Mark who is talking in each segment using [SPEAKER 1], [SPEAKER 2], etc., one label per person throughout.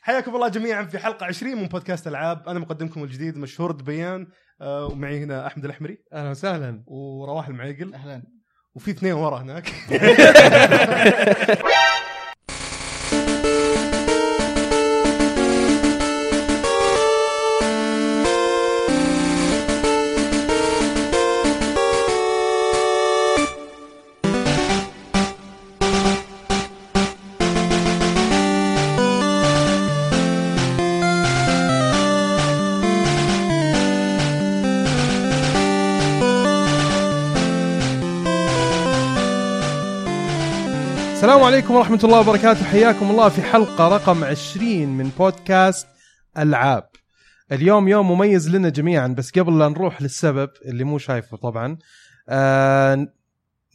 [SPEAKER 1] حياكم الله جميعا في حلقه 20 من بودكاست العاب انا مقدمكم الجديد مشهور دبيان آه، ومعي هنا احمد الاحمري
[SPEAKER 2] اهلا وسهلا
[SPEAKER 1] ورواح المعيقل
[SPEAKER 3] اهلا
[SPEAKER 1] وفي اثنين ورا هناك
[SPEAKER 2] السلام عليكم ورحمه الله وبركاته حياكم الله في حلقه رقم 20 من بودكاست العاب اليوم يوم مميز لنا جميعا بس قبل لا نروح للسبب اللي مو شايفه طبعا آه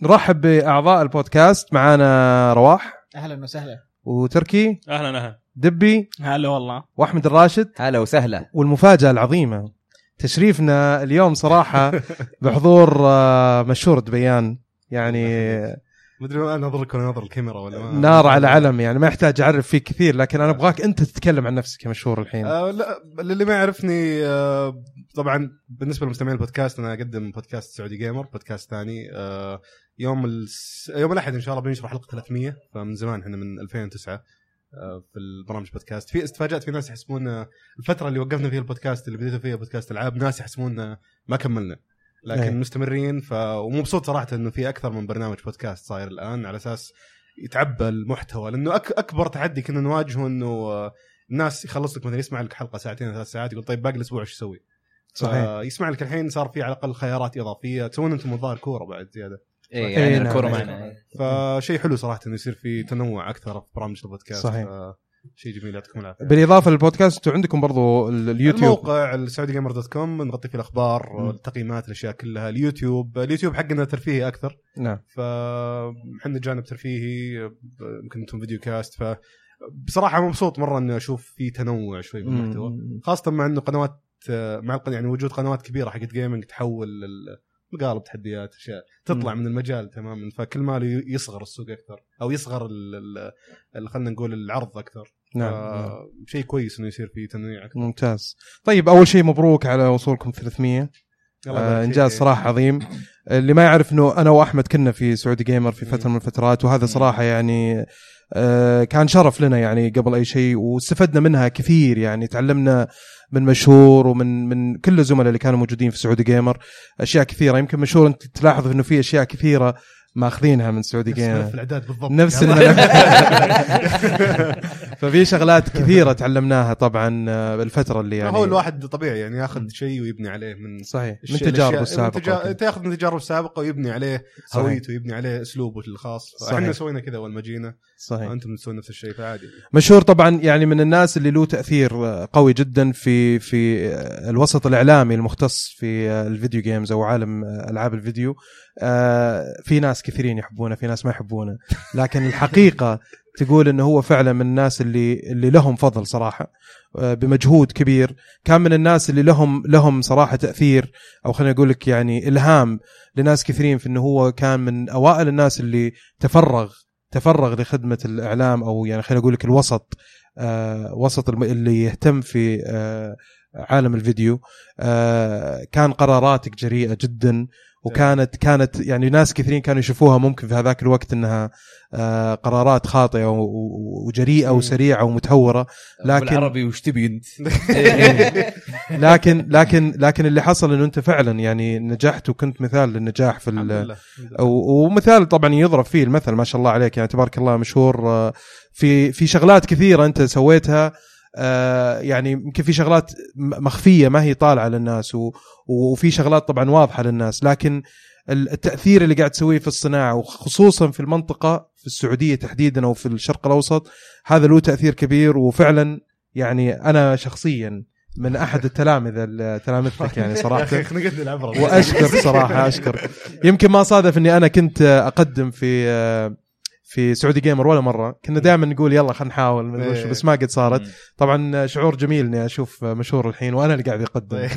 [SPEAKER 2] نرحب باعضاء البودكاست معانا رواح
[SPEAKER 3] اهلا وسهلا
[SPEAKER 2] وتركي
[SPEAKER 4] اهلا اهلا
[SPEAKER 2] دبي
[SPEAKER 4] هلا والله
[SPEAKER 2] واحمد الراشد
[SPEAKER 5] هلا وسهلا
[SPEAKER 2] والمفاجاه العظيمه تشريفنا اليوم صراحه بحضور آه، مشهور دبيان يعني
[SPEAKER 1] مدري انا انظر لكم أنا انظر الكاميرا ولا ما
[SPEAKER 2] نار على علم يعني ما يحتاج اعرف فيك كثير لكن انا ابغاك انت تتكلم عن نفسك يا مشهور الحين
[SPEAKER 1] آه لا للي ما يعرفني آه طبعا بالنسبه لمستمعين البودكاست انا اقدم بودكاست سعودي جيمر بودكاست ثاني آه يوم الس... يوم الاحد ان شاء الله بننشر حلقه 300 فمن زمان احنا من 2009 آه، في البرامج بودكاست في تفاجات في ناس يحسبون آه، الفتره اللي وقفنا فيها البودكاست اللي بديته فيها بودكاست العاب ناس يحسبون ما كملنا لكن
[SPEAKER 2] أي.
[SPEAKER 1] مستمرين ف... ومبسوط صراحه انه في اكثر من برنامج بودكاست صاير الان على اساس يتعبى المحتوى لانه أك... اكبر تحدي كنا نواجهه انه آه، الناس يخلص لك مثلا يسمع لك حلقه ساعتين ثلاث ساعات يقول طيب باقي الاسبوع ايش اسوي؟
[SPEAKER 2] صحيح.
[SPEAKER 1] آه، يسمع لك الحين صار في على الاقل خيارات اضافيه تسوون انتم الظاهر كوره بعد زياده
[SPEAKER 5] اي
[SPEAKER 2] إيه،
[SPEAKER 5] يعني
[SPEAKER 2] نعم.
[SPEAKER 5] الكوره معنا
[SPEAKER 2] إيه.
[SPEAKER 1] فشيء حلو صراحه انه يصير في تنوع اكثر في برامج البودكاست
[SPEAKER 2] صحيح.
[SPEAKER 1] آه، شيء جميل يعطيكم العافيه
[SPEAKER 2] بالاضافه للبودكاست انتم عندكم برضو ال- اليوتيوب
[SPEAKER 1] الموقع السعودي جيمر دوت كوم نغطي فيه الاخبار
[SPEAKER 2] مم.
[SPEAKER 1] التقييمات الاشياء كلها اليوتيوب اليوتيوب حقنا ترفيهي اكثر
[SPEAKER 2] نعم
[SPEAKER 1] فعندنا جانب ترفيهي يمكن انتم فيديو كاست ف بصراحه مبسوط مره اني اشوف في تنوع شوي بالمحتوى
[SPEAKER 2] مم.
[SPEAKER 1] خاصه مع انه قنوات آه، مع القناة يعني وجود قنوات كبيره حقت جيمنج تحول لل- مقالب تحديات اشياء تطلع
[SPEAKER 2] مم.
[SPEAKER 1] من المجال تماما فكل ما له يصغر السوق اكثر او يصغر ال- ال- ال- خلينا نقول العرض اكثر
[SPEAKER 2] نعم نعم.
[SPEAKER 1] آه، شيء كويس انه يصير فيه تنويع اكثر
[SPEAKER 2] ممتاز طيب اول شيء مبروك على وصولكم 300
[SPEAKER 1] الله يبارك
[SPEAKER 2] آه
[SPEAKER 1] فيك.
[SPEAKER 2] انجاز صراحه عظيم اللي ما يعرف انه انا واحمد كنا في سعودي جيمر في فتره من الفترات وهذا صراحه يعني آه كان شرف لنا يعني قبل اي شيء واستفدنا منها كثير يعني تعلمنا من مشهور ومن من كل الزملاء اللي كانوا موجودين في سعودي جيمر اشياء كثيره يمكن مشهور انت تلاحظ انه في اشياء كثيره ماخذينها من سعودي
[SPEAKER 1] نفس ملف
[SPEAKER 2] جيمر
[SPEAKER 1] الاعداد بالضبط يعني
[SPEAKER 2] نفس
[SPEAKER 1] يلا.
[SPEAKER 2] الملف. ففي شغلات كثيره تعلمناها طبعا آه، بالفتره اللي يعني
[SPEAKER 1] هو الواحد طبيعي يعني ياخذ شيء ويبني عليه من
[SPEAKER 2] صحيح من
[SPEAKER 1] الشيء-
[SPEAKER 2] تجاربه
[SPEAKER 1] الأشياء-
[SPEAKER 2] السابقه
[SPEAKER 1] تجا- تاخذ من تجاربه السابقه ويبني عليه
[SPEAKER 2] صحيح.
[SPEAKER 1] هويته ويبني عليه اسلوبه الخاص
[SPEAKER 2] صحيح.
[SPEAKER 1] احنا سوينا كذا اول ما جينا
[SPEAKER 2] صحيح
[SPEAKER 1] انتم تسوون نفس الشيء فعادي
[SPEAKER 2] مشهور طبعا يعني من الناس اللي له تاثير آه، قوي جدا في في آه، الوسط الاعلامي المختص في آه، الفيديو جيمز او عالم آه، العاب الفيديو آه، في ناس كثيرين يحبونه في ناس ما يحبونه لكن الحقيقه تقول انه هو فعلا من الناس اللي اللي لهم فضل صراحه آه، بمجهود كبير كان من الناس اللي لهم لهم صراحه تاثير او خليني اقول لك يعني الهام لناس كثيرين في انه هو كان من اوائل الناس اللي تفرغ تفرغ لخدمه الاعلام او يعني خليني اقول لك الوسط آه وسط الم- اللي يهتم في آه عالم الفيديو آه كان قراراتك جريئه جدا وكانت كانت يعني ناس كثيرين كانوا يشوفوها ممكن في هذاك الوقت انها آه قرارات خاطئه و- و- وجريئه
[SPEAKER 1] مم.
[SPEAKER 2] وسريعه ومتهوره لكن-
[SPEAKER 5] بالعربي وش تبي انت؟
[SPEAKER 2] لكن لكن لكن اللي حصل انه انت فعلا يعني نجحت وكنت مثال للنجاح في
[SPEAKER 1] الحمد
[SPEAKER 2] ال-
[SPEAKER 1] لله
[SPEAKER 2] و- ومثال طبعا يضرب فيه المثل ما شاء الله عليك يعني تبارك الله مشهور آه، في في شغلات كثيره انت سويتها آه، يعني يمكن في شغلات م- مخفيه ما هي طالعه للناس و- و- وفي شغلات طبعا واضحه للناس لكن ال- التاثير اللي قاعد تسويه في الصناعه وخصوصا في المنطقه في السعوديه تحديدا او في الشرق الاوسط هذا له تاثير كبير وفعلا يعني انا شخصيا من احد التلامذه ال- تلامذتك يعني
[SPEAKER 1] يا
[SPEAKER 2] صراحه
[SPEAKER 1] اخي خنقتني العبره
[SPEAKER 2] واشكر صراحه اشكر يمكن ما صادف اني انا كنت اقدم في في سعودي جيمر ولا مره كنا دائما نقول يلا خلينا نحاول ما أدري وش،
[SPEAKER 1] إيه.
[SPEAKER 2] بس ما قد صارت
[SPEAKER 3] مم.
[SPEAKER 2] طبعا شعور جميل اني اشوف مشهور الحين وانا اللي قاعد
[SPEAKER 3] إيه.
[SPEAKER 2] اقدم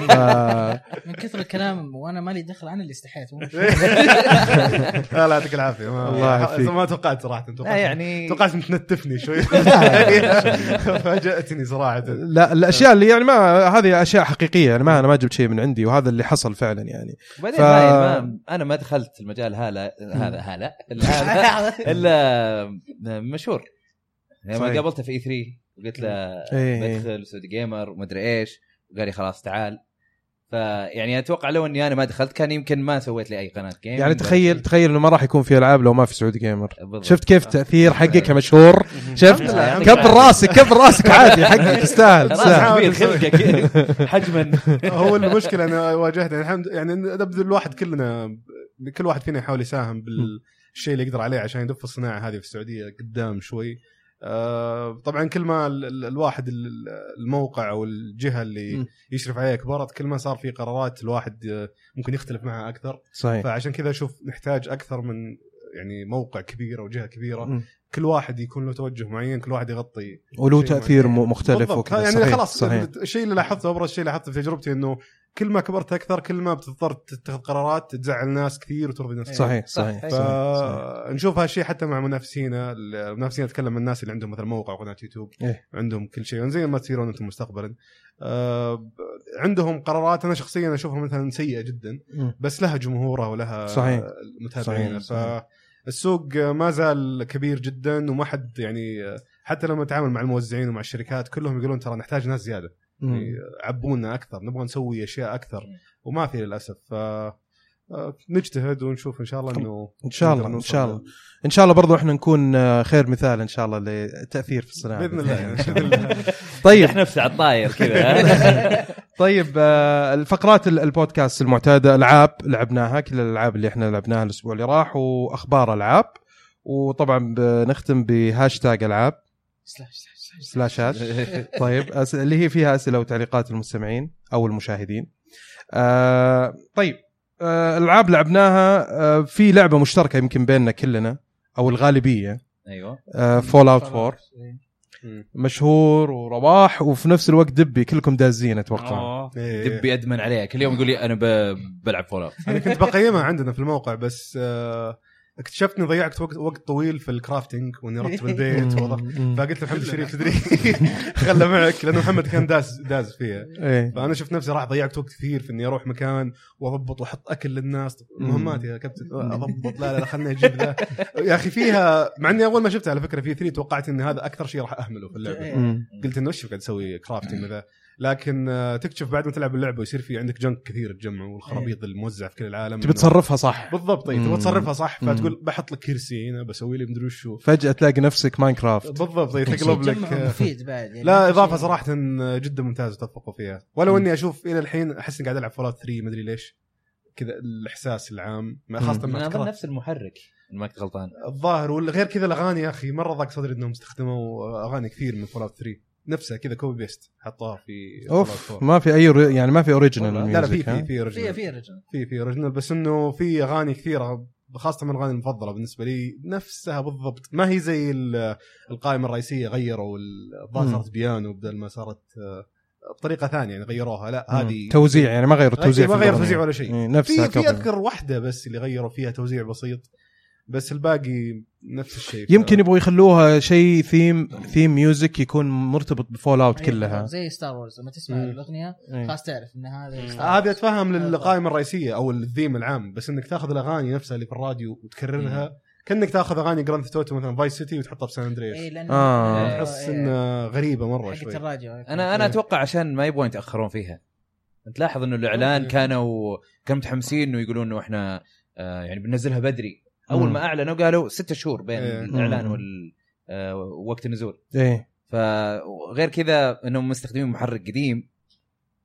[SPEAKER 2] ف-
[SPEAKER 4] من كثر الكلام وانا مالي دخل انا اللي استحيت مو
[SPEAKER 1] لا لا يعطيك العافيه ما
[SPEAKER 2] الله يعافيك.
[SPEAKER 1] ما توقعت صراحه توقعت
[SPEAKER 3] لا يعني
[SPEAKER 1] توقعت انك تنتفني شوي فاجاتني صراحه
[SPEAKER 2] لا الاشياء اللي يعني ما هذه اشياء حقيقيه يعني ما انا ما جبت شيء من عندي وهذا اللي حصل فعلا يعني
[SPEAKER 3] بعدين
[SPEAKER 2] ف-
[SPEAKER 3] ما ما انا ما دخلت المجال هلا هذا هلا هذا الا مشهور لما
[SPEAKER 2] صحيح.
[SPEAKER 3] قابلته في اي 3 وقلت له
[SPEAKER 2] ايه
[SPEAKER 3] بدخل سعودي جيمر ومدري ايش وقال لي خلاص تعال فيعني اتوقع لو اني انا ما دخلت كان يمكن ما سويت لي اي قناه جيم
[SPEAKER 2] يعني تخيل تخيل انه ما راح يكون في العاب لو ما في سعودي جيمر
[SPEAKER 3] بالضبط. آه.
[SPEAKER 2] شفت كيف تاثير حقك كمشهور شفت
[SPEAKER 3] الحمد لله.
[SPEAKER 2] كبر راسك كبر راسك عادي حقك تستاهل تستاهل.
[SPEAKER 3] راس كبير خلقك حجما
[SPEAKER 1] هو المشكله انا واجهت يعني الحمد يعني نبذل الواحد كلنا كل واحد فينا يحاول يساهم بالشيء اللي يقدر عليه عشان يدف الصناعه هذه في السعوديه قدام شوي آه، طبعا كل ما ال- ال- الواحد ال- ال- الموقع او الجهه
[SPEAKER 2] م.
[SPEAKER 1] اللي يشرف عليها كبرت كل ما صار في قرارات الواحد آه، ممكن يختلف معها اكثر
[SPEAKER 2] صحيح
[SPEAKER 1] فعشان كذا اشوف نحتاج اكثر من يعني موقع كبير او جهه كبيره كل واحد يكون له توجه معين كل واحد يغطي
[SPEAKER 2] وله
[SPEAKER 1] شيء
[SPEAKER 2] تاثير
[SPEAKER 1] معين.
[SPEAKER 2] م- مختلف
[SPEAKER 1] بالضبط.
[SPEAKER 2] وكذا
[SPEAKER 1] يعني
[SPEAKER 2] صحيح
[SPEAKER 1] خلاص
[SPEAKER 2] صحيح
[SPEAKER 1] الشيء اللي لاحظته ابرز شيء لاحظته في تجربتي انه كل ما كبرت اكثر كل ما بتضطر تتخذ قرارات تزعل ناس كثير وترضي ناس كثير.
[SPEAKER 2] صحيح صحيح
[SPEAKER 3] صح.
[SPEAKER 2] صحيح.
[SPEAKER 1] فنشوف هالشيء حتى مع منافسينا المنافسين اتكلم من الناس اللي عندهم مثلا موقع وقناه يوتيوب
[SPEAKER 2] إيه.
[SPEAKER 1] عندهم كل شيء زي ما تصيرون انتم مستقبلا آه، ب- عندهم قرارات انا شخصيا اشوفها مثلا سيئه جدا
[SPEAKER 2] مم.
[SPEAKER 1] بس لها جمهورها ولها
[SPEAKER 2] صحيح.
[SPEAKER 1] متابعين
[SPEAKER 2] صحيح، صحيح.
[SPEAKER 1] فالسوق ما زال كبير جدا وما حد يعني حتى لما اتعامل مع الموزعين ومع الشركات كلهم يقولون ترى نحتاج ناس زياده يعني
[SPEAKER 2] مم.
[SPEAKER 1] عبونا اكثر نبغى نسوي اشياء اكثر
[SPEAKER 3] مم.
[SPEAKER 1] وما في للاسف ف آه، نجتهد ونشوف ان شاء الله انه
[SPEAKER 2] ان شاء
[SPEAKER 1] نقدر
[SPEAKER 2] الله ان
[SPEAKER 1] نوصل
[SPEAKER 2] شاء الله ان شاء الله برضو احنا نكون آه، خير مثال ان شاء الله لتاثير في الصناعه
[SPEAKER 1] باذن الله يعني بإذن الله.
[SPEAKER 2] طيب
[SPEAKER 3] يح نفسه على الطاير كذا
[SPEAKER 2] طيب آه، الفقرات ال- البودكاست المعتاده العاب لعبناها كل الالعاب اللي احنا لعبناها الاسبوع اللي راح واخبار العاب وطبعا بنختم بهاشتاج العاب سلاشات
[SPEAKER 5] إيه.
[SPEAKER 2] طيب أس- اللي هي فيها اسئله وتعليقات المستمعين او المشاهدين آه طيب آه العاب لعبناها آه في لعبه مشتركه يمكن بيننا كلنا او الغالبيه
[SPEAKER 3] ايوه
[SPEAKER 2] آه فول اوت 4
[SPEAKER 4] إيه.
[SPEAKER 2] مشهور ورواح وفي نفس الوقت دبي كلكم دازين اتوقع
[SPEAKER 3] أوه.
[SPEAKER 1] إيه، إيه.
[SPEAKER 3] دبي ادمن عليها كل يوم يقول لي انا ب- بلعب فول اوت
[SPEAKER 1] انا كنت بقيمها عندنا في الموقع بس آه، اكتشفت اني ضيعت وقت وقت طويل في الكرافتنج واني ارتب البيت ووضع-
[SPEAKER 2] مم.
[SPEAKER 1] فقلت لمحمد الشريف تدري خله معك لانه محمد كان داز داز فيها
[SPEAKER 2] ايه
[SPEAKER 1] فانا شفت نفسي راح ضيعت وقت كثير في اني اروح مكان واضبط واحط اكل للناس طب
[SPEAKER 2] مم.
[SPEAKER 1] مهمات يا كابتن اضبط لا لا, لا خلنا اجيب ذا يا اخي فيها مع اني اول ما شفتها على فكره في 3 توقعت ان هذا اكثر شيء راح اهمله في اللعبه
[SPEAKER 2] مم.
[SPEAKER 1] قلت انه وش قاعد اسوي كرافتنج وذا لكن آه، تكتشف بعد ما تلعب اللعبه يصير في عندك جنك كثير تجمعه والخرابيط الموزعه في كل العالم
[SPEAKER 2] تبي تصرفها صح
[SPEAKER 1] بالضبط اي
[SPEAKER 2] مم.
[SPEAKER 1] تبغى تصرفها صح
[SPEAKER 2] مم.
[SPEAKER 1] فتقول بحط لك كرسي هنا بسوي لي مدري وشو
[SPEAKER 2] فجاه تلاقي نفسك ماينكرافت
[SPEAKER 1] بالضبط اي
[SPEAKER 4] كل شيء
[SPEAKER 1] تقلب لك
[SPEAKER 4] تجمعه
[SPEAKER 1] آه،
[SPEAKER 4] مفيد بعد يعني
[SPEAKER 1] لا
[SPEAKER 4] كل
[SPEAKER 1] اضافه
[SPEAKER 4] شيء-
[SPEAKER 1] صراحه جدا ممتازه توفقوا فيها ولو اني اشوف الى الحين احس اني قاعد العب فولات 3 مدري ليش كذا الاحساس العام ما- خاصه
[SPEAKER 3] انا
[SPEAKER 1] مع
[SPEAKER 3] اظن
[SPEAKER 1] تكرار.
[SPEAKER 3] نفس المحرك إن ما كنت غلطان
[SPEAKER 1] الظاهر والغير كذا الاغاني يا اخي مره ضاق صدري انهم استخدموا اغاني كثير من فولات 3 نفسها كذا كوبي بيست حطوها في Fallout
[SPEAKER 2] اوف
[SPEAKER 1] 4.
[SPEAKER 2] ما في اي ري... يعني ما في اوريجينال
[SPEAKER 1] لا لا في في في
[SPEAKER 4] في
[SPEAKER 1] اوريجنال
[SPEAKER 4] في رجل
[SPEAKER 1] في في اوريجنال بس انه في اغاني كثيره خاصه من الاغاني المفضله بالنسبه لي نفسها بالضبط ما هي زي ال- القائمه الرئيسيه غيروا ال- الظاهر
[SPEAKER 2] مم.
[SPEAKER 1] صارت بيانو بدل ما صارت آه، بطريقه ثانيه يعني غيروها لا هذه
[SPEAKER 2] توزيع يعني ما غير التوزيع
[SPEAKER 1] ما
[SPEAKER 2] في
[SPEAKER 1] غير
[SPEAKER 2] الأغنية.
[SPEAKER 1] توزيع ولا شيء.
[SPEAKER 2] إيه، نفسها
[SPEAKER 1] في في
[SPEAKER 2] كفر.
[SPEAKER 1] اذكر واحده بس اللي غيروا فيها توزيع بسيط بس الباقي نفس الشيء ف-
[SPEAKER 2] يمكن يبغوا يخلوها شيء ثيم ثيم ميوزك يكون مرتبط بفول اوت
[SPEAKER 4] أيوة،
[SPEAKER 2] كلها
[SPEAKER 4] زي ستار وورز لما تسمع
[SPEAKER 1] مم.
[SPEAKER 4] الاغنيه
[SPEAKER 2] إيه.
[SPEAKER 4] خلاص تعرف ان هذا Star
[SPEAKER 1] هذه
[SPEAKER 4] Wars.
[SPEAKER 1] اتفهم للقائمه الرئيسيه او الثيم العام بس انك تاخذ الاغاني نفسها اللي في الراديو وتكررها كانك تاخذ اغاني جراند توتو مثلا فايس سيتي وتحطها بسان
[SPEAKER 4] اي
[SPEAKER 1] اندريس
[SPEAKER 4] لانه
[SPEAKER 2] آه.
[SPEAKER 4] أيوة،
[SPEAKER 1] احس
[SPEAKER 4] إيه.
[SPEAKER 1] انها غريبه مره شوي
[SPEAKER 4] حقت الراديو إيه.
[SPEAKER 3] انا انا اتوقع عشان ما يبغون يتاخرون فيها تلاحظ انه الاعلان
[SPEAKER 1] أوكي.
[SPEAKER 3] كانوا كانوا متحمسين انه يقولون انه احنا آه، يعني بننزلها بدري اول
[SPEAKER 2] مم.
[SPEAKER 3] ما اعلنوا قالوا ستة شهور بين
[SPEAKER 1] إيه.
[SPEAKER 3] الاعلان
[SPEAKER 2] مم.
[SPEAKER 3] وال آه، وقت النزول
[SPEAKER 2] ايه
[SPEAKER 3] فغير كذا انهم مستخدمين محرك قديم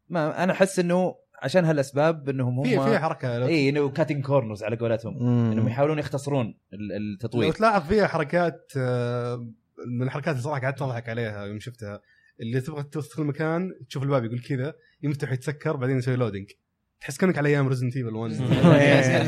[SPEAKER 3] ما انا احس انه عشان هالاسباب انهم هم إيه.
[SPEAKER 1] في في حركه لو,
[SPEAKER 3] اي انه كاتين كورنرز على قولتهم
[SPEAKER 2] مم.
[SPEAKER 3] انهم يحاولون يختصرون ال-
[SPEAKER 1] لو
[SPEAKER 3] التطوير
[SPEAKER 1] تلاحظ فيها حركات آه، من الحركات اللي صراحه قعدت اضحك عليها يوم شفتها اللي تبغى تدخل المكان تشوف الباب يقول كذا يمفتح يتسكر بعدين يسوي لودنج تحس كانك على ايام ريزنت ايفل 1 يعني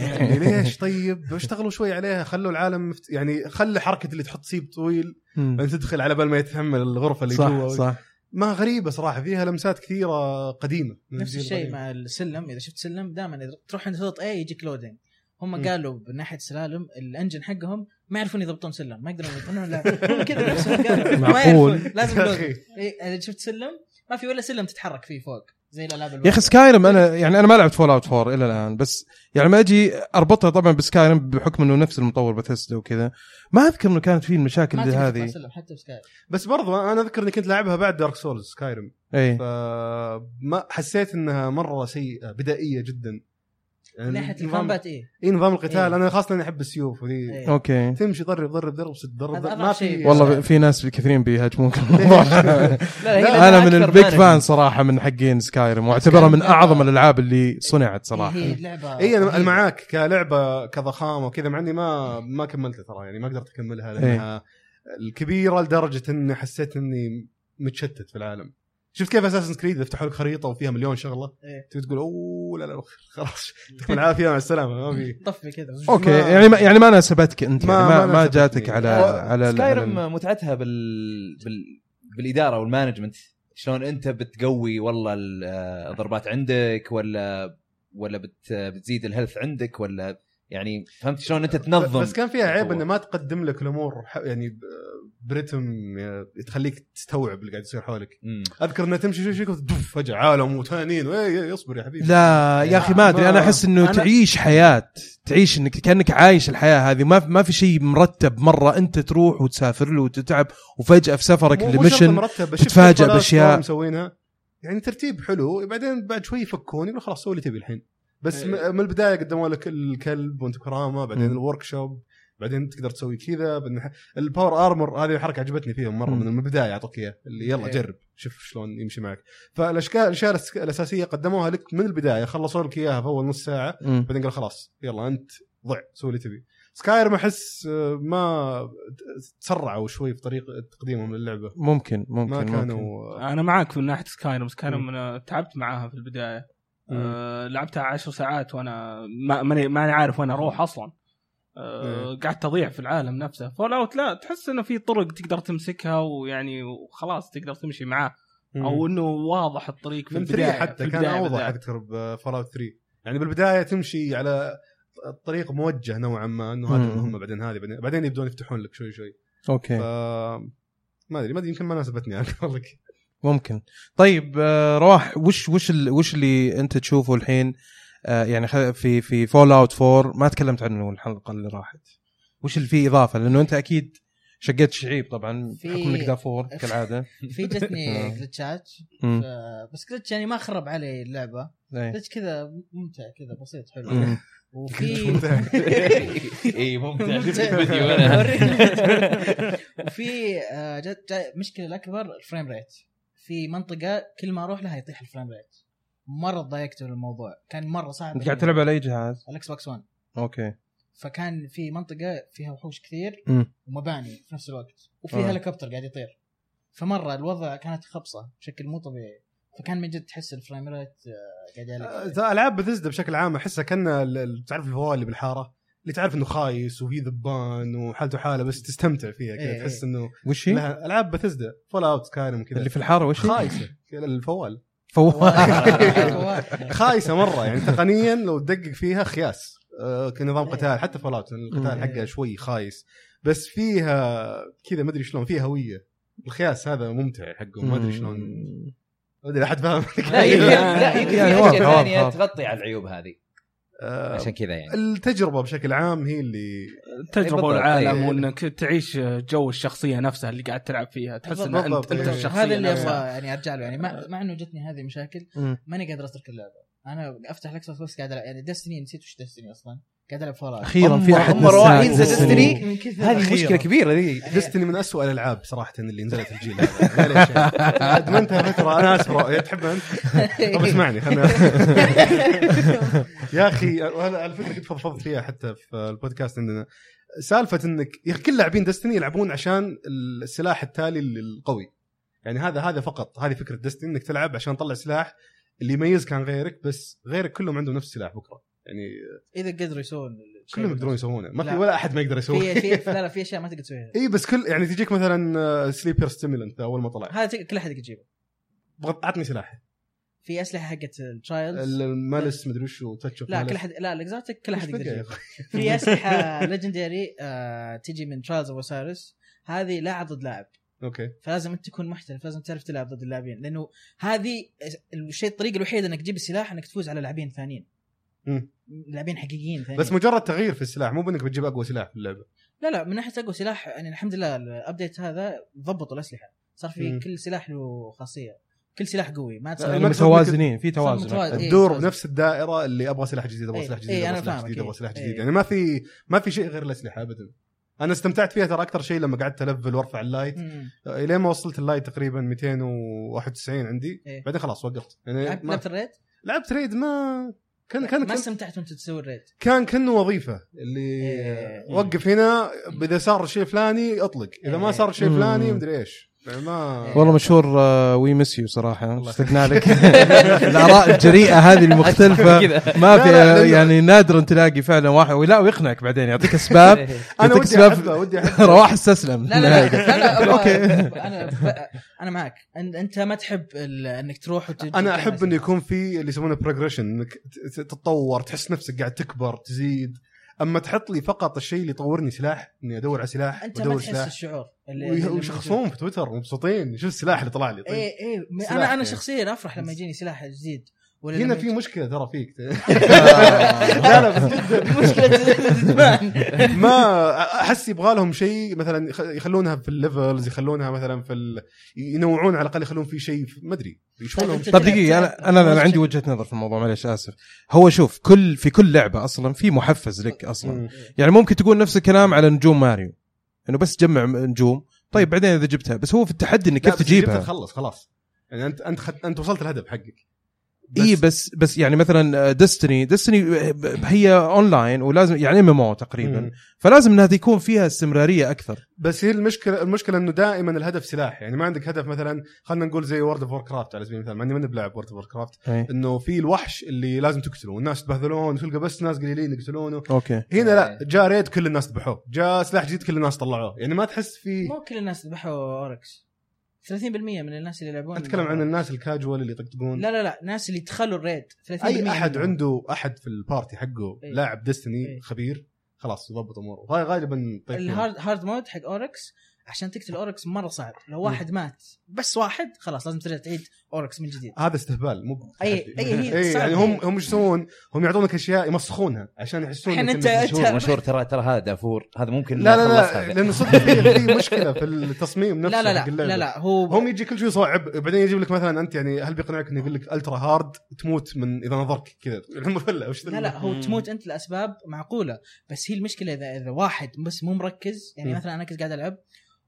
[SPEAKER 2] إيه.
[SPEAKER 1] ليش طيب اشتغلوا شوي عليها خلوا العالم مفت... يعني خلي حركه اللي تحط سيب طويل بعدين تدخل على بال ما يتحمل الغرفه اللي
[SPEAKER 2] صح
[SPEAKER 1] جوا
[SPEAKER 2] صح
[SPEAKER 1] ما غريبه صراحه فيها لمسات كثيره قديمه من
[SPEAKER 4] نفس
[SPEAKER 1] الجيل
[SPEAKER 4] الشيء
[SPEAKER 1] القديم.
[SPEAKER 4] مع السلم اذا شفت سلم دائما اذا تروح عند خطوه اي يجيك لودنج
[SPEAKER 1] مم.
[SPEAKER 4] هم قالوا من ناحيه سلالم الانجن حقهم ما يعرفون يضبطون سلم ما يقدرون يضبطون لا هم كذا نفسهم قالوا ما
[SPEAKER 2] معقول.
[SPEAKER 4] يعرفون لازم
[SPEAKER 1] يا
[SPEAKER 4] لودنج
[SPEAKER 1] اخي
[SPEAKER 4] إيه، اذا شفت سلم ما في ولا سلم تتحرك فيه فوق زي الالعاب
[SPEAKER 2] يا اخي سكايرم انا يعني انا ما لعبت فول اوت 4 الى الان بس يعني ما اجي اربطها طبعا بسكايرم بحكم انه نفس المطور بثيسدا وكذا ما اذكر انه كانت فيه المشاكل
[SPEAKER 4] ما
[SPEAKER 2] دي
[SPEAKER 4] تقدر تطلع
[SPEAKER 2] هذه
[SPEAKER 4] سلم حتى بسكاي
[SPEAKER 1] بس برضو انا اذكر اني كنت لاعبها بعد دارك سولز سكايرم
[SPEAKER 2] اي
[SPEAKER 1] فما حسيت انها مره سيئه بدائيه جدا يعني
[SPEAKER 4] من ناحيه
[SPEAKER 1] نظام-
[SPEAKER 4] الكومبات ايه
[SPEAKER 1] اي نظام القتال
[SPEAKER 4] إيه.
[SPEAKER 1] انا خاصه اني احب السيوف وذي
[SPEAKER 4] إيه.
[SPEAKER 2] اوكي
[SPEAKER 1] تمشي ضرب ضرب ضرب ست ضرب
[SPEAKER 4] هذا
[SPEAKER 1] ضرب
[SPEAKER 4] أضعف
[SPEAKER 1] ما في
[SPEAKER 4] شيء.
[SPEAKER 2] والله في ناس كثيرين بيهاجمونك الموضوع
[SPEAKER 3] لا هي لأنها
[SPEAKER 2] انا من
[SPEAKER 3] أكثر
[SPEAKER 2] البيج
[SPEAKER 3] مانجمنت.
[SPEAKER 2] فان صراحه من حقين سكايرم واعتبرها من اعظم الالعاب اللي صنعت صراحه
[SPEAKER 4] هي لعبه
[SPEAKER 1] اي انا
[SPEAKER 4] رهيبة.
[SPEAKER 1] إيه، أنا معاك كلعبه كضخامه وكذا مع اني ما ما كملتها ترى يعني ما قدرت اكملها لانها الكبيره لدرجه اني حسيت اني متشتت في العالم شفت كيف اساسن كريد يفتحوا لك خريطه وفيها مليون شغله
[SPEAKER 4] إيه.
[SPEAKER 1] تبي تقول اوه لا لا خلاص يعطيكم العافيه مع السلامه ما في
[SPEAKER 4] طفي كذا
[SPEAKER 2] اوكي
[SPEAKER 1] ما-
[SPEAKER 2] يعني ما يعني ما ناسبتك انت
[SPEAKER 1] ما-
[SPEAKER 2] يعني ما,
[SPEAKER 1] ما
[SPEAKER 2] ما
[SPEAKER 1] ناسبتني.
[SPEAKER 2] جاتك على
[SPEAKER 3] هو
[SPEAKER 2] على ال- على ال-
[SPEAKER 3] سكايرم متعتها بال... بال... بالاداره والمانجمنت شلون انت بتقوي والله ال- آه، الضربات عندك ولا ولا بت... بتزيد الهيلث عندك ولا يعني فهمت شلون انت تنظم
[SPEAKER 1] بس كان فيها عيب
[SPEAKER 3] القوة.
[SPEAKER 1] انه ما تقدم لك الامور ح- يعني ب- برتم تخليك تستوعب اللي قاعد يصير حوالك
[SPEAKER 3] مم.
[SPEAKER 1] اذكر انه تمشي شوي شوي كنت دف فجاه عالم وتانين وإيه، اصبر يا حبيبي
[SPEAKER 2] لا يا اخي ما ادري انا
[SPEAKER 1] ما-
[SPEAKER 2] احس انه
[SPEAKER 1] أنا-
[SPEAKER 2] تعيش حياه تعيش انك كانك عايش الحياه هذه ما ما في شيء مرتب مره انت تروح وتسافر له وتتعب وفجاه في سفرك
[SPEAKER 1] مو-
[SPEAKER 2] اللي
[SPEAKER 1] مو شرط
[SPEAKER 2] ميشن
[SPEAKER 1] مرتب، شفت
[SPEAKER 2] تتفاجأ
[SPEAKER 1] الفلاس
[SPEAKER 2] بأشياء.
[SPEAKER 1] شلون مسوينها يعني ترتيب حلو بعدين بعد شوي يفكون يقول خلاص سوي اللي تبي الحين بس
[SPEAKER 4] إيه.
[SPEAKER 1] م- من البدايه قدموا لك الكلب وانت كرامه بعدين
[SPEAKER 2] مم.
[SPEAKER 1] الورك شوب بعدين تقدر تسوي كذا بعدين ح- الباور ارمر هذه حركه عجبتني فيهم مره
[SPEAKER 2] مم.
[SPEAKER 1] من البدايه اعطوك اياها اللي يلا
[SPEAKER 4] إيه.
[SPEAKER 1] جرب شوف شلون يمشي معك فالاشكال الاشياء الأس- الاساسيه قدموها لك من البدايه خلصوا لك اياها في اول نص ساعه
[SPEAKER 2] مم.
[SPEAKER 1] بعدين قال خلاص يلا انت ضع سوي اللي تبي سكاير احس آه، ما تسرعوا شوي في طريقه تقديمهم للعبه
[SPEAKER 2] ممكن ممكن
[SPEAKER 1] ما
[SPEAKER 2] ممكن.
[SPEAKER 1] كانوا
[SPEAKER 5] انا معاك من ناحيه سكايرم سكايرم انا تعبت معاها في البدايه أه لعبتها عشر ساعات وانا ما- ماني ماني عارف وين اروح اصلا أه قعدت اضيع في العالم نفسه فول اوت لا تحس انه في طرق تقدر تمسكها ويعني وخلاص تقدر تمشي معاه او انه واضح الطريق في
[SPEAKER 1] من 3
[SPEAKER 5] البدايه
[SPEAKER 1] حتى
[SPEAKER 5] في
[SPEAKER 1] كان
[SPEAKER 5] البداية
[SPEAKER 1] اوضح
[SPEAKER 5] بالذات.
[SPEAKER 1] اذكر بفول 3 يعني بالبدايه تمشي على الطريق موجه نوعا ما انه هذه
[SPEAKER 2] مم.
[SPEAKER 1] المهمه بعدين هذه بعدين بعدين يبدون يفتحون لك شوي شوي
[SPEAKER 5] إيه.
[SPEAKER 1] ف
[SPEAKER 2] اوكي
[SPEAKER 1] ما ادري ما ادري يمكن ما ناسبتني انا والله
[SPEAKER 2] ممكن طيب آه، رواح وش وش ال- وش اللي انت تشوفه الحين آه، يعني خ- في في فول اوت 4 ما تكلمت عنه الحلقه اللي راحت وش اللي فيه اضافه لانه انت اكيد شقيت شعيب طبعا
[SPEAKER 4] في-
[SPEAKER 2] بحكم انك دافور كالعاده
[SPEAKER 4] في جتني
[SPEAKER 2] آه.
[SPEAKER 4] جلتشات
[SPEAKER 2] مم.
[SPEAKER 4] ف- بس جلتش يعني ما خرب علي اللعبه
[SPEAKER 2] إيه.
[SPEAKER 4] جلتش كذا ممتع كذا بسيط حلو
[SPEAKER 2] مم.
[SPEAKER 4] وفي
[SPEAKER 3] اي ممتع شفت
[SPEAKER 4] ممتع.
[SPEAKER 3] الفيديو انا
[SPEAKER 4] أوريك. وفي آه، جت جا- مشكله الاكبر الفريم ريت في منطقه كل ما اروح لها يطيح الفريم ريت مره تضايقت من الموضوع كان مره صعب
[SPEAKER 2] انت قاعد تلعب على اي جهاز؟
[SPEAKER 4] الاكس بوكس 1
[SPEAKER 2] اوكي
[SPEAKER 4] فكان في منطقه فيها وحوش كثير
[SPEAKER 2] مم.
[SPEAKER 4] ومباني في نفس الوقت وفي
[SPEAKER 2] آه.
[SPEAKER 4] هليكوبتر قاعد يطير فمره الوضع كانت خبصه بشكل مو طبيعي فكان من جد تحس الفريم ريت آه، قاعد يعلق
[SPEAKER 1] العاب بثزدا بشكل عام احسها كان ال- ال- تعرف الهواء اللي بالحاره اللي تعرف انه خايس وفي ذبان وحالته حاله بس تستمتع فيها كذا
[SPEAKER 4] إيه.
[SPEAKER 1] تحس انه
[SPEAKER 2] وش هي؟
[SPEAKER 1] لها العاب بثزدا فول اوت سكايرم كذا
[SPEAKER 2] اللي في الحاره وش هي؟
[SPEAKER 1] خايسه الفوال
[SPEAKER 2] فوال
[SPEAKER 1] خايسه مره يعني تقنيا لو تدقق فيها خياس آه، كنظام
[SPEAKER 4] إيه.
[SPEAKER 1] قتال حتى فولات القتال
[SPEAKER 2] مم.
[SPEAKER 1] حقها شوي خايس بس فيها كذا ما ادري شلون فيها هويه الخياس هذا ممتع حقهم ما ادري شلون ما ادري احد فاهم
[SPEAKER 3] لا إيه. يمكن لا يمكن
[SPEAKER 2] يعني
[SPEAKER 3] في
[SPEAKER 2] واضح،
[SPEAKER 3] اشياء
[SPEAKER 2] واضح،
[SPEAKER 3] ثانيه
[SPEAKER 2] واضح.
[SPEAKER 3] تغطي على العيوب هذه
[SPEAKER 1] آه،
[SPEAKER 3] عشان كذا يعني
[SPEAKER 1] التجربه بشكل عام هي اللي
[SPEAKER 3] بالضبط.
[SPEAKER 5] التجربه والعالم
[SPEAKER 3] إيه.
[SPEAKER 5] وانك تعيش جو الشخصيه نفسها اللي قاعد تلعب فيها تحس ان
[SPEAKER 1] بالضبط.
[SPEAKER 5] انت انت
[SPEAKER 1] إيه.
[SPEAKER 5] الشخصيه
[SPEAKER 4] هذا اللي
[SPEAKER 5] نفسها.
[SPEAKER 4] ابغى يعني ارجع له يعني مع, مع انه جتني هذه مشاكل ماني قادر اترك اللعبه انا افتح الاكس بوكس بس قاعد العب يعني ديستني نسيت وش ديستني اصلا قاعد العب فول اوت
[SPEAKER 2] اخيرا في
[SPEAKER 3] أم-
[SPEAKER 2] احد
[SPEAKER 3] أم
[SPEAKER 2] نساك.
[SPEAKER 3] رواحين زي
[SPEAKER 2] أوه.
[SPEAKER 3] Destiny.
[SPEAKER 4] من كثر
[SPEAKER 3] هذه مشكله كبيره ذي
[SPEAKER 1] ديستني إيه، من أسوأ الالعاب صراحه اللي نزلت الجيل هذا معليش يعني. ادمنتها فتره انا اسف رو- تحبها انت طب اسمعني خلنا يا اخي انا على فكره قد فضفضت فيها حتى في البودكاست عندنا سالفه انك يا اخي كل لاعبين دستني يلعبون عشان السلاح التالي القوي يعني هذا هذا فقط هذه فكره دستني انك تلعب عشان تطلع سلاح اللي يميز كان غيرك بس غيرك كلهم عندهم نفس السلاح بكره يعني
[SPEAKER 4] اذا قدروا يسوون
[SPEAKER 1] كلهم يقدرون يسوونه ما في
[SPEAKER 4] لا.
[SPEAKER 1] ولا احد ما يقدر يسوي
[SPEAKER 4] في في لا لا في اشياء ما تقدر تسويها
[SPEAKER 1] اي بس كل يعني تجيك مثلا سليبر ستيمولنت اول ما طلع
[SPEAKER 4] هذا تق- كل احد يقدر يجيبه
[SPEAKER 1] بغض- عطني سلاح
[SPEAKER 4] في اسلحه حقت الترايلز
[SPEAKER 1] المالس مدري وشو تاتش اوف
[SPEAKER 4] لا كل احد لا الاكزوتيك كل احد يقدر يجيبه في اسلحه ليجندري آه تجي من ترايلز اوسايرس هذه لاعب ضد لاعب
[SPEAKER 1] اوكي
[SPEAKER 4] فلازم انت تكون محترف لازم تعرف تلعب ضد اللاعبين لانه هذه الشيء الطريقه الوحيده انك تجيب السلاح انك تفوز على لاعبين ثانيين
[SPEAKER 1] مم.
[SPEAKER 4] لاعبين حقيقيين ثانيين
[SPEAKER 1] بس مجرد تغيير في السلاح مو بانك بتجيب اقوى سلاح في اللعبه
[SPEAKER 4] لا لا من ناحيه اقوى سلاح يعني الحمد لله الابديت هذا ضبطوا الاسلحه صار في
[SPEAKER 1] مم.
[SPEAKER 4] كل سلاح له خاصيه كل سلاح قوي ما
[SPEAKER 1] لا،
[SPEAKER 4] تصير
[SPEAKER 2] يعني
[SPEAKER 1] المقصد
[SPEAKER 2] متوازنين في توازن
[SPEAKER 4] متوازن.
[SPEAKER 2] أكثر.
[SPEAKER 4] إيه،
[SPEAKER 1] تدور
[SPEAKER 4] فاز.
[SPEAKER 1] بنفس الدائره اللي ابغى سلاح جديد ابغى
[SPEAKER 4] إيه،
[SPEAKER 1] سلاح جديد
[SPEAKER 4] إيه،
[SPEAKER 1] ابغى
[SPEAKER 4] أنا
[SPEAKER 1] سلاح
[SPEAKER 4] فاهمك،
[SPEAKER 1] جديد
[SPEAKER 4] إيه.
[SPEAKER 1] ابغى سلاح جديد
[SPEAKER 4] إيه.
[SPEAKER 1] يعني ما في ما في شيء غير الاسلحه ابدا انا استمتعت فيها ترى اكثر شيء لما قعدت الفل وارفع اللايت
[SPEAKER 4] مم.
[SPEAKER 1] الين ما وصلت اللايت تقريبا 291 عندي
[SPEAKER 4] إيه.
[SPEAKER 1] بعدين خلاص وقفت يعني
[SPEAKER 4] لعبت
[SPEAKER 1] ما-
[SPEAKER 4] لعبت الريد
[SPEAKER 1] لعبت ريد ما كان كان
[SPEAKER 4] ما
[SPEAKER 1] كان-
[SPEAKER 4] استمتعت وانت تسوي الريد
[SPEAKER 1] كان كانه وظيفه اللي
[SPEAKER 4] إيه.
[SPEAKER 1] وقف هنا اذا صار الشيء فلاني اطلق اذا ما
[SPEAKER 4] إيه.
[SPEAKER 1] صار الشيء فلاني
[SPEAKER 2] مم.
[SPEAKER 1] مدري ايش يعني ما
[SPEAKER 4] إيه.
[SPEAKER 2] والله مشهور آه، وي مس يو صراحه
[SPEAKER 1] الله
[SPEAKER 2] اشتقنا لك الاراء الجريئه هذه المختلفه
[SPEAKER 3] كذا
[SPEAKER 2] ما
[SPEAKER 1] لا،
[SPEAKER 2] في
[SPEAKER 1] لا، لأنه-
[SPEAKER 2] يعني نادرا تلاقي فعلا واحد ولا ويقنعك بعدين يعطيك اسباب
[SPEAKER 1] انا
[SPEAKER 2] يعطيك
[SPEAKER 1] ودي احبه ودي احبه
[SPEAKER 2] رواح استسلم
[SPEAKER 4] لا لا لا لا لا
[SPEAKER 2] اوكي
[SPEAKER 4] انا انا معك أن- انت ما تحب ال- انك تروح وتجي
[SPEAKER 1] انا احب انه يكون في اللي يسمونه بروجريشن انك ت- تتطور تحس نفسك قاعد تكبر تزيد اما تحط لي فقط الشيء اللي يطورني سلاح اني ادور على سلاح
[SPEAKER 4] انت ما
[SPEAKER 1] وادور
[SPEAKER 4] تحس
[SPEAKER 1] سلاح
[SPEAKER 4] الشعور اللي- اللي-
[SPEAKER 1] وي-
[SPEAKER 4] اللي
[SPEAKER 1] ويشخصون في تويتر مبسوطين شوف السلاح اللي طلع لي طيب
[SPEAKER 4] ايه ايه م-
[SPEAKER 1] سلاح
[SPEAKER 4] انا انا
[SPEAKER 1] يعني.
[SPEAKER 4] شخصيا افرح لما يجيني سلاح جديد ولا
[SPEAKER 1] هنا
[SPEAKER 4] لما
[SPEAKER 1] في
[SPEAKER 4] يجي-
[SPEAKER 1] مشكله ترى فيك
[SPEAKER 2] آه.
[SPEAKER 1] لا لا بس جدا
[SPEAKER 4] مشكله زمان
[SPEAKER 1] ما احس يبغى لهم شيء مثلا يخ- يخلونها في الليفلز يخلونها مثلا في ال... ينوعون على الاقل يخلون في شيء في- ما ادري
[SPEAKER 4] طيب
[SPEAKER 1] يشوفونهم
[SPEAKER 4] أنت
[SPEAKER 2] طب
[SPEAKER 4] تلعب-
[SPEAKER 2] دقيقة
[SPEAKER 4] تلعب
[SPEAKER 2] أنا أنا, أنا
[SPEAKER 4] بروجكت.
[SPEAKER 2] عندي وجهة نظر في الموضوع معليش آسف هو شوف كل في كل لعبة أصلا في محفز لك أصلا يعني ممكن تقول نفس الكلام على نجوم ماريو إنه بس تجمع م- نجوم طيب بعدين إذا جبتها بس هو في التحدي إنك كيف تجيبها
[SPEAKER 1] تخلص خلاص يعني انت انت خد... انت وصلت الهدف حقك بس-
[SPEAKER 2] اي بس بس يعني مثلا ديستني ديستني آه، هي اونلاين ولازم يعني ام ام او تقريبا
[SPEAKER 1] مم.
[SPEAKER 2] فلازم انها تكون فيها استمراريه اكثر
[SPEAKER 1] بس هي المشكله المشكله انه دائما الهدف سلاح يعني ما عندك هدف مثلا خلينا نقول زي وورد اوف وور كرافت على سبيل المثال ماني ماني بلعب وورد اوف وور كرافت انه في الوحش اللي لازم تقتله والناس تبهذلون تلقى بس ناس قليلين يقتلونه
[SPEAKER 2] اوكي
[SPEAKER 1] هنا لا
[SPEAKER 4] إيه.
[SPEAKER 1] جاء ريد كل الناس ذبحوه جاء سلاح جديد كل الناس طلعوه يعني ما تحس في
[SPEAKER 4] مو كل الناس ذبحوا اوركس 30% من الناس اللي يلعبون
[SPEAKER 1] اتكلم عن الناس الكاجوال اللي يطقطقون
[SPEAKER 4] لا لا لا الناس اللي دخلوا الريد 30%
[SPEAKER 1] اي احد
[SPEAKER 4] منهم.
[SPEAKER 1] عنده احد في البارتي حقه
[SPEAKER 4] إيه.
[SPEAKER 1] لاعب ديستني
[SPEAKER 4] إيه.
[SPEAKER 1] خبير خلاص يضبط اموره غال- غالبا طيب
[SPEAKER 4] الهارد هارد مود حق اوركس عشان تقتل اوركس مره صعب لو واحد مات بس واحد خلاص لازم ترجع تعيد اوركس من جديد
[SPEAKER 1] هذا استهبال مو
[SPEAKER 4] أي-
[SPEAKER 1] تحدي.
[SPEAKER 4] أي هي
[SPEAKER 1] أي،
[SPEAKER 4] صعب.
[SPEAKER 1] يعني هم هم ايش يسوون؟ هم يعطونك اشياء يمسخونها عشان يحسون
[SPEAKER 4] الحين
[SPEAKER 1] إنك
[SPEAKER 4] أنت-
[SPEAKER 1] إنك مشهور.
[SPEAKER 3] مشهور مشهور ترى ترى هذا دافور هذا ممكن
[SPEAKER 1] لا لا
[SPEAKER 3] نخلصها.
[SPEAKER 1] لا لانه صدق في في مشكله في التصميم نفسه
[SPEAKER 4] لا لا
[SPEAKER 1] حق
[SPEAKER 4] لا
[SPEAKER 1] اللعبة.
[SPEAKER 4] لا لا هو
[SPEAKER 1] هم يجي كل شوي يصعب بعدين يجيب لك مثلا انت يعني هل بيقنعك انه يقول لك الترا هارد تموت من اذا نظرك كذا المثلى وش
[SPEAKER 4] لا لا هو
[SPEAKER 5] مم.
[SPEAKER 4] تموت انت لاسباب معقوله بس هي المشكله اذا اذا واحد بس مو مركز يعني
[SPEAKER 1] مم.
[SPEAKER 4] مثلا انا كنت قاعد العب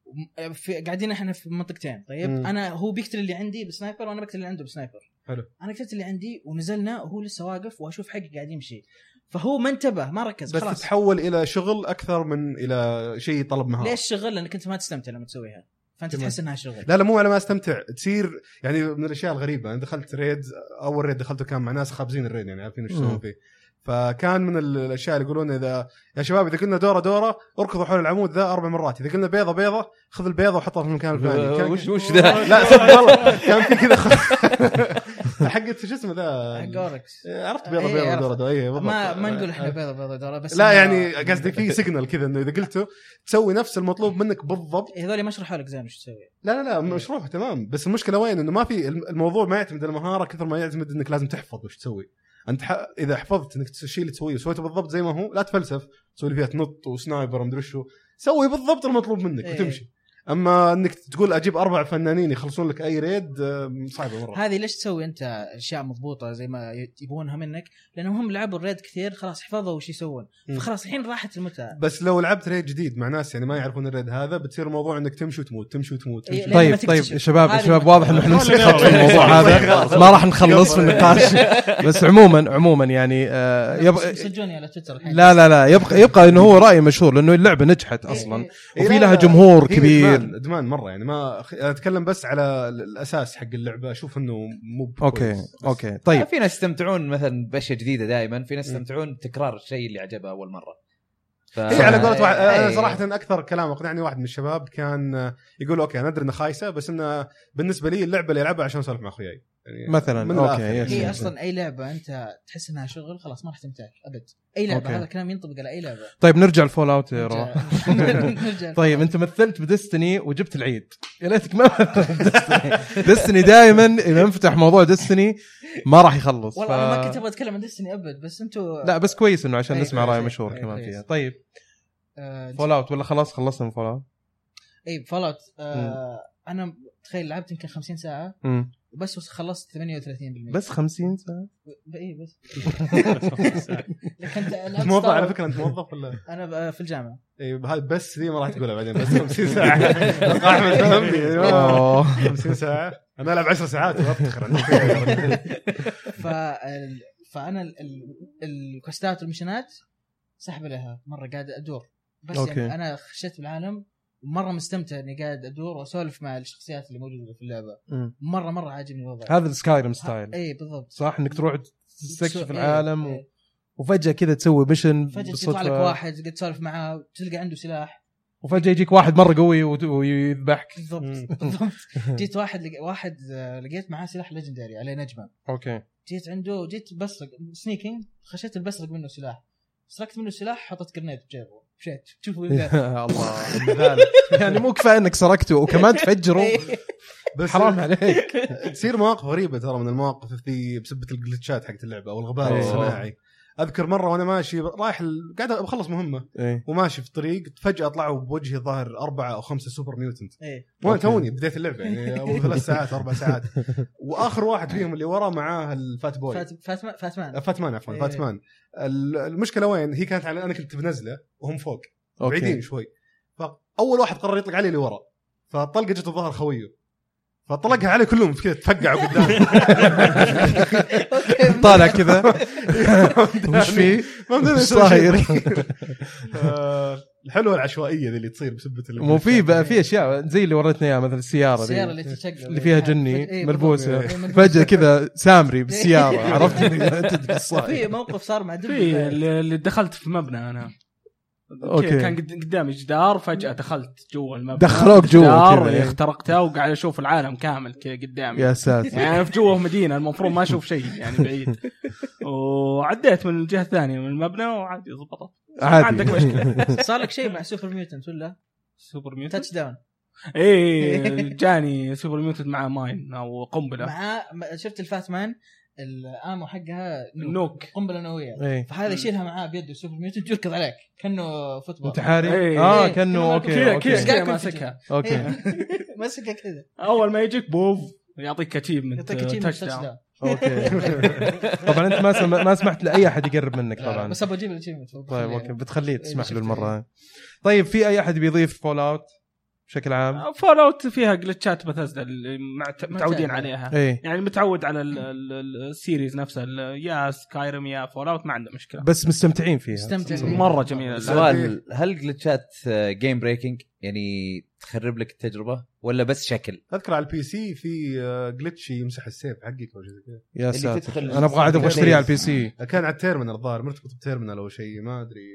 [SPEAKER 4] وم- في قاعدين احنا في منطقتين طيب
[SPEAKER 1] مم.
[SPEAKER 4] انا هو بيقتل اللي عندي بسنايبر وانا بقتل اللي عنده بسنايبر
[SPEAKER 1] حلو.
[SPEAKER 4] انا قتلت اللي عندي ونزلنا وهو لسه واقف واشوف حقي قاعد يمشي فهو ما انتبه ما ركز
[SPEAKER 1] بس
[SPEAKER 4] خلاص
[SPEAKER 1] تتحول الى شغل اكثر من الى شيء طلب مهاره
[SPEAKER 4] ليش شغل لانك انت ما تستمتع لما تسويها فانت
[SPEAKER 1] آه. تمام.
[SPEAKER 4] تحس انها شغل
[SPEAKER 1] لا لا مو على ما استمتع تصير يعني من الاشياء الغريبه انا دخلت ريد اول ريد دخلته كان مع ناس خابزين الريد يعني عارفين ايش يسوون
[SPEAKER 2] مم.
[SPEAKER 1] فيه فكان من ال- الاشياء اللي يقولون اذا يا شباب اذا قلنا دوره دوره اركضوا حول العمود ذا اربع مرات اذا قلنا بيضه بيضه خذ البيضه وحطها في المكان
[SPEAKER 2] أه،
[SPEAKER 1] الفلاني كان-
[SPEAKER 3] وش وش ذا
[SPEAKER 1] لا صدق والله كان في كذا خ... حقت شو اسمه
[SPEAKER 4] حق
[SPEAKER 1] ذا
[SPEAKER 4] اوركس
[SPEAKER 1] عرفت بيضه
[SPEAKER 4] إيه،
[SPEAKER 1] بيضه
[SPEAKER 4] عرفت.
[SPEAKER 1] دوره دوره اي
[SPEAKER 4] آه، ما ما نقول احنا بيضة بيضة دورة بس
[SPEAKER 1] لا
[SPEAKER 4] إنه-
[SPEAKER 1] يعني قصدي في سيجنال كذا انه اذا قلته تسوي نفس المطلوب منك بالضبط
[SPEAKER 4] هذول ما شرحوا لك زين وش تسوي
[SPEAKER 1] لا لا لا مشروع تمام بس المشكله وين انه ما في الم- الموضوع ما يعتمد على المهاره كثر ما يعتمد انك لازم تحفظ وش تسوي انت ح... اذا حفظت انك تس- الشيء اللي تسويه وسويته بالضبط زي ما هو لا تفلسف تسوي اللي فيها تنط وسنايبر ومدري شو سوي بالضبط المطلوب منك
[SPEAKER 4] إيه.
[SPEAKER 1] وتمشي اما انك تقول اجيب اربع فنانين يخلصون لك اي ريد آه، آم، صعبه مره
[SPEAKER 4] هذه ليش تسوي انت اشياء مضبوطه زي ما ي- يبونها منك لانهم هم لعبوا الريد كثير خلاص حفظوا وش يسوون
[SPEAKER 1] مم.
[SPEAKER 4] فخلاص الحين راحت المتعه
[SPEAKER 1] بس لو لعبت ريد جديد مع ناس يعني ما يعرفون الريد هذا بتصير موضوع انك تمشي وتموت تمشي وتموت
[SPEAKER 4] إيه،
[SPEAKER 1] تمشي
[SPEAKER 4] لأن ما
[SPEAKER 2] طيب
[SPEAKER 4] تكتشف.
[SPEAKER 2] طيب يا شباب يا
[SPEAKER 4] هذه
[SPEAKER 2] شباب
[SPEAKER 4] المشكلة.
[SPEAKER 2] واضح ان احنا
[SPEAKER 1] ولا
[SPEAKER 2] نسقط في
[SPEAKER 1] لا.
[SPEAKER 2] الموضوع هذا
[SPEAKER 4] إيه.
[SPEAKER 1] خلاص.
[SPEAKER 2] ما راح نخلص في النقاش بس عموما عموما يعني آه،
[SPEAKER 4] يبقى
[SPEAKER 2] يبقى
[SPEAKER 4] يسجلوني على تويتر الحين
[SPEAKER 2] لا لا لا يبقى يبقى انه هو راي مشهور لانه اللعبه نجحت اصلا
[SPEAKER 4] إيه.
[SPEAKER 1] إيه،
[SPEAKER 2] وفي
[SPEAKER 1] لا،
[SPEAKER 2] لها
[SPEAKER 1] لا.
[SPEAKER 2] جمهور
[SPEAKER 1] هي
[SPEAKER 2] كثير
[SPEAKER 1] ادمان مره يعني ما أخ- اتكلم بس على ال- الاساس حق اللعبه اشوف انه مو بكويس.
[SPEAKER 2] اوكي
[SPEAKER 1] بس.
[SPEAKER 2] اوكي طيب
[SPEAKER 3] في ناس يستمتعون مثلا باشياء جديده دائما في ناس
[SPEAKER 1] م.
[SPEAKER 3] يستمتعون بتكرار الشيء اللي عجبه اول مره ف...
[SPEAKER 1] هي إيه، على قولة واحد انا
[SPEAKER 3] إيه.
[SPEAKER 1] صراحه اكثر كلام اقنعني واحد من الشباب كان آه، يقول اوكي انا ادري انها خايسه بس انه بالنسبه لي اللعبه اللي العبها عشان اسولف مع اخوياي يعني
[SPEAKER 2] مثلاً،
[SPEAKER 1] من
[SPEAKER 2] أوكي،
[SPEAKER 1] الآخر.
[SPEAKER 2] يس.
[SPEAKER 4] هي اصلا اي لعبه انت تحس انها شغل خلاص ما راح تمتلك ابد اي لعبه
[SPEAKER 2] أوكي.
[SPEAKER 4] هذا الكلام ينطبق على اي لعبه
[SPEAKER 2] طيب نرجع لفول اوت
[SPEAKER 4] نرجع- نرجع
[SPEAKER 2] طيب انت مثلت بدستني وجبت العيد يا ليتك ما دستني دائما اذا انفتح موضوع دستني ما راح يخلص
[SPEAKER 4] والله انا ما إيه، كنت
[SPEAKER 2] ف...
[SPEAKER 4] ابغى اتكلم عن ديستني ابد بس انتوا
[SPEAKER 2] لا بس كويس انه عشان
[SPEAKER 4] أي،
[SPEAKER 2] نسمع
[SPEAKER 4] كويس،
[SPEAKER 2] راي
[SPEAKER 4] أي،
[SPEAKER 2] مشهور
[SPEAKER 4] أي،
[SPEAKER 2] كمان
[SPEAKER 4] كويس.
[SPEAKER 2] فيها طيب
[SPEAKER 4] آه،
[SPEAKER 2] فول اوت ولا خلاص خلصنا من فول اوت
[SPEAKER 4] اي فول اوت إيه، آه انا تخيل لعبت يمكن 50 ساعه
[SPEAKER 2] مم.
[SPEAKER 4] بس خلصت 38%
[SPEAKER 2] بس 50 ساعه
[SPEAKER 4] ب- اي إيه، بس لكن انت لعبت
[SPEAKER 1] موظف
[SPEAKER 4] Star
[SPEAKER 1] على
[SPEAKER 4] Wars.
[SPEAKER 1] فكره انت موظف ولا
[SPEAKER 4] انا ب- آه، في الجامعه
[SPEAKER 1] اي هذا بس ذي ما راح تقولها بعدين بس 50 ساعه احمد فهمني يعني ما-
[SPEAKER 2] أوه.
[SPEAKER 1] 50 ساعه انا العب 10 ساعات وافتخر عندي فيها يا رجل.
[SPEAKER 4] ف فانا ال- ال- الكوستات والمشنات سحب لها مره قاعد ادور بس أوكي.
[SPEAKER 2] أوكي.
[SPEAKER 4] يعني انا خشيت بالعالم ومره مستمتع اني قاعد ادور واسولف مع الشخصيات اللي موجوده في اللعبه
[SPEAKER 2] مم.
[SPEAKER 4] مره مره عاجبني الوضع
[SPEAKER 2] هذا السكايرم ستايل
[SPEAKER 4] اي بالضبط
[SPEAKER 2] صح انك تروح
[SPEAKER 4] تسو-
[SPEAKER 2] تستكشف
[SPEAKER 4] إيه،
[SPEAKER 2] العالم و...
[SPEAKER 4] إيه.
[SPEAKER 2] وفجاه كذا تسوي ميشن
[SPEAKER 4] فجاه يطلع لك واحد قد تسولف معاه وتلقى عنده سلاح
[SPEAKER 2] وفجاه يجيك واحد مره قوي وت- ويذبحك
[SPEAKER 1] مم.
[SPEAKER 4] بالضبط بالضبط جيت واحد لق... واحد آه، لقيت معاه سلاح ليجندري عليه نجمه
[SPEAKER 2] اوكي
[SPEAKER 4] جيت عنده جيت بسرق سنيكينج خشيت بسرق منه سلاح سرقت منه سلاح حطيت جرنيد بجيبه مشيت شوف وين
[SPEAKER 2] إيه.
[SPEAKER 4] قاعد.
[SPEAKER 2] الله المثال. يعني مو كفايه انك سرقته وكمان
[SPEAKER 4] إيه.
[SPEAKER 2] تفجره
[SPEAKER 1] بس
[SPEAKER 2] حرام عليك
[SPEAKER 1] تصير مواقف غريبه ترى من المواقف ذي بسبه الجلتشات حقت اللعبه او الغباء
[SPEAKER 2] أوه.
[SPEAKER 1] الصناعي اذكر مره وانا ماشي رايح ال- قاعد بخلص مهمه
[SPEAKER 2] إيه.
[SPEAKER 1] وماشي في طريق فجاه طلعوا بوجهي ظاهر اربعه او خمسه سوبر ميوتنت
[SPEAKER 4] إيه.
[SPEAKER 1] وانا
[SPEAKER 2] أوكي.
[SPEAKER 1] توني بديت اللعبه يعني ابو ثلاث ساعات اربع ساعات واخر واحد فيهم اللي وراه معاه الفات بوي
[SPEAKER 4] فات فاتما فاتمان
[SPEAKER 1] فاتمان عفوا
[SPEAKER 4] إيه.
[SPEAKER 1] فاتمان ال- المشكله وين هي كانت على انا كنت بنزله وهم فوق
[SPEAKER 2] أوكي.
[SPEAKER 1] بعيدين شوي فاول واحد قرر يطلق علي اللي ورا فالطلقه جت الظهر خويه فطلقها علي كلهم كذا تفقعوا قدام
[SPEAKER 4] أوكي.
[SPEAKER 2] طالع كذا وش فيه؟
[SPEAKER 1] ما مدري
[SPEAKER 2] وش
[SPEAKER 1] إيش سوى شيء.
[SPEAKER 2] صاير؟
[SPEAKER 1] آه، الحلوه العشوائيه ذي اللي تصير بسبه ال-
[SPEAKER 2] مو في بقى في اشياء زي اللي وريتنا اياها مثل السياره
[SPEAKER 4] السياره
[SPEAKER 2] ذي
[SPEAKER 4] اللي تتشقلب
[SPEAKER 2] اللي فيها
[SPEAKER 4] فج-
[SPEAKER 2] جني
[SPEAKER 4] إيه،
[SPEAKER 2] ملبوسه
[SPEAKER 4] بالضبط. إيه، ملبوسة.
[SPEAKER 2] فجاه كذا سامري بالسياره عرفت تدري
[SPEAKER 4] في
[SPEAKER 2] إيش صاير.
[SPEAKER 4] موقف صار مع
[SPEAKER 5] في
[SPEAKER 4] دبي
[SPEAKER 5] إيه، اللي اللي دخلت في مبنى انا
[SPEAKER 2] أوكي.
[SPEAKER 5] اوكي كان قد- قدامي جدار فجاه دخلت جوا المبنى
[SPEAKER 2] دخلوك جوا
[SPEAKER 5] جدار
[SPEAKER 2] كذا.
[SPEAKER 5] اخترقته وقاعد اشوف العالم كامل كذا قدامي
[SPEAKER 2] يا ساتر
[SPEAKER 5] يعني أنا في جوه مدينه المفروض ما اشوف شيء يعني بعيد وعديت من الجهه الثانيه من المبنى وعادي ضبطت ما
[SPEAKER 2] عادي
[SPEAKER 5] عندك مشكله
[SPEAKER 4] صار لك شيء مع سوبر ميوتنت ولا
[SPEAKER 5] سوبر ميوتنت
[SPEAKER 4] تاتش داون
[SPEAKER 5] اي إيه، جاني سوبر ميوتنت مع ماين او قنبله
[SPEAKER 4] مع مع- شفت الفاتمان الامو حقها نوك.
[SPEAKER 5] نوك
[SPEAKER 4] قنبله نوويه
[SPEAKER 2] إيه.
[SPEAKER 4] فهذا يشيلها معاه بيده سوبر ميوتنت يركض عليك كانه فوتبول
[SPEAKER 2] انتحاري
[SPEAKER 5] إيه.
[SPEAKER 2] اه
[SPEAKER 4] إيه.
[SPEAKER 2] كانه اوكي
[SPEAKER 5] كذا كذا
[SPEAKER 2] اوكي
[SPEAKER 5] كذا
[SPEAKER 4] أوكي.
[SPEAKER 5] ماسكها
[SPEAKER 2] اوكي
[SPEAKER 4] مسكها كذا
[SPEAKER 5] اول ما يجيك بوف يعطيك اتشيفمنت
[SPEAKER 4] يعطيك تشيم
[SPEAKER 5] تاتش
[SPEAKER 4] تاتش
[SPEAKER 5] داون
[SPEAKER 4] داون
[SPEAKER 2] اوكي طبعا انت ما سم... ما سمحت لاي احد يقرب منك طبعا
[SPEAKER 4] بس ابغى اجيب الاتشيفمنت
[SPEAKER 2] طيب اوكي بتخليه تسمح له
[SPEAKER 4] شفت.
[SPEAKER 2] المره طيب في اي احد بيضيف فول اوت بشكل
[SPEAKER 4] آه.
[SPEAKER 2] عام؟
[SPEAKER 5] فول اوت فيها جلتشات بثزدا اللي مع- متعودين
[SPEAKER 4] متعودين.
[SPEAKER 5] عليها
[SPEAKER 2] ايه
[SPEAKER 5] يعني متعود على ال- ال- ال- السيريز نفسها ال- يا سكايرم يا فول اوت ما عنده مشكله
[SPEAKER 2] بس مستمتعين فيها
[SPEAKER 4] استمتع فيه.
[SPEAKER 5] مره جميله
[SPEAKER 3] سؤال هل جلتشات جيم بريكنج يعني تخرب لك التجربه ولا بس شكل؟
[SPEAKER 1] اذكر على البي سي في جلتش يمسح السيف حقك او شيء زي كذا
[SPEAKER 2] يا
[SPEAKER 3] اللي
[SPEAKER 2] ساتر
[SPEAKER 3] تدخل
[SPEAKER 2] انا ابغى عاد ابغى اشتريها على البي سي
[SPEAKER 1] كان على التيرمينال الظاهر مرتبط بتيرمينال او شيء ما ادري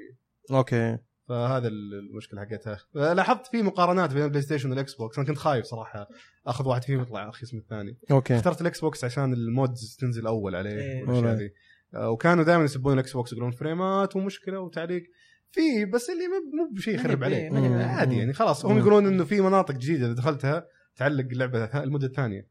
[SPEAKER 2] اوكي
[SPEAKER 1] فهذا ال- المشكله حقتها آه، لاحظت في مقارنات بين البلاي ستيشن والاكس بوكس انا كنت خايف صراحه اخذ واحد فيهم يطلع ارخيص من الثاني
[SPEAKER 2] اوكي
[SPEAKER 1] اخترت الاكس بوكس عشان المودز تنزل اول عليه
[SPEAKER 4] إيه.
[SPEAKER 1] والاشياء
[SPEAKER 2] Alright.
[SPEAKER 1] ذي آه، وكانوا دائما يسبون الاكس بوكس يقولون فريمات ومشكله وتعليق في بس اللي مو- مو بشيء يخرب عليه
[SPEAKER 2] ما هي بإيه.
[SPEAKER 1] عادي يعني خلاص هم
[SPEAKER 2] مم.
[SPEAKER 1] يقولون انه في مناطق جديده اذا دخلتها تعلق اللعبه ث- المده الثانيه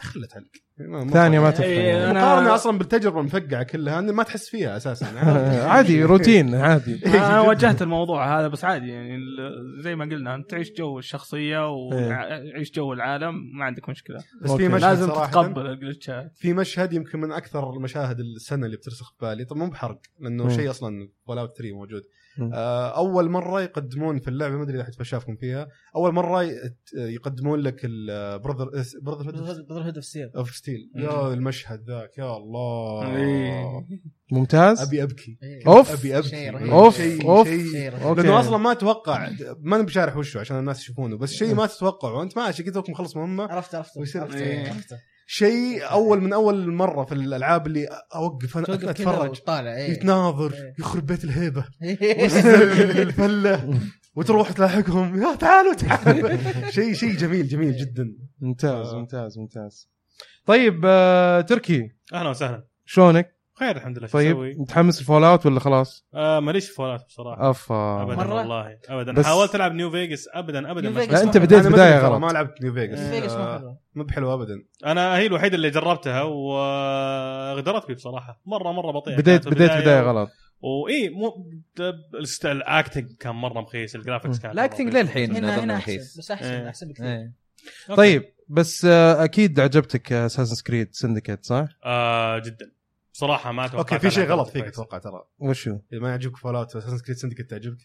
[SPEAKER 1] خلها تعلق يعني ما-
[SPEAKER 2] ثانية ما
[SPEAKER 1] ما
[SPEAKER 2] تفرق
[SPEAKER 5] إيه،
[SPEAKER 2] يعني.
[SPEAKER 5] أنا-
[SPEAKER 1] مقارنه اصلا بالتجربه المفقعه كلها إن ما تحس فيها اساسا
[SPEAKER 2] عادي روتين عادي
[SPEAKER 5] انا واجهت الموضوع هذا بس عادي يعني ال- زي ما قلنا انت تعيش جو الشخصيه وعيش جو العالم ما عندك مشكله
[SPEAKER 1] بس
[SPEAKER 2] أوكي.
[SPEAKER 1] في مشهد
[SPEAKER 5] لازم
[SPEAKER 1] صراحة
[SPEAKER 5] تتقبل الجلتشات
[SPEAKER 1] في مشهد يمكن من اكثر المشاهد السنه اللي بترسخ في بالي طب مو بحرق لانه
[SPEAKER 2] مم.
[SPEAKER 1] شيء اصلا فول اوت 3 موجود
[SPEAKER 2] مم.
[SPEAKER 1] آه، اول مره يقدمون في اللعبه ما ادري اذا حد شافكم فيها اول مره ي- يقدمون لك البرذر براذر
[SPEAKER 4] بذر هيد اوف سيل
[SPEAKER 1] اوف ستيل
[SPEAKER 3] مم.
[SPEAKER 1] يا المشهد ذاك يا الله
[SPEAKER 5] إيه.
[SPEAKER 2] ممتاز
[SPEAKER 1] ابي ابكي
[SPEAKER 2] أوف.
[SPEAKER 1] ابي ابكي
[SPEAKER 4] شيء رهيب.
[SPEAKER 2] أوف.
[SPEAKER 1] شيء-
[SPEAKER 2] أوف.
[SPEAKER 1] شيء
[SPEAKER 2] أوكي.
[SPEAKER 1] لانه اصلا ما اتوقع ما انا بشارح وشه عشان الناس يشوفونه بس شيء ما تتوقعه انت ماشي كذا مخلص مهمه
[SPEAKER 4] عرفت عرفت
[SPEAKER 1] ويصير-
[SPEAKER 5] إيه.
[SPEAKER 4] عرفت عرفت
[SPEAKER 1] شيء اول من اول مره في الالعاب اللي اوقف انا
[SPEAKER 4] توقف كذا
[SPEAKER 1] اتفرج
[SPEAKER 4] وطالع إيه.
[SPEAKER 1] يتناظر
[SPEAKER 4] إيه.
[SPEAKER 1] يخرب بيت الهيبه ويستلقي الفله وتروح تلاحقهم يا تعالوا تعالوا شيء شيء جميل جميل جدا
[SPEAKER 2] ممتاز
[SPEAKER 1] آه.
[SPEAKER 2] ممتاز ممتاز طيب آه، تركي
[SPEAKER 6] اهلا وسهلا
[SPEAKER 2] شلونك؟
[SPEAKER 6] خير الحمد لله شو
[SPEAKER 2] طيب
[SPEAKER 6] تسوي؟
[SPEAKER 2] متحمس الفول اوت ولا خلاص؟
[SPEAKER 6] آه ماليش في فولات بصراحه
[SPEAKER 2] افا
[SPEAKER 6] ابدا
[SPEAKER 4] مرة؟
[SPEAKER 6] والله ابدا
[SPEAKER 2] بس-
[SPEAKER 6] بس حاولت العب نيو فيجاس ابدا ابدا
[SPEAKER 4] نيو
[SPEAKER 6] ما
[SPEAKER 4] فيجاس
[SPEAKER 2] لا
[SPEAKER 6] شفت.
[SPEAKER 2] انت
[SPEAKER 4] أنا
[SPEAKER 2] بديت
[SPEAKER 1] أنا ما
[SPEAKER 2] بدايه
[SPEAKER 1] أدري ترى،
[SPEAKER 2] غلط
[SPEAKER 1] ما لعبت نيو فيجاس
[SPEAKER 4] فيجاس ما
[SPEAKER 1] آه،
[SPEAKER 4] حلوة.
[SPEAKER 1] مو بحلوه ابدا
[SPEAKER 6] انا هي الوحيده اللي جربتها وغدرت بي بصراحه مره مره
[SPEAKER 1] يعني.
[SPEAKER 6] بطيئه
[SPEAKER 2] بديت بديت بدايه غلط
[SPEAKER 6] واي إيه، مو دب- الست- الاكتنج كان مره مخيس الجرافكس كان
[SPEAKER 3] الاكتنج للحين
[SPEAKER 4] هنا هنا
[SPEAKER 3] اظن
[SPEAKER 4] احسن
[SPEAKER 3] رخيص
[SPEAKER 4] بس احسن
[SPEAKER 6] إيه.
[SPEAKER 4] احسن بكثير
[SPEAKER 3] إيه.
[SPEAKER 2] طيب بس آه، اكيد عجبتك اساسن كريد سندكيت صح؟
[SPEAKER 6] آه جدا بصراحه ما توقعت
[SPEAKER 1] اوكي في شيء
[SPEAKER 6] على
[SPEAKER 1] غلط فيك
[SPEAKER 6] كويس.
[SPEAKER 1] اتوقع ترى
[SPEAKER 2] وشو؟
[SPEAKER 1] اذا ما يعجبك فول اوت اساسن كريد سندكت تعجبك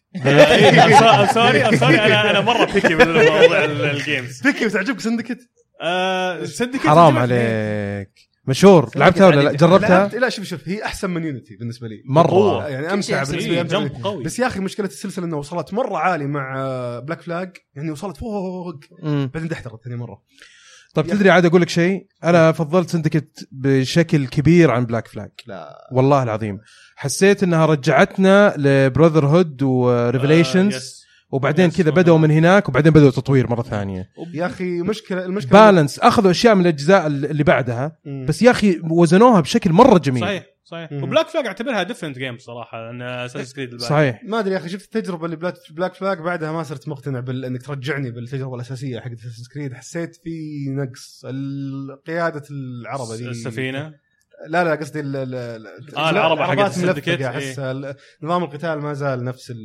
[SPEAKER 6] آه، سوري آه، سوري انا انا مره بيكي بالموضوع الجيمز
[SPEAKER 1] فيكي وتعجبك سندكت
[SPEAKER 6] آه، صدق
[SPEAKER 2] حرام عليك مشهور لعبتها ولا لا؟ جربتها؟ آه.
[SPEAKER 1] لعبت لا شوف شوف هي احسن من يونيتي بالنسبه لي
[SPEAKER 2] مره
[SPEAKER 1] يعني
[SPEAKER 4] كل
[SPEAKER 1] امتع
[SPEAKER 4] شيء
[SPEAKER 1] بالنسبه لي
[SPEAKER 6] إيه،
[SPEAKER 1] أمتع
[SPEAKER 6] جنب قوي
[SPEAKER 1] بس يا اخي مشكله السلسله انها وصلت مره عالي مع بلاك فلاج يعني وصلت فوق
[SPEAKER 2] مم.
[SPEAKER 1] بعدين دحترت ثاني مره
[SPEAKER 2] طب طيب، تدري عاد اقول لك شيء انا فضلت سندكت بشكل كبير عن بلاك فلاج
[SPEAKER 1] لا
[SPEAKER 2] والله العظيم حسيت انها رجعتنا لبراذر هود
[SPEAKER 6] آه،
[SPEAKER 2] وريفليشنز
[SPEAKER 6] يس.
[SPEAKER 2] وبعدين
[SPEAKER 6] Yes.
[SPEAKER 2] كذا بدأوا من هناك وبعدين بدأوا تطوير مره ثانيه
[SPEAKER 1] يا اخي مشكله المشكله
[SPEAKER 2] بالانس اخذوا اشياء من الاجزاء اللي بعدها
[SPEAKER 1] مم.
[SPEAKER 2] بس يا اخي وزنوها بشكل مره جميل
[SPEAKER 6] صحيح صحيح
[SPEAKER 1] مم.
[SPEAKER 6] وبلاك فلاج اعتبرها ديفرنت جيم صراحه لان اساس كريد
[SPEAKER 2] صحيح
[SPEAKER 1] ما ادري يا اخي شفت التجربه اللي بلات- بلاك فلاج بعدها ما صرت مقتنع بال... انك ترجعني بالتجربه الاساسيه حق اساس كريد حسيت في نقص ال- قياده العربه دي
[SPEAKER 6] السفينه
[SPEAKER 1] لا لا قصدي ال... ال... ال...
[SPEAKER 6] آه، العربة حقت إيه.
[SPEAKER 1] العربات
[SPEAKER 6] السندكيت،
[SPEAKER 1] ملفقة، احس ال- نظام القتال ما زال نفس ال...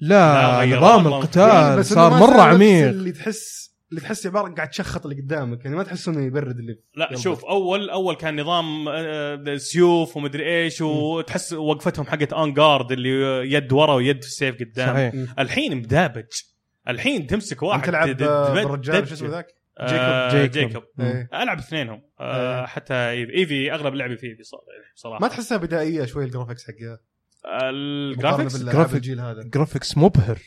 [SPEAKER 1] يعني
[SPEAKER 2] لا
[SPEAKER 6] لا، غيروا
[SPEAKER 2] نظام
[SPEAKER 6] نظام
[SPEAKER 2] القتال
[SPEAKER 1] بس إنه
[SPEAKER 2] صار
[SPEAKER 1] ما زال
[SPEAKER 2] مره
[SPEAKER 1] نفس
[SPEAKER 2] عميق
[SPEAKER 1] اللي تحس اللي تحس عباره قاعد تشخط اللي قدامك يعني ما تحس انه يبرد اللي
[SPEAKER 6] لا
[SPEAKER 1] يلا.
[SPEAKER 6] شوف اول اول كان نظام آه، سيوف ومدري ايش وتحس وقفتهم حقت اون جارد اللي يد ورا ويد في السيف قدام
[SPEAKER 2] صحيح
[SPEAKER 6] الحين مدابج الحين تمسك واحد
[SPEAKER 1] انت تلعب
[SPEAKER 6] تد-
[SPEAKER 1] آه،
[SPEAKER 6] تد-
[SPEAKER 1] بالرجال شو
[SPEAKER 6] تدج.
[SPEAKER 1] اسمه ذاك؟
[SPEAKER 6] آه،
[SPEAKER 2] جيكوب.
[SPEAKER 6] جيكوب
[SPEAKER 2] مم.
[SPEAKER 1] إيه.
[SPEAKER 6] العب اثنينهم آه،
[SPEAKER 1] إيه.
[SPEAKER 6] حتى ايفي إيفي اغلب لعبي في ايفي صار- صراحه
[SPEAKER 1] ما تحسها بدائيه شوي الجرافكس حقها مقارنة
[SPEAKER 6] الجرافيكس
[SPEAKER 1] بالألعاب
[SPEAKER 2] Graphics.
[SPEAKER 1] الجيل هذا
[SPEAKER 2] جرافيكس مبهر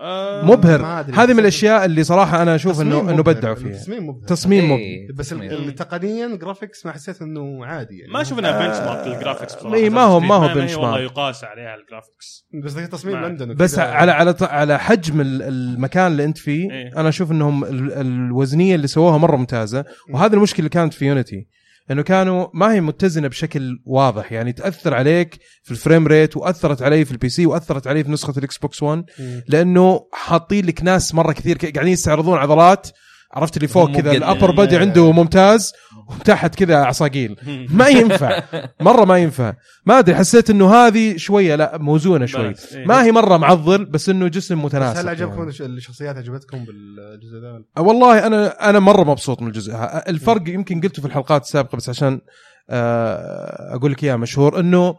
[SPEAKER 6] آه،
[SPEAKER 2] مبهر
[SPEAKER 1] ما أدري.
[SPEAKER 2] هذه من الاشياء اللي صراحه انا اشوف
[SPEAKER 1] تصميم
[SPEAKER 2] انه انه
[SPEAKER 1] مبهر.
[SPEAKER 2] بدعوا فيها
[SPEAKER 1] التصميم مبهر
[SPEAKER 2] تصميم مبهر
[SPEAKER 3] إيه.
[SPEAKER 1] بس ال-
[SPEAKER 3] تصميم.
[SPEAKER 1] ال- تقنيا جرافيكس ما حسيت انه عادي يعني
[SPEAKER 6] ما شفنا بنش مارك
[SPEAKER 2] آه،
[SPEAKER 6] للجرافيكس بصراحه
[SPEAKER 2] إيه، ما هو- ما هو
[SPEAKER 6] هي
[SPEAKER 2] benchmark.
[SPEAKER 6] والله يقاس عليها الجرافيكس
[SPEAKER 1] بس هي تصميم
[SPEAKER 6] ما-
[SPEAKER 1] لندن
[SPEAKER 2] بس
[SPEAKER 1] وكذا.
[SPEAKER 2] على على ط- على حجم ال- المكان اللي انت فيه
[SPEAKER 6] إيه.
[SPEAKER 2] انا اشوف انهم ال- الوزنيه اللي سووها مره ممتازه وهذه المشكله اللي كانت في يونيتي انه كانوا ما هي متزنه بشكل واضح يعني تاثر عليك في الفريم ريت واثرت علي في البي سي واثرت علي في نسخه الاكس بوكس 1
[SPEAKER 1] مم.
[SPEAKER 2] لانه حاطين لك ناس مره كثير ك- قاعدين يستعرضون عضلات عرفت اللي فوق
[SPEAKER 3] هم
[SPEAKER 2] كذا
[SPEAKER 3] مقد-
[SPEAKER 2] الابر
[SPEAKER 6] إيه.
[SPEAKER 2] بادي عنده ممتاز وتحت كذا عصاقيل ما ينفع مره ما ينفع ما ادري حسيت انه هذه شويه لا موزونه شوي
[SPEAKER 6] بس، إيه.
[SPEAKER 2] ما هي مره معضل بس انه جسم
[SPEAKER 1] بس
[SPEAKER 2] متناسق
[SPEAKER 1] هل
[SPEAKER 2] يعني.
[SPEAKER 1] عجبكم الش- الشخصيات عجبتكم بالجزء ذا؟
[SPEAKER 2] آه، والله انا انا مره مبسوط من الجزء ها- الفرق يمكن قلته في الحلقات السابقه بس عشان آه، اقول لك اياه مشهور انه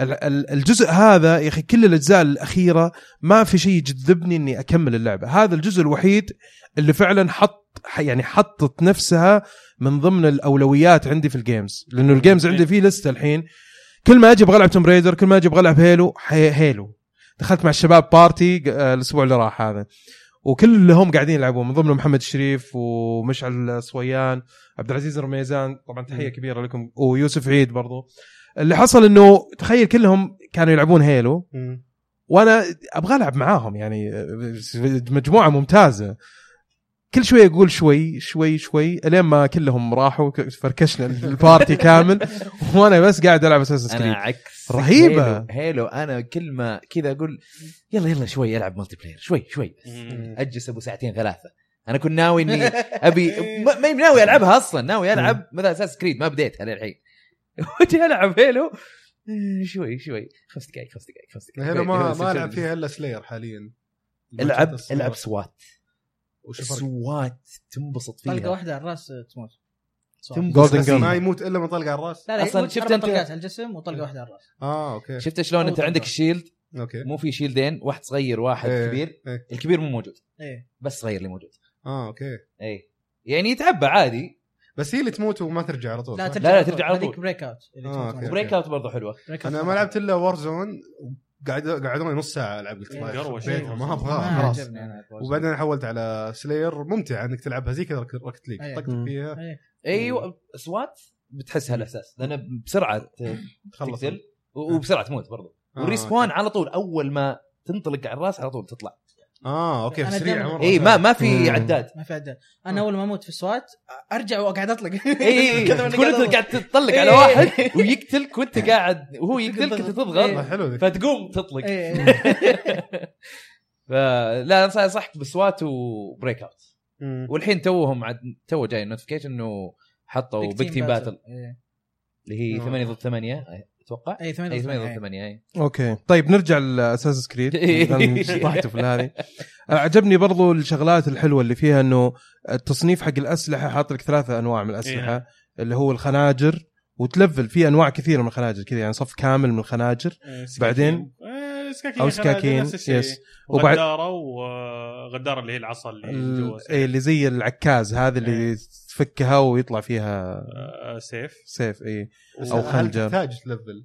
[SPEAKER 2] ال- ال- الجزء هذا يا اخي كل الاجزاء الاخيره ما في شيء يجذبني اني اكمل اللعبه هذا الجزء الوحيد اللي فعلا حط ح- يعني حطت نفسها من ضمن الاولويات عندي في الجيمز لانه الجيمز عندي فيه لسته الحين كل ما اجي ابغى العب توم ريدر كل ما اجي ابغى العب هيلو حي- هيلو دخلت مع الشباب بارتي آه، الاسبوع اللي راح هذا وكلهم قاعدين يلعبون من ضمنهم محمد الشريف ومشعل صويان عبد العزيز الرميزان طبعا تحيه كبيره لكم ويوسف عيد برضو اللي حصل انه تخيل كلهم كانوا يلعبون هيلو
[SPEAKER 1] مم.
[SPEAKER 2] وانا ابغى العب معاهم يعني مجموعه ممتازه كل شوي اقول شوي شوي شوي الين ما كلهم راحوا ك- فركشنا البارتي كامل وانا بس قاعد العب اساسا
[SPEAKER 3] انا
[SPEAKER 2] كريد
[SPEAKER 3] عكس
[SPEAKER 2] رهيبة.
[SPEAKER 3] هيلو, هيلو انا كل ما كذا اقول يلا يلا شوي العب ملتي بلاير شوي شوي
[SPEAKER 6] مم.
[SPEAKER 3] اجلس ابو ساعتين ثلاثه انا كنت ناوي اني ابي ما ما- ناوي العبها اصلا ناوي العب مثلا اساس كريد ما بديتها للحين وجي العب هيلو شوي شوي خمس دقائق خمس دقائق خمس دقائق
[SPEAKER 1] يعني هنا ما ما
[SPEAKER 3] شوي-
[SPEAKER 1] العب
[SPEAKER 3] شوي-
[SPEAKER 1] فيها الا سلاير حاليا
[SPEAKER 3] العب
[SPEAKER 1] الصور.
[SPEAKER 3] العب سوات
[SPEAKER 1] وش الفرق؟
[SPEAKER 3] سوات تنبسط
[SPEAKER 4] طلقه
[SPEAKER 3] فيها
[SPEAKER 4] واحده على الراس تموت صح.
[SPEAKER 3] تنبسط
[SPEAKER 2] Golden Gun.
[SPEAKER 1] ما يموت الا من طلقه على الراس
[SPEAKER 4] لا لا
[SPEAKER 3] أصلاً
[SPEAKER 4] اصلا
[SPEAKER 3] شفت
[SPEAKER 4] شفت انت
[SPEAKER 3] أنت-
[SPEAKER 4] طلقات على الجسم وطلقه واحده على الراس
[SPEAKER 1] اه اوكي
[SPEAKER 3] شفت شلون انت
[SPEAKER 4] أوه.
[SPEAKER 3] عندك الشيلد
[SPEAKER 1] اوكي
[SPEAKER 3] مو في شيلدين واحد صغير واحد
[SPEAKER 1] إيه.
[SPEAKER 3] كبير
[SPEAKER 1] إيه.
[SPEAKER 3] الكبير مو موجود
[SPEAKER 4] ايه
[SPEAKER 3] بس صغير اللي موجود
[SPEAKER 1] اه اوكي
[SPEAKER 3] اي يعني يتعبى عادي
[SPEAKER 1] بس هي اللي تموت وما ترجع على طول
[SPEAKER 4] لا
[SPEAKER 1] صح؟
[SPEAKER 4] ترجع
[SPEAKER 3] لا، ترجع على طول.
[SPEAKER 4] بريك اوت
[SPEAKER 1] آه، أوكي.
[SPEAKER 3] وبريك اوت برضه حلوه
[SPEAKER 1] انا ما لعبت الا وور زون قاعد قعدوني نص ساعه العب قلت
[SPEAKER 4] إيه.
[SPEAKER 1] طيب،
[SPEAKER 6] قروش.
[SPEAKER 1] بيتها ما ابغاها
[SPEAKER 4] ما
[SPEAKER 1] خلاص
[SPEAKER 4] عجبني انا
[SPEAKER 1] وبعدين حولت على سلاير ممتع انك تلعبها زي كذا ركت ليك
[SPEAKER 4] أيه.
[SPEAKER 1] طقت
[SPEAKER 2] مم.
[SPEAKER 1] فيها
[SPEAKER 4] أيوة،
[SPEAKER 3] ايوه سوات بتحس هالاحساس لان بسرعه
[SPEAKER 1] تخلص
[SPEAKER 3] تقتل و- وبسرعه تموت برضه
[SPEAKER 4] آه،
[SPEAKER 1] آه.
[SPEAKER 3] والريسبون على طول اول ما تنطلق على الراس على طول تطلع
[SPEAKER 1] اه اوكي
[SPEAKER 4] أنا
[SPEAKER 1] سريع
[SPEAKER 4] دائماً-
[SPEAKER 1] مره
[SPEAKER 3] اي إيه، ما ما في
[SPEAKER 2] مم.
[SPEAKER 3] عداد
[SPEAKER 4] ما في عدل انا اول ما اموت في السوات ارجع واقعد اطلق
[SPEAKER 3] اي
[SPEAKER 4] كذا وإني
[SPEAKER 3] تكون انت
[SPEAKER 4] أطلق.
[SPEAKER 3] إيه، قاعد تطلق على
[SPEAKER 4] إيه.
[SPEAKER 3] واحد ويقتلك وانت قاعد وهو يقتلك انت
[SPEAKER 1] والله
[SPEAKER 3] تضغط
[SPEAKER 4] إيه.
[SPEAKER 1] حلو ذيك
[SPEAKER 3] فتقوم تطلق
[SPEAKER 4] إيه.
[SPEAKER 3] فلا انا انصحك بسوات وبريك اوت
[SPEAKER 1] مم.
[SPEAKER 3] والحين توهم عاد تو جاي النوتيفيكيشن انه حطوا بيك تيم باتل
[SPEAKER 4] إيه.
[SPEAKER 3] اللي هي
[SPEAKER 1] آه.
[SPEAKER 3] 8 ضد 8 اتوقع
[SPEAKER 4] اي
[SPEAKER 3] اي
[SPEAKER 4] 8
[SPEAKER 3] 8 ضد
[SPEAKER 4] ضد
[SPEAKER 3] 8 اي
[SPEAKER 2] اوكي طيب نرجع لاساس كريد طحت في هذه عجبني برضو الشغلات الحلوه اللي فيها انه التصنيف حق الاسلحه حاط لك ثلاثه انواع من الاسلحه إيه. اللي هو الخناجر وتلفل في انواع كثيره من الخناجر كذا يعني صف كامل من الخناجر بعدين؟
[SPEAKER 6] آه، إيه، سكاكين
[SPEAKER 2] أو
[SPEAKER 6] او
[SPEAKER 2] سكاكين،
[SPEAKER 6] سكاكين
[SPEAKER 2] يس.
[SPEAKER 6] يس
[SPEAKER 2] وبعد-
[SPEAKER 6] وغداره وغداره آه، اللي هي العصا اللي
[SPEAKER 2] ال-
[SPEAKER 6] يعني جوا
[SPEAKER 2] إيه اللي زي العكاز هذا اللي
[SPEAKER 6] إيه.
[SPEAKER 2] تفكها ويطلع فيها
[SPEAKER 6] آه، سيف
[SPEAKER 2] سيف إيه. اي
[SPEAKER 1] بس
[SPEAKER 2] أو
[SPEAKER 1] هل
[SPEAKER 2] خنجر.
[SPEAKER 1] تحتاج تلفل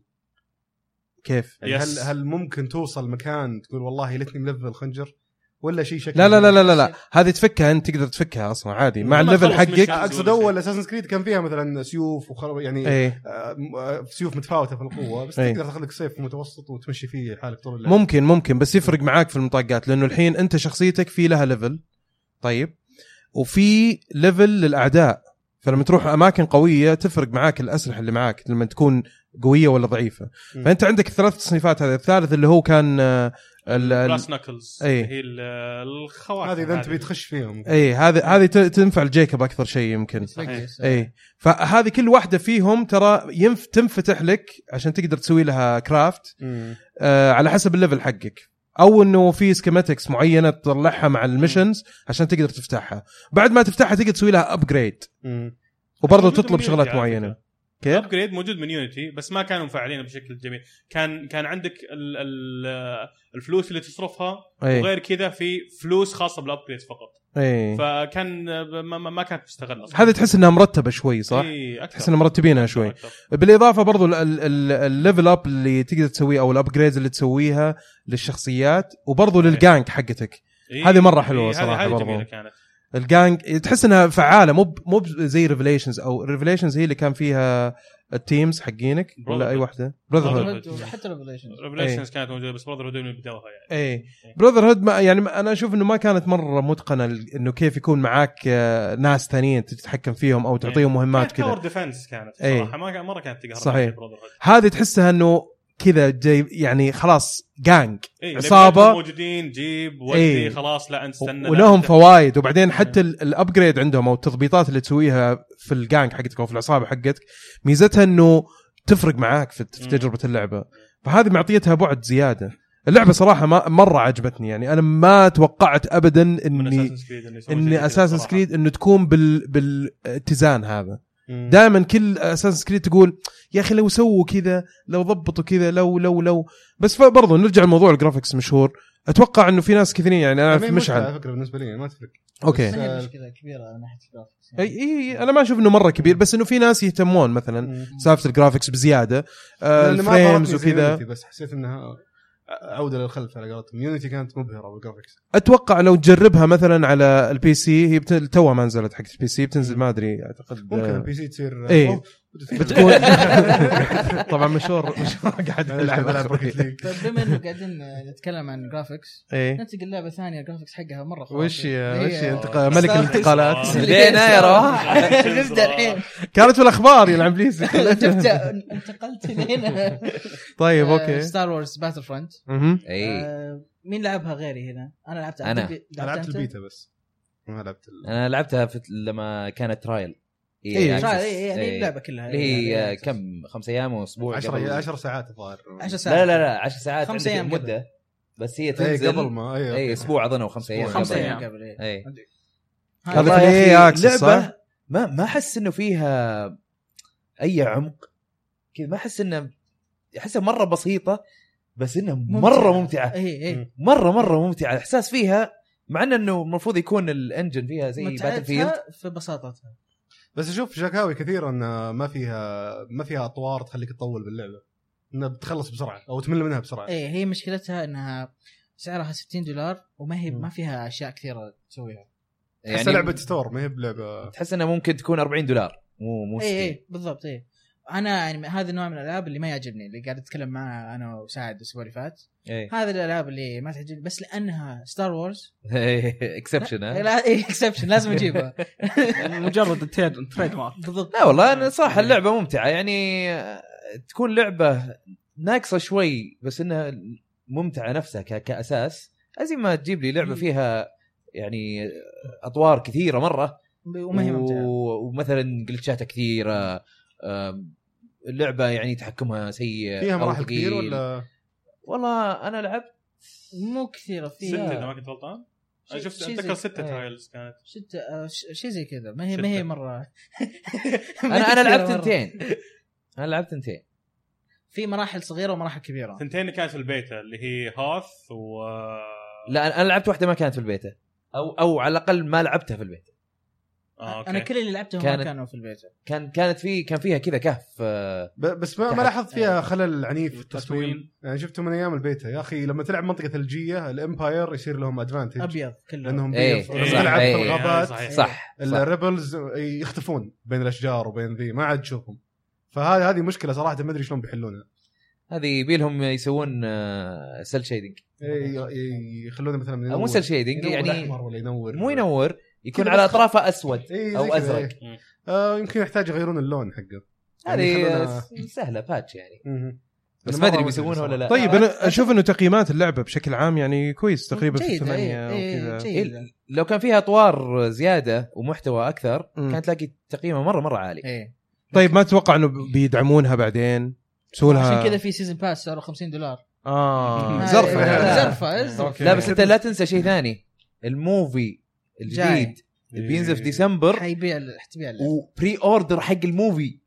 [SPEAKER 2] كيف
[SPEAKER 1] يعني هل
[SPEAKER 6] يس.
[SPEAKER 1] هل ممكن توصل مكان تقول والله ليتني ملفل خنجر ولا شيء شكل
[SPEAKER 2] لا لا لا لا لا, لا. هذه تفكها انت تقدر تفكها اصلا عادي مع
[SPEAKER 6] لما
[SPEAKER 2] الليفل
[SPEAKER 6] تخلص مش-
[SPEAKER 2] حقك
[SPEAKER 1] اقصد اول اساسن كريد كان فيها مثلا سيوف وخرب يعني
[SPEAKER 2] ايه
[SPEAKER 1] آه، م- آه، سيوف متفاوته في القوه بس
[SPEAKER 2] إيه.
[SPEAKER 1] تقدر تاخذ لك سيف متوسط وتمشي فيه حالك طول اللعب
[SPEAKER 2] ممكن ممكن بس يفرق معاك في المطاقات لانه الحين انت شخصيتك في لها ليفل طيب وفي ليفل للاعداء فلما تروح اماكن قويه تفرق معاك الاسلحه اللي معاك لما تكون قويه ولا ضعيفه
[SPEAKER 1] مم.
[SPEAKER 2] فانت عندك الثلاث تصنيفات هذه الثالث اللي هو كان آه، ال- ال-
[SPEAKER 6] بلاس ناكلز
[SPEAKER 2] إيه.
[SPEAKER 6] هي ال- الخواتم
[SPEAKER 1] هذه اذا انت بتخش فيهم
[SPEAKER 2] اي إيه، هذه هذه ت- تنفع الجيكب اكثر شيء يمكن اي فهذه كل واحده فيهم ترى ينف تنفتح لك عشان تقدر تسوي لها كرافت
[SPEAKER 1] مم.
[SPEAKER 2] آه، على حسب الليفل حقك او انه في سكيماتكس معينه تطلعها مع المشنز عشان تقدر تفتحها بعد ما تفتحها تقدر تسوي لها ابجريد
[SPEAKER 1] مم.
[SPEAKER 2] وبرضه
[SPEAKER 6] موجود
[SPEAKER 2] تطلب
[SPEAKER 6] من
[SPEAKER 2] شغلات
[SPEAKER 6] يونيتي على
[SPEAKER 2] معينه
[SPEAKER 6] فكرة.
[SPEAKER 2] كيف
[SPEAKER 6] الابجريد موجود من يونيتي بس ما كانوا مفعلينه بشكل جميل كان كان عندك ال ال الفلوس اللي تصرفها
[SPEAKER 2] اي
[SPEAKER 6] وغير كذا في فلوس خاصه بالابجريد فقط
[SPEAKER 2] اي
[SPEAKER 6] فكان ما, ما- ما كانت تستغل أصلاً.
[SPEAKER 2] إيه. هذه تحس انها مرتبه شوي صح
[SPEAKER 6] إيه، أكثر.
[SPEAKER 2] تحس انها مرتبينها شوي
[SPEAKER 6] أكثر.
[SPEAKER 2] بالاضافه برضو ال- ال- ال- الليفل اب اللي تقدر تسويه او الابجريدز اللي تسويها للشخصيات وبرضو للجانك حقتك
[SPEAKER 6] إيه،
[SPEAKER 2] هذه مرة حلوة
[SPEAKER 6] إيه، هذه-
[SPEAKER 2] صراحة
[SPEAKER 6] هذه
[SPEAKER 2] برضو.
[SPEAKER 6] جميلة كانت
[SPEAKER 2] الجانج تحس انها فعاله مو ب- مو ب- زي ريفليشنز او ريفليشنز هي اللي كان فيها التيمز حقينك ولا اي
[SPEAKER 6] Brotherhood.
[SPEAKER 2] واحده براذر
[SPEAKER 6] Brotherhood.
[SPEAKER 4] حتى ريفليشن
[SPEAKER 2] إيه.
[SPEAKER 6] ريفليشنز كانت موجوده بس برضه هدول من بداوها يعني
[SPEAKER 2] ايه براذر هود ما يعني ما- انا اشوف انه ما كانت مره متقنه ال- انه كيف يكون معاك آه، ناس ثانيين تتحكم فيهم او تعطيهم مهمات
[SPEAKER 6] كانت
[SPEAKER 2] كذا
[SPEAKER 6] تاور ديفنس كانت
[SPEAKER 2] إيه.
[SPEAKER 6] صراحه ما كان مره كانت تقهر
[SPEAKER 2] صحيح.
[SPEAKER 6] معك Brotherhood.
[SPEAKER 2] هذه تحسها انه كذا جاي يعني خلاص جانج
[SPEAKER 6] إيه،
[SPEAKER 2] عصابة.
[SPEAKER 6] لما يكونوا موجودين جيب ودي
[SPEAKER 2] إيه.
[SPEAKER 6] خلاص لا نستنى
[SPEAKER 2] ولهم
[SPEAKER 6] فوق
[SPEAKER 2] فوائد وبعدين حتى ال- الابجريد عندهم او التضبيطات اللي تسويها في الجانج حقتك او في العصابه حقتك ميزتها انه تفرق معاك في في
[SPEAKER 6] مم.
[SPEAKER 2] تجربه اللعبه فهذه معطيتها بعد زياده اللعبه صراحه ما مره عجبتني يعني انا ما توقعت ابدا اني اني اساسن كريد انه تكون بال... بالاتزان هذا
[SPEAKER 1] مم.
[SPEAKER 2] دائما كل اساسن كريد تقول يا اخي لو سووا كذا لو ضبطوا كذا لو لو لو بس برضه نرجع لموضوع الجرافكس مشهور اتوقع انه في ناس كثيرين يعني انا
[SPEAKER 1] ما هي
[SPEAKER 2] اعرف
[SPEAKER 1] مشكلة
[SPEAKER 2] مشعل
[SPEAKER 1] على فكره بالنسبه لي ما تفرق
[SPEAKER 2] اوكي
[SPEAKER 1] بس-
[SPEAKER 4] ما هي مشكله كبيره من يعني. ناحيه الجرافكس
[SPEAKER 2] اي اي انا ما اشوف انه مره كبير بس انه في ناس يهتمون مثلا سالفه الجرافكس بزياده آه
[SPEAKER 1] لأن ما
[SPEAKER 2] الفريمز
[SPEAKER 1] ضربتني زي
[SPEAKER 2] وكذا
[SPEAKER 1] Unity، بس حسيت انها عوده للخلف على قولتهم يونيتي كانت مبهره بالجرافكس
[SPEAKER 2] اتوقع لو تجربها مثلا على البي سي هي بت- توها ما نزلت حق البي سي بتنزل ما ادري اعتقد
[SPEAKER 1] ممكن
[SPEAKER 2] آه،
[SPEAKER 1] البي سي تصير
[SPEAKER 2] إيه.
[SPEAKER 1] أوه،
[SPEAKER 2] بتكون طبعا مشهور مشهور قاعد
[SPEAKER 1] أنا ألعب ألعب
[SPEAKER 2] يلعب
[SPEAKER 1] Rocket League.
[SPEAKER 4] طيب بما انه قاعدين نتكلم عن جرافكس
[SPEAKER 2] ايه
[SPEAKER 4] ننتقل للعبه ثانيه الجرافكس حقها مره خرافي
[SPEAKER 2] وش هي وش هي
[SPEAKER 4] إيه.
[SPEAKER 2] انتقا- ملك الانتقالات
[SPEAKER 6] آه.
[SPEAKER 3] بدينا يا رواح
[SPEAKER 4] نبدا الحين
[SPEAKER 2] كانت في الاخبار يلعب لي
[SPEAKER 4] تبدا انتقلت لهنا آه،
[SPEAKER 2] طيب اوكي
[SPEAKER 4] ستار وورز باتل فرونت
[SPEAKER 2] مهم.
[SPEAKER 4] آه.
[SPEAKER 3] اي
[SPEAKER 4] مين لعبها غيري هنا؟ انا لعبتها
[SPEAKER 3] إيه. أنا.
[SPEAKER 1] أنا لعبت البيتا بس ما لعبت ال-
[SPEAKER 3] انا لعبتها في لما كانت ترايل
[SPEAKER 2] إيه.
[SPEAKER 4] اي يعني اللعبه كلها
[SPEAKER 3] اللي هي آه،
[SPEAKER 4] يعني-
[SPEAKER 3] كم خمس ايام واسبوع
[SPEAKER 1] 10 10 ساعات الظاهر
[SPEAKER 4] 10 ساعات
[SPEAKER 3] لا لا لا 10 ساعات
[SPEAKER 4] خمس
[SPEAKER 3] عندك
[SPEAKER 4] أيام قبل.
[SPEAKER 3] مده بس هي
[SPEAKER 1] اي
[SPEAKER 3] تنزل
[SPEAKER 1] إيه،
[SPEAKER 3] إيه،
[SPEAKER 1] قبل ما اي
[SPEAKER 3] اي اسبوع اظن او خمس ايام
[SPEAKER 1] أسبوع.
[SPEAKER 4] خمسة
[SPEAKER 3] قبل.
[SPEAKER 4] ايام قبل إيه.
[SPEAKER 3] اي
[SPEAKER 4] هذا
[SPEAKER 2] كانت
[SPEAKER 3] والله
[SPEAKER 2] في الاي
[SPEAKER 3] يا أخي،
[SPEAKER 2] اكسس صح؟
[SPEAKER 3] لعبة ما ما احس انه فيها اي عمق كذا ما احس انه احسها مره بسيطه بس انها
[SPEAKER 4] ممتعة.
[SPEAKER 3] مره ممتعه
[SPEAKER 4] اي اي
[SPEAKER 1] مم.
[SPEAKER 3] مره مره ممتعه الاحساس فيها مع انه انه المفروض يكون الانجن فيها زي باتل فيلد
[SPEAKER 4] متعتها في بساطتها
[SPEAKER 1] بس اشوف شكاوي كثيره ان آه، ما فيها ما فيها اطوار تخليك تطول باللعبه انها بتخلص بسرعه او تمل منها بسرعه
[SPEAKER 3] إيه،
[SPEAKER 4] اي إيه، هي مشكلتها انها سعرها 60 دولار وما هي
[SPEAKER 1] مم.
[SPEAKER 4] ما فيها اشياء كثيره تسويها
[SPEAKER 1] يعني
[SPEAKER 3] يعني إيه،
[SPEAKER 1] لعبه ستور ما هي بلعبه
[SPEAKER 3] تحس انها ممكن تكون 40 دولار مو مو 60
[SPEAKER 4] اي اي إيه، بالضبط اي انا يعني هذا النوع من الالعاب اللي ما يعجبني اللي قاعد اتكلم معاه انا وسعد الاسبوع اللي فات
[SPEAKER 3] اي
[SPEAKER 4] هذه الالعاب اللي ما تعجبني بس لانها ستار وورز
[SPEAKER 3] اكسبشن إيه. ها
[SPEAKER 4] إيه، لا اي اكسبشن لازم اجيبها
[SPEAKER 5] مجرد التيد- تريد مارك
[SPEAKER 4] بالضبط
[SPEAKER 3] لا والله انا
[SPEAKER 4] إيه.
[SPEAKER 3] صراحه اللعبه ممتعه يعني آه، تكون لعبه ناقصه شوي بس انها ممتعه نفسها ك- كاساس زي ما تجيب لي
[SPEAKER 4] إيه.
[SPEAKER 3] لعبه فيها يعني اطوار كثيره مره
[SPEAKER 4] وما هي ممتعه
[SPEAKER 3] و- ومثلا جلتشاتها كثيره آم، اللعبه يعني تحكمها سيء
[SPEAKER 1] فيها
[SPEAKER 3] أو
[SPEAKER 1] مراحل كثير
[SPEAKER 3] ثقيل.
[SPEAKER 1] ولا
[SPEAKER 3] والله انا لعبت
[SPEAKER 4] مو كثيره
[SPEAKER 6] سته
[SPEAKER 4] في
[SPEAKER 6] اذا ما كنت غلطان انا شفت
[SPEAKER 4] شيء زي-
[SPEAKER 6] اتذكر سته
[SPEAKER 4] إيه.
[SPEAKER 6] ترايلز كانت
[SPEAKER 4] شتى آه، ش- شيء زي كذا ما هي ما هي
[SPEAKER 6] شتى.
[SPEAKER 4] مره
[SPEAKER 3] انا انا لعبت اثنتين انا لعبت اثنتين
[SPEAKER 4] في مراحل صغيره ومراحل كبيره
[SPEAKER 6] ثنتين اللي كانت في البيتا اللي هي هاث و آه،
[SPEAKER 3] لا أنا- انا لعبت واحده ما كانت في البيت او او على الاقل ما لعبتها في البيت
[SPEAKER 6] آه، أوكي.
[SPEAKER 4] انا كل اللي لعبتهم
[SPEAKER 3] كانت-
[SPEAKER 4] ما كانوا في البيت
[SPEAKER 3] كان كانت في كان فيها كذا كهف آه،
[SPEAKER 1] ب- بس ما, ما
[SPEAKER 3] تحت. إيه.
[SPEAKER 1] لاحظت فيها خلل عنيف في التصميم
[SPEAKER 5] تطوين
[SPEAKER 1] يعني شفته من ايام البيتا يا اخي لما تلعب منطقه ثلجيه الامباير يصير لهم ادفانتج
[SPEAKER 4] ابيض كله
[SPEAKER 1] لانهم
[SPEAKER 3] إيه،
[SPEAKER 1] بيف- لما
[SPEAKER 3] إيه،
[SPEAKER 1] تلعب
[SPEAKER 3] إيه،
[SPEAKER 1] في
[SPEAKER 3] إيه،
[SPEAKER 1] الغابات
[SPEAKER 6] صحيح.
[SPEAKER 3] صح صح.
[SPEAKER 1] الريبلز يختفون بين الاشجار وبين ذي ما عاد تشوفهم فهذه هذه مشكله صراحه ما ادري شلون بيحلونها
[SPEAKER 3] هذه يبيلهم يسوون آه، سيل شيدنج
[SPEAKER 1] إيه، ي- ي- يخلونه مثلا من
[SPEAKER 3] او مو سيل شيدنج
[SPEAKER 1] ينور
[SPEAKER 3] يعني
[SPEAKER 1] احمر ولا ينور
[SPEAKER 3] مو ينور يكون
[SPEAKER 1] كذا
[SPEAKER 3] على
[SPEAKER 1] بس-
[SPEAKER 3] اطرافه اسود
[SPEAKER 1] إيه، زي
[SPEAKER 3] او
[SPEAKER 1] كذا،
[SPEAKER 3] ازرق
[SPEAKER 1] إيه. آه يمكن يحتاج يغيرون اللون حقه يعني
[SPEAKER 3] هذه
[SPEAKER 1] يخلونها-
[SPEAKER 3] آه، سهله باتش يعني
[SPEAKER 1] مهم.
[SPEAKER 3] بس
[SPEAKER 1] أنا
[SPEAKER 3] ما
[SPEAKER 1] مرة
[SPEAKER 3] ادري بيسوونها ولا لا
[SPEAKER 2] طيب انا اشوف انه تقييمات اللعبه بشكل عام يعني كويس تقريبا في
[SPEAKER 4] جيدة،
[SPEAKER 2] ثمانية
[SPEAKER 4] إيه، إيه،
[SPEAKER 2] وكذا
[SPEAKER 3] إيه،
[SPEAKER 4] جيدة.
[SPEAKER 3] لو كان فيها اطوار زياده ومحتوى اكثر
[SPEAKER 2] مم.
[SPEAKER 3] كانت تلاقي تقييمه مره مره
[SPEAKER 1] إيه،
[SPEAKER 3] عالي
[SPEAKER 4] ايه
[SPEAKER 2] طيب ما تتوقع انه بيدعمونها بعدين يسووا لها
[SPEAKER 4] عشان كذا في سيزون باس سعره 50 دولار
[SPEAKER 2] اه
[SPEAKER 4] ما-
[SPEAKER 2] زرفه
[SPEAKER 4] إيه،
[SPEAKER 2] يعني.
[SPEAKER 4] زرفه إيه.
[SPEAKER 2] أوكي.
[SPEAKER 3] لا بس انت لا تنسى شيء ثاني الموفي
[SPEAKER 4] جاي.
[SPEAKER 3] الجديد اللي بينزل في ديسمبر
[SPEAKER 4] حيبيع ال- حتبيع اللعبة.
[SPEAKER 3] وبري اوردر حق الموفي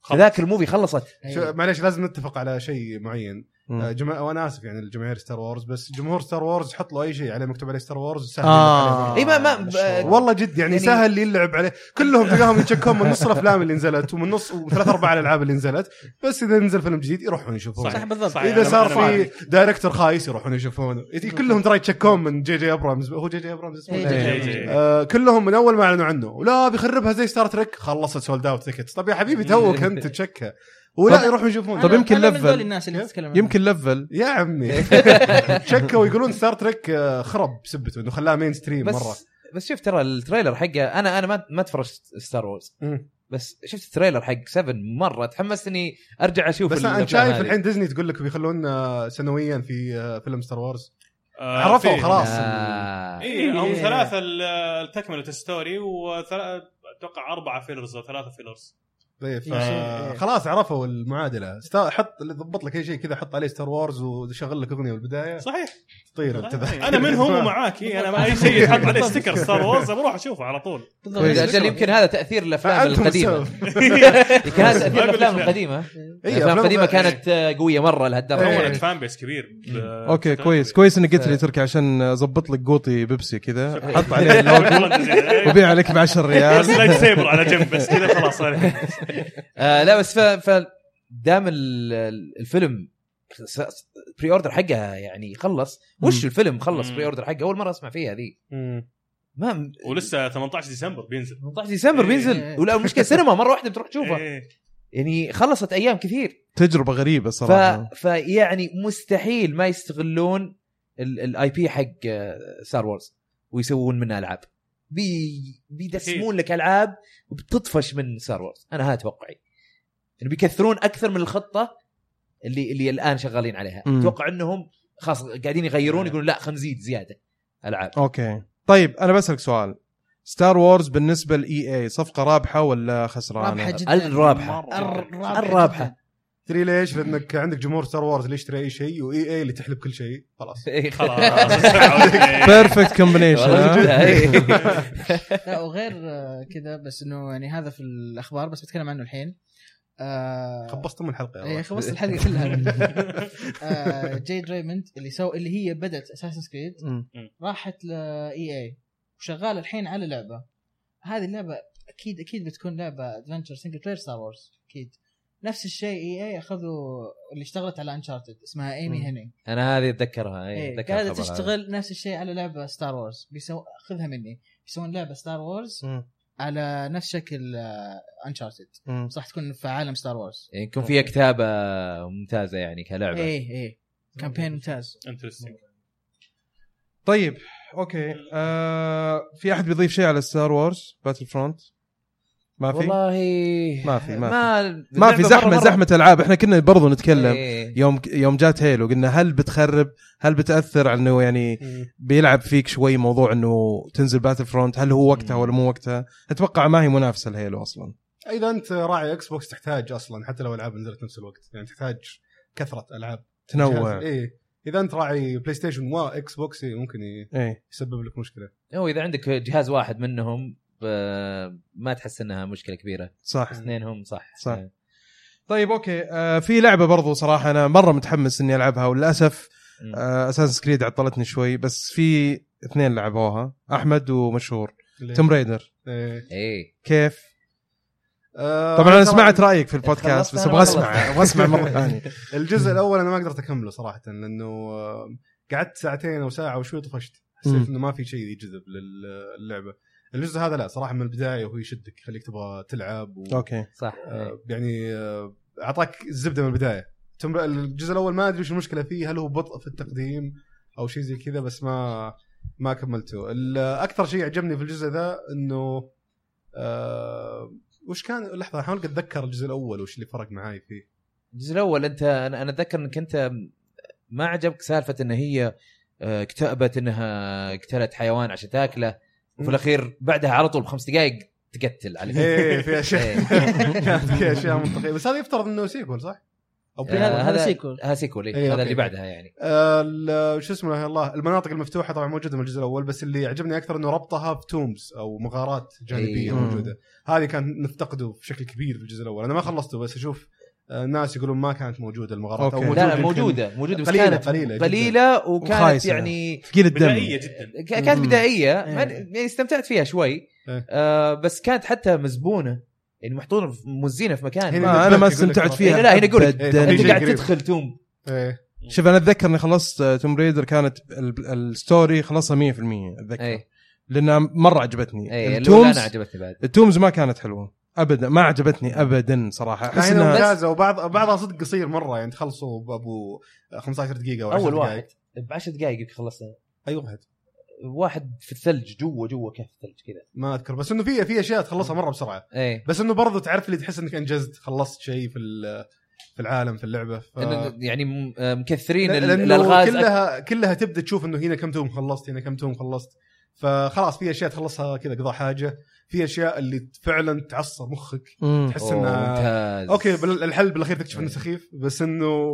[SPEAKER 6] خلص.
[SPEAKER 3] ذاك الموفي خلصت
[SPEAKER 4] إيه.
[SPEAKER 1] شو معليش لازم نتفق على شيء معين آه،
[SPEAKER 2] مم.
[SPEAKER 1] جما... وانا اسف يعني الجماهير ستار وورز بس جمهور ستار وورز حط له اي شيء عليه مكتوب عليه ستار وورز سهل يلعب عليه.
[SPEAKER 2] اه
[SPEAKER 3] إيه، ما- ما-
[SPEAKER 2] مشهور.
[SPEAKER 1] والله جد يعني,
[SPEAKER 3] يعني-
[SPEAKER 1] سهل اللي يلعب عليه كلهم تلقاهم يتشكون من نص الافلام اللي نزلت ومن نص وثلاث ارباع الالعاب اللي نزلت بس اذا نزل فيلم جديد يروحون يشوفونه
[SPEAKER 4] صح بالضبط
[SPEAKER 6] صح.
[SPEAKER 1] اذا
[SPEAKER 6] أنا-
[SPEAKER 1] صار
[SPEAKER 6] أنا
[SPEAKER 1] في دايركتور خايس يروحون يشوفونه يت- كلهم ترى يتشكون من جي جي ابرامز هو جي جي ابرامز اسمه
[SPEAKER 4] إيه،
[SPEAKER 2] جي
[SPEAKER 6] إيه،
[SPEAKER 2] جي.
[SPEAKER 6] إيه.
[SPEAKER 1] آه كلهم من اول ما اعلنوا عنه ولا بيخربها زي ستار تريك خلصت سولد اوت تيكتس طب يا حبيبي توك انت تشكى ولا يروحون يشوفون
[SPEAKER 2] طب يمكن
[SPEAKER 4] أنا من
[SPEAKER 2] لفل.
[SPEAKER 4] هذول الناس اللي تتكلم عنها.
[SPEAKER 2] يمكن لفل
[SPEAKER 1] يا عمي تشكوا ويقولون ستار تريك آه، خرب سبته انه خلاه مين ستريم
[SPEAKER 3] بس
[SPEAKER 1] مره
[SPEAKER 3] بس شوف ترى التريلر حقه انا انا ما ما تفرجت ستار وورز
[SPEAKER 1] مم.
[SPEAKER 3] بس شفت التريلر حق 7 مره تحمست اني ارجع اشوف
[SPEAKER 1] بس انا
[SPEAKER 3] الأفلام
[SPEAKER 1] شايف
[SPEAKER 3] هذه.
[SPEAKER 1] الحين ديزني تقول لك بيخلون آه، سنويا في آه، فيلم ستار وورز
[SPEAKER 6] آه،
[SPEAKER 1] عرفوا
[SPEAKER 6] في-
[SPEAKER 1] خلاص.
[SPEAKER 3] آه.
[SPEAKER 5] إيه،
[SPEAKER 6] اي إيه، هم ثلاثه ال- تكمله الستوري وثلا- اتوقع اربعه فيلرز او ثلاثه فيلرز
[SPEAKER 1] إيه، ف-
[SPEAKER 4] إيه.
[SPEAKER 1] خلاص عرفوا المعادله ستا... حط اللي ضبط لك اي شيء كذا حط عليه ستار وورز وشغل لك اغنيه بالبدايه
[SPEAKER 6] صحيح
[SPEAKER 1] تطير انت ذا.
[SPEAKER 6] انا منهم ومعاك إيه، انا ما اي شيء يتحط عليه ستيكر ستار وورز بروح اشوفه على طول
[SPEAKER 4] بالضبط.
[SPEAKER 2] كويس.
[SPEAKER 3] اجل يمكن هذا تاثير الافلام
[SPEAKER 1] فأنتم
[SPEAKER 3] القديمه
[SPEAKER 1] السبب.
[SPEAKER 3] يمكن هذا تاثير
[SPEAKER 6] أقول
[SPEAKER 3] الافلام
[SPEAKER 6] لك.
[SPEAKER 3] القديمه
[SPEAKER 1] إيه،
[SPEAKER 3] الافلام القديمه
[SPEAKER 1] أفلام-
[SPEAKER 3] يعني كانت آه، قويه مره لهالدرجه
[SPEAKER 1] إيه.
[SPEAKER 6] كونت فان بيس كبير ب-
[SPEAKER 2] اوكي
[SPEAKER 6] بشكل
[SPEAKER 2] كويس
[SPEAKER 6] كبير.
[SPEAKER 2] كويس انك قلت لي تركي عشان اظبط لك قوطي بيبسي كذا حط عليه اللوجو
[SPEAKER 6] والله زين. إيه.
[SPEAKER 2] وبيع عليك ب 10
[SPEAKER 6] بس
[SPEAKER 2] ريال
[SPEAKER 6] لايت سيبر على جنب بس كذا خلاص
[SPEAKER 3] آه لا بس ف, ف دام ال- ال- الفيلم بري اوردر حقها يعني خلص وش
[SPEAKER 2] مم.
[SPEAKER 3] الفيلم خلص
[SPEAKER 6] مم.
[SPEAKER 3] بري اوردر حقه اول مره اسمع فيها ذي
[SPEAKER 1] مم.
[SPEAKER 3] ما
[SPEAKER 6] ولسه 18 ديسمبر بينزل
[SPEAKER 3] 18 ديسمبر
[SPEAKER 6] إيه.
[SPEAKER 3] بينزل ولا المشكله سينما مره واحده بتروح تشوفه
[SPEAKER 6] إيه.
[SPEAKER 3] يعني خلصت ايام كثير
[SPEAKER 2] تجربه غريبه
[SPEAKER 3] ف...
[SPEAKER 2] صراحه
[SPEAKER 3] فيعني مستحيل ما يستغلون الاي بي حق ستار وورز ويسوون منها العاب بي... بيدسمون لك العاب وبتطفش من ستار وورز انا هذا توقعي انه بيكثرون اكثر من الخطه اللي اللي الان شغالين عليها
[SPEAKER 2] مم.
[SPEAKER 3] اتوقع انهم خلاص قاعدين
[SPEAKER 4] نعم.
[SPEAKER 3] يغيرون يقولون لا خلينا نزيد زياده العاب
[SPEAKER 2] اوكي طيب انا بسالك سؤال ستار وورز بالنسبه لاي اي صفقه رابحه ولا خسرانه؟
[SPEAKER 4] رابحه جدا
[SPEAKER 3] الرابحه
[SPEAKER 4] الرابحه
[SPEAKER 3] الرابحه
[SPEAKER 1] تدري ليش؟ لانك عندك جمهور ستار وورز اللي يشتري اي شيء واي اي اللي تحلب كل شيء خلاص
[SPEAKER 6] خلاص
[SPEAKER 2] بيرفكت
[SPEAKER 3] والله جدا،
[SPEAKER 2] كومبينيشن
[SPEAKER 3] إيه.
[SPEAKER 4] لا وغير آه، كذا بس انه يعني هذا في الاخبار بس بتكلم عنه الحين آه،
[SPEAKER 1] خبصتم الحلقه يا
[SPEAKER 4] اي
[SPEAKER 1] ولد.
[SPEAKER 4] خبصت الحلقه كلها آه، جيد ريموند اللي سو اللي هي بدات اساسن كريد
[SPEAKER 2] مم.
[SPEAKER 4] راحت لاي اي وشغاله الحين على لعبه هذه اللعبه اكيد اكيد بتكون لعبه ادفنتشر سنجل بلاير ستار وورز اكيد نفس الشيء اي اي اخذوا اللي اشتغلت على انشارتد اسمها ايمي
[SPEAKER 2] مم.
[SPEAKER 4] هينينج
[SPEAKER 3] انا هذه اتذكرها اي
[SPEAKER 4] إيه،
[SPEAKER 3] اتذكر
[SPEAKER 4] قاعده
[SPEAKER 3] الخبر هذا.
[SPEAKER 4] تشتغل نفس الشيء على لعبه ستار وورز بيسو خذها مني بيسوون لعبه ستار وورز
[SPEAKER 2] مم.
[SPEAKER 4] على نفس شكل انشارتد
[SPEAKER 2] مم.
[SPEAKER 4] صح تكون في عالم ستار وورز
[SPEAKER 3] يعني يكون فيها كتابه ممتازه يعني كلعبه
[SPEAKER 4] ايه ايه كامبين ممتاز
[SPEAKER 6] انترستنج
[SPEAKER 2] طيب اوكي آه في احد بيضيف شيء على ستار وورز باتل فرونت ما في
[SPEAKER 3] والله
[SPEAKER 2] ما في- ما
[SPEAKER 3] ما,
[SPEAKER 2] ما في زحمه زحمه العاب احنا كنا برضو نتكلم
[SPEAKER 3] إيه.
[SPEAKER 2] يوم يوم جات هيلو قلنا هل بتخرب هل بتاثر على انه يعني
[SPEAKER 1] مم.
[SPEAKER 2] بيلعب فيك شوي موضوع انه تنزل باتل فرونت هل هو وقتها ولا مو وقتها اتوقع ما هي منافسه لهيلو اصلا
[SPEAKER 1] اذا انت راعي اكس بوكس تحتاج اصلا حتى لو العاب نزلت نفس الوقت يعني تحتاج كثره العاب
[SPEAKER 2] تنوع
[SPEAKER 1] اي اذا انت إيه. راعي بلاي ستيشن واكس بوكس إيه، ممكن ي-
[SPEAKER 2] ايه
[SPEAKER 1] يسبب لك مشكله
[SPEAKER 3] هو اذا عندك جهاز واحد منهم ب- ما تحس انها مشكله كبيره
[SPEAKER 2] صح
[SPEAKER 3] اثنينهم صح إيه.
[SPEAKER 2] صح. طيب اوكي آه في لعبه برضو صراحه انا مره متحمس اني العبها وللاسف
[SPEAKER 3] مم.
[SPEAKER 2] آه اساس كريد عطلتني شوي بس في اثنين لعبوها احمد ومشهور
[SPEAKER 1] ليه؟
[SPEAKER 2] توم ريدر
[SPEAKER 1] إيه.
[SPEAKER 3] ايه
[SPEAKER 2] كيف
[SPEAKER 1] آه،
[SPEAKER 2] طبعا انا
[SPEAKER 1] ترى
[SPEAKER 2] سمعت رايك في البودكاست بس
[SPEAKER 3] خلصت أنا
[SPEAKER 2] ابغى
[SPEAKER 3] ما
[SPEAKER 2] اسمع ابغى اسمع مره ثانيه
[SPEAKER 1] الجزء الاول انا ما قدرت اكمله صراحه لانه آه، قعدت ساعتين او ساعه وشوي طفشت حسيت
[SPEAKER 2] مم.
[SPEAKER 1] انه ما في شيء يجذب للعبه الجزء هذا لا صراحه من البدايه وهو يشدك يخليك تبغى تلعب و...
[SPEAKER 2] اوكي
[SPEAKER 3] صح إيه.
[SPEAKER 1] آه، يعني آه، اعطاك الزبده من البدايه ثم الجزء الاول ما ادري شو المشكله فيه هل هو بطء في التقديم او شيء زي كذا بس ما ما كملته ال- اكثر شيء عجبني في الجزء ذا انه آه وش كان لحظه احاول اتذكر الجزء الاول وش اللي فرق معاي فيه
[SPEAKER 3] الجزء الاول انت انا انا اتذكر انك انت ما عجبك سالفه ان هي آه، اكتئبت انها قتلت حيوان عشان تاكله وفي
[SPEAKER 1] مم.
[SPEAKER 3] الاخير بعدها على طول بخمس دقائق تقتل عليه
[SPEAKER 1] ايه في اشياء
[SPEAKER 3] إيه.
[SPEAKER 1] كانت في اشياء منطقيه بس هذا يفترض انه سيكول صح؟ او
[SPEAKER 3] آه،
[SPEAKER 1] بريكول.
[SPEAKER 4] إيه، هذا سيكول.
[SPEAKER 3] هذا سيكول
[SPEAKER 1] إيه،
[SPEAKER 3] إيه. هذا
[SPEAKER 1] أوكي.
[SPEAKER 3] اللي بعدها يعني
[SPEAKER 1] آه، ال- شو اسمه يا الله المناطق المفتوحه طبعا موجوده من الجزء الاول بس اللي عجبني اكثر انه ربطها بتومز او مغارات جانبيه
[SPEAKER 3] إيه.
[SPEAKER 1] موجوده هذه كان نفتقده بشكل كبير في الجزء الاول انا ما خلصته بس اشوف آه، ناس يقولون ما كانت موجوده المغارات
[SPEAKER 2] أوكي.
[SPEAKER 3] لا لا
[SPEAKER 1] يمكن
[SPEAKER 3] موجوده موجوده بس
[SPEAKER 1] قليلة-
[SPEAKER 3] كانت
[SPEAKER 1] قليلة جداً.
[SPEAKER 3] قليله وكانت
[SPEAKER 2] وخايسة.
[SPEAKER 3] يعني
[SPEAKER 2] ثقيل الدم
[SPEAKER 6] بدائيه جدا
[SPEAKER 3] ك- كانت
[SPEAKER 2] مم.
[SPEAKER 3] بدائيه
[SPEAKER 4] إيه.
[SPEAKER 3] ما- يعني استمتعت فيها شوي
[SPEAKER 1] إيه.
[SPEAKER 3] آه بس كانت حتى مزبونه يعني محطوطه في- موزينه في مكان
[SPEAKER 1] هنا-
[SPEAKER 2] آه انا ما
[SPEAKER 1] يقول لك
[SPEAKER 2] استمتعت
[SPEAKER 1] مرة.
[SPEAKER 2] فيها
[SPEAKER 3] إيه، لا، هنا يقول لك.
[SPEAKER 2] أبداً.
[SPEAKER 1] إيه،
[SPEAKER 3] انت
[SPEAKER 1] شيء
[SPEAKER 3] قاعد
[SPEAKER 1] قريب.
[SPEAKER 3] تدخل توم
[SPEAKER 1] إيه.
[SPEAKER 2] شوف انا اتذكر اني خلصت توم ريدر كانت ال- الستوري خلصها 100% اتذكر
[SPEAKER 3] اي
[SPEAKER 2] لانها مره عجبتني
[SPEAKER 3] اي الاولى انا
[SPEAKER 2] التومز
[SPEAKER 3] عجبتني بعد
[SPEAKER 2] التومز ما كانت حلوه ابدا ما عجبتني ابدا صراحه
[SPEAKER 1] لا،
[SPEAKER 2] احس
[SPEAKER 1] هنا
[SPEAKER 2] انها
[SPEAKER 1] ممتازه وبعض بعضها صدق قصير مره يعني تخلصوا بابو 15 دقيقه او 10
[SPEAKER 3] اول
[SPEAKER 1] دقائق.
[SPEAKER 3] واحد ب 10 دقائق يمكن خلصنا
[SPEAKER 1] اي واحد
[SPEAKER 3] واحد في الثلج جوا جوا كهف الثلج كذا إيه.
[SPEAKER 1] ما اذكر بس انه في في اشياء تخلصها مره بسرعه
[SPEAKER 3] اي
[SPEAKER 1] بس انه برضو تعرف اللي تحس انك انجزت خلصت شيء في ال- في العالم في اللعبه ف...
[SPEAKER 3] إن- يعني م- آه، مكثرين ال-
[SPEAKER 1] لأنه
[SPEAKER 3] الالغاز أك-
[SPEAKER 1] كلها كلها تبدا تشوف انه هنا كم توم خلصت هنا كم توم خلصت فخلاص في اشياء تخلصها كذا قضاء حاجه في اشياء اللي فعلا تعصب مخك
[SPEAKER 2] مم.
[SPEAKER 1] تحس
[SPEAKER 3] أوه،
[SPEAKER 1] انها
[SPEAKER 3] ممتاز
[SPEAKER 1] اوكي بال- الحل بالاخير تكتشف انه سخيف بس انه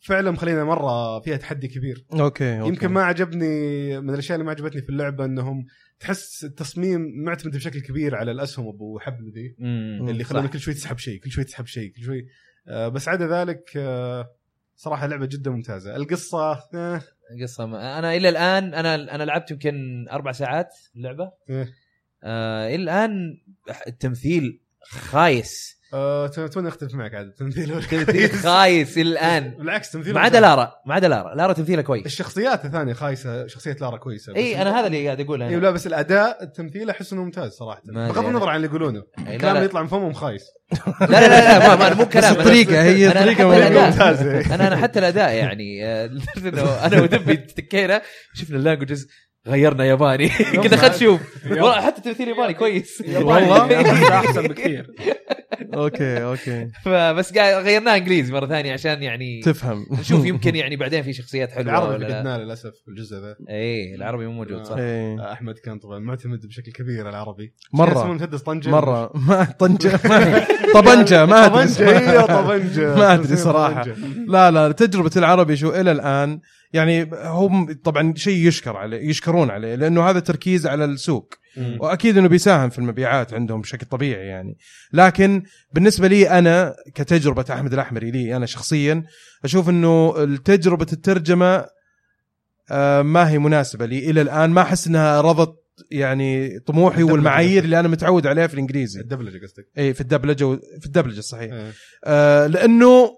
[SPEAKER 1] فعلا مخلينا مره فيها تحدي كبير
[SPEAKER 2] اوكي أوكي.
[SPEAKER 1] يمكن ما عجبني من الاشياء اللي ما عجبتني في اللعبه انهم تحس التصميم معتمد بشكل كبير على الاسهم ابو حبل ذي
[SPEAKER 3] مم.
[SPEAKER 1] اللي
[SPEAKER 3] صح.
[SPEAKER 1] خلونا كل شوي تسحب شيء كل شوي تسحب شيء كل شوي آه بس عدا ذلك آه صراحه لعبه جدا ممتازه القصه آه
[SPEAKER 3] قصه ما. انا الى الان انا انا لعبت يمكن اربع ساعات اللعبه
[SPEAKER 1] إيه.
[SPEAKER 3] آه الى الان التمثيل خايس
[SPEAKER 1] آه، اتمنى اختلف معك عاد تمثيله
[SPEAKER 3] تمثيل
[SPEAKER 1] كويس.
[SPEAKER 3] خايس الى الان
[SPEAKER 1] بالعكس تمثيله
[SPEAKER 3] ما عدا
[SPEAKER 1] ممتاز.
[SPEAKER 3] لارا ما عدا لارا لارا تمثيلها كويس
[SPEAKER 1] الشخصيات الثانيه خايسه شخصيه لارا كويسه بس- إيه،
[SPEAKER 3] اي انا هذا اللي قاعد اقوله
[SPEAKER 1] اي
[SPEAKER 3] أنا.
[SPEAKER 1] لا بس الاداء التمثيل احس انه ممتاز صراحه
[SPEAKER 3] ما
[SPEAKER 1] بغض
[SPEAKER 3] أدري
[SPEAKER 1] النظر عن اللي يقولونه
[SPEAKER 3] إي،
[SPEAKER 1] الكلام
[SPEAKER 3] لا
[SPEAKER 1] اللي
[SPEAKER 3] لا
[SPEAKER 1] يطلع من فمهم خايس
[SPEAKER 3] لا لا, لا, لا ما- ما- مو كلام
[SPEAKER 2] بس الطريقه هي
[SPEAKER 3] أنا- أنا
[SPEAKER 2] طريقه
[SPEAKER 3] حتى الأداء.
[SPEAKER 2] ممتازة.
[SPEAKER 1] ممتاز
[SPEAKER 3] انا انا حتى الاداء يعني آه، لدرجة إنه انا ودبي تكينا شفنا اللانجوجز غيرنا ياباني كنا خلنا نشوف والله حتى تمثيل ياباني كويس
[SPEAKER 5] والله احسن بكثير
[SPEAKER 2] اوكي اوكي
[SPEAKER 3] فبس قاعد غيرناه انجليزي مره ثانيه عشان يعني
[SPEAKER 2] تفهم
[SPEAKER 3] نشوف يمكن يعني بعدين في شخصيات حلوه
[SPEAKER 1] العربي
[SPEAKER 3] ولا لا
[SPEAKER 1] فقدناه للاسف في الجزء ذا
[SPEAKER 3] اي العربي مو موجود صح
[SPEAKER 2] إيه.
[SPEAKER 1] آه، احمد كان طبعا معتمد بشكل كبير على العربي اسمه
[SPEAKER 2] مره
[SPEAKER 1] متدس طنجه
[SPEAKER 2] مره ما طنجه ما- طبنجه ما ادري
[SPEAKER 1] إيه، طبنجه ايوه طبنجه
[SPEAKER 2] ما أدري صراحة. لا لا تجربه العربي شو الى الان يعني هو م- طبعا شيء يشكر عليه يشكرون عليه لانه هذا تركيز على السوق
[SPEAKER 1] مم.
[SPEAKER 2] واكيد انه بيساهم في المبيعات عندهم بشكل طبيعي يعني لكن بالنسبه لي انا كتجربه احمد الاحمري لي انا شخصيا اشوف انه تجربه الترجمه آه، ما هي مناسبه لي الى الان ما احس انها رضت يعني طموحي
[SPEAKER 1] الدبلجة.
[SPEAKER 2] والمعايير اللي انا متعود عليها في الانجليزي
[SPEAKER 1] الدبلجه قصدك
[SPEAKER 2] اي في الدبلجه و... في الدبلجه صحيح
[SPEAKER 1] إيه.
[SPEAKER 2] آه، لانه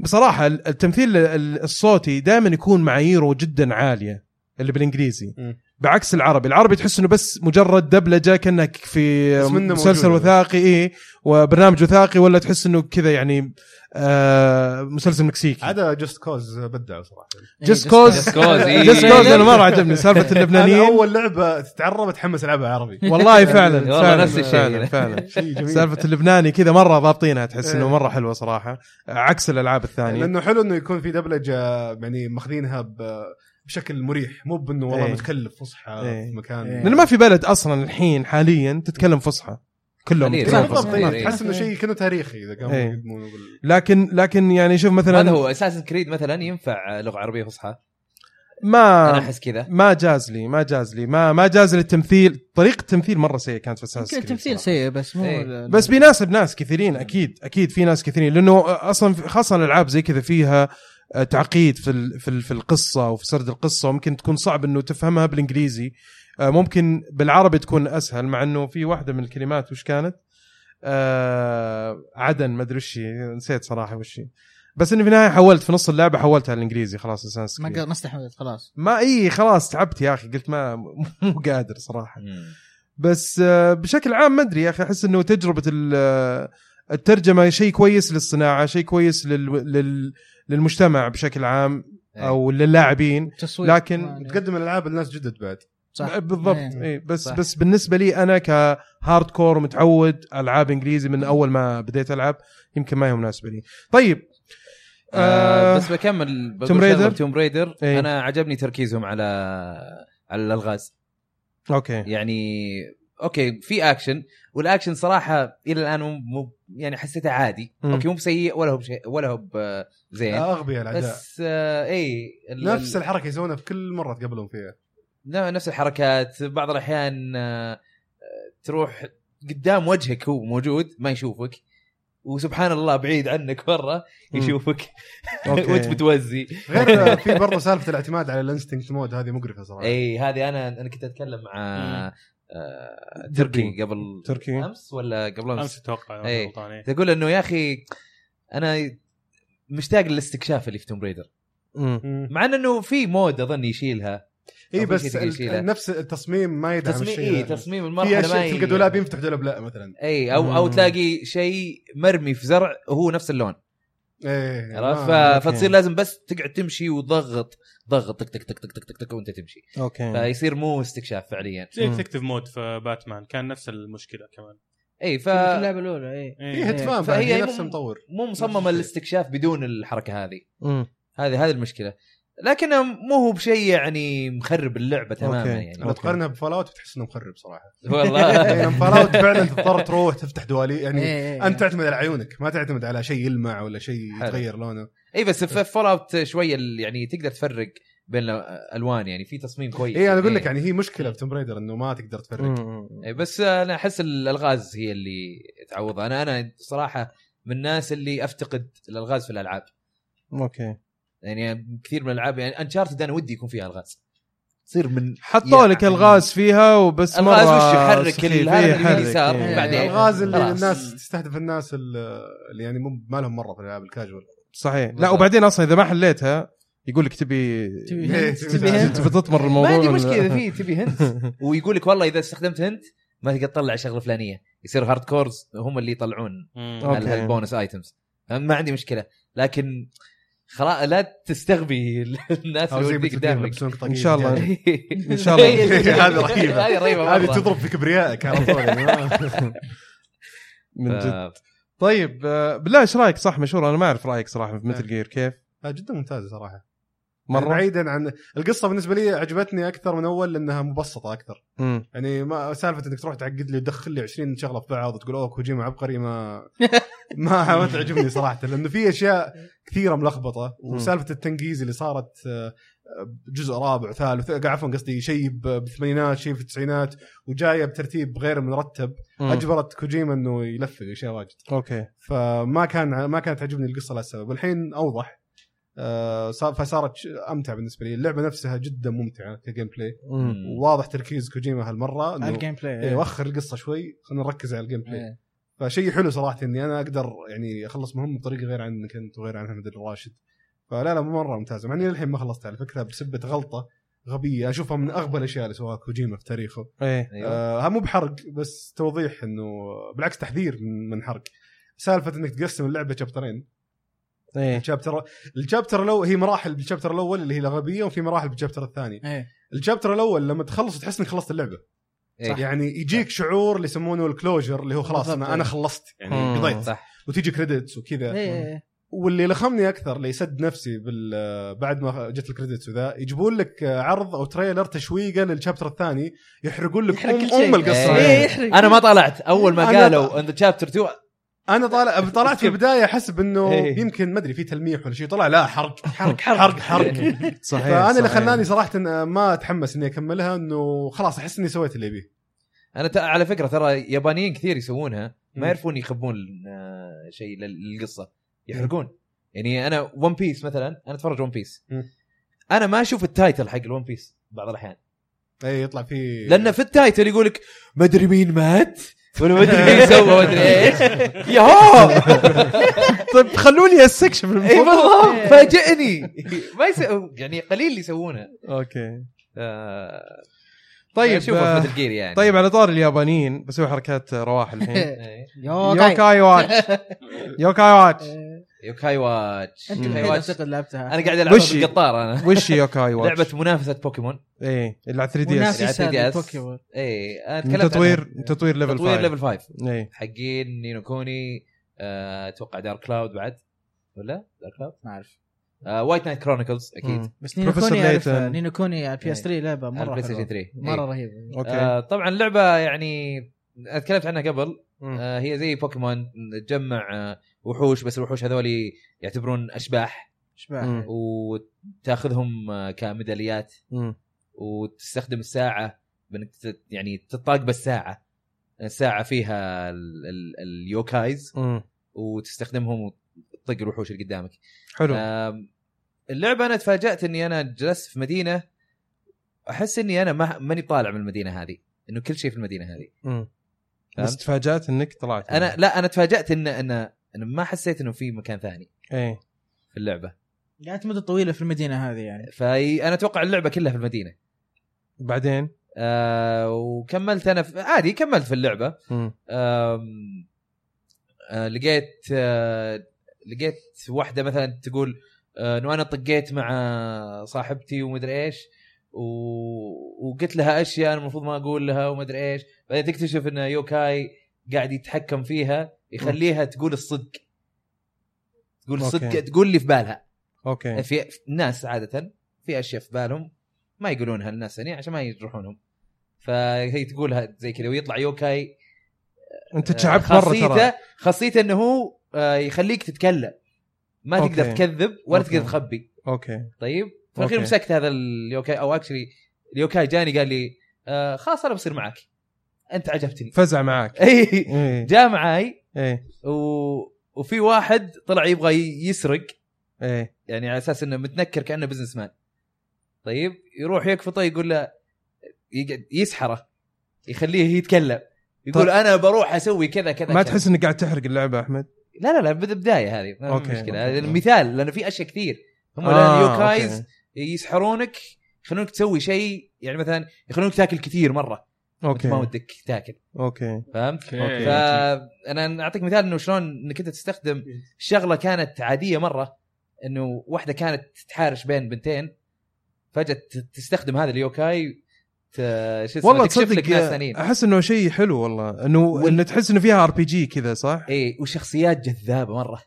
[SPEAKER 2] بصراحه ال- التمثيل ال- ال- الصوتي دائما يكون معاييره جدا عاليه اللي بالانجليزي
[SPEAKER 1] مم.
[SPEAKER 2] بعكس العربي العربي تحس انه بس مجرد دبلجه كانك في
[SPEAKER 1] بس منه
[SPEAKER 2] مسلسل
[SPEAKER 1] موجودة.
[SPEAKER 2] وثائقي ايه وبرنامج وثائقي ولا تحس انه كذا يعني آه مسلسل مكسيكي
[SPEAKER 1] هذا جست كوز بدع صراحه
[SPEAKER 4] إيه،
[SPEAKER 2] جست كوز
[SPEAKER 3] Just Cause، إيه.
[SPEAKER 2] جست كوز انا مره عجبني سالفه
[SPEAKER 1] هذا
[SPEAKER 2] اللبنانيين
[SPEAKER 1] اول لعبه تتعرب اتحمس العبها عربي
[SPEAKER 2] والله فعلا
[SPEAKER 3] والله
[SPEAKER 2] فعلا
[SPEAKER 3] نفس الشيء.
[SPEAKER 2] فعلا, فعلا.
[SPEAKER 1] شيء جميل
[SPEAKER 2] سالفه اللبناني كذا مره ضابطينها تحس انه
[SPEAKER 1] إيه.
[SPEAKER 2] مره حلوه صراحه عكس الالعاب الثانيه
[SPEAKER 1] لانه حلو انه يكون في دبلجه يعني ماخذينها ب- بشكل مريح مو بانه والله
[SPEAKER 2] إيه.
[SPEAKER 1] متكلف فصحى
[SPEAKER 2] إيه.
[SPEAKER 1] في مكان
[SPEAKER 5] إيه.
[SPEAKER 2] لانه ما في بلد اصلا الحين حاليا تتكلم فصحى كلهم
[SPEAKER 3] قليل.
[SPEAKER 2] يتكلمون
[SPEAKER 1] بالضبط
[SPEAKER 2] فصحى
[SPEAKER 1] إيه،
[SPEAKER 3] إيه.
[SPEAKER 1] تحس انه شيء كانه تاريخي اذا قاموا
[SPEAKER 2] إيه.
[SPEAKER 1] يقدمونه بال-
[SPEAKER 2] لكن لكن يعني شوف
[SPEAKER 3] هذا
[SPEAKER 2] مثلا
[SPEAKER 3] هو اساسن كريد مثلا ينفع لغه عربيه فصحى انا
[SPEAKER 2] ما
[SPEAKER 3] احس كذا
[SPEAKER 2] ما جاز لي ما جاز لي ما ما جاز لي التمثيل طريقه التمثيل مره سيئه كانت في اساس
[SPEAKER 4] يمكن التمثيل سيء بس مو
[SPEAKER 3] إيه.
[SPEAKER 4] ال-
[SPEAKER 2] بس بيناسب ناس كثيرين اكيد اكيد في ناس كثيرين لانه اصلا في- خاصه الالعاب زي كذا فيها آه، تعقيد في ال- في ال- في القصه وفي سرد القصه وممكن تكون صعب انه تفهمها بالانجليزي آه، ممكن بالعربي تكون اسهل مع انه في واحده من الكلمات وش كانت؟ آه عدن ما ادري وش هي، نسيت صراحه وش هي. بس اني في النهايه حولت في نص اللعبه حولتها للانجليزي خلاص اساس
[SPEAKER 4] ما قدر- ما استحملت خلاص
[SPEAKER 2] ما اي خلاص تعبت يا اخي قلت ما مو قادر صراحه
[SPEAKER 3] مم.
[SPEAKER 2] بس آه، بشكل عام ما ادري يا اخي احس انه تجربه ال- آه، الترجمه شيء كويس للصناعه شيء كويس لل... لل... للمجتمع بشكل عام
[SPEAKER 3] إيه.
[SPEAKER 2] او لللاعبين
[SPEAKER 4] تصوير
[SPEAKER 2] لكن
[SPEAKER 4] ما-
[SPEAKER 1] تقدم الالعاب للناس جدد بعد
[SPEAKER 4] صح
[SPEAKER 2] آه، بالضبط
[SPEAKER 4] إيه.
[SPEAKER 2] اي بس
[SPEAKER 4] صح.
[SPEAKER 2] بس بالنسبه لي انا كهارد كور متعود العاب انجليزي من اول ما بديت العب يمكن ما هي مناسبه لي طيب
[SPEAKER 3] آه
[SPEAKER 2] آه
[SPEAKER 3] بس بكمل
[SPEAKER 2] توم ريدر؟
[SPEAKER 3] توم ريدر
[SPEAKER 2] إيه.
[SPEAKER 3] انا عجبني تركيزهم على على الالغاز
[SPEAKER 2] اوكي
[SPEAKER 3] يعني اوكي في اكشن والاكشن صراحه الى الان مو- مو يعني حسيته عادي
[SPEAKER 2] مم.
[SPEAKER 3] اوكي مو بسيء ولا هو بشيء ولا هو ب-
[SPEAKER 2] إيه.
[SPEAKER 3] زين
[SPEAKER 1] اغبياء العداء
[SPEAKER 3] بس آه اي ال-
[SPEAKER 1] نفس الحركه يسوونها في كل مره تقابلهم فيها
[SPEAKER 3] لا، نفس الحركات بعض الاحيان آه، تروح قدام وجهك هو موجود ما يشوفك وسبحان الله بعيد عنك مره
[SPEAKER 2] مم.
[SPEAKER 3] يشوفك
[SPEAKER 2] أوكي.
[SPEAKER 3] وانت متوزي
[SPEAKER 1] غير في برضه سالفه الاعتماد على الانستنكت مود هذه مقرفه صراحه
[SPEAKER 2] إيه.
[SPEAKER 3] اي هذه انا انا كنت اتكلم مع آه، تركي قبل
[SPEAKER 2] تركي.
[SPEAKER 3] امس ولا قبل امس
[SPEAKER 6] امس اتوقع
[SPEAKER 3] إيه.
[SPEAKER 6] إذا غلطان، إيه.
[SPEAKER 3] تقول انه يا اخي انا مشتاق للاستكشاف اللي في توم ريدر
[SPEAKER 2] مم.
[SPEAKER 3] مع انه في مود اظن يشيلها
[SPEAKER 1] اي
[SPEAKER 3] أظن
[SPEAKER 1] إيه، بس
[SPEAKER 3] شيء يشيله.
[SPEAKER 1] ال- نفس التصميم ما
[SPEAKER 2] نعم،
[SPEAKER 1] يدعم
[SPEAKER 3] تصميم
[SPEAKER 1] الشيء
[SPEAKER 3] اي
[SPEAKER 1] هذا.
[SPEAKER 3] تصميم إيه.
[SPEAKER 1] في
[SPEAKER 3] المرحله ما
[SPEAKER 1] اشياء
[SPEAKER 3] ي-
[SPEAKER 1] تلقى دولاب ينفتح دولاب لا مثلا
[SPEAKER 3] اي او او
[SPEAKER 2] مم.
[SPEAKER 3] تلاقي شيء مرمي في زرع هو نفس اللون
[SPEAKER 1] ايه
[SPEAKER 3] عرفت إيه.
[SPEAKER 1] ما-
[SPEAKER 3] ف- فتصير لازم بس تقعد تمشي وتضغط ضغط تك تك تك تك تك تك, تك وانت تمشي
[SPEAKER 2] اوكي
[SPEAKER 3] فيصير مو استكشاف فعليا
[SPEAKER 6] زي
[SPEAKER 2] مم.
[SPEAKER 6] ديتكتيف مود في باتمان كان نفس المشكله كمان
[SPEAKER 3] اي ف
[SPEAKER 4] في اللعبه الاولى اي
[SPEAKER 1] في
[SPEAKER 6] إيه.
[SPEAKER 1] هتمان
[SPEAKER 3] فهي
[SPEAKER 1] فهي
[SPEAKER 3] مو-
[SPEAKER 1] نفس المطور
[SPEAKER 3] مو مصممه للاستكشاف بدون الحركه هذه
[SPEAKER 2] مم.
[SPEAKER 3] هذه هذه المشكله لكنه مو هو بشيء يعني مخرب اللعبه تماما
[SPEAKER 2] أوكي.
[SPEAKER 3] يعني
[SPEAKER 1] لو تقارنها بفال اوت بتحس انه مخرب صراحه
[SPEAKER 3] والله
[SPEAKER 1] لان فال اوت فعلا تضطر تروح تفتح دوالي يعني
[SPEAKER 4] إيه.
[SPEAKER 1] انت تعتمد على عيونك ما تعتمد على شيء يلمع ولا شيء
[SPEAKER 3] حلو.
[SPEAKER 1] يتغير لونه
[SPEAKER 3] اي بس في فول اوت شويه ال- يعني تقدر تفرق بين الالوان يعني في تصميم كويس
[SPEAKER 1] اي انا اقول لك يعني هي مشكله في توم بريدر انه ما تقدر تفرق
[SPEAKER 2] إيه، مم.
[SPEAKER 3] إيه بس انا احس الالغاز هي اللي تعوضها انا انا صراحه من الناس اللي افتقد الالغاز في الالعاب
[SPEAKER 2] اوكي
[SPEAKER 3] يعني كثير من الالعاب يعني انشارتد انا ودي يكون فيها الغاز تصير من
[SPEAKER 2] حطوا
[SPEAKER 3] يعني-
[SPEAKER 2] لك الغاز فيها وبس
[SPEAKER 3] الغاز
[SPEAKER 2] مره
[SPEAKER 3] وش يحرك
[SPEAKER 2] سخيف.
[SPEAKER 3] ال- هذا
[SPEAKER 2] إيه،
[SPEAKER 3] اللي
[SPEAKER 2] يحرك.
[SPEAKER 3] باليسار،
[SPEAKER 2] إيه.
[SPEAKER 3] بعدين.
[SPEAKER 1] الغاز اللي
[SPEAKER 3] خلاص.
[SPEAKER 1] الناس تستهدف الناس ال- اللي يعني مو ما لهم مره في الالعاب الكاجوال
[SPEAKER 2] صحيح لا
[SPEAKER 3] بالضبط.
[SPEAKER 2] وبعدين اصلا اذا ما حليتها يقول لك تبي
[SPEAKER 4] تبي
[SPEAKER 1] إيه،
[SPEAKER 4] هند؟
[SPEAKER 1] تبي
[SPEAKER 4] تبي هند؟
[SPEAKER 2] تبي تطمر الموضوع
[SPEAKER 3] ما عندي
[SPEAKER 2] ولا-
[SPEAKER 3] مشكله في تبي هنت ويقول لك والله اذا استخدمت هنت ما تقدر تطلع شغله فلانيه يصير هارد كورز هم اللي يطلعون
[SPEAKER 6] مم.
[SPEAKER 2] أوكي.
[SPEAKER 3] هال- هالبونس ايتمز ما عندي مشكله لكن خلاص لا تستغبي الناس
[SPEAKER 1] او
[SPEAKER 3] اللي
[SPEAKER 1] زي
[SPEAKER 3] وديك
[SPEAKER 1] بتديهم
[SPEAKER 3] قدامك
[SPEAKER 1] يلبسونك طاقية
[SPEAKER 2] إن شاء الله.
[SPEAKER 1] رجال.
[SPEAKER 3] ان
[SPEAKER 2] شاء الله.
[SPEAKER 1] هذه رهيبة.
[SPEAKER 3] هذه رهيبه مرة.
[SPEAKER 1] هذه تضرب في كبريائك على طول يعني ما-
[SPEAKER 2] من جد
[SPEAKER 3] آه،
[SPEAKER 2] طيب آه، بالله ايش رايك صح مشهور انا ما اعرف رايك صراحه في مثل جير كيف
[SPEAKER 1] لا، جدا ممتازه صراحه مره
[SPEAKER 2] مره
[SPEAKER 1] بعيدا عن القصه بالنسبه لي عجبتني اكثر من اول لانها مبسطه اكثر
[SPEAKER 2] مم.
[SPEAKER 1] يعني ما سالفه انك تروح تعقد لي وتدخل لي 20 شغله في بعض وتقول اوه كوجيما عبقري ما ما ما تعجبني صراحه لانه في اشياء كثيره ملخبطه وسالفه التنقيز اللي صارت آه، جزء رابع ثالث قاعد عفوا قصدي شيء ب- بالثمانينات شيء في التسعينات وجايه بترتيب غير مرتب
[SPEAKER 2] مم.
[SPEAKER 1] اجبرت كوجيما انه يلفق اشياء واجد
[SPEAKER 2] اوكي
[SPEAKER 1] فما كان ما كانت تعجبني القصه لهالسبب والحين اوضح آه، صار- فصارت ش- امتع بالنسبه لي اللعبه نفسها جدا ممتعه كجيم بلاي
[SPEAKER 2] مم.
[SPEAKER 1] وواضح تركيز كوجيما هالمره
[SPEAKER 4] على
[SPEAKER 1] انه
[SPEAKER 4] الجيم بلاي
[SPEAKER 1] إيه، وخر القصه شوي خلينا نركز على الجيم بلاي
[SPEAKER 4] إيه.
[SPEAKER 1] فشيء حلو صراحه اني انا اقدر يعني اخلص مهمه بطريقه غير عنك انت وغير عن محمد الراشد فلا لا مره ممتازه مع اني للحين ما خلصت على فكره بسبه غلطه غبيه اشوفها من اغبى الاشياء اللي سواها كوجيما في تاريخه
[SPEAKER 2] ايه
[SPEAKER 3] ايوه
[SPEAKER 1] آه مو بحرق بس توضيح انه بالعكس تحذير من من حرق سالفه انك تقسم اللعبه شابترين
[SPEAKER 3] إيه.
[SPEAKER 2] ايه
[SPEAKER 1] الشابتر الشابتر الاول هي مراحل بالشابتر الاول اللي هي الغبيه وفي مراحل بالشابتر الثاني
[SPEAKER 4] إيه.
[SPEAKER 1] الشابتر الاول لما تخلص تحس انك خلصت اللعبه
[SPEAKER 3] إيه.
[SPEAKER 1] يعني يجيك شعور اللي يسمونه الكلوجر اللي هو خلاص
[SPEAKER 4] بالضبط،
[SPEAKER 1] انا انا
[SPEAKER 4] إيه.
[SPEAKER 1] خلصت
[SPEAKER 2] مم.
[SPEAKER 1] يعني قضيت
[SPEAKER 3] صح
[SPEAKER 1] وتيجي كريدتس وكذا
[SPEAKER 4] إيه.
[SPEAKER 1] واللي لخمني اكثر اللي يسد نفسي بال بعد ما جت الكريدتس وذا يجيبون لك عرض او تريلر تشويقه للشابتر الثاني يحرقون لك
[SPEAKER 4] يحرق
[SPEAKER 1] ام,
[SPEAKER 4] كل شيء.
[SPEAKER 1] أم القصه
[SPEAKER 3] إيه.
[SPEAKER 4] ايه يحرق
[SPEAKER 3] انا ما طلعت اول ما
[SPEAKER 1] أنا-
[SPEAKER 3] قالوا ان شابتر 2
[SPEAKER 1] انا طالع طلعت في البدايه حسب انه
[SPEAKER 3] إيه.
[SPEAKER 1] يمكن ما ادري في تلميح ولا شيء طلع لا حرق حرق
[SPEAKER 4] حرق.
[SPEAKER 1] حرق حرق
[SPEAKER 2] صحيح
[SPEAKER 1] فانا اللي
[SPEAKER 2] صحيح.
[SPEAKER 1] خلاني صراحه إن ما اتحمس اني اكملها انه خلاص احس اني سويت اللي ابيه
[SPEAKER 3] انا ت- على فكره ترى يابانيين كثير يسوونها
[SPEAKER 1] مم.
[SPEAKER 3] ما يعرفون يخبون آه، شيء لل- للقصه يحرقون يعني انا ون بيس مثلا انا اتفرج ون بيس
[SPEAKER 1] مم.
[SPEAKER 3] انا ما اشوف التايتل حق الون بيس بعض الاحيان
[SPEAKER 1] اي إيه، يطلع في
[SPEAKER 3] لان في التايتل يقول لك ما ادري مين مات ولا ما ادري مين سوى ما ادري
[SPEAKER 1] إيه.
[SPEAKER 3] ايش ياهو
[SPEAKER 2] طيب خلوني استكشف
[SPEAKER 3] اي
[SPEAKER 2] الموضوع
[SPEAKER 3] بالضبط فاجئني إيه، ما يسو... يعني قليل اللي يسوونه
[SPEAKER 2] اوكي
[SPEAKER 3] آه،
[SPEAKER 2] طيب
[SPEAKER 3] شوف
[SPEAKER 2] آه،
[SPEAKER 3] مثل جير يعني
[SPEAKER 2] طيب على طار اليابانيين بسوي حركات رواح الحين
[SPEAKER 3] إيه.
[SPEAKER 4] يوكاي
[SPEAKER 2] يوكاي واتش يوكاي واتش
[SPEAKER 4] إيه.
[SPEAKER 3] يوكاي واتش
[SPEAKER 4] انت
[SPEAKER 2] مم.
[SPEAKER 4] الوحيد اعتقد لعبتها
[SPEAKER 3] انا إيه، قاعد العبها
[SPEAKER 2] وش هي؟
[SPEAKER 3] بالقطار انا
[SPEAKER 2] وش يوكاي واتش؟
[SPEAKER 3] لعبه منافسه بوكيمون
[SPEAKER 2] ايه اللي على 3 دي اس
[SPEAKER 4] وناسي
[SPEAKER 3] يعني 3DS.
[SPEAKER 4] سالفة بوكيمون.
[SPEAKER 3] اي انا
[SPEAKER 2] من
[SPEAKER 3] إيه، تكلمت عنها.
[SPEAKER 2] تطوير تطوير ليفل 5
[SPEAKER 3] تطوير ليفل 5
[SPEAKER 2] ايه
[SPEAKER 3] حقين نينو كوني آه، اتوقع دارك كلاود بعد ولا دارك كلاود
[SPEAKER 4] ما اعرف
[SPEAKER 3] آه، وايت نايت كرونيكلز اكيد
[SPEAKER 2] مم.
[SPEAKER 4] بس نينو
[SPEAKER 2] Professor
[SPEAKER 4] كوني أعرفها.
[SPEAKER 2] Layton.
[SPEAKER 4] نينو كوني على البي اس 3 لعبه
[SPEAKER 3] إيه. على
[SPEAKER 4] مره
[SPEAKER 3] البلاي ستيشن
[SPEAKER 4] حلوة.
[SPEAKER 3] 3
[SPEAKER 4] مره
[SPEAKER 3] إيه.
[SPEAKER 4] رهيبه
[SPEAKER 2] اوكي
[SPEAKER 3] آه، طبعا لعبه يعني أنا تكلمت عنها قبل
[SPEAKER 2] مم.
[SPEAKER 3] آه، هي زي بوكيمون تجمع آه، وحوش بس الوحوش هذول يعتبرون اشباح
[SPEAKER 4] اشباح
[SPEAKER 2] مم.
[SPEAKER 3] وتاخذهم آه، كميداليات
[SPEAKER 2] مم.
[SPEAKER 3] وتستخدم الساعه بانك تت- يعني تطاق بالساعه الساعه فيها ال- ال- اليوكايز
[SPEAKER 2] مم.
[SPEAKER 3] وتستخدمهم وتطق الوحوش اللي قدامك
[SPEAKER 2] حلو
[SPEAKER 3] آم، اللعبه انا تفاجات اني انا جلست في مدينه احس اني انا ما ماني طالع من المدينه هذه انه كل شيء في المدينه هذه
[SPEAKER 2] مم.
[SPEAKER 3] فهمت؟
[SPEAKER 2] بس تفاجات انك طلعت
[SPEAKER 3] انا لا انا تفاجات ان ان انا ما حسيت انه في مكان ثاني
[SPEAKER 2] ايه
[SPEAKER 3] في اللعبه
[SPEAKER 4] قعدت مده طويله في المدينه هذه يعني
[SPEAKER 3] فانا اتوقع اللعبه كلها في المدينه
[SPEAKER 2] بعدين
[SPEAKER 3] آه وكملت انا في عادي كملت في اللعبه
[SPEAKER 2] مم.
[SPEAKER 3] آم، آه، لقيت آه، لقيت واحده مثلا تقول آه، انه انا طقيت مع صاحبتي ومدري ايش و... وقلت لها اشياء انا المفروض ما اقول لها ومدري ايش بعدين تكتشف ان يوكاي قاعد يتحكم فيها يخليها تقول الصدق تقول الصدق
[SPEAKER 2] أوكي.
[SPEAKER 3] تقول اللي في بالها
[SPEAKER 2] اوكي
[SPEAKER 3] يعني في في ناس عاده في اشياء في بالهم ما يقولونها للناس ثانيين عشان ما يجرحونهم فهي تقولها زي كذا ويطلع يوكاي آه،
[SPEAKER 2] انت تشعبت مره ترى
[SPEAKER 3] خاصيته خاصيته انه هو آه، يخليك تتكلم ما
[SPEAKER 2] أوكي.
[SPEAKER 3] تقدر تكذب ولا
[SPEAKER 2] أوكي.
[SPEAKER 3] تقدر تخبي
[SPEAKER 2] اوكي
[SPEAKER 3] طيب في الاخير
[SPEAKER 2] أوكي.
[SPEAKER 3] مسكت هذا اليوكاي او اكشلي اليوكاي جاني قال لي آه خلاص انا بصير معك انت عجبتني
[SPEAKER 2] فزع معك
[SPEAKER 3] اي
[SPEAKER 2] ايه
[SPEAKER 3] جاء معاي
[SPEAKER 2] ايه
[SPEAKER 3] و... وفي واحد طلع يبغى ي- يسرق
[SPEAKER 2] ايه
[SPEAKER 3] يعني على اساس انه متنكر كانه بزنس مان طيب يروح يكفطه يقول له يقعد يسحره يخليه يتكلم يقول
[SPEAKER 2] طيب.
[SPEAKER 3] انا بروح اسوي كذا كذا
[SPEAKER 2] ما
[SPEAKER 3] كذا.
[SPEAKER 2] تحس انك قاعد تحرق اللعبه احمد
[SPEAKER 3] لا لا لا بالبدايه هذه ما
[SPEAKER 2] أوكي.
[SPEAKER 3] في مشكله
[SPEAKER 2] أوكي.
[SPEAKER 3] هذا مثال لانه في اشياء كثير هم آه اليوكايز
[SPEAKER 2] أوكي.
[SPEAKER 3] يسحرونك يخلونك تسوي شيء يعني مثلا يخلونك تاكل كثير مره أنت ما
[SPEAKER 2] اوكي
[SPEAKER 3] ودك تاكل
[SPEAKER 2] اوكي
[SPEAKER 3] فهمت؟
[SPEAKER 2] أوكي.
[SPEAKER 3] فانا اعطيك مثال انه شلون انك انت تستخدم
[SPEAKER 2] إيه.
[SPEAKER 3] شغله كانت عاديه مره انه واحده كانت تحارش بين بنتين فجاه ت- تستخدم هذا اليوكاي ت- شو اسمه
[SPEAKER 2] والله
[SPEAKER 3] تكشف لك
[SPEAKER 2] تصدق
[SPEAKER 3] ناس ثانيين
[SPEAKER 2] احس انه شيء حلو والله انه انه تحس انه فيها ار بي جي كذا صح؟
[SPEAKER 3] اي إيه، وشخصيات جذابه مره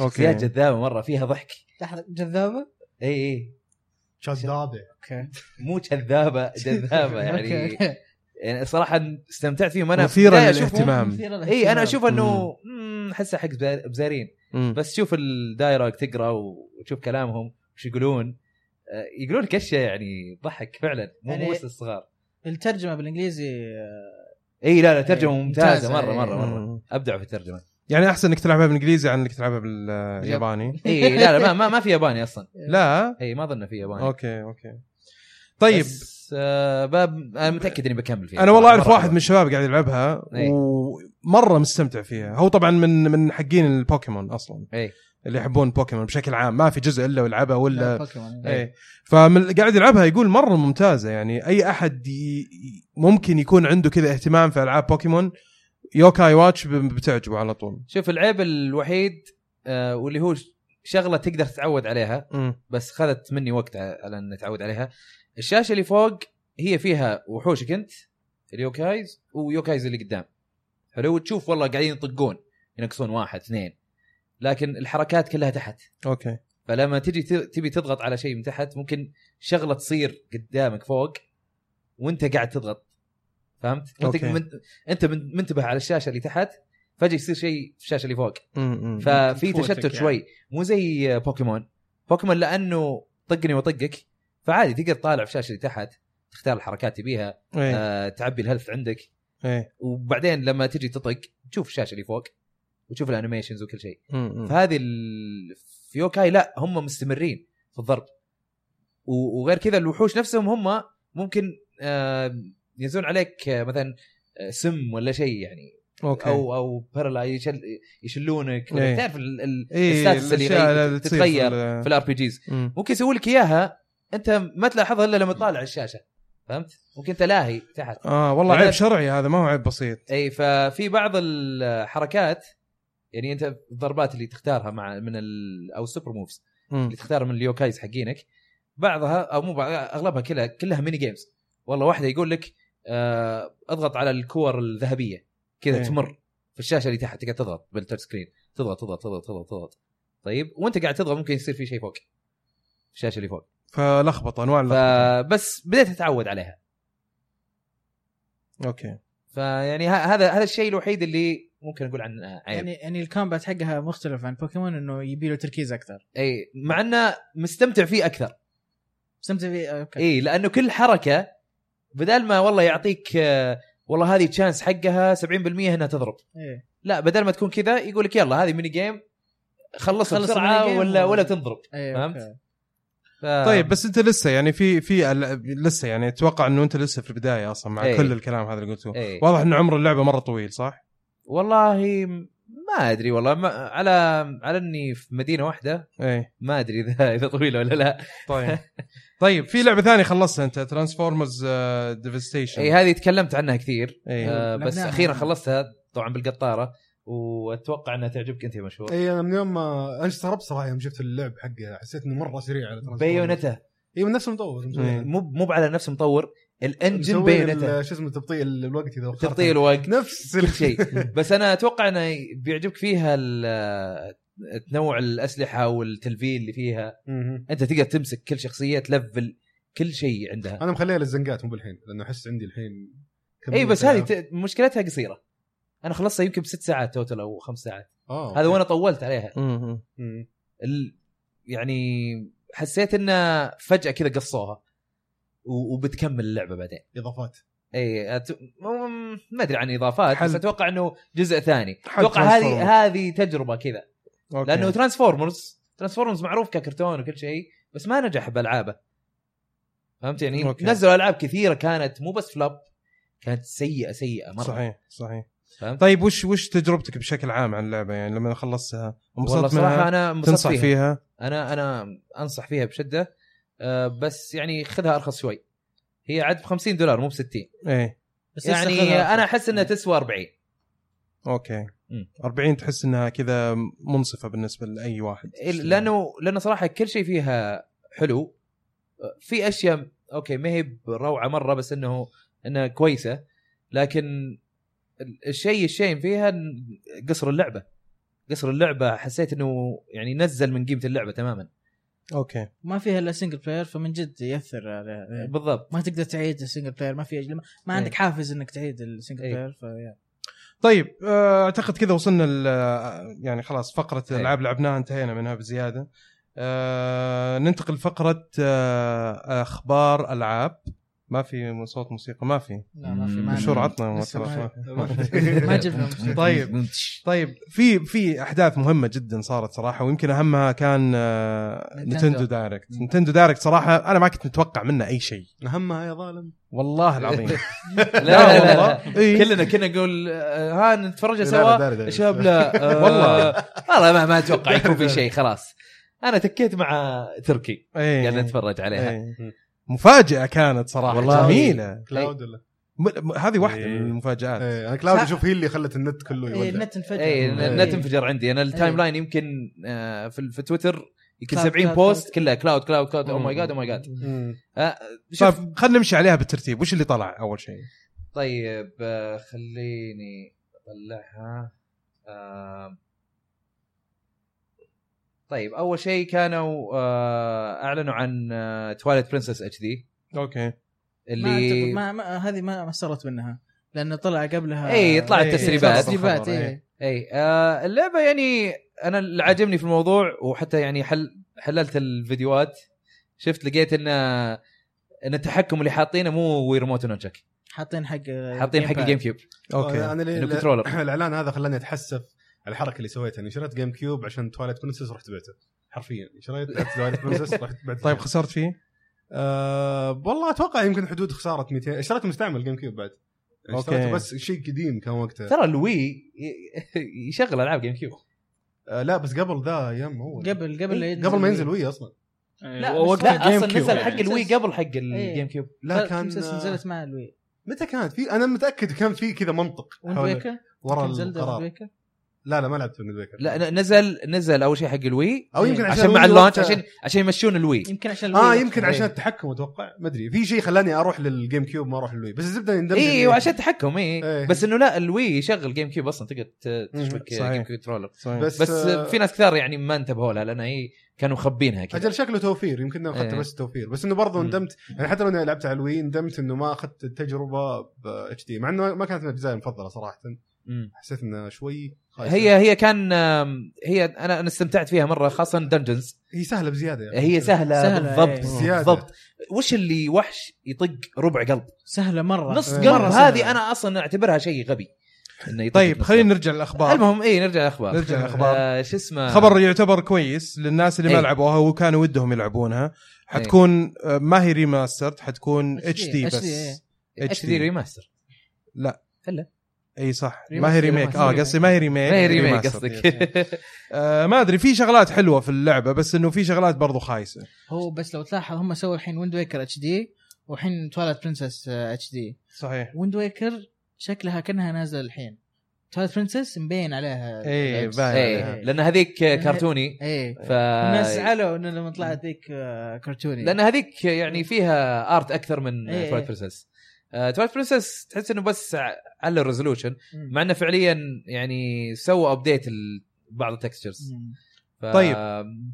[SPEAKER 2] اوكي
[SPEAKER 3] شخصيات جذابه مره فيها ضحك
[SPEAKER 4] لحظه جذابه
[SPEAKER 3] اي اي
[SPEAKER 7] شذابه
[SPEAKER 4] اوكي
[SPEAKER 3] مو كذابه جذابه يعني
[SPEAKER 4] أوكي.
[SPEAKER 3] يعني صراحه استمتعت فيهم انا
[SPEAKER 2] مثيرة
[SPEAKER 3] في البداية أشوفهم-
[SPEAKER 2] للاهتمام.
[SPEAKER 4] مثيرة للاهتمام.
[SPEAKER 3] اي انا اشوف انه مم، احسها حق بزا- بزارين
[SPEAKER 2] مم.
[SPEAKER 3] بس تشوف الدايركت تقرا وتشوف كلامهم وش يقولون آه، يقولون لك اشياء يعني ضحك فعلا مو
[SPEAKER 4] يعني-
[SPEAKER 3] مو بس الصغار
[SPEAKER 4] الترجمه بالانجليزي آه،
[SPEAKER 3] اي لا لا ترجمه
[SPEAKER 4] إيه،
[SPEAKER 3] ممتازه
[SPEAKER 4] ممتازة،
[SPEAKER 3] مره
[SPEAKER 4] إيه.
[SPEAKER 3] مره مره
[SPEAKER 2] مم.
[SPEAKER 3] ابدعوا في الترجمه
[SPEAKER 2] يعني احسن انك تلعبها بالانجليزي عن انك تلعبها بالياباني
[SPEAKER 3] اي إيه، لا لا ما ما, ما في ياباني اصلا
[SPEAKER 2] لا
[SPEAKER 3] اي ما اظن في إيه. ياباني
[SPEAKER 2] اوكي اوكي طيب
[SPEAKER 3] بس آه باب انا متاكد اني بكمل فيها
[SPEAKER 2] انا والله اعرف
[SPEAKER 3] مرة
[SPEAKER 2] واحد من الشباب قاعد يلعبها
[SPEAKER 3] إيه.
[SPEAKER 2] ومره مستمتع فيها هو طبعا من من حقين البوكيمون اصلا
[SPEAKER 3] إيه.
[SPEAKER 2] اللي يحبون بوكيمون بشكل عام ما في جزء الا ويلعبها ولا
[SPEAKER 4] بوكيمون.
[SPEAKER 3] إيه.
[SPEAKER 2] ايه فمن قاعد يلعبها يقول مره ممتازه يعني اي احد ي... ي- ممكن يكون عنده كذا اهتمام في العاب بوكيمون يوكاي واتش ب- بتعجبه على طول
[SPEAKER 3] شوف العيب الوحيد آه واللي هو ش- شغله تقدر تتعود عليها
[SPEAKER 2] مم.
[SPEAKER 3] بس خذت مني وقت ع- على ان اتعود عليها الشاشه اللي فوق هي فيها وحوشك انت اليوكايز ويوكايز اللي قدام حلو وتشوف والله قاعدين يطقون ينقصون واحد اثنين لكن الحركات كلها تحت
[SPEAKER 2] اوكي
[SPEAKER 3] فلما تجي ت- تبي تضغط على شيء من تحت ممكن شغله تصير قدامك فوق وانت قاعد تضغط فهمت؟ وانت
[SPEAKER 2] أوكي.
[SPEAKER 3] من- انت من- منتبه على الشاشه اللي تحت فجاه يصير شيء في الشاشه اللي فوق
[SPEAKER 2] مم. ف...
[SPEAKER 3] ففي
[SPEAKER 5] تفوتك
[SPEAKER 3] تشتت
[SPEAKER 5] يعني.
[SPEAKER 3] شوي مو زي آه، بوكيمون بوكيمون لانه طقني وطقك فعادي تقدر تطالع في الشاشه اللي تحت تختار الحركات تبيها
[SPEAKER 2] ايه.
[SPEAKER 3] آه، تعبي الهيلث عندك
[SPEAKER 2] ايه.
[SPEAKER 3] وبعدين لما تجي تطق تشوف الشاشه اللي فوق وتشوف الانيميشنز وكل شيء
[SPEAKER 2] مم. مم.
[SPEAKER 3] فهذه ال... في يوكاي لا هم مستمرين في الضرب و... وغير كذا الوحوش نفسهم هم ممكن آه، ينزلون عليك آه، مثلا آه، سم ولا شيء يعني
[SPEAKER 2] اوكي
[SPEAKER 3] او او بارلا يشل يشلونك ولا
[SPEAKER 2] إيه.
[SPEAKER 3] تعرف ال- ال-
[SPEAKER 2] ايه
[SPEAKER 3] الستاتس اللي
[SPEAKER 2] الاشياء
[SPEAKER 3] يغير-
[SPEAKER 2] اللي تصير
[SPEAKER 3] تتغير
[SPEAKER 2] في ال-
[SPEAKER 3] في الار بي جيز
[SPEAKER 2] مم.
[SPEAKER 3] ممكن يسوي لك اياها انت ما تلاحظها الا لما تطالع الشاشه فهمت؟ ممكن انت لاهي تحت
[SPEAKER 2] اه والله عيب
[SPEAKER 3] لأن-
[SPEAKER 2] شرعي هذا ما هو عيب بسيط
[SPEAKER 3] اي ففي بعض الحركات يعني انت الضربات اللي تختارها مع من ال او السوبر موفز
[SPEAKER 2] مم.
[SPEAKER 3] اللي تختارها من اليوكايز حقينك بعضها او مو بعضها اغلبها كلها كلها ميني جيمز والله واحده يقول لك آه، اضغط على الكور الذهبيه كذا
[SPEAKER 2] إيه.
[SPEAKER 3] تمر في الشاشه اللي تحت تقعد تضغط بالتاتش سكرين تضغط تضغط تضغط تضغط تضغط طيب وانت قاعد تضغط ممكن يصير في شيء فوق الشاشه اللي فوق
[SPEAKER 2] فلخبطه انواع اللخبطه
[SPEAKER 3] فبس بديت اتعود عليها
[SPEAKER 2] اوكي
[SPEAKER 3] فيعني ه- هذا هذا الشيء الوحيد اللي ممكن اقول عن عيب
[SPEAKER 4] يعني يعني الكومبات حقها مختلف عن بوكيمون انه يبي له تركيز اكثر
[SPEAKER 3] اي مع انه مستمتع فيه اكثر
[SPEAKER 4] استمتع فيه اوكي
[SPEAKER 3] اي لانه كل حركه بدل ما والله يعطيك آه، والله هذه تشانس حقها 70% انها تضرب
[SPEAKER 4] إيه.
[SPEAKER 3] لا بدل ما تكون كذا يقول لك يلا هذه ميني جيم خلصها
[SPEAKER 4] خلص
[SPEAKER 3] بسرعه
[SPEAKER 4] الميني جيم
[SPEAKER 3] ولا
[SPEAKER 4] و-
[SPEAKER 3] ولا تنضرب
[SPEAKER 4] إيه،
[SPEAKER 3] فهمت؟
[SPEAKER 4] أوكي.
[SPEAKER 3] ف...
[SPEAKER 2] طيب بس انت لسه يعني في في ال- لسه يعني اتوقع انه انت لسه في البدايه اصلا مع
[SPEAKER 3] إيه.
[SPEAKER 2] كل الكلام هذا اللي قلته
[SPEAKER 3] إيه.
[SPEAKER 2] واضح انه عمر اللعبه مره طويل صح؟
[SPEAKER 3] والله ما ادري والله ما على على اني في مدينه واحده
[SPEAKER 2] ايه
[SPEAKER 3] ما ادري اذا اذا طويله ولا لا
[SPEAKER 2] طيب طيب في لعبه ثانيه خلصتها آه، انت ترانسفورمرز ديفستيشن
[SPEAKER 3] اي إيه، هذه تكلمت عنها كثير
[SPEAKER 2] اي
[SPEAKER 3] آه بس
[SPEAKER 4] لعبناها.
[SPEAKER 1] يعني.
[SPEAKER 3] اخيرا خلصتها طبعا بالقطاره واتوقع انها تعجبك انت يا مشهور
[SPEAKER 1] اي انا من يوم ما انا استغربت صراحه يوم شفت اللعب حقه حسيت انه مره سريع على Transformers.
[SPEAKER 3] بايونته
[SPEAKER 1] اي من نفس المطور مسوي-
[SPEAKER 3] مو مو على نفس مطور الانجن
[SPEAKER 1] إيه. مسوي
[SPEAKER 3] بينته
[SPEAKER 1] ال- شو اسمه تبطيء ال- الوقت اذا وخرت.
[SPEAKER 3] تبطيء الوقت
[SPEAKER 1] نفس
[SPEAKER 3] كل
[SPEAKER 1] ال-
[SPEAKER 3] شيء بس انا اتوقع انه بيعجبك فيها ال- تنوع الاسلحه والتلفيل اللي فيها
[SPEAKER 1] مهم.
[SPEAKER 3] انت تقدر تمسك كل شخصيه تلفل كل شيء عندها
[SPEAKER 1] انا مخليها للزنقات مو بالحين لانه احس عندي الحين
[SPEAKER 3] اي إيه، بس هذه ت- مشكلتها قصيره انا خلصتها يمكن بست ساعات توتل او خمس ساعات
[SPEAKER 1] آه،
[SPEAKER 3] هذا وانا طولت عليها
[SPEAKER 2] مم.
[SPEAKER 3] ال... يعني حسيت انه فجاه كذا قصوها و... وبتكمل اللعبه بعدين
[SPEAKER 1] اضافات
[SPEAKER 3] اي أت... مم- ما ادري عن اضافات
[SPEAKER 2] حل.
[SPEAKER 3] بس اتوقع انه جزء ثاني
[SPEAKER 2] حل
[SPEAKER 3] اتوقع هذه
[SPEAKER 2] Transformers.
[SPEAKER 3] هذه تجربه كذا
[SPEAKER 2] أوكي.
[SPEAKER 3] لانه ترانسفورمرز ترانسفورمرز معروف ككرتون وكل شيء بس ما نجح بالعابه فهمت يعني
[SPEAKER 2] أوكي.
[SPEAKER 3] نزلوا العاب كثيره كانت مو بس فلوب كانت سيئه سيئه مره
[SPEAKER 2] صحيح صحيح
[SPEAKER 3] فهمت؟
[SPEAKER 2] طيب وش وش تجربتك بشكل عام عن اللعبه يعني لما خلصتها
[SPEAKER 3] والله
[SPEAKER 2] انبسطت
[SPEAKER 3] صراحه
[SPEAKER 2] منها
[SPEAKER 3] انا انبسطت
[SPEAKER 2] طيب، تنصح
[SPEAKER 3] فيها.
[SPEAKER 2] فيها
[SPEAKER 3] انا انا انصح فيها بشده آه، بس يعني خذها ارخص شوي هي عاد ب 50 دولار مو ب 60
[SPEAKER 2] ايه
[SPEAKER 4] بس
[SPEAKER 3] يعني
[SPEAKER 4] يستخدمها
[SPEAKER 3] انا احس انها تسوى 40
[SPEAKER 2] اوكي
[SPEAKER 3] مم.
[SPEAKER 2] 40 تحس انها كذا منصفه بالنسبه لاي واحد
[SPEAKER 3] إيه، لانه لانه صراحه كل شيء فيها حلو آه، في اشياء اوكي ما هي بروعه مره بس انه انها كويسه لكن الشيء الشين فيها إن قصر اللعبه قصر اللعبه حسيت انه يعني نزل من قيمه اللعبه تماما
[SPEAKER 2] اوكي
[SPEAKER 4] ما فيها الا سنجل بلاير فمن جد ياثر على
[SPEAKER 3] بالضبط
[SPEAKER 4] ما تقدر تعيد السنجل بلاير ما في أجل... ما عندك حافز انك تعيد السنجل
[SPEAKER 3] إيه.
[SPEAKER 4] بلاير فيا
[SPEAKER 2] طيب آه، اعتقد كذا وصلنا ل- يعني خلاص فقره
[SPEAKER 3] أيوة.
[SPEAKER 2] الالعاب لعبناها انتهينا منها بزياده آه، ننتقل لفقره آه، اخبار العاب ما في صوت موسيقى ما في
[SPEAKER 4] لا ما في
[SPEAKER 3] مم.
[SPEAKER 4] ما عندنا.
[SPEAKER 2] مشهور عطنا
[SPEAKER 4] لسه ما-
[SPEAKER 1] ما
[SPEAKER 4] ما جبنا
[SPEAKER 2] طيب. طيب في في احداث مهمه جدا صارت صراحه ويمكن اهمها كان آه، نتندو
[SPEAKER 4] نينتندو.
[SPEAKER 2] دايركت نتندو دايركت صراحه انا ما كنت متوقع منه اي شيء
[SPEAKER 1] اهمها يا ظالم
[SPEAKER 2] والله العظيم
[SPEAKER 3] لا لا لا, لا.
[SPEAKER 2] إيه.
[SPEAKER 3] كلنا كنا نقول آه، ها نتفرج
[SPEAKER 1] لا،
[SPEAKER 3] سوا
[SPEAKER 1] لا، داري، داري.
[SPEAKER 3] شباب لا آه،
[SPEAKER 2] والله.
[SPEAKER 3] والله ما ما اتوقع يكون في شيء خلاص انا تكيت مع تركي
[SPEAKER 2] إيه.
[SPEAKER 3] قاعد نتفرج عليها
[SPEAKER 2] إيه. مفاجأة كانت صراحة والله
[SPEAKER 3] والله.
[SPEAKER 2] جميلة
[SPEAKER 1] كلاود ولا
[SPEAKER 2] م- م- هذه واحدة
[SPEAKER 6] إيه.
[SPEAKER 2] من المفاجآت
[SPEAKER 1] ايه انا كلاود اشوف هي اللي خلت النت كله
[SPEAKER 4] إيه،
[SPEAKER 1] يولع
[SPEAKER 4] النت انفجر
[SPEAKER 3] اي
[SPEAKER 2] إيه.
[SPEAKER 3] النت انفجر عندي انا التايم
[SPEAKER 4] إيه.
[SPEAKER 3] لاين يمكن آه، في في تويتر يمكن
[SPEAKER 4] كلاود،
[SPEAKER 3] 70
[SPEAKER 4] كلاود،
[SPEAKER 3] بوست
[SPEAKER 4] كلاود.
[SPEAKER 3] كلها كلاود كلاود Oh كلاود او
[SPEAKER 2] مم.
[SPEAKER 3] ماي جاد او ماي جاد
[SPEAKER 1] مم.
[SPEAKER 3] شوف
[SPEAKER 2] طيب خلينا نمشي عليها بالترتيب وش اللي طلع أول شيء
[SPEAKER 3] طيب آه، خليني اطلعها آم، طيب اول شيء كانوا آه، اعلنوا عن آه، تواليت برنسس اتش دي
[SPEAKER 2] أوكي
[SPEAKER 4] اللي
[SPEAKER 3] اللي
[SPEAKER 4] ما, ما هذه ما ما استغربت منها لانه طلع قبلها
[SPEAKER 3] اي طلعت
[SPEAKER 2] إيه،
[SPEAKER 3] تسريبات
[SPEAKER 2] طلع
[SPEAKER 4] تسريبات
[SPEAKER 2] خبر،
[SPEAKER 4] اي
[SPEAKER 3] اي آه، اللعبه يعني انا اللي عاجبني في الموضوع وحتى يعني حل حللت الفيديوهات شفت لقيت ان ان التحكم اللي حاطينه مو ريموت ونونشك
[SPEAKER 4] حاطين حق
[SPEAKER 3] حاطين حق الجيم كيوب
[SPEAKER 2] أوكي
[SPEAKER 1] انا ليه-
[SPEAKER 3] إنه كنترولر.
[SPEAKER 1] الاعلان هذا خلاني اتحسف على الحركه اللي سويتها اني شريت جيم كيوب عشان تواليت برنسس رحت بعته حرفيا شريت تواليت برنسس رحت بعته
[SPEAKER 2] طيب خسرت فيه
[SPEAKER 1] آه والله اتوقع يمكن حدود خساره 200 اشتريت مستعمل جيم كيوب بعد
[SPEAKER 2] أوكي.
[SPEAKER 1] اشتريته بس شيء قديم كان وقتها
[SPEAKER 3] ترى الوي ي- يشغل العاب جيم كيوب
[SPEAKER 1] آه لا بس قبل ذا ايام هو
[SPEAKER 4] قبل قبل لا
[SPEAKER 1] إيه، قبل ما ينزل وي اصلا
[SPEAKER 5] إيه،
[SPEAKER 4] لا،
[SPEAKER 5] ووقت
[SPEAKER 4] بس-
[SPEAKER 3] لا
[SPEAKER 5] الجيم
[SPEAKER 3] اصلا
[SPEAKER 5] كيوب
[SPEAKER 3] نزل
[SPEAKER 5] يعني.
[SPEAKER 3] حق
[SPEAKER 4] إيه.
[SPEAKER 3] الوي قبل حق الجيم كيوب
[SPEAKER 1] لا كان
[SPEAKER 4] مسلسل نزلت مع الوي
[SPEAKER 1] متى كانت في انا متاكد كان في كذا منطق
[SPEAKER 4] ويند
[SPEAKER 1] حول-
[SPEAKER 4] ويكر
[SPEAKER 1] ورا
[SPEAKER 4] كان زلدة ويند
[SPEAKER 1] القرار
[SPEAKER 4] ويكر
[SPEAKER 1] لا لا ما لعبت ويند ويكر
[SPEAKER 3] لا ن- نزل نزل اول شيء حق الوي
[SPEAKER 1] او يمكن
[SPEAKER 3] عشان مع
[SPEAKER 1] ويندوز
[SPEAKER 3] اللونش
[SPEAKER 1] وقتها-
[SPEAKER 3] عشان عشان يمشون الوي
[SPEAKER 4] يمكن عشان
[SPEAKER 1] اه
[SPEAKER 4] الوي.
[SPEAKER 1] يمكن
[SPEAKER 3] إيه.
[SPEAKER 1] عشان التحكم اتوقع ما ادري في شيء خلاني اروح للجيم كيوب ما اروح للوي بس الزبده يندمج
[SPEAKER 3] اي
[SPEAKER 1] إني-
[SPEAKER 3] إيه، وعشان التحكم اي
[SPEAKER 1] إيه.
[SPEAKER 3] بس انه لا الوي يشغل جيم كيوب اصلا تقدر ت-
[SPEAKER 1] مم،
[SPEAKER 3] تشبك
[SPEAKER 2] صحيح.
[SPEAKER 3] جيم كنترولر
[SPEAKER 2] صحيح.
[SPEAKER 1] بس,
[SPEAKER 3] إيه. بس
[SPEAKER 1] آه،
[SPEAKER 3] في ناس كثار يعني ما انتبهوا لها لان هي كانوا مخبينها كذا
[SPEAKER 1] اجل شكله توفير يمكن انه اخذته
[SPEAKER 3] إيه.
[SPEAKER 1] بس توفير بس انه برضه
[SPEAKER 2] مم.
[SPEAKER 1] ندمت يعني حتى لو اني لعبت على الوي ندمت انه ما اخذت التجربه ب اتش دي مع انه ما كانت من اجزائي المفضله صراحه
[SPEAKER 3] مم.
[SPEAKER 1] حسيت انها شوي خايسة.
[SPEAKER 3] هي هي كان آم، هي انا انا استمتعت فيها مره خاصه دنجنز
[SPEAKER 1] هي سهله بزياده يعني.
[SPEAKER 3] هي سهله,
[SPEAKER 4] سهلة،
[SPEAKER 3] بالضبط
[SPEAKER 4] إيه.
[SPEAKER 1] زيادة.
[SPEAKER 3] بالضبط وش اللي وحش يطق ربع قلب
[SPEAKER 4] سهله مره
[SPEAKER 3] نص
[SPEAKER 1] إيه.
[SPEAKER 3] قلب
[SPEAKER 1] مرة
[SPEAKER 3] هذه انا اصلا اعتبرها شيء غبي انه يطق
[SPEAKER 2] طيب
[SPEAKER 3] نص
[SPEAKER 2] خلينا
[SPEAKER 3] قلب.
[SPEAKER 2] نرجع للأخبار
[SPEAKER 3] المهم اي نرجع الاخبار
[SPEAKER 2] نرجع للأخبار
[SPEAKER 3] آه، شو اسمه
[SPEAKER 2] خبر يعتبر كويس للناس اللي ما
[SPEAKER 3] إيه.
[SPEAKER 2] لعبوها وكانوا ودهم يلعبونها حتكون آه، ما هي ريماسترد حتكون اتش دي
[SPEAKER 4] HD،
[SPEAKER 2] بس
[SPEAKER 4] إيه.
[SPEAKER 3] اتش دي ريماستر
[SPEAKER 2] اي صح ما هي
[SPEAKER 4] ريماستر،
[SPEAKER 2] ريميك اه
[SPEAKER 4] ريماستر.
[SPEAKER 2] قصدي ما هي ريميك
[SPEAKER 3] ما هي ريميك
[SPEAKER 2] ريماستر.
[SPEAKER 3] قصدك
[SPEAKER 2] آه ما ادري في شغلات حلوه في اللعبه بس انه في شغلات برضو خايسه
[SPEAKER 4] هو بس لو تلاحظ هم سووا الحين ويند ويكر اتش دي والحين آه، توالت برنسس اتش دي
[SPEAKER 2] صحيح
[SPEAKER 4] ويند ويكر شكلها كانها نازله الحين توالت برنسس مبين عليها
[SPEAKER 2] إيه،
[SPEAKER 4] العكس.
[SPEAKER 2] باين
[SPEAKER 3] إيه،
[SPEAKER 2] عليها.
[SPEAKER 3] لان هذيك كرتوني
[SPEAKER 4] ايه
[SPEAKER 3] ف
[SPEAKER 4] الناس زعلوا انه لما طلعت ذيك آه، كرتوني
[SPEAKER 3] لان هذيك يعني فيها ارت اكثر من
[SPEAKER 4] إيه.
[SPEAKER 3] توالت برنسس توالت برنسس تحس انه بس على الريزولوشن
[SPEAKER 4] مم.
[SPEAKER 3] مع انه فعليا يعني سووا ابديت بعض التكستشرز
[SPEAKER 4] مم.
[SPEAKER 3] ف...
[SPEAKER 2] طيب.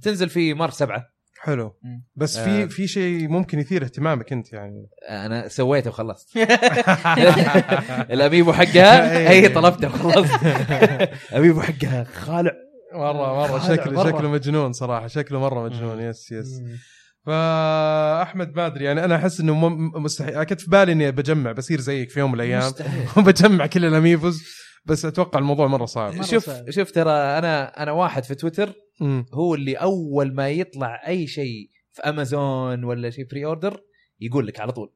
[SPEAKER 3] تنزل في مارس سبعة
[SPEAKER 2] حلو
[SPEAKER 4] مم.
[SPEAKER 2] بس في
[SPEAKER 3] آه.
[SPEAKER 2] في شيء ممكن يثير اهتمامك انت يعني
[SPEAKER 3] انا سويته وخلصت الاميبو حقها
[SPEAKER 2] إيه.
[SPEAKER 3] اي طلبته وخلصت اميبو حقها خالع
[SPEAKER 2] مره مره
[SPEAKER 3] هذا
[SPEAKER 2] شكله
[SPEAKER 3] آه، مرة. آه.
[SPEAKER 2] شكله مجنون صراحه شكله مره مجنون
[SPEAKER 6] مم.
[SPEAKER 2] يس يس فا احمد ما ادري يعني انا احس انه مم- مستحيل أنا كنت في بالي اني بجمع بصير زيك في يوم من الايام
[SPEAKER 4] مستحيل.
[SPEAKER 2] وبجمع كل الاميفوز بس اتوقع الموضوع مره صعب
[SPEAKER 4] مرة
[SPEAKER 3] شوف
[SPEAKER 4] صعب.
[SPEAKER 3] شوف ترى انا انا واحد في تويتر
[SPEAKER 2] مم.
[SPEAKER 3] هو اللي اول ما يطلع اي شيء في امازون ولا شيء بري اوردر يقول لك على طول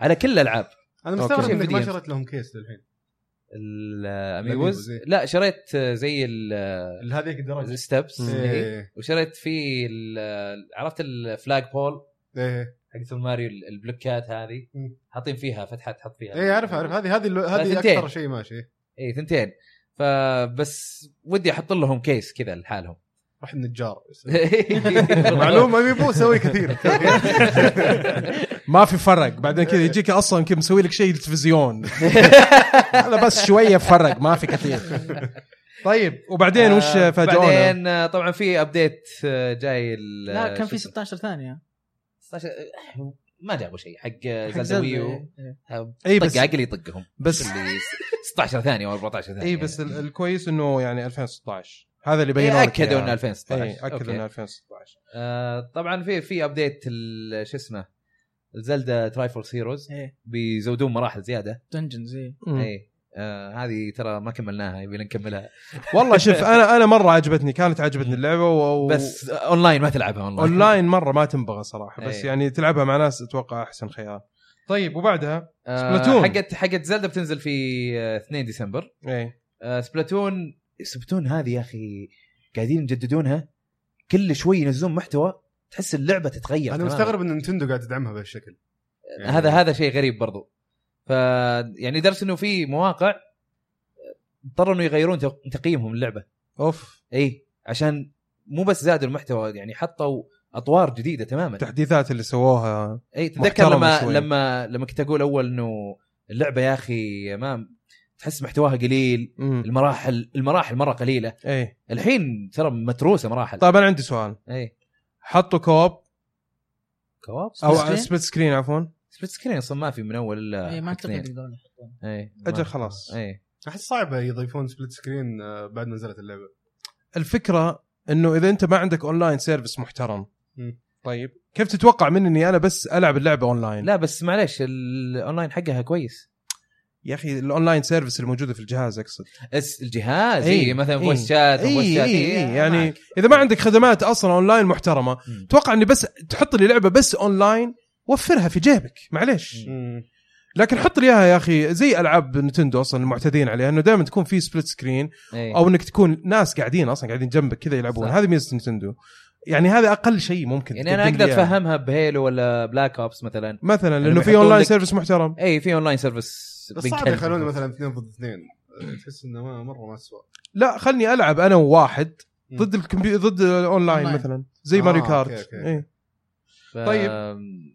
[SPEAKER 3] على كل الالعاب
[SPEAKER 1] انا
[SPEAKER 2] أوكي.
[SPEAKER 1] مستغرب
[SPEAKER 3] شوف
[SPEAKER 1] انك ما
[SPEAKER 3] دي.
[SPEAKER 1] شريت لهم كيس للحين
[SPEAKER 3] الاميبوز
[SPEAKER 1] الأميبوز، إيه.
[SPEAKER 3] لا شريت زي
[SPEAKER 1] لهذيك الدرجه
[SPEAKER 3] الستبس
[SPEAKER 1] ايه
[SPEAKER 3] إيه. وشريت في ال- عرفت الفلاج بول
[SPEAKER 1] ايه
[SPEAKER 3] حق سوبر ماريو ال- البلوكات هذه
[SPEAKER 1] مم.
[SPEAKER 3] حاطين فيها فتحات تحط فيها
[SPEAKER 1] ايه اعرف اعرف هذه هذه اللو- هذه
[SPEAKER 3] ثنتين.
[SPEAKER 1] اكثر شيء ماشي
[SPEAKER 3] اي ثنتين فبس ودي احط لهم كيس كذا لحالهم
[SPEAKER 1] روح النجار معلومه ميبو سوي كثير
[SPEAKER 2] ما في فرق بعدين كذا يجيك اصلا يمكن مسوي لك شيء التلفزيون هذا بس شويه فرق ما في كثير طيب وبعدين وش
[SPEAKER 3] آه،
[SPEAKER 2] فاجئونا؟
[SPEAKER 3] بعدين آه، طبعا في ابديت آه، جاي ال-
[SPEAKER 4] لا كان
[SPEAKER 3] شو
[SPEAKER 4] في
[SPEAKER 3] اسمه؟
[SPEAKER 4] 16 ثانيه
[SPEAKER 3] 16 ما جابوا شيء حق
[SPEAKER 4] حق
[SPEAKER 3] زلدا
[SPEAKER 4] زلدة.
[SPEAKER 3] ويو
[SPEAKER 4] إيه.
[SPEAKER 2] اي
[SPEAKER 3] طق
[SPEAKER 2] بس
[SPEAKER 3] عقل يطقهم
[SPEAKER 2] بس
[SPEAKER 3] اللي 16 ثانيه او 14 ثانيه
[SPEAKER 2] اي بس ال-
[SPEAKER 3] يعني.
[SPEAKER 2] الكويس انه يعني 2016 هذا اللي بينوا
[SPEAKER 3] إيه،
[SPEAKER 2] لك إيه،
[SPEAKER 3] اكدوا
[SPEAKER 2] إياه.
[SPEAKER 3] انه 2016
[SPEAKER 2] اي اكدوا
[SPEAKER 3] أوكي.
[SPEAKER 2] انه 2016
[SPEAKER 3] آه، طبعا في في ابديت ال- شو اسمه زلدا ترايفل هيروز
[SPEAKER 2] إيه.
[SPEAKER 4] ايه
[SPEAKER 3] بيزودون مراحل زياده
[SPEAKER 4] دنجنز ايه
[SPEAKER 3] اي آه، هذه ترى ما كملناها يبي لنا نكملها
[SPEAKER 2] والله شوف انا انا مره عجبتني كانت عجبتني اللعبه و...
[SPEAKER 3] بس اونلاين ما تلعبها اونلاين
[SPEAKER 2] اونلاين مره ما تنبغى صراحه بس
[SPEAKER 3] إيه.
[SPEAKER 2] يعني تلعبها مع ناس اتوقع احسن خيار طيب وبعدها
[SPEAKER 3] آه،
[SPEAKER 2] سبلاتون.
[SPEAKER 3] حقت حقت زلدا بتنزل في آه، 2 ديسمبر
[SPEAKER 2] ايه
[SPEAKER 3] آه، سبلاتون سبلاتون هذه يا اخي قاعدين يجددونها كل شوي ينزلون محتوى تحس اللعبه تتغير
[SPEAKER 1] انا
[SPEAKER 3] تماماً.
[SPEAKER 1] مستغرب ان نينتندو قاعد تدعمها بهالشكل يعني-
[SPEAKER 3] آه، هذا هذا شيء غريب برضو ف يعني لدرجه انه في مواقع آه، اضطروا انه يغيرون تق- تقييمهم اللعبه
[SPEAKER 2] اوف
[SPEAKER 3] اي عشان مو بس زادوا المحتوى يعني حطوا اطوار جديده تماما
[SPEAKER 2] التحديثات اللي سووها
[SPEAKER 3] اي تتذكر
[SPEAKER 2] محترمة
[SPEAKER 3] لما
[SPEAKER 2] شوي.
[SPEAKER 3] لما لما كنت اقول اول انه اللعبه يا اخي ما تحس محتواها قليل
[SPEAKER 2] امم
[SPEAKER 3] المراحل المراحل مره قليله
[SPEAKER 2] ايه
[SPEAKER 3] الحين ترى متروسه مراحل
[SPEAKER 2] طيب انا عندي سؤال
[SPEAKER 3] اي
[SPEAKER 2] حطوا كوب
[SPEAKER 3] كواب
[SPEAKER 2] او
[SPEAKER 4] سبليت
[SPEAKER 2] سبليت سكرين عفوا
[SPEAKER 3] سبليت سكرين اصلا ما في من إيه، اول الا
[SPEAKER 4] ايه ما
[SPEAKER 3] حق
[SPEAKER 4] اعتقد
[SPEAKER 3] اثنين.
[SPEAKER 4] يقدرون يحطون
[SPEAKER 3] اي
[SPEAKER 2] اجل خلاص
[SPEAKER 3] اي
[SPEAKER 1] احس صعبه يضيفون سبليت سكرين آه، بعد ما نزلت اللعبه
[SPEAKER 2] الفكره انه اذا انت ما عندك اونلاين سيرفس محترم
[SPEAKER 1] مم.
[SPEAKER 2] طيب كيف تتوقع مني اني انا بس العب اللعبه اونلاين
[SPEAKER 3] لا بس معليش الاونلاين حقها كويس
[SPEAKER 2] يا اخي الاونلاين سيرفس الموجوده في الجهاز اقصد
[SPEAKER 3] اس الجهاز إيه،
[SPEAKER 2] إي،
[SPEAKER 3] اي مثلا
[SPEAKER 2] إي.
[SPEAKER 3] فويس شات وفويس
[SPEAKER 2] اي
[SPEAKER 3] شات
[SPEAKER 2] اي إيه، يعني اذا ما عندك خدمات اصلا اونلاين محترمه
[SPEAKER 3] مم.
[SPEAKER 2] اتوقع اني بس تحط لي لعبه بس اونلاين وفرها في جيبك معليش لكن حط لي اياها يا اخي زي العاب نتندو اصلا المعتدين عليها انه دائما تكون في سبليت سكرين
[SPEAKER 3] او
[SPEAKER 2] او انك تكون ناس قاعدين اصلا قاعدين جنبك كذا يلعبون
[SPEAKER 3] إيه. صح.
[SPEAKER 2] هذه ميزه نتندو يعني هذا اقل شيء ممكن
[SPEAKER 3] يعني انا
[SPEAKER 2] تقدم لي
[SPEAKER 3] اقدر
[SPEAKER 2] إياه.
[SPEAKER 3] افهمها بهيلو ولا بلاك اوبس مثلا
[SPEAKER 2] مثلا لانه في
[SPEAKER 3] بيحطون
[SPEAKER 2] اونلاين
[SPEAKER 3] لك-
[SPEAKER 2] سيرفيس محترم
[SPEAKER 3] اي إيه، في اونلاين سيرفيس
[SPEAKER 1] بس صعب يخلون مثلا اثنين ضد اثنين آه، تحس انه ما مره ما تسوى
[SPEAKER 2] لا خلني العب انا وواحد
[SPEAKER 1] مم.
[SPEAKER 2] ضد الكمبيوتر ضد الاونلاين
[SPEAKER 4] أونلاين.
[SPEAKER 2] مثلا زي
[SPEAKER 1] آه،
[SPEAKER 2] ماريو
[SPEAKER 1] أوكي،
[SPEAKER 2] كارت
[SPEAKER 1] أوكي.
[SPEAKER 2] إيه. طيب.
[SPEAKER 3] طيب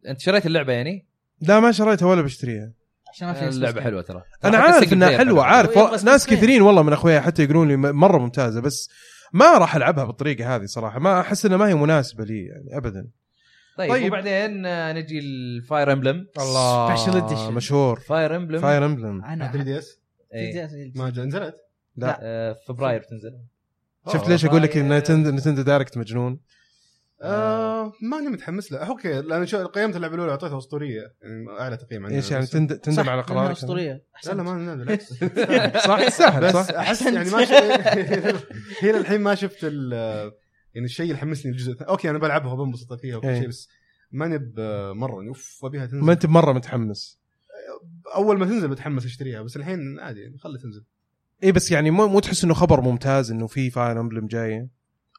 [SPEAKER 3] انت شريت اللعبه يعني؟
[SPEAKER 2] لا ما شريتها ولا بشتريها
[SPEAKER 4] عشان ما في
[SPEAKER 3] اللعبه حلوه ترى
[SPEAKER 2] انا
[SPEAKER 3] حق
[SPEAKER 2] عارف
[SPEAKER 3] السنجل
[SPEAKER 2] انها
[SPEAKER 3] بلاير
[SPEAKER 2] حلوه عارف
[SPEAKER 4] وهي
[SPEAKER 2] والله
[SPEAKER 4] بس
[SPEAKER 2] ناس
[SPEAKER 4] بلاير.
[SPEAKER 2] كثيرين والله من اخويا حتى يقولون لي م- مره ممتازه بس ما راح العبها بالطريقه هذه صراحه ما احس انها ما هي مناسبه لي يعني ابدا
[SPEAKER 3] طيب,
[SPEAKER 2] طيب.
[SPEAKER 3] طيب وبعدين آه، نجي الفاير امبلم
[SPEAKER 4] Special Edition.
[SPEAKER 2] مشهور
[SPEAKER 3] فاير امبلم
[SPEAKER 2] فاير امبلم
[SPEAKER 4] انا
[SPEAKER 1] 3 دي اس
[SPEAKER 3] إيه.
[SPEAKER 1] ما جا- نزلت
[SPEAKER 2] لا
[SPEAKER 3] آه، فبراير بتنزل
[SPEAKER 2] شفت ليش اقول لك ان
[SPEAKER 3] فاير-
[SPEAKER 2] نتندو نتندو دايركت مجنون
[SPEAKER 1] آه ماني متحمس له اوكي لان شو قيمت اللعبه الاولى اعطيتها اسطوريه يعني اعلى تقييم عندنا
[SPEAKER 2] ايش يعني
[SPEAKER 1] بس-
[SPEAKER 2] تند- تندم على
[SPEAKER 4] قرارك
[SPEAKER 2] قرارك
[SPEAKER 4] اسطوريه
[SPEAKER 1] لا لا ما لا، بالعكس
[SPEAKER 2] صح سهل
[SPEAKER 1] بس
[SPEAKER 2] صح
[SPEAKER 1] احس يعني ما ش... هنا الحين ما شفت ال... يعني الشيء اللي حمسني الجزء الثاني اوكي انا بلعبها وبنبسط فيها وكل
[SPEAKER 2] إيه.
[SPEAKER 1] شيء بس ماني بمره يعني اوف ابيها تنزل
[SPEAKER 2] ما انت مره متحمس
[SPEAKER 1] اول ما تنزل بتحمس اشتريها بس الحين عادي يعني خلها تنزل
[SPEAKER 2] اي بس يعني مو مو تحس انه خبر ممتاز انه في فاير امبلم جايه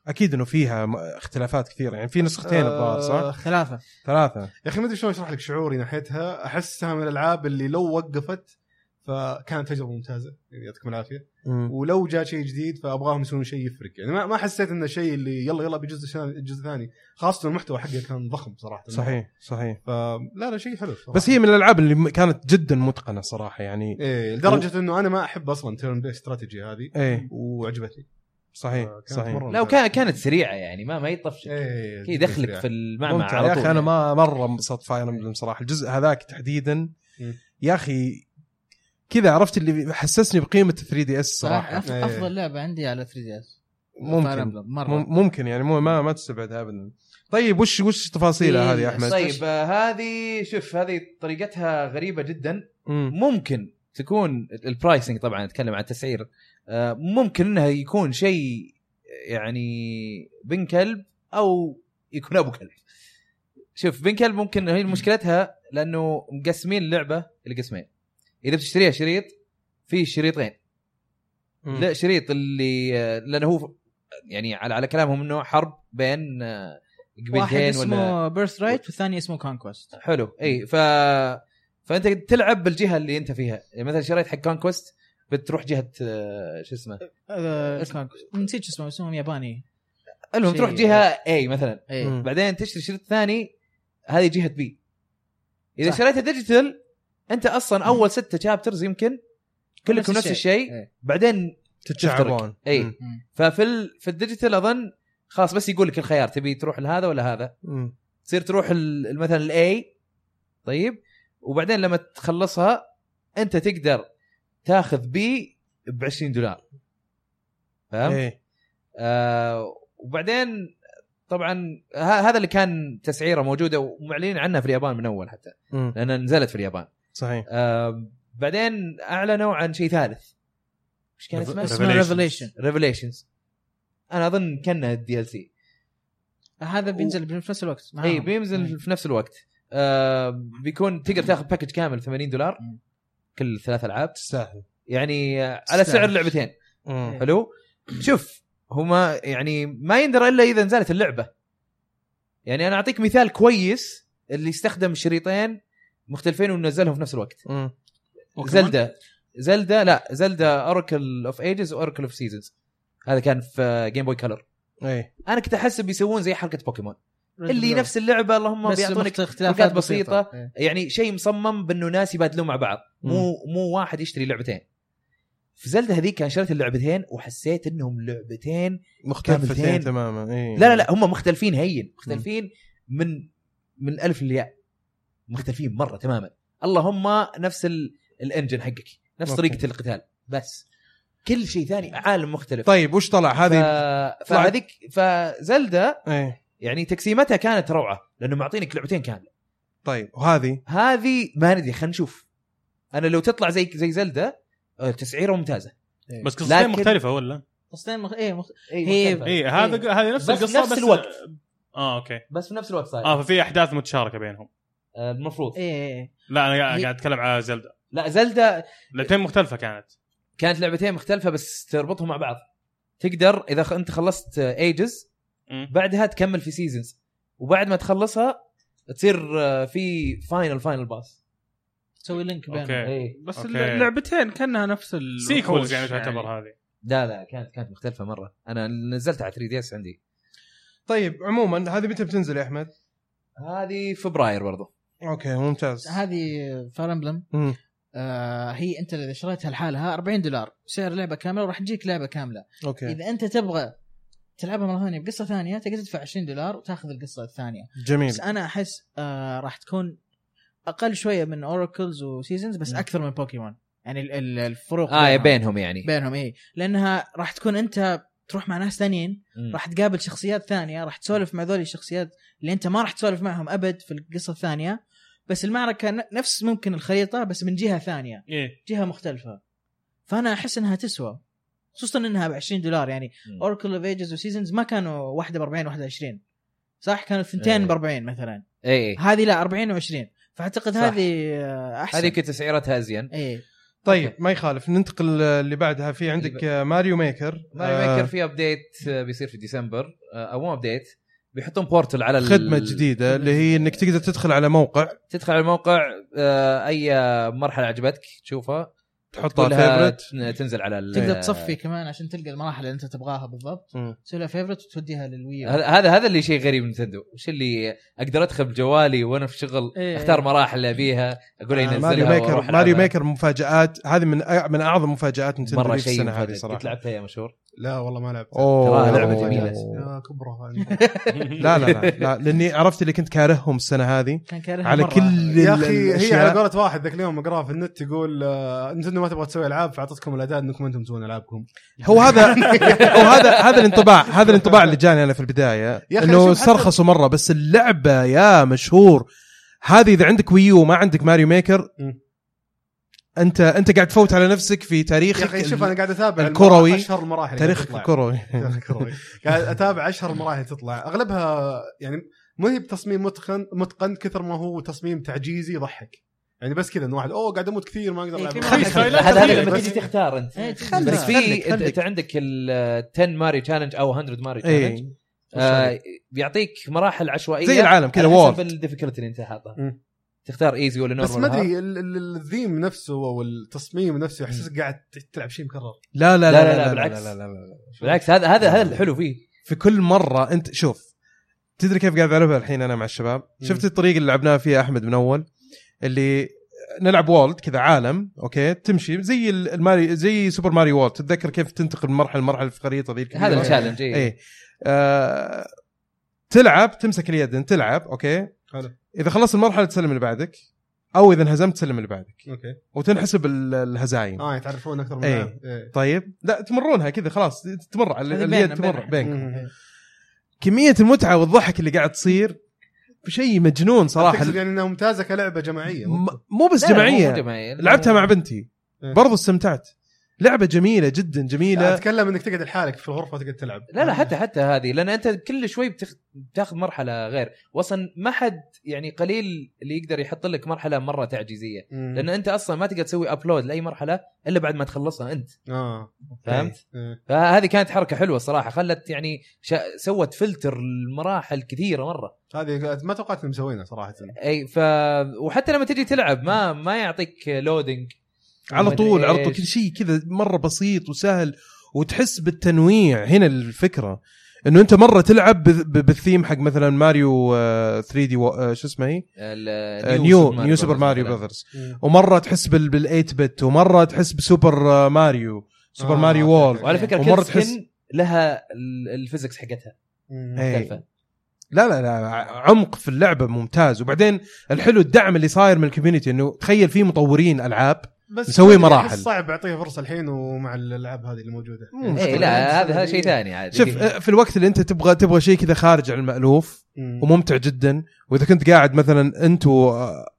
[SPEAKER 2] اكيد انه فيها م- اختلافات كثيره يعني في نسختين الظاهر صح؟
[SPEAKER 1] آه،
[SPEAKER 4] ثلاثه
[SPEAKER 2] ثلاثه
[SPEAKER 1] يا اخي ما ادري شلون اشرح لك شعوري ناحيتها احسها من الالعاب اللي لو وقفت فكانت تجربه ممتازه يعني يعطيكم العافيه
[SPEAKER 2] مم.
[SPEAKER 1] ولو جاء شيء جديد فابغاهم يسوون شيء يفرق يعني ما, ما حسيت انه شيء اللي يلا يلا بجزء شان- جزء ثاني خاصه المحتوى حقه كان ضخم صراحه
[SPEAKER 2] صحيح صحيح
[SPEAKER 1] فلا لا شيء حلو صراحة.
[SPEAKER 2] بس هي من الالعاب اللي م- كانت جدا متقنه صراحه يعني
[SPEAKER 1] ايه لدرجه انه انا ما احب اصلا تيرن بيس استراتيجي هذه
[SPEAKER 2] ايه
[SPEAKER 1] وعجبتني
[SPEAKER 2] صحيح
[SPEAKER 1] فكانت
[SPEAKER 2] صحيح
[SPEAKER 1] مرة
[SPEAKER 3] لا وكان كانت سريعه يعني ما ما يطفشك
[SPEAKER 1] ايه
[SPEAKER 3] كي يدخلك في المعمعة
[SPEAKER 2] ممتع
[SPEAKER 3] على
[SPEAKER 2] يا
[SPEAKER 3] طول
[SPEAKER 2] اخي انا ما مره انبسطت فاير امبلم صراحه الجزء هذاك تحديدا
[SPEAKER 1] مم.
[SPEAKER 2] يا اخي كذا عرفت اللي حسسني بقيمه 3 دي اس صراحه
[SPEAKER 1] إيه.
[SPEAKER 4] صراحه افضل لعبه عندي على 3 دي اس
[SPEAKER 2] ممكن
[SPEAKER 4] مره
[SPEAKER 2] مم- ممكن يعني مو ما ما تستبعدها ابدا طيب وش وش تفاصيلها
[SPEAKER 4] إيه،
[SPEAKER 2] هذه يا احمد؟
[SPEAKER 3] طيب آه، هذه شوف هذه طريقتها غريبه جدا
[SPEAKER 2] مم.
[SPEAKER 3] ممكن تكون البرايسنج طبعا نتكلم عن التسعير آه، ممكن انها يكون شيء يعني بن كلب او يكون ابو كلب شوف بن كلب ممكن هي مشكلتها لانه مقسمين اللعبه لقسمين اذا بتشتريها شريط في شريطين
[SPEAKER 2] مم.
[SPEAKER 3] لا شريط اللي لانه هو يعني على على كلامهم انه حرب بين آه،
[SPEAKER 4] واحد
[SPEAKER 3] قبيلتين ولا
[SPEAKER 4] اسمه بيرث رايت والثاني اسمه كونكوست
[SPEAKER 3] حلو اي ف فانت تلعب بالجهه اللي انت فيها يعني مثلا شريت حق كونكوست بتروح جهه آه، شو اسمه
[SPEAKER 4] نسيت شو اسمه اسمهم ياباني
[SPEAKER 3] المهم
[SPEAKER 4] شيء-
[SPEAKER 3] تروح جهه اي مثلا
[SPEAKER 4] ايه
[SPEAKER 2] مم.
[SPEAKER 3] بعدين تشتري شريط ثاني هذه جهه بي اذا
[SPEAKER 4] صح.
[SPEAKER 3] شريتها ديجيتال انت اصلا اول ستة شابترز يمكن كلكم نفس الشيء
[SPEAKER 4] إيه.
[SPEAKER 3] بعدين
[SPEAKER 2] تتشعبون
[SPEAKER 3] إي.
[SPEAKER 2] مم.
[SPEAKER 3] ففي ال... في الديجيتال اظن خلاص بس يقول لك الخيار تبي تروح لهذا ولا هذا
[SPEAKER 2] مم.
[SPEAKER 3] تصير تروح ال- مثلا الاي طيب وبعدين لما تخلصها انت تقدر تاخذ بي ب 20 دولار فهمت؟
[SPEAKER 2] إيه.
[SPEAKER 3] آه وبعدين طبعا ه- هذا اللي كان تسعيره موجوده ومعلنين عنها في اليابان من اول حتى
[SPEAKER 2] مم.
[SPEAKER 3] لانها نزلت في اليابان
[SPEAKER 2] صحيح
[SPEAKER 3] آه بعدين اعلنوا عن شيء ثالث ايش كان اسمه؟
[SPEAKER 4] اسمه ريفليشن
[SPEAKER 3] ريفليشنز انا اظن كانها الدي ال سي
[SPEAKER 4] هذا بينزل في نفس الوقت
[SPEAKER 2] إيه،
[SPEAKER 4] نعم. معاهم.
[SPEAKER 3] اي إيه، بينزل
[SPEAKER 4] مم.
[SPEAKER 3] في نفس الوقت آه بيكون تقدر تاخذ باكج كامل 80 دولار
[SPEAKER 4] مم.
[SPEAKER 3] كل ثلاث العاب
[SPEAKER 2] تستاهل
[SPEAKER 3] يعني آه،
[SPEAKER 4] تستاهل.
[SPEAKER 3] على سعر لعبتين
[SPEAKER 2] مم.
[SPEAKER 3] حلو شوف هما يعني ما يندرى الا اذا نزلت اللعبه يعني انا اعطيك مثال كويس اللي استخدم شريطين مختلفين ونزلهم في نفس الوقت
[SPEAKER 2] مم.
[SPEAKER 3] زلدا زلدا لا زلدا اوراكل اوف ايجز واوراكل اوف سيزونز هذا كان في جيم بوي كلر
[SPEAKER 2] ايه
[SPEAKER 3] انا كنت احس بيسوون زي حركه بوكيمون
[SPEAKER 4] Red
[SPEAKER 3] اللي
[SPEAKER 4] Blue.
[SPEAKER 3] نفس اللعبه اللهم
[SPEAKER 4] بس
[SPEAKER 3] بيعطونك
[SPEAKER 4] مخت- اختلافات
[SPEAKER 3] فرقات بسيطة. يعني شيء مصمم بانه ناس يبادلون مع بعض مو مو واحد يشتري لعبتين في زلدة هذيك انا شريت اللعبتين وحسيت انهم لعبتين
[SPEAKER 2] مختلفتين
[SPEAKER 3] كاملتين.
[SPEAKER 2] تماما ايه
[SPEAKER 3] لا لا لا هم مختلفين هين مختلفين من من الالف للياء مختلفين مره تماما اللهم نفس ال... الانجن حقك نفس
[SPEAKER 2] أوكي.
[SPEAKER 3] طريقه القتال بس كل شيء ثاني عالم مختلف
[SPEAKER 2] طيب وش طلع
[SPEAKER 3] ف...
[SPEAKER 2] هذه طلعت-
[SPEAKER 3] فهذيك فزلدة
[SPEAKER 2] ايه
[SPEAKER 3] يعني تقسيمتها كانت روعه لانه معطينك لعبتين كامله
[SPEAKER 2] طيب وهذه
[SPEAKER 3] هذه ما ندري خلينا نشوف انا لو تطلع زي زي زلدة آه، تسعيره ممتازه
[SPEAKER 6] بس قصتين
[SPEAKER 3] لكن- إيه،
[SPEAKER 6] مختلفه ولا؟
[SPEAKER 4] قصتين مخ... ايه مخ... هي-
[SPEAKER 3] هي
[SPEAKER 6] اي إيه، هذا هذه نفس
[SPEAKER 3] طيب. بس
[SPEAKER 6] القصه
[SPEAKER 3] نفس
[SPEAKER 6] بس
[SPEAKER 3] الوقت.
[SPEAKER 6] اه اوكي
[SPEAKER 3] بس في نفس الوقت صاير
[SPEAKER 6] اه ففي احداث متشاركه بينهم
[SPEAKER 3] آه، المفروض
[SPEAKER 4] ايه ايه
[SPEAKER 6] لا انا قاعد
[SPEAKER 4] هي-
[SPEAKER 6] قاعد اتكلم على زلدا
[SPEAKER 3] لا زلدة
[SPEAKER 6] لعبتين مختلفه كانت
[SPEAKER 3] كانت لعبتين مختلفه بس تربطهم مع بعض تقدر اذا خ- انت خلصت ايجز
[SPEAKER 6] مم.
[SPEAKER 3] بعدها تكمل في سيزونز وبعد ما تخلصها تصير آه، في فاينل فاينل باس
[SPEAKER 4] تسوي لينك بينهم
[SPEAKER 6] اوكي
[SPEAKER 3] اي
[SPEAKER 5] بس
[SPEAKER 6] أوكي.
[SPEAKER 5] اللعبتين كانها نفس ال
[SPEAKER 6] سيكولز يعني تعتبر هذه
[SPEAKER 3] لا لا كانت كانت مختلفه مره انا نزلتها على 3 دي اس عندي
[SPEAKER 2] طيب عموما هذه متى بتنزل يا احمد؟
[SPEAKER 3] هذه فبراير برضو
[SPEAKER 2] اوكي ممتاز
[SPEAKER 4] هذه فاير امبلم
[SPEAKER 2] مم.
[SPEAKER 4] آه هي انت اذا شريتها لحالها 40 دولار سعر لعبه كامله وراح تجيك لعبه كامله
[SPEAKER 2] اوكي
[SPEAKER 4] اذا انت تبغى تلعبها مره ثانيه بقصه ثانيه تقدر تدفع 20 دولار وتاخذ القصه الثانيه
[SPEAKER 2] جميل
[SPEAKER 4] بس انا احس آه راح تكون اقل شويه من اوراكلز وسيزونز بس
[SPEAKER 2] مم.
[SPEAKER 4] اكثر من بوكيمون يعني ال- ال- الفروق
[SPEAKER 3] اه
[SPEAKER 4] بينها.
[SPEAKER 3] بينهم يعني
[SPEAKER 4] بينهم اي لانها راح تكون انت تروح مع ناس ثانيين
[SPEAKER 3] مم.
[SPEAKER 4] راح تقابل شخصيات ثانيه راح تسولف مع ذولي الشخصيات اللي انت ما راح تسولف معهم ابد في القصه الثانيه بس المعركه ن- نفس ممكن الخريطه بس من جهه ثانيه
[SPEAKER 6] ايه
[SPEAKER 4] جهه مختلفه فانا احس انها تسوى خصوصا انها ب 20 دولار يعني
[SPEAKER 3] مم.
[SPEAKER 4] اوركل اوف ايجز وسيزونز ما كانوا واحده ب 40 وواحده 20 صح كانوا
[SPEAKER 3] إيه.
[SPEAKER 4] ثنتين ب 40 مثلا
[SPEAKER 3] اي إي.
[SPEAKER 4] هذه لا 40 و20 فاعتقد
[SPEAKER 3] صح.
[SPEAKER 4] هذه آه، احسن
[SPEAKER 3] هذه كنت تسعيرتها ازين
[SPEAKER 4] ايه
[SPEAKER 2] طيب
[SPEAKER 3] أوكي.
[SPEAKER 2] ما يخالف ننتقل آه، اللي بعدها في عندك آه، ماريو ميكر
[SPEAKER 3] ماري
[SPEAKER 2] آه،
[SPEAKER 3] ميكر في ابديت آه، بيصير في ديسمبر آه، او مو ابديت بيحطون بورتل على ال-
[SPEAKER 2] خدمه جديده آه، اللي هي انك تقدر تدخل على موقع
[SPEAKER 3] تدخل على الموقع آه، اي مرحله عجبتك تشوفها
[SPEAKER 2] تحطها
[SPEAKER 3] كلها
[SPEAKER 2] فيفرت
[SPEAKER 3] تن- تنزل على ال-
[SPEAKER 4] تقدر تصفي كمان عشان تلقى المراحل اللي انت تبغاها بالضبط
[SPEAKER 2] مم.
[SPEAKER 4] تسوي لها فيفرت وتوديها للوي
[SPEAKER 3] هذا هذا- هذا اللي شيء غريب من نتندو وش اللي اقدر ادخل بجوالي وانا في شغل
[SPEAKER 4] إيه.
[SPEAKER 3] اختار مراحل اللي ابيها اقول
[SPEAKER 2] آه،
[SPEAKER 3] ينزلها
[SPEAKER 2] ماريو
[SPEAKER 3] وأروح
[SPEAKER 2] ميكر ماريو
[SPEAKER 3] ألعبها.
[SPEAKER 2] ميكر مفاجات هذه من أع- من اعظم مفاجات نتندو
[SPEAKER 3] مره
[SPEAKER 2] لي في
[SPEAKER 3] شيء
[SPEAKER 2] السنه هذه
[SPEAKER 3] مفاجأة. قلت
[SPEAKER 2] صراحه
[SPEAKER 3] لعبتها يا مشهور
[SPEAKER 1] لا والله ما لعبت
[SPEAKER 2] اوه
[SPEAKER 3] تراها لعبة جميلة.
[SPEAKER 1] يا كبرها
[SPEAKER 2] لا لا لا, لا لاني عرفت اللي كنت كارههم السنه هذه
[SPEAKER 4] كان كارهها
[SPEAKER 2] على
[SPEAKER 4] مرة.
[SPEAKER 2] كل
[SPEAKER 1] يا
[SPEAKER 2] ال-
[SPEAKER 1] اخي هي
[SPEAKER 2] الأشياء.
[SPEAKER 1] على قولة واحد ذاك اليوم اقراه في النت يقول آه، نتندو ما تبغى تسوي العاب فاعطتكم الاداء انكم انتم تسوون العابكم
[SPEAKER 2] هو هذا هو هذا هذا الانطباع هذا الانطباع اللي جاني انا في البدايه
[SPEAKER 1] يا أخي
[SPEAKER 2] انه
[SPEAKER 1] شوف حتى-
[SPEAKER 2] استرخصوا مره بس اللعبه يا مشهور هذه اذا عندك ويو وما عندك ماريو ميكر
[SPEAKER 1] م.
[SPEAKER 2] انت انت قاعد تفوت على نفسك في
[SPEAKER 1] يا
[SPEAKER 2] تاريخك
[SPEAKER 1] اخي شوف انا قاعد اتابع
[SPEAKER 2] الكروي.
[SPEAKER 1] اشهر المراحل اللي
[SPEAKER 2] تاريخك إيه.
[SPEAKER 1] تطلع.
[SPEAKER 2] الكروي
[SPEAKER 1] تاريخ الكروي قاعد اتابع اشهر المراحل اللي تطلع اغلبها يعني ما هي بتصميم متقن متقن كثر ما هو تصميم تعجيزي يضحك يعني بس كذا انه واحد اوه قاعد اموت كثير ما اقدر
[SPEAKER 4] إيه،
[SPEAKER 1] العب
[SPEAKER 4] في
[SPEAKER 1] خلي
[SPEAKER 4] مراحل
[SPEAKER 1] ستايلات
[SPEAKER 6] كثيرة.
[SPEAKER 3] هذا هذا
[SPEAKER 1] كثيرة
[SPEAKER 3] لما
[SPEAKER 1] بس.
[SPEAKER 3] تجي تختار انت
[SPEAKER 4] إيه،
[SPEAKER 2] خلنا.
[SPEAKER 3] بس
[SPEAKER 4] تخلص.
[SPEAKER 3] في
[SPEAKER 2] خليك-
[SPEAKER 3] انت
[SPEAKER 2] خليك.
[SPEAKER 3] أنت عندك ال آه، 10 ماريو تشالنج او 100 ماريو تشالنج
[SPEAKER 2] اي
[SPEAKER 4] إيه.
[SPEAKER 3] آه، يعطيك مراحل عشوائيه
[SPEAKER 2] زي العالم كذا
[SPEAKER 3] على حسب
[SPEAKER 2] وورد
[SPEAKER 3] الديفيكولتي اللي انت حاطها
[SPEAKER 1] مم.
[SPEAKER 3] تختار ايزي ولا نورمال
[SPEAKER 1] بس ما ادري ال- ال- الثيم نفسه او التصميم نفسه يحسسك قاعد تلعب شيء مكرر
[SPEAKER 2] لا لا لا, لا, لا, لا,
[SPEAKER 3] بالعكس.
[SPEAKER 2] لا, لا, لا
[SPEAKER 3] بالعكس هذا هذا هذا الحلو فيه
[SPEAKER 2] في كل مره انت شوف تدري كيف قاعد العبها الحين انا مع الشباب
[SPEAKER 1] م.
[SPEAKER 2] شفت الطريق اللي لعبناها فيها احمد من اول اللي نلعب وولد كذا عالم اوكي تمشي زي ال- الماري زي سوبر ماريو وولد تتذكر كيف تنتقل من مرحله لمرحله في الخريطه ذي الكبيرة.
[SPEAKER 3] هذا إيه. التشالنج اي
[SPEAKER 2] ايه آه تلعب تمسك اليد تلعب اوكي
[SPEAKER 1] حلو.
[SPEAKER 2] اذا خلصت المرحله تسلم اللي بعدك او اذا انهزمت تسلم اللي بعدك
[SPEAKER 1] اوكي
[SPEAKER 2] وتنحسب ال- الهزايم
[SPEAKER 3] يعني.
[SPEAKER 1] اه يتعرفون اكثر من
[SPEAKER 2] إيه.
[SPEAKER 1] العاب. إيه.
[SPEAKER 2] طيب لا تمرونها كذا خلاص تمر على
[SPEAKER 4] هذه
[SPEAKER 2] اليد
[SPEAKER 4] بيننا-
[SPEAKER 2] تمر
[SPEAKER 3] إيه.
[SPEAKER 4] بيننا.
[SPEAKER 2] بينك
[SPEAKER 1] مم.
[SPEAKER 2] كميه المتعه والضحك اللي قاعد تصير شيء مجنون صراحه
[SPEAKER 1] تقصد يعني انها ممتازه كلعبه جماعيه
[SPEAKER 2] م- مو بس جماعيه لعبتها مع بنتي
[SPEAKER 1] إيه.
[SPEAKER 2] برضو استمتعت لعبه جميله جدا
[SPEAKER 1] لا
[SPEAKER 2] جميله
[SPEAKER 1] اتكلم انك تقعد لحالك في الغرفه تقعد تلعب
[SPEAKER 3] لا لا حتى حتى هذه لان انت كل شوي بتخ... بتاخذ مرحله غير واصلا ما حد يعني قليل اللي يقدر يحط لك مرحله مره تعجيزيه
[SPEAKER 1] مم.
[SPEAKER 3] لان انت اصلا ما تقدر تسوي ابلود لاي مرحله الا بعد ما تخلصها انت
[SPEAKER 1] اه
[SPEAKER 3] فهمت؟
[SPEAKER 1] إيه.
[SPEAKER 3] فهذه كانت حركه حلوه صراحه خلت يعني شا... سوت فلتر المراحل كثيره مره
[SPEAKER 1] هذه ما توقعت انهم مسوينها صراحه
[SPEAKER 3] اي ف وحتى لما تجي تلعب ما ما يعطيك لودنج
[SPEAKER 2] على طول على طول كل شيء كذا مره بسيط وسهل وتحس بالتنويع هنا الفكره انه انت مره تلعب بذ- ب- بالثيم حق مثلا ماريو آه، 3 دي و... آه، شو اسمه هي؟ آه، نيو نيو سوبر ماريو براذرز ومره تحس بال بال 8 بت ومره تحس بسوبر آه، ماريو سوبر
[SPEAKER 1] آه،
[SPEAKER 2] ماريو
[SPEAKER 1] أوكي،
[SPEAKER 2] وولد
[SPEAKER 1] أوكي.
[SPEAKER 3] وعلى فكره
[SPEAKER 2] ومرة
[SPEAKER 3] كل
[SPEAKER 2] تحس-
[SPEAKER 3] سكن لها ال- الفيزكس حقتها
[SPEAKER 1] مم.
[SPEAKER 2] إيه.
[SPEAKER 3] مختلفه
[SPEAKER 2] لا لا لا عمق في اللعبه ممتاز وبعدين الحلو الدعم اللي صاير من الكوميونتي انه تخيل في مطورين العاب
[SPEAKER 1] بس
[SPEAKER 2] مسوي
[SPEAKER 1] يعني
[SPEAKER 2] مراحل.
[SPEAKER 1] أحس صعب اعطيها فرصه الحين ومع الالعاب هذه اللي موجوده
[SPEAKER 2] مو
[SPEAKER 1] يعني
[SPEAKER 3] اي
[SPEAKER 2] مشكلة.
[SPEAKER 3] إيه، لا هذا هذا شيء ثاني عادي
[SPEAKER 2] شوف آه، في الوقت اللي انت تبغى تبغى شيء كذا خارج عن المالوف
[SPEAKER 1] مم.
[SPEAKER 2] وممتع جدا واذا كنت قاعد مثلا انت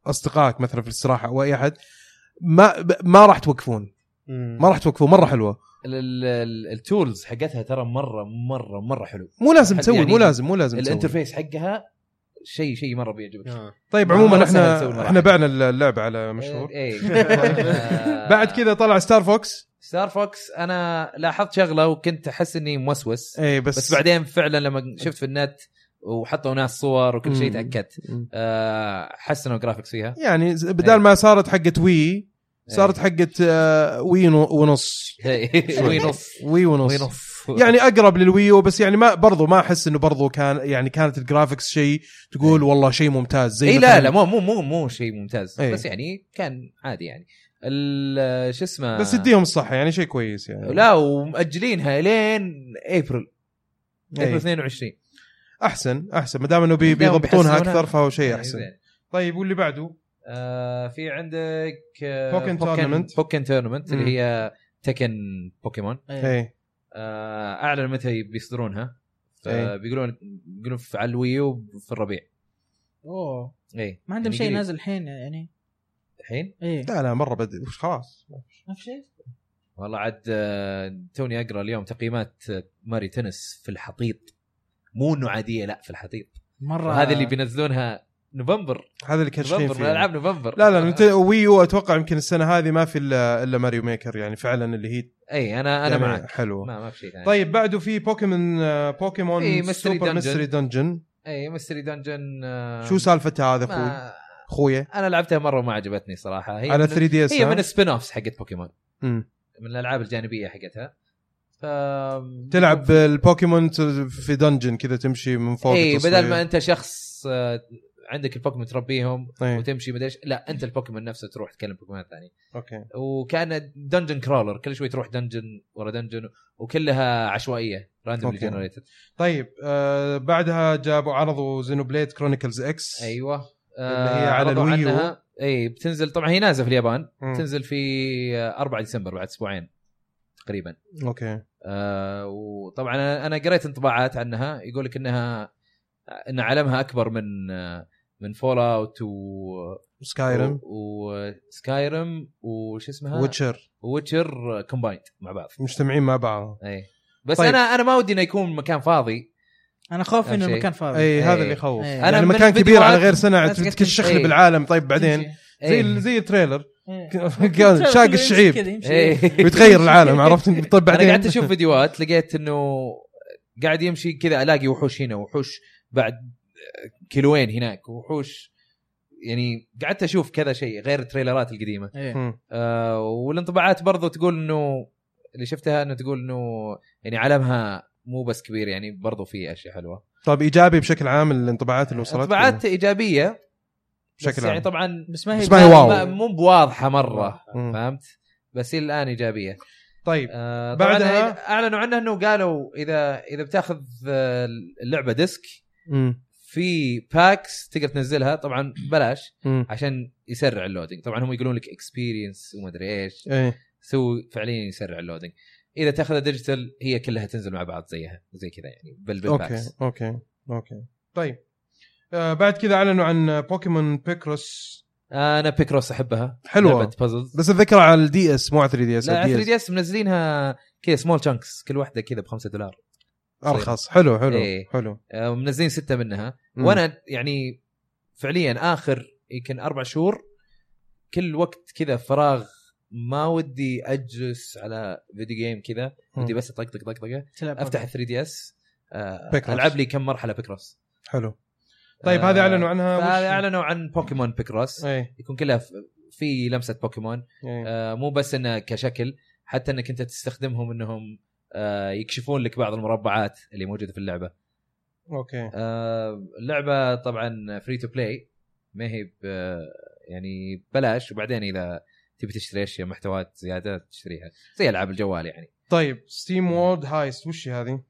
[SPEAKER 2] واصدقائك مثلا في الاستراحه او اي احد ما ب- ما راح توقفون
[SPEAKER 1] مم.
[SPEAKER 2] ما راح توقفون مره حلوه
[SPEAKER 3] ال- ال- ال- التولز حقتها ترى مره مره مره حلو
[SPEAKER 2] مو لازم
[SPEAKER 3] حد
[SPEAKER 2] تسوي
[SPEAKER 3] يعني
[SPEAKER 2] مو لازم مو لازم تسوي
[SPEAKER 3] الانترفيس حقها شيء شيء مره بيعجبك
[SPEAKER 1] آه.
[SPEAKER 2] طيب
[SPEAKER 3] ما
[SPEAKER 2] عموما
[SPEAKER 3] ما سهل إيه، تسوي
[SPEAKER 2] احنا
[SPEAKER 3] مراحل.
[SPEAKER 2] احنا بعنا اللعبه على مشهور
[SPEAKER 3] اي آه، إيه.
[SPEAKER 2] بعد كذا طلع ستار فوكس
[SPEAKER 3] ستار فوكس انا لاحظت شغله وكنت احس اني موسوس
[SPEAKER 2] اي إيه، بس,
[SPEAKER 3] بس بعدين فعلا لما شفت في النت وحطوا ناس صور وكل شيء
[SPEAKER 2] مم.
[SPEAKER 3] تاكدت آه، حسنوا جرافيكس فيها
[SPEAKER 2] يعني ز- بدال
[SPEAKER 3] إيه.
[SPEAKER 2] ما صارت حقت وي صارت حقت آه، وي ونو- ونص
[SPEAKER 3] شوي نص
[SPEAKER 2] وي
[SPEAKER 3] شوي
[SPEAKER 2] ونص
[SPEAKER 3] نص
[SPEAKER 2] يعني اقرب للويو بس يعني ما برضو ما احس انه برضو كان يعني كانت الجرافيكس شيء تقول والله شيء ممتاز زي
[SPEAKER 3] اي
[SPEAKER 2] إيه، مثلاً-
[SPEAKER 3] إيه. لا لا مو مو مو مو شيء ممتاز
[SPEAKER 2] إيه.
[SPEAKER 3] بس يعني كان عادي يعني ال- شو اسمه
[SPEAKER 2] بس اديهم الصحه يعني شيء كويس يعني
[SPEAKER 3] لا ومأجلينها لين ابريل ابريل
[SPEAKER 2] إيه.
[SPEAKER 3] 22
[SPEAKER 2] احسن احسن ما دام انه بي-
[SPEAKER 3] دام
[SPEAKER 2] بيضبطونها
[SPEAKER 3] بيحسنونها.
[SPEAKER 2] اكثر فهو شيء
[SPEAKER 3] يعني
[SPEAKER 2] احسن
[SPEAKER 3] زين.
[SPEAKER 2] طيب واللي بعده
[SPEAKER 3] آه في عندك آه،
[SPEAKER 2] Pokken Tournament.
[SPEAKER 3] بوكن تورنمنت
[SPEAKER 2] مم.
[SPEAKER 3] اللي هي تكن بوكيمون
[SPEAKER 4] إيه.
[SPEAKER 2] ايه
[SPEAKER 3] آه اعلن متى بيصدرونها ف-
[SPEAKER 2] إيه.
[SPEAKER 3] بيقولون بيقولون في- على الويو في الربيع
[SPEAKER 4] اوه
[SPEAKER 2] إيه.
[SPEAKER 3] اي
[SPEAKER 4] ما عندهم شيء نازل الحين يعني
[SPEAKER 3] الحين
[SPEAKER 4] ايه
[SPEAKER 2] لا لا مره بدري وش خلاص
[SPEAKER 4] ما في شيء
[SPEAKER 3] والله عاد آه، توني اقرا اليوم تقييمات آه، ماري تنس في الحطيط مو انه عاديه لا في الحطيط
[SPEAKER 4] مره
[SPEAKER 3] وهذا اللي بينزلونها نوفمبر
[SPEAKER 2] هذا اللي كاشفين
[SPEAKER 3] نوفمبر
[SPEAKER 2] فيه
[SPEAKER 3] العاب نوفمبر
[SPEAKER 2] لا لا انت وي يو اتوقع يمكن السنه هذه ما في الا الا ماريو ميكر يعني فعلا اللي هي
[SPEAKER 3] اي انا انا
[SPEAKER 2] يعني
[SPEAKER 3] معك
[SPEAKER 2] حلوه
[SPEAKER 3] ما ما في شيء ثاني
[SPEAKER 2] طيب بعده في بوكيمون آه، بوكيمون
[SPEAKER 3] في Mystery
[SPEAKER 2] سوبر
[SPEAKER 3] Dungeon.
[SPEAKER 2] ميستري دنجن
[SPEAKER 3] اي ميستري دنجن
[SPEAKER 2] شو سالفته هذا اخوي
[SPEAKER 3] آه، ما
[SPEAKER 2] اخوي
[SPEAKER 3] انا لعبتها مره وما عجبتني صراحه هي
[SPEAKER 2] على
[SPEAKER 3] من
[SPEAKER 2] 3 دي اس
[SPEAKER 3] هي من السبين اوفس حقت بوكيمون
[SPEAKER 2] مم.
[SPEAKER 3] من الالعاب الجانبيه حقتها ف
[SPEAKER 2] تلعب البوكيمون ت- في دنجن كذا تمشي من فوق
[SPEAKER 3] اي
[SPEAKER 2] التصوير.
[SPEAKER 3] إيه، بدل ما انت شخص آه، عندك البوكيمون تربيهم
[SPEAKER 2] إيه.
[SPEAKER 3] وتمشي مدري ايش لا انت البوكيمون نفسه تروح تكلم بوكيمون ثاني
[SPEAKER 2] اوكي
[SPEAKER 3] وكان دنجن كرولر كل شوي تروح دنجن ورا دنجن وكلها عشوائيه راندوملي
[SPEAKER 2] أوكي.
[SPEAKER 3] جنريتد
[SPEAKER 2] طيب آه بعدها جابوا عرضوا زينوبليد كرونيكلز اكس
[SPEAKER 3] ايوه
[SPEAKER 2] اللي هي على
[SPEAKER 3] عرضوا
[SPEAKER 2] الويو.
[SPEAKER 3] عنها اي بتنزل طبعا هي نازله في اليابان
[SPEAKER 2] مم.
[SPEAKER 3] بتنزل في آه، 4 ديسمبر بعد اسبوعين تقريبا
[SPEAKER 2] اوكي
[SPEAKER 3] آه، وطبعا أنا- انا قريت انطباعات عنها يقول لك انها ان عالمها اكبر من آه، من فول اوت و
[SPEAKER 2] سكايرم
[SPEAKER 3] وسكايرم وش اسمها
[SPEAKER 2] ويتشر
[SPEAKER 3] ويتشر كومبايند مع بعض
[SPEAKER 2] مجتمعين مع بعض
[SPEAKER 3] اي بس
[SPEAKER 2] طيب.
[SPEAKER 3] طيب. انا انا ما ودي انه يكون مكان فاضي
[SPEAKER 4] انا خوف انه
[SPEAKER 3] أهم شيء.
[SPEAKER 4] المكان فاضي
[SPEAKER 2] اي هذا
[SPEAKER 3] إيه.
[SPEAKER 2] اللي يخوف
[SPEAKER 4] إيه.
[SPEAKER 2] يعني
[SPEAKER 3] أنا من
[SPEAKER 2] مكان كبير
[SPEAKER 3] الفيديوهات
[SPEAKER 2] على غير سنه
[SPEAKER 4] الناس قاعدة
[SPEAKER 2] تكشخ لي
[SPEAKER 3] تمشي.
[SPEAKER 2] بالعالم طيب بعدين زي ال-
[SPEAKER 3] إيه.
[SPEAKER 2] زي التريلر
[SPEAKER 4] إيه.
[SPEAKER 2] كان شاق الشعيب
[SPEAKER 4] كذا يمشي.
[SPEAKER 3] إيه.
[SPEAKER 2] ويتغير العالم عرفت طيب
[SPEAKER 3] انا
[SPEAKER 2] بعدين
[SPEAKER 3] قعدت اشوف فيديوهات لقيت انه قاعد يمشي كذا الاقي وحوش هنا وحوش بعد آه، كيلوين هناك وحوش يعني قعدت اشوف كذا شيء غير التريلرات القديمه
[SPEAKER 4] إيه.
[SPEAKER 2] مم.
[SPEAKER 3] آه والانطباعات برضو تقول انه اللي شفتها انه تقول انه يعني عالمها مو بس كبير يعني برضو في اشياء حلوه
[SPEAKER 2] طيب ايجابي بشكل عام الانطباعات اللي وصلت
[SPEAKER 3] انطباعات ايجابيه
[SPEAKER 2] بشكل
[SPEAKER 3] يعني
[SPEAKER 2] عام
[SPEAKER 3] طبعا
[SPEAKER 4] بس ما هي
[SPEAKER 2] بس ما هي واو.
[SPEAKER 3] ما- مو بواضحه مره
[SPEAKER 2] مم.
[SPEAKER 3] فهمت بس الى الان ايجابيه
[SPEAKER 2] طيب
[SPEAKER 3] آه
[SPEAKER 2] بعدها-
[SPEAKER 3] بعدها اعلنوا عنها انه قالوا اذا اذا بتاخذ آه، اللعبه ديسك
[SPEAKER 2] مم.
[SPEAKER 3] في باكس تقدر تنزلها طبعا بلاش
[SPEAKER 2] مم.
[SPEAKER 3] عشان يسرع اللودينج طبعا هم يقولون لك اكسبيرينس وما ادري ايش
[SPEAKER 2] ايه
[SPEAKER 3] سو فعليا يسرع اللودينج اذا تاخذها ديجيتال هي كلها تنزل مع بعض زيها زي كذا يعني بال
[SPEAKER 2] اوكي
[SPEAKER 3] بالباكس
[SPEAKER 2] اوكي اوكي طيب آه بعد كذا اعلنوا عن بوكيمون بيكروس
[SPEAKER 3] انا بيكروس احبها
[SPEAKER 2] حلوة.
[SPEAKER 3] لعبه بازلز
[SPEAKER 2] بس اتذكر على الدي اس مو على 3 دي اس
[SPEAKER 3] لا 3 دي اس منزلينها كذا سمول تشانكس كل واحده كذا ب 5 دولار
[SPEAKER 2] ارخص حلو حلو
[SPEAKER 3] إيه.
[SPEAKER 2] حلو
[SPEAKER 3] آه، منزلين سته منها
[SPEAKER 2] مم.
[SPEAKER 3] وانا يعني فعليا اخر يمكن اربع شهور كل وقت كذا فراغ ما ودي اجلس على فيديو جيم كذا
[SPEAKER 2] مم.
[SPEAKER 3] ودي بس اطقطق طقطقه
[SPEAKER 4] تلعب
[SPEAKER 3] افتح 3 دي اس
[SPEAKER 2] Picross.
[SPEAKER 3] العب آه، لي كم مرحله بيكروس
[SPEAKER 2] حلو
[SPEAKER 3] آه،
[SPEAKER 2] طيب هذه اعلنوا عنها
[SPEAKER 3] هذا
[SPEAKER 2] وش-
[SPEAKER 3] اعلنوا عن بوكيمون بيكروس
[SPEAKER 2] ايه
[SPEAKER 3] يكون كلها ف- في لمسه بوكيمون
[SPEAKER 2] ايه
[SPEAKER 3] آه، مو بس انه كشكل حتى انك انت تستخدمهم انهم آه، يكشفون لك بعض المربعات اللي موجوده في اللعبه
[SPEAKER 2] اوكي
[SPEAKER 3] آه، اللعبه طبعا فري تو بلاي ما هي ب- يعني بلاش وبعدين اذا تبي تشتري اشياء محتويات زياده تشتريها زي العاب الجوال يعني
[SPEAKER 2] طيب ستيم وورد هايست وش هي هذه؟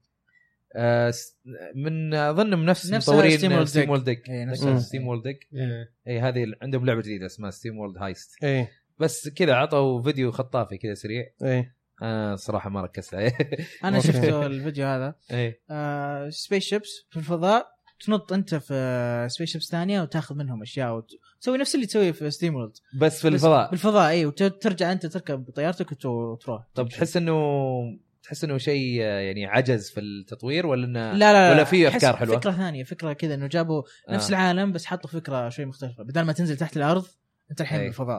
[SPEAKER 3] آه، س- من اظن من نفس
[SPEAKER 4] نفسها Steam
[SPEAKER 3] مطورين
[SPEAKER 4] World
[SPEAKER 3] ستيم
[SPEAKER 4] Dig.
[SPEAKER 3] وولد ديك
[SPEAKER 4] إيه، نفس
[SPEAKER 2] مم.
[SPEAKER 3] ستيم وولد ديك
[SPEAKER 1] إيه.
[SPEAKER 3] اي هذه ال- عندهم لعبه جديده اسمها ستيم وولد هايست
[SPEAKER 2] ايه
[SPEAKER 3] بس كذا عطوا فيديو خطافي كذا سريع
[SPEAKER 2] ايه
[SPEAKER 3] انا صراحه ما ركزت عليه
[SPEAKER 4] انا
[SPEAKER 2] أوكي.
[SPEAKER 4] شفت الفيديو هذا
[SPEAKER 3] ايه
[SPEAKER 4] آه، سبيس شيبس في الفضاء تنط انت في آه، سبيس شيبس ثانيه وتاخذ منهم اشياء وتسوي نفس اللي تسويه في ستيم وورلد
[SPEAKER 3] بس في
[SPEAKER 4] بس
[SPEAKER 3] الفضاء
[SPEAKER 4] بالفضاء اي وترجع انت تركب طيارتك وت- وتروح
[SPEAKER 3] طب تحس انه تحس انه شيء آه، يعني عجز في التطوير ولا انه
[SPEAKER 4] لا لا لا
[SPEAKER 3] ولا في أفكار
[SPEAKER 4] أحس
[SPEAKER 3] حلوة؟
[SPEAKER 4] فكره ثانيه فكره كذا انه جابوا
[SPEAKER 3] آه.
[SPEAKER 4] نفس العالم بس حطوا فكره شوي مختلفه بدل ما تنزل تحت الارض انت الحين
[SPEAKER 3] أي.
[SPEAKER 4] بالفضاء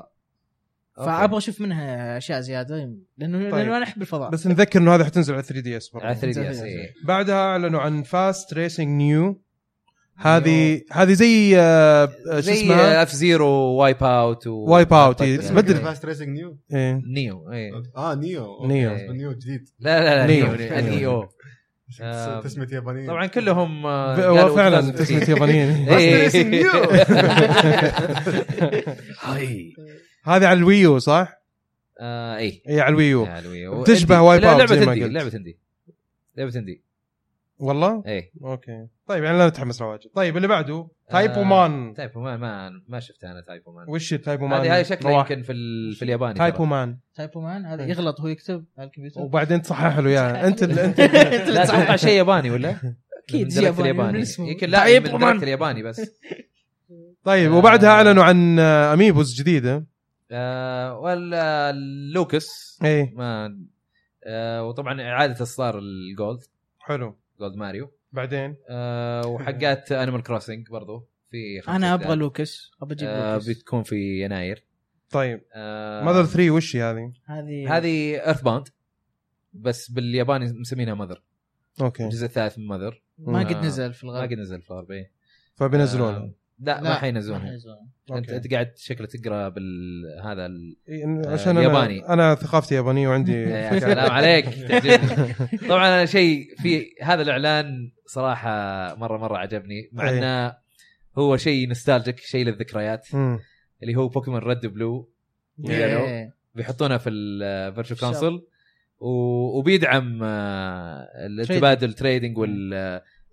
[SPEAKER 3] إيه. أوكي.
[SPEAKER 4] فابغى اشوف منها اشياء زياده لانه
[SPEAKER 2] طيب.
[SPEAKER 4] لانه انا احب الفضاء
[SPEAKER 2] بس نذكر انه هذا حتنزل على 3 دي اس
[SPEAKER 3] آه. على 3 آه، دي اس
[SPEAKER 4] إيه.
[SPEAKER 2] بعدها اعلنوا عن فاست ريسنج نيو هذه هذه زي آه، آه، شو
[SPEAKER 3] زي
[SPEAKER 2] اسمها؟
[SPEAKER 3] اف زيرو وايب اوت و...
[SPEAKER 2] وايب اوت إيه.
[SPEAKER 3] طيب.
[SPEAKER 2] ما أدري.
[SPEAKER 1] فاست ريسنج نيو
[SPEAKER 2] إيه.
[SPEAKER 3] نيو ايه
[SPEAKER 1] اه نيو أوكي.
[SPEAKER 2] نيو.
[SPEAKER 1] اسمه نيو جديد
[SPEAKER 3] لا لا لا
[SPEAKER 2] نيو.
[SPEAKER 3] نيو نيو, نيو. آه،
[SPEAKER 1] تسميه يابانيه
[SPEAKER 3] طبعا كلهم آه،
[SPEAKER 2] ف-
[SPEAKER 3] قالوا
[SPEAKER 2] فعلا
[SPEAKER 3] أستاذ
[SPEAKER 2] تسمية
[SPEAKER 3] فيه.
[SPEAKER 2] يابانيين
[SPEAKER 3] إيه.
[SPEAKER 1] Fast Racing Neo.
[SPEAKER 3] هاي
[SPEAKER 2] هذه على الويو صح؟
[SPEAKER 3] آه، اي
[SPEAKER 2] اي على الويو
[SPEAKER 3] يا لوي.
[SPEAKER 2] بتشبه
[SPEAKER 3] وإندي.
[SPEAKER 2] وايب
[SPEAKER 3] لا،
[SPEAKER 2] أوت زي
[SPEAKER 3] لعبه
[SPEAKER 2] ما
[SPEAKER 3] اندي
[SPEAKER 2] قلت.
[SPEAKER 3] لعبه اندي لعبه اندي
[SPEAKER 2] والله؟
[SPEAKER 3] اي
[SPEAKER 2] اوكي طيب يعني لا نتحمس لها واجد طيب اللي بعده تايبو
[SPEAKER 3] آه،
[SPEAKER 2] مان
[SPEAKER 3] تايبو مان ما ما شفتها انا تايبو مان
[SPEAKER 2] وش تايبو مان؟
[SPEAKER 3] هذه هاي شكلها يمكن في ال... في الياباني
[SPEAKER 2] تايبو
[SPEAKER 3] ترى.
[SPEAKER 2] مان
[SPEAKER 4] تايبو مان هذا
[SPEAKER 2] إيه.
[SPEAKER 4] يغلط هو يكتب على الكمبيوتر
[SPEAKER 2] وبعدين تصحح له اياها انت ال- انت
[SPEAKER 3] لا اتوقع شيء ياباني ولا؟
[SPEAKER 4] أكيد
[SPEAKER 3] من
[SPEAKER 4] شيء
[SPEAKER 3] دايركت
[SPEAKER 4] ياباني،
[SPEAKER 3] الياباني
[SPEAKER 4] من اسمه.
[SPEAKER 3] يمكن لا
[SPEAKER 4] تايبو
[SPEAKER 3] من
[SPEAKER 4] مان.
[SPEAKER 3] دايركت الياباني بس
[SPEAKER 2] طيب
[SPEAKER 3] آه.
[SPEAKER 2] وبعدها اعلنوا عن آه، اميبوس جديده
[SPEAKER 3] آه ولا لوكس
[SPEAKER 2] ايه
[SPEAKER 3] ما آه وطبعا اعاده اصدار الجولد
[SPEAKER 2] حلو
[SPEAKER 3] جولد ماريو
[SPEAKER 2] بعدين
[SPEAKER 3] آه وحقات انيمال كروسنج برضو في خمسة
[SPEAKER 4] انا
[SPEAKER 3] أجزاء.
[SPEAKER 4] ابغى لوكس ابغى اجيب
[SPEAKER 3] آه
[SPEAKER 4] لوكس
[SPEAKER 3] بتكون في يناير
[SPEAKER 2] طيب
[SPEAKER 3] آه
[SPEAKER 2] ماذر 3 وش هي هذه؟
[SPEAKER 4] هذه
[SPEAKER 3] هذه ايرث باوند بس بالياباني مسمينها ماذر
[SPEAKER 2] اوكي
[SPEAKER 3] الجزء الثالث من ماذر
[SPEAKER 4] ما قد
[SPEAKER 3] آه.
[SPEAKER 4] نزل في
[SPEAKER 3] ما
[SPEAKER 4] الغرب
[SPEAKER 3] قد نزل في الغرب إيه.
[SPEAKER 2] فبينزلونها
[SPEAKER 3] آه، لا ما حينزلونها
[SPEAKER 4] حينزلونها.
[SPEAKER 3] انت
[SPEAKER 2] أوكي.
[SPEAKER 3] انت قاعد شكله تقرا بالهذا ال...
[SPEAKER 2] إيه، إن-
[SPEAKER 3] آه،
[SPEAKER 2] عشان
[SPEAKER 3] ياباني.
[SPEAKER 2] انا انا ثقافتي يابانيه وعندي
[SPEAKER 3] يا سلام عليك تعجبني. طبعا انا شيء في هذا الاعلان صراحه مره مره عجبني مع
[SPEAKER 2] أي.
[SPEAKER 3] انه هو شيء نوستالجيك شيء للذكريات
[SPEAKER 2] مم.
[SPEAKER 3] اللي هو بوكيمون ريد بلو يلو
[SPEAKER 4] إيه.
[SPEAKER 3] بيحطونه في الفيرتشو
[SPEAKER 4] شاب.
[SPEAKER 3] كونسول وبيدعم آه، التبادل تريدنج وال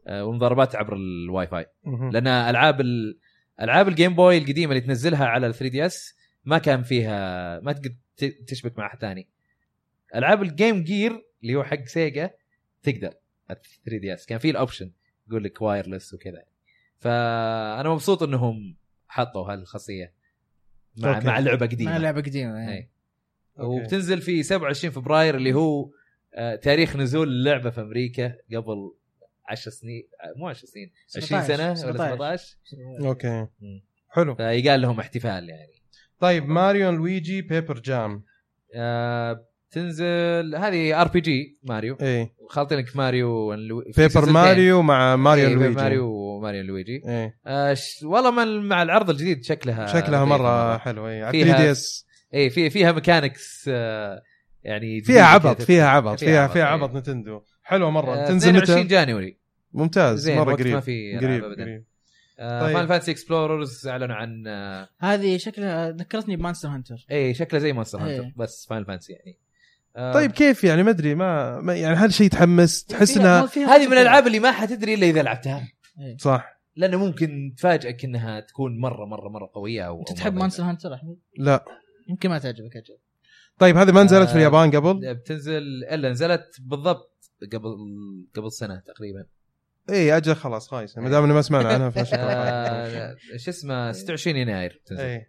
[SPEAKER 3] آه، والمضاربات عبر الواي فاي
[SPEAKER 2] مم.
[SPEAKER 3] لان العاب ال... العاب الجيم بوي القديمه اللي تنزلها على ال 3 دي اس ما كان فيها ما تقدر ت- تشبك مع احد ثاني العاب الجيم جير اللي هو حق سيجا تقدر 3 دي اس كان في الاوبشن يقول لك وايرلس وكذا فانا مبسوط انهم حطوا هالخاصيه مع
[SPEAKER 2] أوكي.
[SPEAKER 3] مع لعبه
[SPEAKER 4] ما
[SPEAKER 3] قديمه
[SPEAKER 4] لعبه قديمه إيه.
[SPEAKER 3] إيه. وبتنزل في 27 فبراير اللي هو آه، تاريخ نزول اللعبه في امريكا قبل 10 سنين آه، مو 10 سنين 20 سنه ولا 17
[SPEAKER 2] اوكي
[SPEAKER 3] مم.
[SPEAKER 2] حلو
[SPEAKER 3] فيقال لهم احتفال يعني
[SPEAKER 2] طيب ماريو لويجي بيبر جام
[SPEAKER 3] آه تنزل هذه ار بي جي ماريو
[SPEAKER 2] ايه
[SPEAKER 3] خالطين لك ماريو واللو- في
[SPEAKER 2] بيبر
[SPEAKER 3] سلسلتين.
[SPEAKER 2] ماريو مع ماريو
[SPEAKER 3] إيه،
[SPEAKER 2] لويجي
[SPEAKER 3] ماريو وماريو لويجي
[SPEAKER 2] ايه
[SPEAKER 3] آه ش... والله مع- مع العرض الجديد شكلها
[SPEAKER 2] شكلها
[SPEAKER 3] آه، لطيفة
[SPEAKER 2] مره حلو ايه على
[SPEAKER 3] فيها-
[SPEAKER 2] 3 دي اس
[SPEAKER 3] اي في فيها ميكانكس آه يعني
[SPEAKER 2] فيها
[SPEAKER 3] جديدة
[SPEAKER 2] عبط
[SPEAKER 3] كده.
[SPEAKER 2] فيها عبط فيها فيها
[SPEAKER 3] إيه.
[SPEAKER 2] عبط نتندو حلوه مره
[SPEAKER 3] آه،
[SPEAKER 2] تنزل
[SPEAKER 3] 22
[SPEAKER 2] متى؟
[SPEAKER 3] جانيوري
[SPEAKER 2] ممتاز
[SPEAKER 3] زين
[SPEAKER 2] مره
[SPEAKER 3] وقت ما
[SPEAKER 2] قريب
[SPEAKER 3] في ألعاب
[SPEAKER 2] قريب
[SPEAKER 3] أبداً.
[SPEAKER 2] قريب
[SPEAKER 3] آه
[SPEAKER 2] طيب.
[SPEAKER 3] فان فانتسي اكسبلوررز اعلنوا عن آه
[SPEAKER 4] هذه شكلها ذكرتني بمانستر هانتر
[SPEAKER 3] اي شكله زي مونستر هانتر
[SPEAKER 4] إيه.
[SPEAKER 3] بس فان فانتسي يعني آه
[SPEAKER 2] طيب كيف يعني ما ادري ما ما- يعني هذا شيء تحمس تحس
[SPEAKER 4] فيها-
[SPEAKER 2] انها
[SPEAKER 4] فيها-
[SPEAKER 3] هذه من الالعاب اللي ما حتدري الا اذا لعبتها
[SPEAKER 2] صح
[SPEAKER 3] لانه ممكن تفاجئك انها تكون مره مره مره قويه او
[SPEAKER 4] انت
[SPEAKER 3] أو
[SPEAKER 4] تحب
[SPEAKER 3] مرة-
[SPEAKER 4] مانستر هانتر احمد
[SPEAKER 2] لا
[SPEAKER 4] يمكن ما تعجبك اجل
[SPEAKER 2] طيب هذه ما نزلت في
[SPEAKER 3] آه،
[SPEAKER 2] اليابان قبل
[SPEAKER 3] بتنزل الا نزلت بالضبط قبل قبل سنه تقريبا
[SPEAKER 2] اي اجل إيه، خلاص خايس ما دام إنه ما سمعنا عنها فنشوف
[SPEAKER 3] آه، شو اسمه 26 يناير
[SPEAKER 4] إيه.
[SPEAKER 3] بتنزل
[SPEAKER 2] اي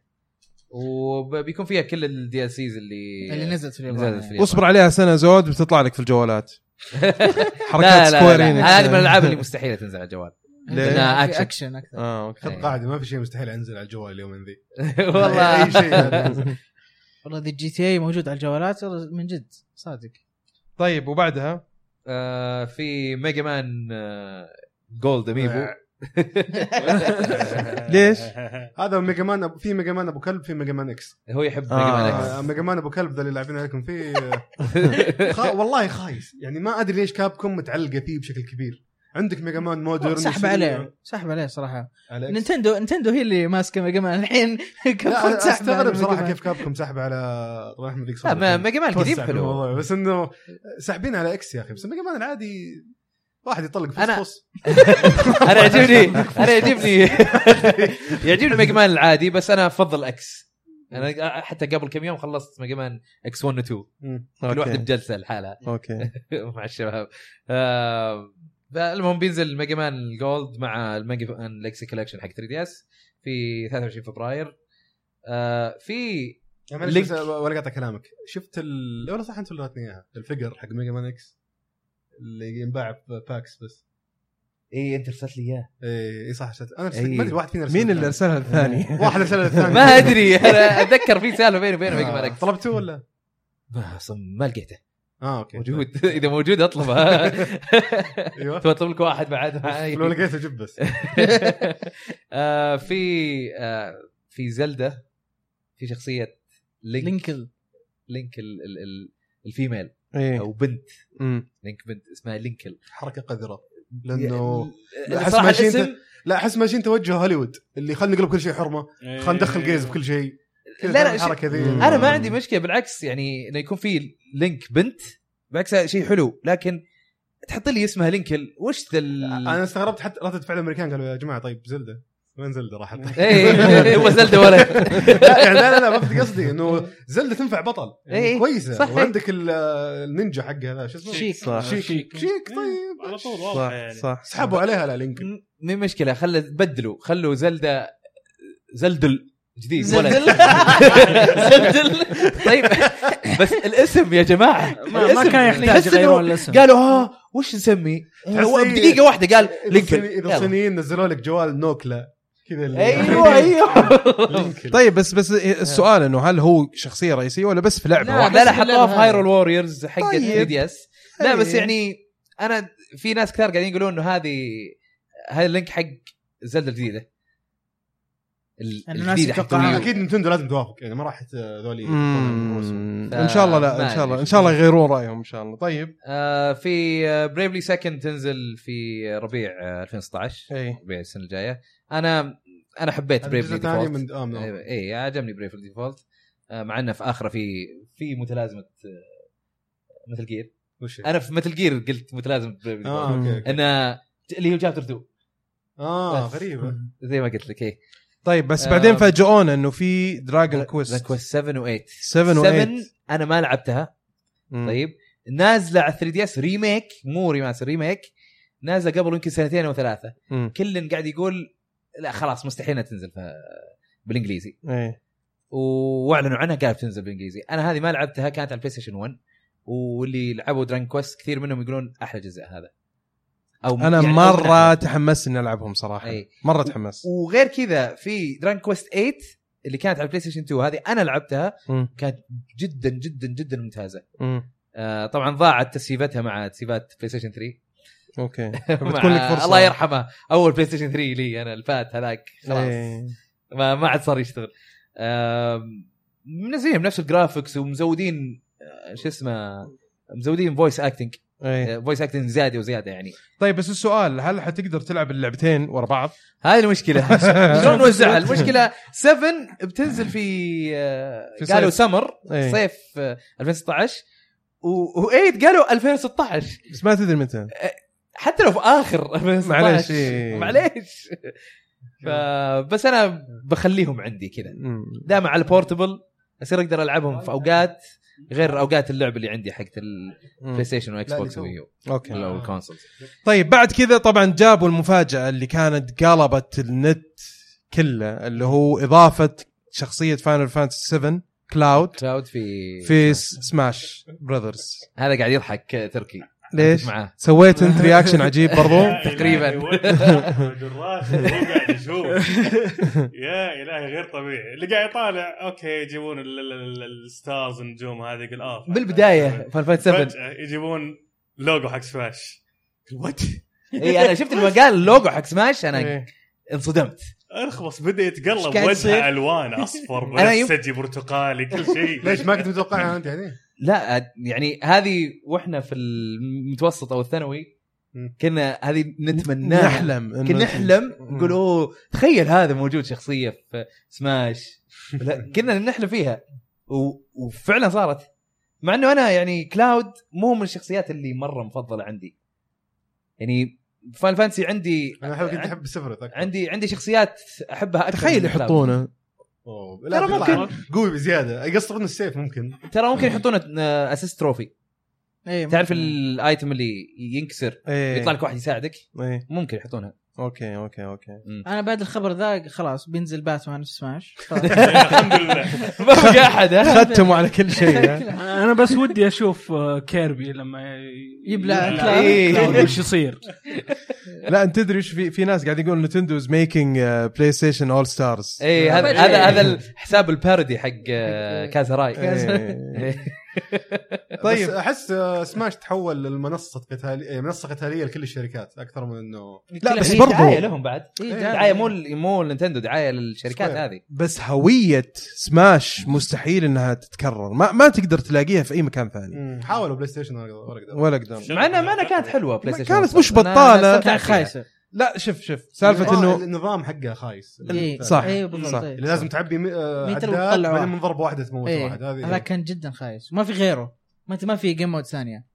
[SPEAKER 3] وبيكون فيها كل الدي ال سيز اللي
[SPEAKER 4] اللي نزلت في اليابان
[SPEAKER 3] إيه، نزلت في
[SPEAKER 4] يعني.
[SPEAKER 3] اليابان.
[SPEAKER 2] واصبر عليها سنه زود بتطلع لك في الجوالات حركات
[SPEAKER 3] لا لا لا,
[SPEAKER 2] سكوير
[SPEAKER 3] لا.
[SPEAKER 2] إنكس.
[SPEAKER 3] هذه من الالعاب اللي مستحيل تنزل على الجوال
[SPEAKER 2] ليه؟
[SPEAKER 4] لا،
[SPEAKER 3] أكشن.
[SPEAKER 4] يعني. في اكشن اكثر
[SPEAKER 2] اه اوكي
[SPEAKER 3] إيه.
[SPEAKER 1] قاعده ما في شيء مستحيل انزل على الجوال اليومين ذي
[SPEAKER 3] والله
[SPEAKER 1] اي شيء هذا.
[SPEAKER 4] والله ذي الجي تي اي موجود على الجوالات والله من جد صادق
[SPEAKER 2] طيب وبعدها
[SPEAKER 3] آه، في آه، ميجا مان جولد اميبو
[SPEAKER 2] آه. ليش؟
[SPEAKER 1] هذا ميجا مان أبو- في ميجا مان ابو كلب في ميجا مان اكس
[SPEAKER 3] هو يحب ميجا مان
[SPEAKER 2] آه.
[SPEAKER 3] اكس
[SPEAKER 1] آه، ميجا مان ابو كلب ذا اللي لاعبين عليكم فيه خا... والله خايس يعني ما ادري ليش كابكم متعلقه فيه بشكل كبير عندك ميجا مان مودرن
[SPEAKER 4] سحب
[SPEAKER 1] وسريع.
[SPEAKER 4] عليه سحب عليه صراحه
[SPEAKER 1] على إكس.
[SPEAKER 4] نينتندو نينتندو هي اللي ماسكه ميجا مان الحين
[SPEAKER 1] لا
[SPEAKER 4] كفوت
[SPEAKER 1] أنا
[SPEAKER 4] سحب على
[SPEAKER 1] استغرب
[SPEAKER 4] ميجا
[SPEAKER 1] صراحه
[SPEAKER 4] مان.
[SPEAKER 1] كيف كابكم سحب على طبعا احمد ذيك
[SPEAKER 3] لا
[SPEAKER 1] صدق.
[SPEAKER 3] ما- ميجا مان القديم
[SPEAKER 1] توسع في
[SPEAKER 3] حلو
[SPEAKER 1] الموضوع، بس انه ساحبين على اكس يا اخي بس ميجا مان العادي واحد يطلق فص
[SPEAKER 3] أنا-
[SPEAKER 1] فص
[SPEAKER 3] انا يعجبني انا يعجبني يعجبني ميجا مان العادي بس انا افضل اكس انا حتى قبل كم يوم خلصت ميجا مان اكس 1 و 2 كل واحده
[SPEAKER 2] اوكي
[SPEAKER 3] بجلسه لحالها
[SPEAKER 2] اوكي
[SPEAKER 3] مع الشباب آه، المهم بينزل ميجا مان جولد مع الميجا مان ليكسي كولكشن حق 3 دي اس في 23 فبراير آه، في
[SPEAKER 1] يا معلش
[SPEAKER 3] لينك.
[SPEAKER 1] بس ولا قاطع كلامك شفت ال ولا صح انت اللي ورتني اياها الفقر حق ميجا مان اكس اللي ينباع باكس بس
[SPEAKER 3] اي انت إيه، رسلت لي اياه
[SPEAKER 1] اي إي صح شت... انا رسلت-
[SPEAKER 3] إي.
[SPEAKER 1] ما ادري واحد فينا رسل
[SPEAKER 2] مين اللي
[SPEAKER 1] الثاني.
[SPEAKER 2] ارسلها الثاني؟ إيه.
[SPEAKER 1] واحد ارسل الثاني
[SPEAKER 3] ما ادري انا اتذكر في سالفه بيني وبين ميجا مان
[SPEAKER 1] آه،
[SPEAKER 3] اكس
[SPEAKER 1] طلبته ولا؟
[SPEAKER 3] ما أصلاً ما لقيته
[SPEAKER 1] اه اوكي
[SPEAKER 3] موجود اذا موجود اطلبه
[SPEAKER 1] ايوه
[SPEAKER 3] تبغى اطلب لك واحد بعد معاي
[SPEAKER 1] لو لقيته جيب بس
[SPEAKER 3] آه، في آه، في زلدة في شخصية لينك لينك,
[SPEAKER 4] لينكل
[SPEAKER 3] لينك ال ال ال الفيميل
[SPEAKER 2] ايه
[SPEAKER 3] او بنت
[SPEAKER 2] أمم.
[SPEAKER 3] لينك بنت اسمها لينكل
[SPEAKER 1] حركه قذره لانه
[SPEAKER 3] يعني-
[SPEAKER 1] أحس
[SPEAKER 3] صراحة
[SPEAKER 1] ماشيين
[SPEAKER 3] الاسم
[SPEAKER 1] لا احس ماشيين توجه هوليوود اللي خلينا نقلب كل شيء حرمه خلينا ندخل جيز بكل شيء كذا
[SPEAKER 3] لا، لا،
[SPEAKER 1] الحركه ذي
[SPEAKER 2] شيء-
[SPEAKER 3] انا ما عندي مشكله بالعكس يعني انه يكون في لينك بنت بالعكس هذا شيء حلو لكن تحط لي اسمها لينكل وش ذا ال-
[SPEAKER 1] انا استغربت حتى ردة فعل الامريكان قالوا يا جماعه طيب زلده وين زلده راح أحطها؟
[SPEAKER 3] اي إيه، هو زلدة ولا
[SPEAKER 1] لا يعني لا لا لا ما فهمت قصدي انه زلده تنفع بطل
[SPEAKER 3] إي
[SPEAKER 1] يعني
[SPEAKER 3] إي،
[SPEAKER 1] كويسه
[SPEAKER 3] صح.
[SPEAKER 1] وعندك ال- النينجا حقها ذا شو اسمه
[SPEAKER 4] شيك.
[SPEAKER 2] صح
[SPEAKER 1] شيك
[SPEAKER 5] شيك.
[SPEAKER 1] شيك طيب
[SPEAKER 6] على طول واضحه
[SPEAKER 2] صح
[SPEAKER 6] يعني
[SPEAKER 2] صح
[SPEAKER 1] سحبوا عليها لا لينك
[SPEAKER 3] مي مشكله خل بدلوا خلوا زلدة زلدل جديد ولد.
[SPEAKER 4] زلدل زلدل
[SPEAKER 3] طيب بس الاسم يا جماعه
[SPEAKER 5] ما, ما كان
[SPEAKER 6] يعني.
[SPEAKER 5] يحتاج
[SPEAKER 3] تحس إنه
[SPEAKER 5] يغيرون الاسم
[SPEAKER 3] قالوا ها وش نسمي؟ هو
[SPEAKER 1] إيه.
[SPEAKER 3] بدقيقه واحده قال لينكل
[SPEAKER 1] الصيني-
[SPEAKER 3] يلا.
[SPEAKER 1] الصينيين نزلوا لك جوال نوكلا كذا اللي-
[SPEAKER 3] ايوه ايوه
[SPEAKER 1] لينكل.
[SPEAKER 2] طيب بس بس السؤال انه هل هو شخصيه رئيسيه ولا بس في لعبه
[SPEAKER 3] لا
[SPEAKER 2] واحده؟
[SPEAKER 3] لا لا حطوها في
[SPEAKER 4] هذا.
[SPEAKER 3] هايرول ووريرز حق
[SPEAKER 2] طيب.
[SPEAKER 3] دي اس لا بس
[SPEAKER 2] طيب.
[SPEAKER 3] يعني انا في ناس كثار قاعدين يقولون انه هذه هذا اللينك حق زلده الجديده ال-
[SPEAKER 4] الناس
[SPEAKER 3] الجديده حق
[SPEAKER 4] يتوقعون.
[SPEAKER 3] الويو.
[SPEAKER 1] اكيد نتندو لازم توافق يعني ما راح ت- ذولي يطلعون رؤوسهم.
[SPEAKER 2] أمم.
[SPEAKER 3] آه،
[SPEAKER 2] ان شاء الله
[SPEAKER 3] ما
[SPEAKER 2] لا ان شاء الله
[SPEAKER 3] أدري.
[SPEAKER 2] ان شاء الله يغيرون رايهم ان شاء الله طيب
[SPEAKER 3] آه، في بريفلي سكند تنزل في ربيع آه، 2016
[SPEAKER 2] اي
[SPEAKER 3] ربيع السنه الجايه انا انا حبيت
[SPEAKER 1] الجزء
[SPEAKER 3] بريفلي
[SPEAKER 1] الثاني
[SPEAKER 3] ديفولت
[SPEAKER 1] من آه، من آه.
[SPEAKER 3] اي إيه، عجبني بريف ديفولت آه، مع انه في اخره في في متلازمه مثل جير
[SPEAKER 1] وش هي؟
[SPEAKER 3] انا في مثل جير قلت متلازمه بريف
[SPEAKER 1] اه
[SPEAKER 3] ديفولت
[SPEAKER 1] اوكي أوكي.
[SPEAKER 3] انا اللي هو شابتر 2
[SPEAKER 1] اه
[SPEAKER 3] بس.
[SPEAKER 1] غريبه
[SPEAKER 3] زي ما قلت لك ايه
[SPEAKER 2] طيب بس
[SPEAKER 3] آه،
[SPEAKER 2] بعدين فاجئونا انه في دراجون
[SPEAKER 3] ذا
[SPEAKER 2] كويست
[SPEAKER 3] كويست 7 و 8
[SPEAKER 2] 7 و 8
[SPEAKER 3] انا ما لعبتها
[SPEAKER 2] أمم.
[SPEAKER 3] طيب نازله على 3 دي اس ريميك مو ريماس ريميك نازله قبل يمكن سنتين او ثلاثه
[SPEAKER 2] أمم.
[SPEAKER 3] كل قاعد يقول لا خلاص مستحيل إنها تنزل آه، ف- بالانجليزي
[SPEAKER 2] ايه
[SPEAKER 3] و- واعلنوا عنها قالت بتنزل بالانجليزي انا هذه ما لعبتها كانت على البلاي ستيشن 1 واللي لعبوا درانك كويست كثير منهم يقولون احلى جزء هذا او
[SPEAKER 2] انا
[SPEAKER 3] يعني إيه. أو من
[SPEAKER 2] مره
[SPEAKER 3] أحلى.
[SPEAKER 2] تحمست اني العبهم صراحه
[SPEAKER 3] إي.
[SPEAKER 2] مره تحمست
[SPEAKER 3] وغير كذا في درانك كويست 8 اللي كانت على البلاي ستيشن 2 هذه انا لعبتها
[SPEAKER 2] أمم.
[SPEAKER 3] كانت جدا جدا جدا ممتازه
[SPEAKER 2] أمم.
[SPEAKER 3] آه طبعا ضاعت تسييفتها مع تسييفات بلاي ستيشن 3
[SPEAKER 2] اوكي
[SPEAKER 3] مع-
[SPEAKER 2] فبتكون لك فرصه
[SPEAKER 3] الله يرحمه اول بلاي ستيشن 3 لي انا الفات هذاك خلاص
[SPEAKER 2] إيه.
[SPEAKER 3] ما ما عاد صار يشتغل آم، منزلين بنفس الجرافكس ومزودين آه، شو اسمه مزودين فويس اكتنج
[SPEAKER 2] إيه.
[SPEAKER 3] فويس اكتنج زياده وزياده يعني
[SPEAKER 2] طيب بس السؤال هل حتقدر تلعب اللعبتين ورا بعض؟
[SPEAKER 3] هذه المشكله شلون نوزعها المشكله 7 بتنزل في آه،
[SPEAKER 2] في
[SPEAKER 3] قالوا
[SPEAKER 2] صيف.
[SPEAKER 3] سمر
[SPEAKER 2] إيه.
[SPEAKER 3] صيف آه، 2016 و8 قالوا 2016
[SPEAKER 2] بس ما تدري
[SPEAKER 3] أه،
[SPEAKER 2] متى
[SPEAKER 3] حتى لو في اخر 2016
[SPEAKER 2] معليش، إيه.
[SPEAKER 3] معليش فبس انا بخليهم عندي كذا
[SPEAKER 2] مم.
[SPEAKER 3] دائما على البورتبل اصير اقدر العبهم في اوقات غير اوقات اللعب اللي عندي حقت البلاي
[SPEAKER 2] مم.
[SPEAKER 3] ستيشن واكس
[SPEAKER 1] لا،
[SPEAKER 3] بوكس
[SPEAKER 1] اللي
[SPEAKER 3] ويو
[SPEAKER 2] اوكي
[SPEAKER 3] او الكونسولز
[SPEAKER 2] طيب بعد كذا طبعا جابوا المفاجاه اللي كانت قلبت النت كله اللي هو اضافه شخصيه فاينل فانتسي 7 كلاود
[SPEAKER 3] كلاود في
[SPEAKER 2] في س- سماش براذرز
[SPEAKER 3] هذا قاعد يضحك تركي
[SPEAKER 2] ليش؟
[SPEAKER 3] معاه
[SPEAKER 2] سويت انت رياكشن عجيب برضو
[SPEAKER 3] تقريباً.
[SPEAKER 6] يا الهي غير طبيعي اللي قاعد يطالع اوكي يجيبون ال- ال- ال- الستارز النجوم هذه يقول اه
[SPEAKER 3] بالبدايه فان فايت 7
[SPEAKER 6] فجاه يجيبون لوجو حق سماش وات
[SPEAKER 3] اي انا إيه، شفت لما قال اللوجو حق سماش انا
[SPEAKER 2] إيه.
[SPEAKER 3] انصدمت
[SPEAKER 6] ارخص بدا
[SPEAKER 3] إيش
[SPEAKER 6] يتقلب
[SPEAKER 3] قاعد يصير؟
[SPEAKER 6] وجهه الوان اصفر
[SPEAKER 3] أنا يم-
[SPEAKER 6] بنفسجي برتقالي كل شيء
[SPEAKER 1] ليش ما كنت متوقعها انت يعني؟
[SPEAKER 3] لا يعني هذه واحنا في المتوسط او الثانوي
[SPEAKER 1] مم.
[SPEAKER 3] كنا هذه نتمناها
[SPEAKER 2] نحلم إنه-
[SPEAKER 3] كنا نحلم
[SPEAKER 2] مم.
[SPEAKER 3] نقول اوه تخيل هذا موجود شخصيه في سماش لا، كنا نحلم فيها و... وفعلا صارت مع انه انا يعني كلاود مو من الشخصيات اللي مره مفضله عندي يعني فان فانسي عندي
[SPEAKER 1] انا احب كنت
[SPEAKER 3] عن-
[SPEAKER 1] احب سفرت أكثر.
[SPEAKER 3] عندي عندي شخصيات احبها اكثر
[SPEAKER 2] تخيل
[SPEAKER 3] من كلاود.
[SPEAKER 2] يحطونه
[SPEAKER 1] أوه، لا،
[SPEAKER 3] ترى
[SPEAKER 1] بيطلع
[SPEAKER 3] ممكن
[SPEAKER 1] قوي بزياده يقصرون السيف ممكن
[SPEAKER 3] ترى ممكن يحطون اسيست تروفي
[SPEAKER 4] اي
[SPEAKER 3] تعرف الايتم اللي ينكسر
[SPEAKER 2] ايه
[SPEAKER 3] يطلع لك واحد يساعدك
[SPEAKER 2] ايه
[SPEAKER 3] ممكن يحطونها
[SPEAKER 2] اوكي اوكي اوكي
[SPEAKER 4] انا بعد الخبر ذا خلاص بينزل باتمان في سماش
[SPEAKER 6] الحمد لله
[SPEAKER 3] ما بقى احد ها؟
[SPEAKER 2] ختموا على كل شيء ها؟
[SPEAKER 5] انا بس ودي اشوف آه، كيربي لما ي-
[SPEAKER 4] يبلع
[SPEAKER 5] يبلع
[SPEAKER 4] كلاود.
[SPEAKER 5] إيه. كلاود، وش يصير
[SPEAKER 2] لا انت تدري ايش في في ناس قاعد يقول نتندو از ميكينج بلاي ستيشن اول ستارز
[SPEAKER 3] اي هذا
[SPEAKER 4] إيه.
[SPEAKER 3] هذا هذا الحساب البارودي حق آه،
[SPEAKER 4] حق-
[SPEAKER 2] إيه.
[SPEAKER 3] كازاراي إيه.
[SPEAKER 1] طيب بس احس آه، سماش تحول لمنصه قتاليه منصه قتاليه لكل الشركات اكثر من انه
[SPEAKER 2] لا بس
[SPEAKER 3] هي دعايه
[SPEAKER 2] برضو
[SPEAKER 3] لهم بعد
[SPEAKER 4] إيه،
[SPEAKER 1] إيه،
[SPEAKER 4] دعاية.
[SPEAKER 3] دعايه مو ال- مو نينتندو دعايه للشركات
[SPEAKER 1] سكوير.
[SPEAKER 3] هذه
[SPEAKER 2] بس هويه سماش مستحيل انها تتكرر ما ما تقدر تلاقيها في اي مكان ثاني
[SPEAKER 1] حاولوا بلاي ستيشن ولا ولا قدروا.
[SPEAKER 2] ولا اقدر
[SPEAKER 3] مع انها ما أنا كانت حلوه بلاي
[SPEAKER 2] ما
[SPEAKER 3] ستيشن
[SPEAKER 2] كانت
[SPEAKER 3] وصل.
[SPEAKER 2] مش
[SPEAKER 3] أنا- أنا
[SPEAKER 2] بطالة.
[SPEAKER 3] استمتعت فيها.
[SPEAKER 4] خايسه
[SPEAKER 2] لا شوف شوف
[SPEAKER 3] إيه،
[SPEAKER 2] سالفه
[SPEAKER 1] النظام-
[SPEAKER 2] انه
[SPEAKER 1] آه، النظام حقه خايس
[SPEAKER 4] إيه.
[SPEAKER 2] صح.
[SPEAKER 4] ايوه بالضبط
[SPEAKER 2] صح.
[SPEAKER 4] إيه.
[SPEAKER 1] اللي لازم تعبي م- آه،
[SPEAKER 4] متر
[SPEAKER 1] عداد
[SPEAKER 4] وتطلع
[SPEAKER 1] بعدين
[SPEAKER 4] واحد.
[SPEAKER 1] من ضربه واحده تموت
[SPEAKER 4] إيه.
[SPEAKER 1] واحد هذه
[SPEAKER 4] هذا كان جدا خايس وما في غيره ما انت ما في جيم مود ثانيه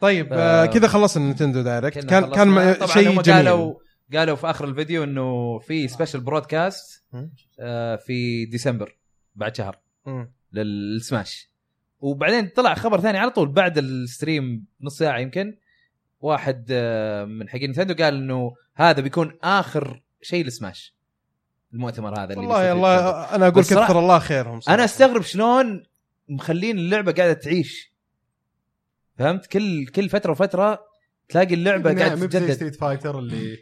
[SPEAKER 2] طيب
[SPEAKER 3] ف-
[SPEAKER 2] آه كذا خلصنا نينتندو دايركت
[SPEAKER 3] كنا
[SPEAKER 2] كان كان
[SPEAKER 3] خلصنا.
[SPEAKER 2] م-
[SPEAKER 3] طبعاً
[SPEAKER 2] شيء
[SPEAKER 3] هم
[SPEAKER 2] جميل
[SPEAKER 3] قالوا قالوا في اخر الفيديو انه في سبيشل برودكاست
[SPEAKER 2] مم.
[SPEAKER 3] آه، في ديسمبر بعد شهر
[SPEAKER 2] مم.
[SPEAKER 3] للسماش وبعدين طلع خبر ثاني على طول بعد الستريم نص ساعه يمكن واحد آه، من حقين نتندو قال انه هذا بيكون اخر شيء لسماش المؤتمر هذا اللي بيصير
[SPEAKER 2] والله
[SPEAKER 3] في ديسمبر.
[SPEAKER 2] الله انا اقول
[SPEAKER 3] بس صراحة-
[SPEAKER 2] كثر الله خيرهم صراحة.
[SPEAKER 3] انا استغرب شلون مخلين اللعبه قاعده تعيش فهمت كل كل فتره وفتره تلاقي اللعبه قاعده تتجدد
[SPEAKER 1] ستريت فايتر اللي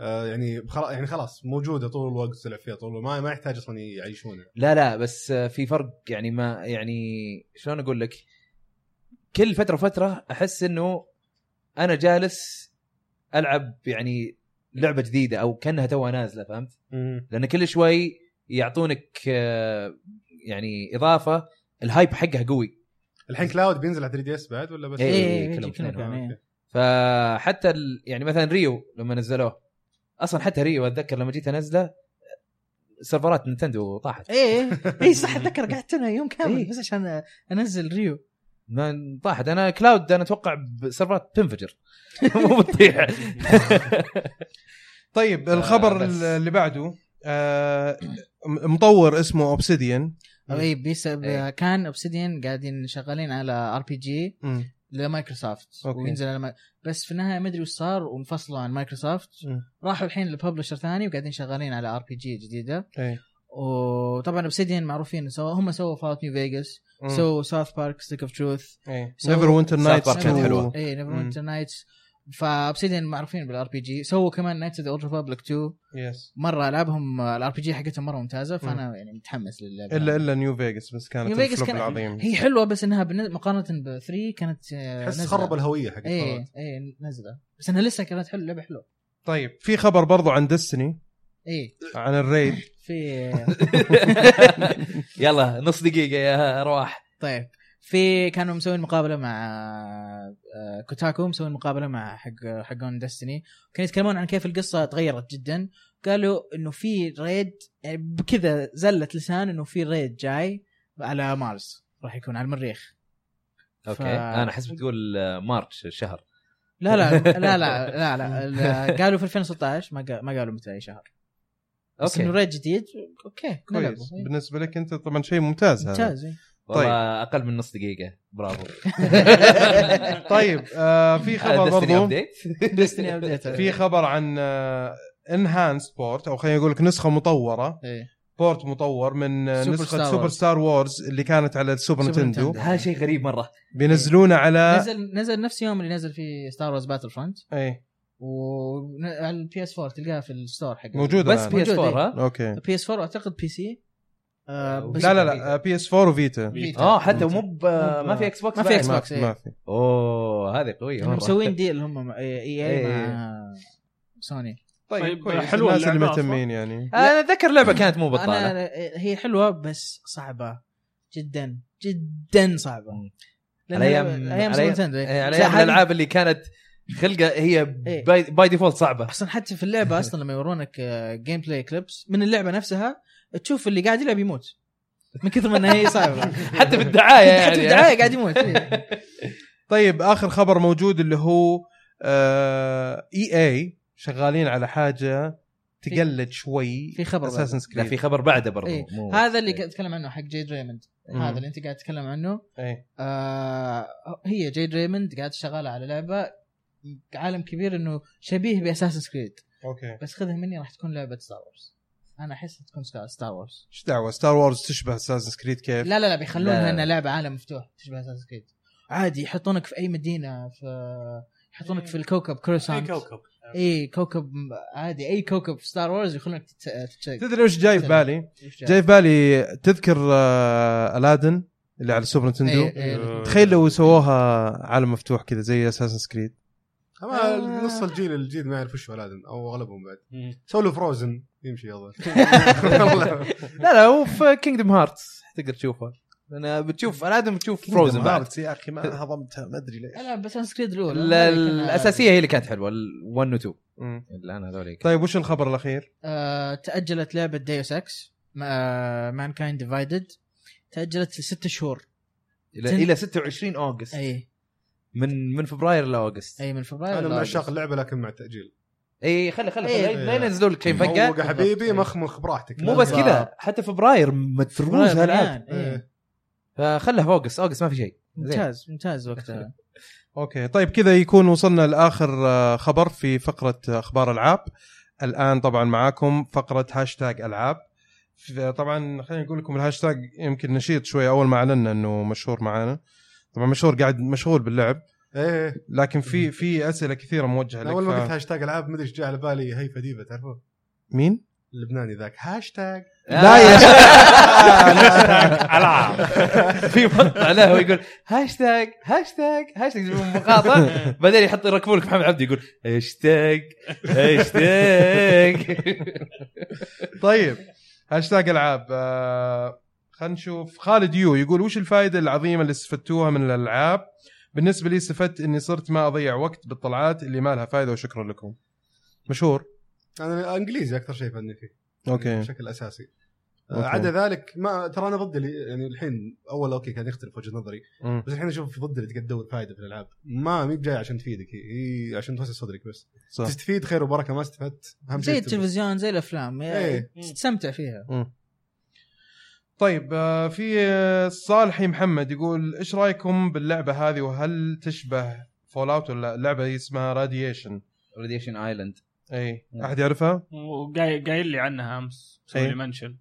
[SPEAKER 1] آه يعني خلاص يعني خلاص موجوده طول الوقت تلعب فيها طول ما ما يحتاج اصلا يعيشونها
[SPEAKER 3] لا لا بس آه، في فرق يعني ما يعني شلون اقول لك كل فتره وفتره احس انه انا جالس العب يعني لعبه جديده او كانها توها نازله فهمت؟ لان كل شوي يعطونك آه، يعني اضافه الهايب حقها قوي
[SPEAKER 1] الحين كلاود بينزل على 3 دي اس بعد ولا بس
[SPEAKER 3] إيه،
[SPEAKER 4] إيه،
[SPEAKER 3] إيه،
[SPEAKER 4] إيه،
[SPEAKER 3] كلهم
[SPEAKER 4] كلهم
[SPEAKER 3] اثنين.
[SPEAKER 4] اثنين، إيه.
[SPEAKER 3] فحتى ال- يعني مثلا ريو لما نزلوه اصلا حتى ريو اتذكر لما جيت انزله سيرفرات نينتندو طاحت
[SPEAKER 4] ايه اي صح اتذكر قعدت انا يوم كامل
[SPEAKER 3] إيه.
[SPEAKER 4] بس عشان انزل ريو
[SPEAKER 3] ما طاحت انا كلاود انا اتوقع بسيرفرات تنفجر مو بتطيح
[SPEAKER 2] طيب
[SPEAKER 3] آه،
[SPEAKER 2] الخبر
[SPEAKER 3] بس.
[SPEAKER 2] اللي بعده آه م- مطور اسمه اوبسيديان
[SPEAKER 4] اي بيسبب
[SPEAKER 3] إيه.
[SPEAKER 4] طيب، كان اوبسيديان قاعدين شغالين على ار بي جي لمايكروسوفت
[SPEAKER 3] إيه.
[SPEAKER 2] أوكي.
[SPEAKER 4] وينزل على ما- بس في النهايه ما ادري وش صار وانفصلوا عن مايكروسوفت
[SPEAKER 2] مم.
[SPEAKER 4] راحوا الحين لببلشر ثاني وقاعدين شغالين على ار بي جي جديده
[SPEAKER 2] إيه.
[SPEAKER 4] وطبعا اوبسيديان معروفين سو هم سووا فاوت نيو فيجاس
[SPEAKER 3] إيه.
[SPEAKER 4] سووا ساوث بارك ستيك اوف تروث سووا-
[SPEAKER 2] نيفر وينتر نايتس
[SPEAKER 3] Park إيه. كانت حلوة.
[SPEAKER 4] اي نيفر
[SPEAKER 2] مم.
[SPEAKER 4] وينتر نايتس فاوبسيديان معروفين بالار بي جي سووا كمان نايتس اوف ذا اولد ريبابليك 2
[SPEAKER 2] يس
[SPEAKER 4] مره العابهم الار بي جي حقتهم مره ممتازه فانا يعني متحمس للعبه
[SPEAKER 2] الا الا نيو فيجاس بس كانت
[SPEAKER 4] نيو فيجاس
[SPEAKER 2] الفلوب
[SPEAKER 4] كان-
[SPEAKER 2] العظيم
[SPEAKER 4] هي حلوه بس انها بالن- مقارنه ب 3 كانت
[SPEAKER 1] تحس خرب الهويه حق
[SPEAKER 4] اي
[SPEAKER 1] كلاود
[SPEAKER 4] اي نزله بس انها لسه كانت حلوه لعبه حلوه
[SPEAKER 2] طيب في خبر برضو عن دستني
[SPEAKER 4] اي
[SPEAKER 2] عن الريد
[SPEAKER 4] إيه، في
[SPEAKER 3] يلا نص دقيقه يا رواح
[SPEAKER 4] طيب في كانوا مسوين مقابله مع آه، كوتاكو مسوين مقابله مع حق حقون ديستني كانوا يتكلمون عن كيف القصه تغيرت جدا قالوا انه في ريد يعني بكذا زله لسان انه في ريد جاي على مارس راح يكون على المريخ
[SPEAKER 3] اوكي
[SPEAKER 4] ف-
[SPEAKER 3] انا حسب تقول آه، مارتش الشهر
[SPEAKER 4] لا لا لا لا لا, لا, لا قالوا في 2016 ما قا- ما قالوا متى اي شهر بس انه
[SPEAKER 3] اوكي
[SPEAKER 4] ريد جديد اوكي
[SPEAKER 2] كويس
[SPEAKER 4] نلعبه.
[SPEAKER 2] بالنسبه لك انت طبعا شيء ممتاز هذا
[SPEAKER 4] نعم. ممتاز إي.
[SPEAKER 2] طيب.
[SPEAKER 3] والله اقل من نص دقيقه برافو
[SPEAKER 2] طيب آه في خبر برضو
[SPEAKER 3] ابديت
[SPEAKER 4] Destiny update.
[SPEAKER 2] في خبر عن آه، انهانس بورت او خلينا نقول لك نسخه مطوره
[SPEAKER 4] إي.
[SPEAKER 2] بورت مطور من آه،
[SPEAKER 4] سوبر
[SPEAKER 2] نسخه
[SPEAKER 4] ستار
[SPEAKER 2] سوبر
[SPEAKER 4] وورز.
[SPEAKER 2] ستار وورز اللي كانت على السوبر
[SPEAKER 4] سوبر
[SPEAKER 2] نتندو
[SPEAKER 4] نتندو.
[SPEAKER 3] هذا شيء غريب مره
[SPEAKER 2] بينزلونه على
[SPEAKER 4] نزل نزل نفس يوم اللي نزل فيه ستار وورز باتل فرونت
[SPEAKER 2] اي
[SPEAKER 4] وعلى البي اس 4 تلقاها في الستور حقه
[SPEAKER 2] موجوده
[SPEAKER 3] بس
[SPEAKER 2] الآن.
[SPEAKER 3] بي اس 4
[SPEAKER 4] إيه.
[SPEAKER 3] ها
[SPEAKER 2] اوكي
[SPEAKER 4] بي اس 4 اعتقد بي سي آه، بس-
[SPEAKER 2] لا لا لا بي اس 4 وفيتا
[SPEAKER 4] فيتا.
[SPEAKER 3] اه حتى مو ب- ما في اكس بوكس
[SPEAKER 4] ما في
[SPEAKER 3] بعد.
[SPEAKER 4] Xbox.
[SPEAKER 2] ما,
[SPEAKER 4] بوكس، إيه.
[SPEAKER 2] ما في
[SPEAKER 3] اوه هذه قويه
[SPEAKER 4] هم
[SPEAKER 3] مره
[SPEAKER 4] مسوين ديل هم مع اي اي مع
[SPEAKER 3] إيه.
[SPEAKER 4] سوني
[SPEAKER 2] طيب
[SPEAKER 6] طيب،
[SPEAKER 2] كويس
[SPEAKER 6] حلوة
[SPEAKER 2] الناس اللي
[SPEAKER 6] اللعبة أصلاً.
[SPEAKER 2] مهتمين يعني
[SPEAKER 3] انا اتذكر لعبه كانت مو بطاله
[SPEAKER 4] انا إيه، هي حلوه بس صعبه جدا جدا صعبه لأن
[SPEAKER 3] على أيام-
[SPEAKER 4] أيام
[SPEAKER 3] على
[SPEAKER 4] سوبر
[SPEAKER 3] أيام-
[SPEAKER 4] نتندو، إيه.
[SPEAKER 3] إيه، على
[SPEAKER 4] لا،
[SPEAKER 3] ايام
[SPEAKER 4] هذه-
[SPEAKER 3] الالعاب اللي كانت خلقه هي
[SPEAKER 4] إيه.
[SPEAKER 3] باي, باي ديفولت صعبه
[SPEAKER 4] اصلا حتى في اللعبه اصلا لما يورونك جيم بلاي كليبس من اللعبه نفسها تشوف اللي قاعد يلعب يموت من كثر ما انها هي
[SPEAKER 3] يعني
[SPEAKER 4] صعبه
[SPEAKER 3] حتى بالدعايه يعني
[SPEAKER 4] حتى في الدعايه قاعد يموت إيه.
[SPEAKER 2] طيب اخر خبر موجود اللي هو اي اي شغالين على حاجه تقلد شوي
[SPEAKER 4] في خبر بعد.
[SPEAKER 2] اساسن
[SPEAKER 3] لا في
[SPEAKER 2] كريد
[SPEAKER 3] خبر بعده برضو
[SPEAKER 4] إيه.
[SPEAKER 3] مو
[SPEAKER 4] هذا اللي قاعد اتكلم عنه حق جيد ريموند هذا اللي انت قاعد تتكلم عنه
[SPEAKER 2] اي
[SPEAKER 4] آه هي جيد ريموند قاعد شغاله على لعبه عالم كبير انه شبيه باساس سكريد
[SPEAKER 2] اوكي
[SPEAKER 4] بس خذها مني راح تكون لعبه ستار وورز انا احس تكون ستار وورز
[SPEAKER 2] ايش دعوه ستار وورز تشبه اساسن كريد كيف؟
[SPEAKER 4] لا لا لا بيخلونها
[SPEAKER 3] لا.
[SPEAKER 4] انها لعبه عالم مفتوح تشبه اساس كريد عادي يحطونك في اي مدينه في يحطونك في الكوكب
[SPEAKER 6] اي
[SPEAKER 4] كروسانت
[SPEAKER 6] كوكب
[SPEAKER 4] اي كوكب عادي اي كوكب في ستار وورز يخلونك تت- تتشيك
[SPEAKER 2] تدري وش جاي في بالي؟ جاي في بالي تذكر آه، الادن اللي على السوبر نتندو
[SPEAKER 4] إيه، إيه.
[SPEAKER 2] تخيل لو سووها عالم مفتوح كذا زي اساسن كريد
[SPEAKER 4] آه.
[SPEAKER 1] اما نص الجيل الجديد ما يعرف وش هو الادن او اغلبهم بعد سووا له فروزن يمشي يلا
[SPEAKER 3] لا لا هو في كينجدم هارتس تقدر تشوفه انا بتشوف انا ادم بتشوف فروزن بعد
[SPEAKER 2] يا اخي ما هضمتها ما ادري ليش
[SPEAKER 4] لا بس سكريد الاولى
[SPEAKER 3] ال- الاساسيه هي اللي كانت حلوه ال 1 و 2
[SPEAKER 2] مم.
[SPEAKER 3] اللي انا هذول
[SPEAKER 2] طيب وش الخبر الاخير؟
[SPEAKER 4] آه، تاجلت لعبه ديوس اكس مان كايند ديفايدد تاجلت لست شهور طيب،
[SPEAKER 3] الى الى 26 اوغست
[SPEAKER 4] اي
[SPEAKER 3] من من فبراير لاوغست
[SPEAKER 4] اي من فبراير
[SPEAKER 1] انا من
[SPEAKER 4] لأغسطس.
[SPEAKER 1] عشاق اللعبه لكن مع التاجيل
[SPEAKER 3] اي خلي خلي
[SPEAKER 4] إيه.
[SPEAKER 3] خلي لا ينزلوا لك شيء فجاه
[SPEAKER 1] موقع حبيبي مخمخ براحتك
[SPEAKER 3] إيه. مو بس كذا حتى فبراير متروس
[SPEAKER 4] فبراير
[SPEAKER 3] هالعاب
[SPEAKER 4] مليان، إيه.
[SPEAKER 3] فخله في اوغست اوغست ما في شيء
[SPEAKER 4] ممتاز ممتاز وقتها
[SPEAKER 2] اوكي طيب كذا يكون وصلنا لاخر آه، خبر في فقره آه، اخبار العاب الان طبعا معاكم فقره هاشتاج العاب في- طبعا خلينا نقول لكم الهاشتاج يمكن نشيط شوي اول ما اعلنا انه مشهور معانا طبعا مشهور قاعد مشغول باللعب
[SPEAKER 3] إيه.
[SPEAKER 1] ايه
[SPEAKER 2] لكن في في اسئله كثيره موجهه
[SPEAKER 1] أنا اول ما قلت
[SPEAKER 2] لك ف...
[SPEAKER 1] هاشتاج العاب مدري ايش جاء على بالي هيفا ديفا تعرفوه
[SPEAKER 2] مين؟
[SPEAKER 1] اللبناني ذاك هاشتاج
[SPEAKER 2] لا يا
[SPEAKER 6] العاب
[SPEAKER 3] في مقطع له ويقول هاشتاج هاشتاج هاشتاج يجيبون مقاطع بعدين يحط يركبون لك محمد عبد يقول هاشتاج هاشتاج
[SPEAKER 2] طيب هاشتاج العاب آه خلينا نشوف خالد يو يقول وش الفائده العظيمه اللي استفدتوها من الالعاب بالنسبه لي استفدت اني صرت ما اضيع وقت بالطلعات اللي ما لها فائده وشكرا لكم مشهور
[SPEAKER 1] انا انجليزي اكثر شيء فني فيه
[SPEAKER 2] اوكي
[SPEAKER 1] بشكل اساسي
[SPEAKER 2] أوكي.
[SPEAKER 1] آه، عدا ذلك ما ترى انا ضد اللي- يعني الحين اول اوكي كان يختلف وجهه نظري
[SPEAKER 2] مم.
[SPEAKER 1] بس الحين اشوف ضد اللي تقعد تدور فائده في الالعاب ما مي بجاي عشان تفيدك هي- هي عشان توسع صدرك بس
[SPEAKER 2] صح
[SPEAKER 1] تستفيد خير وبركه ما استفدت اهم
[SPEAKER 4] زي
[SPEAKER 1] شيء تستفيد.
[SPEAKER 4] التلفزيون زي الافلام يعني
[SPEAKER 1] إيه.
[SPEAKER 4] تستمتع فيها
[SPEAKER 2] طيب آه، في آه، صالحي محمد يقول ايش رايكم باللعبه هذه وهل تشبه فول اوت ولا لا؟ اللعبه هي اسمها راديشن
[SPEAKER 3] راديشن ايلاند
[SPEAKER 2] اي احد يعرفها؟
[SPEAKER 5] وقايل قايل لي عنها امس
[SPEAKER 2] إيه.
[SPEAKER 5] سوي لي منشن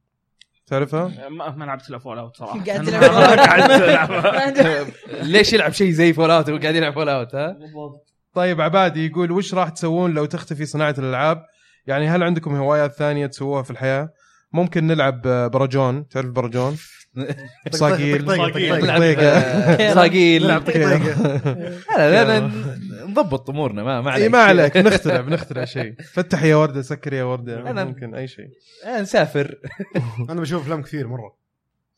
[SPEAKER 2] تعرفها؟
[SPEAKER 5] ما ما لعبت الا فول اوت صراحه
[SPEAKER 4] قاعد
[SPEAKER 5] أنا
[SPEAKER 4] تلعب.
[SPEAKER 5] ما قعدت العبها
[SPEAKER 3] ليش يلعب شيء زي فول اوت وقاعد يلعب فول اوت ها؟
[SPEAKER 5] بالضبط
[SPEAKER 2] طيب عبادي يقول وش راح تسوون لو تختفي صناعه الالعاب؟ يعني هل عندكم هوايات ثانيه تسووها في الحياه؟ ممكن نلعب آه، برجون تعرف برجون صقيل طيب.
[SPEAKER 1] طقطقة، طقطقة.
[SPEAKER 2] طقطقة.
[SPEAKER 3] نلعب
[SPEAKER 6] صقيل.
[SPEAKER 3] صاقيل
[SPEAKER 1] نلعب طقطقه
[SPEAKER 3] لا لا لا نضبط امورنا ما ما
[SPEAKER 2] اي
[SPEAKER 3] عليك
[SPEAKER 2] ما عليك بنخترع بنخترع شيء فتح يا ورده سكر يا ورده
[SPEAKER 3] أنا-
[SPEAKER 2] ممكن اي شيء
[SPEAKER 3] آه، نسافر
[SPEAKER 1] انا بشوف افلام كثير مره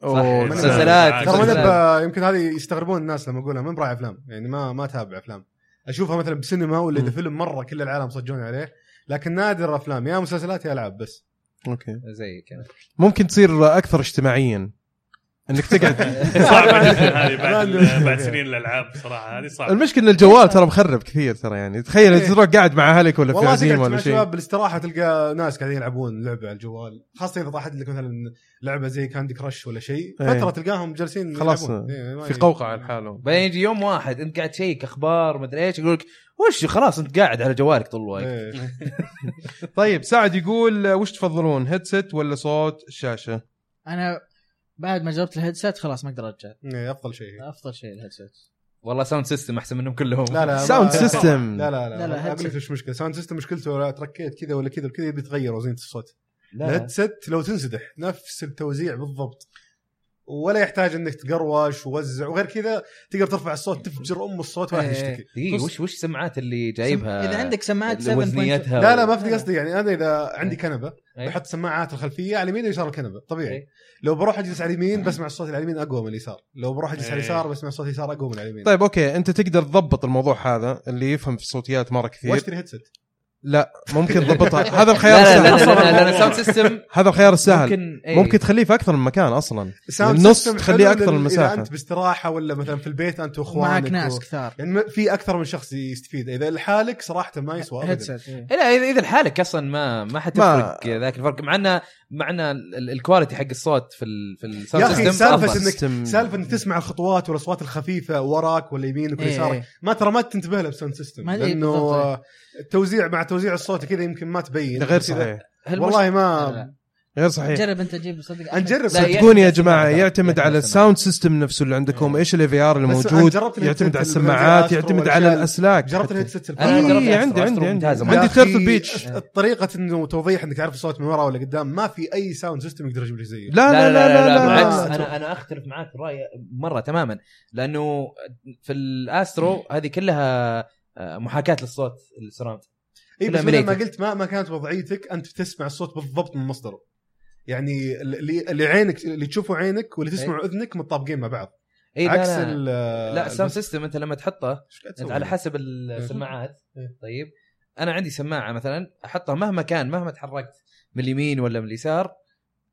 [SPEAKER 2] أوه.
[SPEAKER 1] ماني
[SPEAKER 3] مسلسلات
[SPEAKER 1] ترى ما
[SPEAKER 3] مسلسلات.
[SPEAKER 1] أنا ب- يمكن هذه يستغربون الناس لما اقولها من براعي افلام يعني ما ما اتابع افلام اشوفها مثلا بسينما ولا اذا
[SPEAKER 2] مم.
[SPEAKER 1] فيلم مره كل العالم صجون عليه لكن نادر افلام يا مسلسلات يا العاب بس
[SPEAKER 2] اوكي
[SPEAKER 3] زي كذا
[SPEAKER 2] ممكن تصير اكثر اجتماعيا انك تقعد
[SPEAKER 6] صعبه جدا هذه
[SPEAKER 1] ما
[SPEAKER 6] بعد
[SPEAKER 1] عندي مشكلة
[SPEAKER 6] بعد
[SPEAKER 1] فيها.
[SPEAKER 6] سنين الالعاب صراحه هذه صعبه
[SPEAKER 2] المشكله ان الجوال ترى مخرب كثير ترى يعني تخيل
[SPEAKER 1] إيه.
[SPEAKER 2] تروح قاعد مع اهلك ولا في
[SPEAKER 1] والله
[SPEAKER 2] عزيمه
[SPEAKER 1] سكت مع
[SPEAKER 2] ولا شيء
[SPEAKER 1] شباب بالاستراحه تلقى ناس قاعدين يلعبون لعبه على الجوال خاصه اذا طاحت لك مثلا لعبه زي كاندي كراش ولا شيء
[SPEAKER 2] إيه.
[SPEAKER 1] فتره تلقاهم جالسين
[SPEAKER 2] خلاص،
[SPEAKER 1] يلعبون. إيه، ما
[SPEAKER 2] في
[SPEAKER 1] ي-
[SPEAKER 2] قوقعه لحاله
[SPEAKER 3] بعدين يجي يوم واحد انت قاعد تشيك اخبار مدري ايش يقول لك وش خلاص انت قاعد على جوالك طول الوقت
[SPEAKER 1] إيه.
[SPEAKER 2] طيب سعد يقول آه، وش تفضلون هيدسет ولا صوت الشاشه؟
[SPEAKER 4] انا بعد ما جربت الهيدسيت خلاص ما اقدر ارجع
[SPEAKER 1] إيه، افضل شيء
[SPEAKER 4] افضل شيء الهيدسيت
[SPEAKER 3] والله ساوند سيستم احسن منهم كلهم
[SPEAKER 1] لا لا
[SPEAKER 2] ساوند
[SPEAKER 1] ما-
[SPEAKER 2] سيستم
[SPEAKER 1] لا لا لا,
[SPEAKER 4] لا، لا،
[SPEAKER 1] لا اقول لك
[SPEAKER 4] headset.
[SPEAKER 1] وش مشكله ساوند سيستم مشكلته ولا تركيت كذا ولا كذا وكذا يبي يتغير وزينه الصوت
[SPEAKER 3] لا
[SPEAKER 1] الهيدسيت لو تنسدح نفس التوزيع بالضبط ولا يحتاج انك تقروش ووزع وغير كذا تقدر ترفع الصوت تفجر ام الصوت ولا أحد
[SPEAKER 4] إيه.
[SPEAKER 1] يشتكي
[SPEAKER 3] دقيقة وش وش السماعات اللي جايبها
[SPEAKER 4] اذا عندك سماعات 7.5
[SPEAKER 3] وزنيتها
[SPEAKER 1] لا لا ما في
[SPEAKER 4] لا.
[SPEAKER 1] قصدي يعني انا اذا عندي كنبه
[SPEAKER 3] إيه.
[SPEAKER 1] بحط سماعات الخلفيه على اليمين ويسار الكنبه
[SPEAKER 3] إيه.
[SPEAKER 1] طبيعي لو بروح اجلس على اليمين بسمع الصوت على اليمين اقوى من اليسار لو بروح اجلس على
[SPEAKER 6] إيه.
[SPEAKER 1] اليسار بسمع الصوت اليسار اقوى من على اليمين
[SPEAKER 2] طيب اوكي انت تقدر تضبط الموضوع هذا اللي يفهم في الصوتيات مره كثير
[SPEAKER 1] واشتري هيدسيت
[SPEAKER 2] لا ممكن تضبطها هذا
[SPEAKER 3] لا
[SPEAKER 2] الخيار
[SPEAKER 3] لا لا
[SPEAKER 2] السهل
[SPEAKER 3] لا لا, لا, لا ساوند سيستم
[SPEAKER 2] هذا الخيار السهل
[SPEAKER 3] ممكن إيه.
[SPEAKER 2] ممكن تخليه في اكثر من مكان اصلا
[SPEAKER 1] ساوند
[SPEAKER 2] النص
[SPEAKER 1] سيستم
[SPEAKER 2] تخليه
[SPEAKER 1] حلو
[SPEAKER 2] أكثر
[SPEAKER 1] لل-
[SPEAKER 2] المساحة.
[SPEAKER 1] اذا انت باستراحه ولا مثلا في البيت انت واخوانك
[SPEAKER 4] ومعك ناس
[SPEAKER 1] و...
[SPEAKER 4] كثار
[SPEAKER 1] يعني ما- في اكثر من شخص يستفيد اذا لحالك صراحه ما يسوى ابدا
[SPEAKER 4] هيدسيت إيه.
[SPEAKER 3] لا اذا إذا لحالك اصلا ما ما حتفرق ذاك الفرق مع انه مع انه ال- ال- الكواليتي حق الصوت في ال في
[SPEAKER 1] يا أخي،
[SPEAKER 3] الساوند سيستم
[SPEAKER 1] سالفة
[SPEAKER 3] افضل
[SPEAKER 1] إنك-
[SPEAKER 2] سيستم-
[SPEAKER 1] سالفه انك تسمع الخطوات والاصوات الخفيفه وراك ولا يمينك ولا
[SPEAKER 4] إيه،
[SPEAKER 1] يسارك
[SPEAKER 4] إيه.
[SPEAKER 1] ما ترى ما تنتبه لها بساوند سيستم
[SPEAKER 4] ما- إيه،
[SPEAKER 1] لانه
[SPEAKER 4] بالضبط، إيه.
[SPEAKER 1] آه، التوزيع مع توزيع الصوت كذا يمكن ما تبين
[SPEAKER 2] غير
[SPEAKER 1] كذا.
[SPEAKER 2] صحيح
[SPEAKER 3] هل
[SPEAKER 1] والله
[SPEAKER 4] لا،
[SPEAKER 1] ما
[SPEAKER 4] لا.
[SPEAKER 2] غير صحيح
[SPEAKER 4] جرب انت تجيب صدق
[SPEAKER 1] أنا نجرب
[SPEAKER 3] لا،
[SPEAKER 1] صدق.
[SPEAKER 3] يعني-
[SPEAKER 2] صدقوني يا
[SPEAKER 3] يعتمد
[SPEAKER 2] جماعه
[SPEAKER 3] على-
[SPEAKER 2] يعتمد
[SPEAKER 3] يعتمد
[SPEAKER 2] على
[SPEAKER 3] على
[SPEAKER 2] الساوند سيستم نفسه اللي عندكم ايش الاف ار اللي
[SPEAKER 1] بس
[SPEAKER 2] موجود
[SPEAKER 1] أنا جربت الهيدسيت
[SPEAKER 2] يعتمد
[SPEAKER 1] اللي
[SPEAKER 2] على السماعات
[SPEAKER 1] بالأسترو
[SPEAKER 2] يعتمد
[SPEAKER 1] والأشياء
[SPEAKER 2] على
[SPEAKER 1] اللي-
[SPEAKER 2] الاسلاك
[SPEAKER 1] جربت الهيدسيت
[SPEAKER 3] أنا جربت
[SPEAKER 2] اي
[SPEAKER 3] الأسترو،
[SPEAKER 2] عندي عندي
[SPEAKER 3] الأسترو
[SPEAKER 2] عندي
[SPEAKER 3] ممتازة
[SPEAKER 2] عندي
[SPEAKER 3] مرة.
[SPEAKER 2] تيرتل بيتش
[SPEAKER 1] طريقه انه توضيح انك تعرف الصوت من ورا ولا قدام ما في اي ساوند سيستم يقدر يجيب لك زيه
[SPEAKER 2] لا لا لا لا
[SPEAKER 1] بالعكس.
[SPEAKER 2] لا
[SPEAKER 3] بالعكس انا انا اختلف معاك في الراي مره تماما لانه في الاسترو هذه كلها آه، محاكاه للصوت السراوند
[SPEAKER 1] اي
[SPEAKER 3] كلها
[SPEAKER 1] إيه، بس مثل ما
[SPEAKER 3] منيتة.
[SPEAKER 1] قلت ما ما كانت وضعيتك انت تسمع الصوت بالضبط من مصدره يعني اللي اللي عينك اللي تشوفه عينك واللي تسمعه اذنك متطابقين مع بعض
[SPEAKER 3] اي
[SPEAKER 1] عكس
[SPEAKER 3] إيه. لا
[SPEAKER 1] ال-
[SPEAKER 3] لا, لا
[SPEAKER 1] البس-
[SPEAKER 3] الساوند سيستم انت لما تحطه
[SPEAKER 1] إيش قاعد
[SPEAKER 3] انت
[SPEAKER 1] تسوي؟
[SPEAKER 3] على حسب السماعات
[SPEAKER 1] إيه.
[SPEAKER 3] طيب انا عندي سماعه مثلا احطها مهما كان مهما تحركت من اليمين ولا من اليسار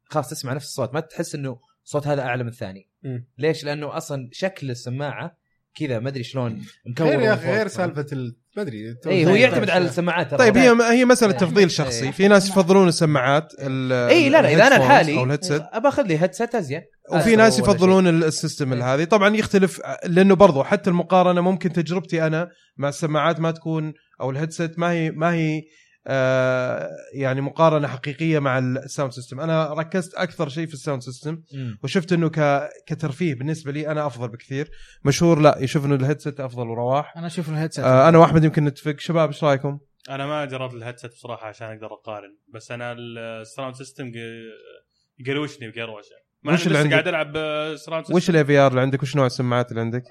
[SPEAKER 3] خلاص تسمع نفس الصوت ما تحس انه صوت هذا اعلى من الثاني
[SPEAKER 1] مم.
[SPEAKER 3] ليش؟ لانه اصلا شكل السماعه كذا ما ادري شلون مكون
[SPEAKER 1] غير يا
[SPEAKER 3] من
[SPEAKER 1] اخي
[SPEAKER 3] فوق.
[SPEAKER 1] غير طيب. سالفه ال- ما ادري
[SPEAKER 3] اي إيه، هو يعتمد على السماعات ترى.
[SPEAKER 2] طيب هي هي مساله
[SPEAKER 3] إيه.
[SPEAKER 2] تفضيل شخصي
[SPEAKER 3] إيه.
[SPEAKER 2] في ناس يفضلون السماعات ال-
[SPEAKER 3] اي لا لا اذا انا
[SPEAKER 2] الهيدفونز
[SPEAKER 3] لحالي
[SPEAKER 2] او الهيدسيت
[SPEAKER 3] ابى اخذ آه، لي هيدسيت ازين
[SPEAKER 2] وفي
[SPEAKER 3] أسترو
[SPEAKER 2] ناس
[SPEAKER 3] ولا شيء.
[SPEAKER 2] يفضلون ال- السيستم
[SPEAKER 3] إيه.
[SPEAKER 2] هذه طبعا يختلف لانه برضو حتى المقارنه ممكن تجربتي انا مع السماعات ما تكون او الهيدسيت ما هي ما هي آه يعني مقارنه حقيقيه مع الساوند سيستم انا ركزت اكثر شيء في الساوند سيستم
[SPEAKER 3] مم.
[SPEAKER 2] وشفت انه ك... كترفيه بالنسبه لي انا افضل بكثير مشهور لا يشوف انه الهيدسيت افضل ورواح
[SPEAKER 4] انا اشوف الهيدسيت
[SPEAKER 2] آه انا واحمد يمكن نتفق شباب ايش رايكم
[SPEAKER 6] انا ما جربت الهيدسيت بصراحه عشان اقدر اقارن بس انا السراوند سيستم ق- يقروشني بقروشه ما
[SPEAKER 2] وش
[SPEAKER 6] وش
[SPEAKER 2] اللي
[SPEAKER 6] اللي
[SPEAKER 2] عندك؟
[SPEAKER 6] قاعد العب سراوند سيستم
[SPEAKER 2] وش الاي في ار اللي عندك وش نوع السماعات اللي عندك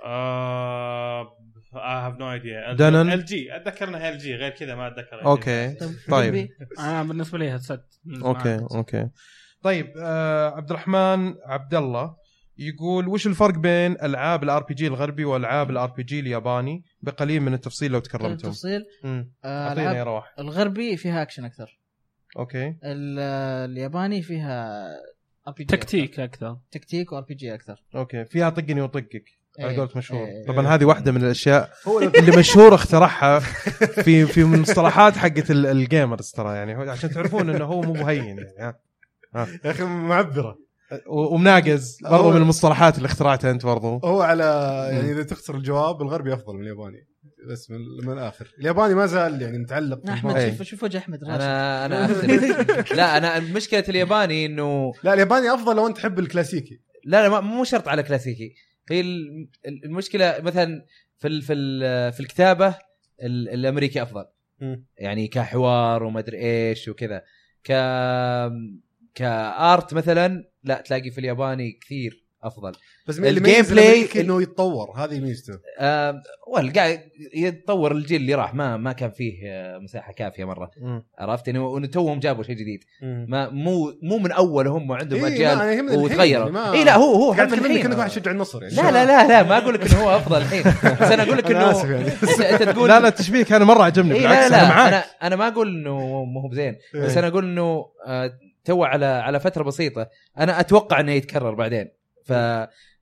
[SPEAKER 6] آه، اي هاف نو ايديا
[SPEAKER 2] دانون؟
[SPEAKER 6] ال جي اتذكر انها ال جي غير كذا ما اتذكر
[SPEAKER 2] اوكي طيب.
[SPEAKER 5] انا بالنسبه لي هيدسيت
[SPEAKER 2] اوكي اوكي طيب آه عبد الرحمن عبد الله يقول وش الفرق بين العاب الار بي جي الغربي والعاب الار بي جي الياباني بقليل من التفصيل لو تكرمتم
[SPEAKER 4] تفصيل
[SPEAKER 2] مم.
[SPEAKER 4] آه،
[SPEAKER 2] اعطينا يا
[SPEAKER 4] العاب
[SPEAKER 2] رواح
[SPEAKER 4] الغربي فيها اكشن اكثر
[SPEAKER 2] اوكي
[SPEAKER 4] ال- الياباني فيها ار بي جي
[SPEAKER 5] تكتيك اكثر
[SPEAKER 4] تكتيك وار بي جي اكثر
[SPEAKER 2] اوكي فيها طقني وطقك على
[SPEAKER 4] إيه.
[SPEAKER 2] قولت مشهور
[SPEAKER 4] إيه.
[SPEAKER 2] طبعا هذه واحده من الاشياء
[SPEAKER 1] هو
[SPEAKER 2] اللي مشهور اخترعها في في مصطلحات حقت ال- الجيمرز ترى يعني هو- عشان تعرفون انه هو مو مهين يعني ها.
[SPEAKER 1] يا اخي معبره
[SPEAKER 2] و- ومناقز برضو من المصطلحات اللي اخترعتها انت برضو
[SPEAKER 1] هو على يعني اذا تخسر الجواب الغربي افضل من الياباني بس من, من الاخر الياباني ما زال يعني متعلق في
[SPEAKER 4] احمد
[SPEAKER 1] الفضل.
[SPEAKER 2] إيه.
[SPEAKER 4] شوف شوف وجه احمد راشد
[SPEAKER 3] انا انا أختلف. لا انا مشكله الياباني انه
[SPEAKER 1] لا الياباني افضل لو انت تحب الكلاسيكي
[SPEAKER 3] لا لا ما- مو شرط على كلاسيكي هي ال- ال- المشكله مثلا في ال في ال في الكتابه ال- الامريكي افضل
[SPEAKER 1] مم.
[SPEAKER 3] يعني كحوار وما ادري ايش وكذا ك كارت مثلا لا تلاقي في الياباني كثير افضل
[SPEAKER 1] بس مين اللي
[SPEAKER 3] الجيم
[SPEAKER 1] يميز
[SPEAKER 3] بلاي-
[SPEAKER 1] الأمريكي انه يتطور هذه ميزته
[SPEAKER 3] آه ولا قاعد يتطور الجيل اللي راح ما ما كان فيه آه، مساحه كافيه مره
[SPEAKER 2] مم.
[SPEAKER 3] عرفت انه وإنه توهم جابوا شيء جديد ما مو مو من اول هم عندهم
[SPEAKER 1] إيه، لا،
[SPEAKER 3] اجيال
[SPEAKER 1] أنا يهمني الحين، يعني ما-
[SPEAKER 3] وتغيروا اي لا هو هو
[SPEAKER 1] قاعد
[SPEAKER 3] هم
[SPEAKER 1] تكلمني
[SPEAKER 3] الحين
[SPEAKER 1] كانك واحد يشجع النصر يعني
[SPEAKER 3] لا لا لا لا ما اقول لك انه هو افضل الحين بس انا اقول لك
[SPEAKER 1] أنا آسف
[SPEAKER 3] انه
[SPEAKER 1] يعني
[SPEAKER 3] انت أنت تقول
[SPEAKER 2] لا لا التشبيه كان مره عجبني
[SPEAKER 3] إيه
[SPEAKER 2] بالعكس
[SPEAKER 3] لا لا
[SPEAKER 2] انا
[SPEAKER 3] لا
[SPEAKER 2] معاك
[SPEAKER 3] انا انا ما اقول انه مو هو بزين بس
[SPEAKER 1] إيه.
[SPEAKER 3] انا اقول انه آه، تو على على فتره بسيطه انا اتوقع انه يتكرر بعدين ف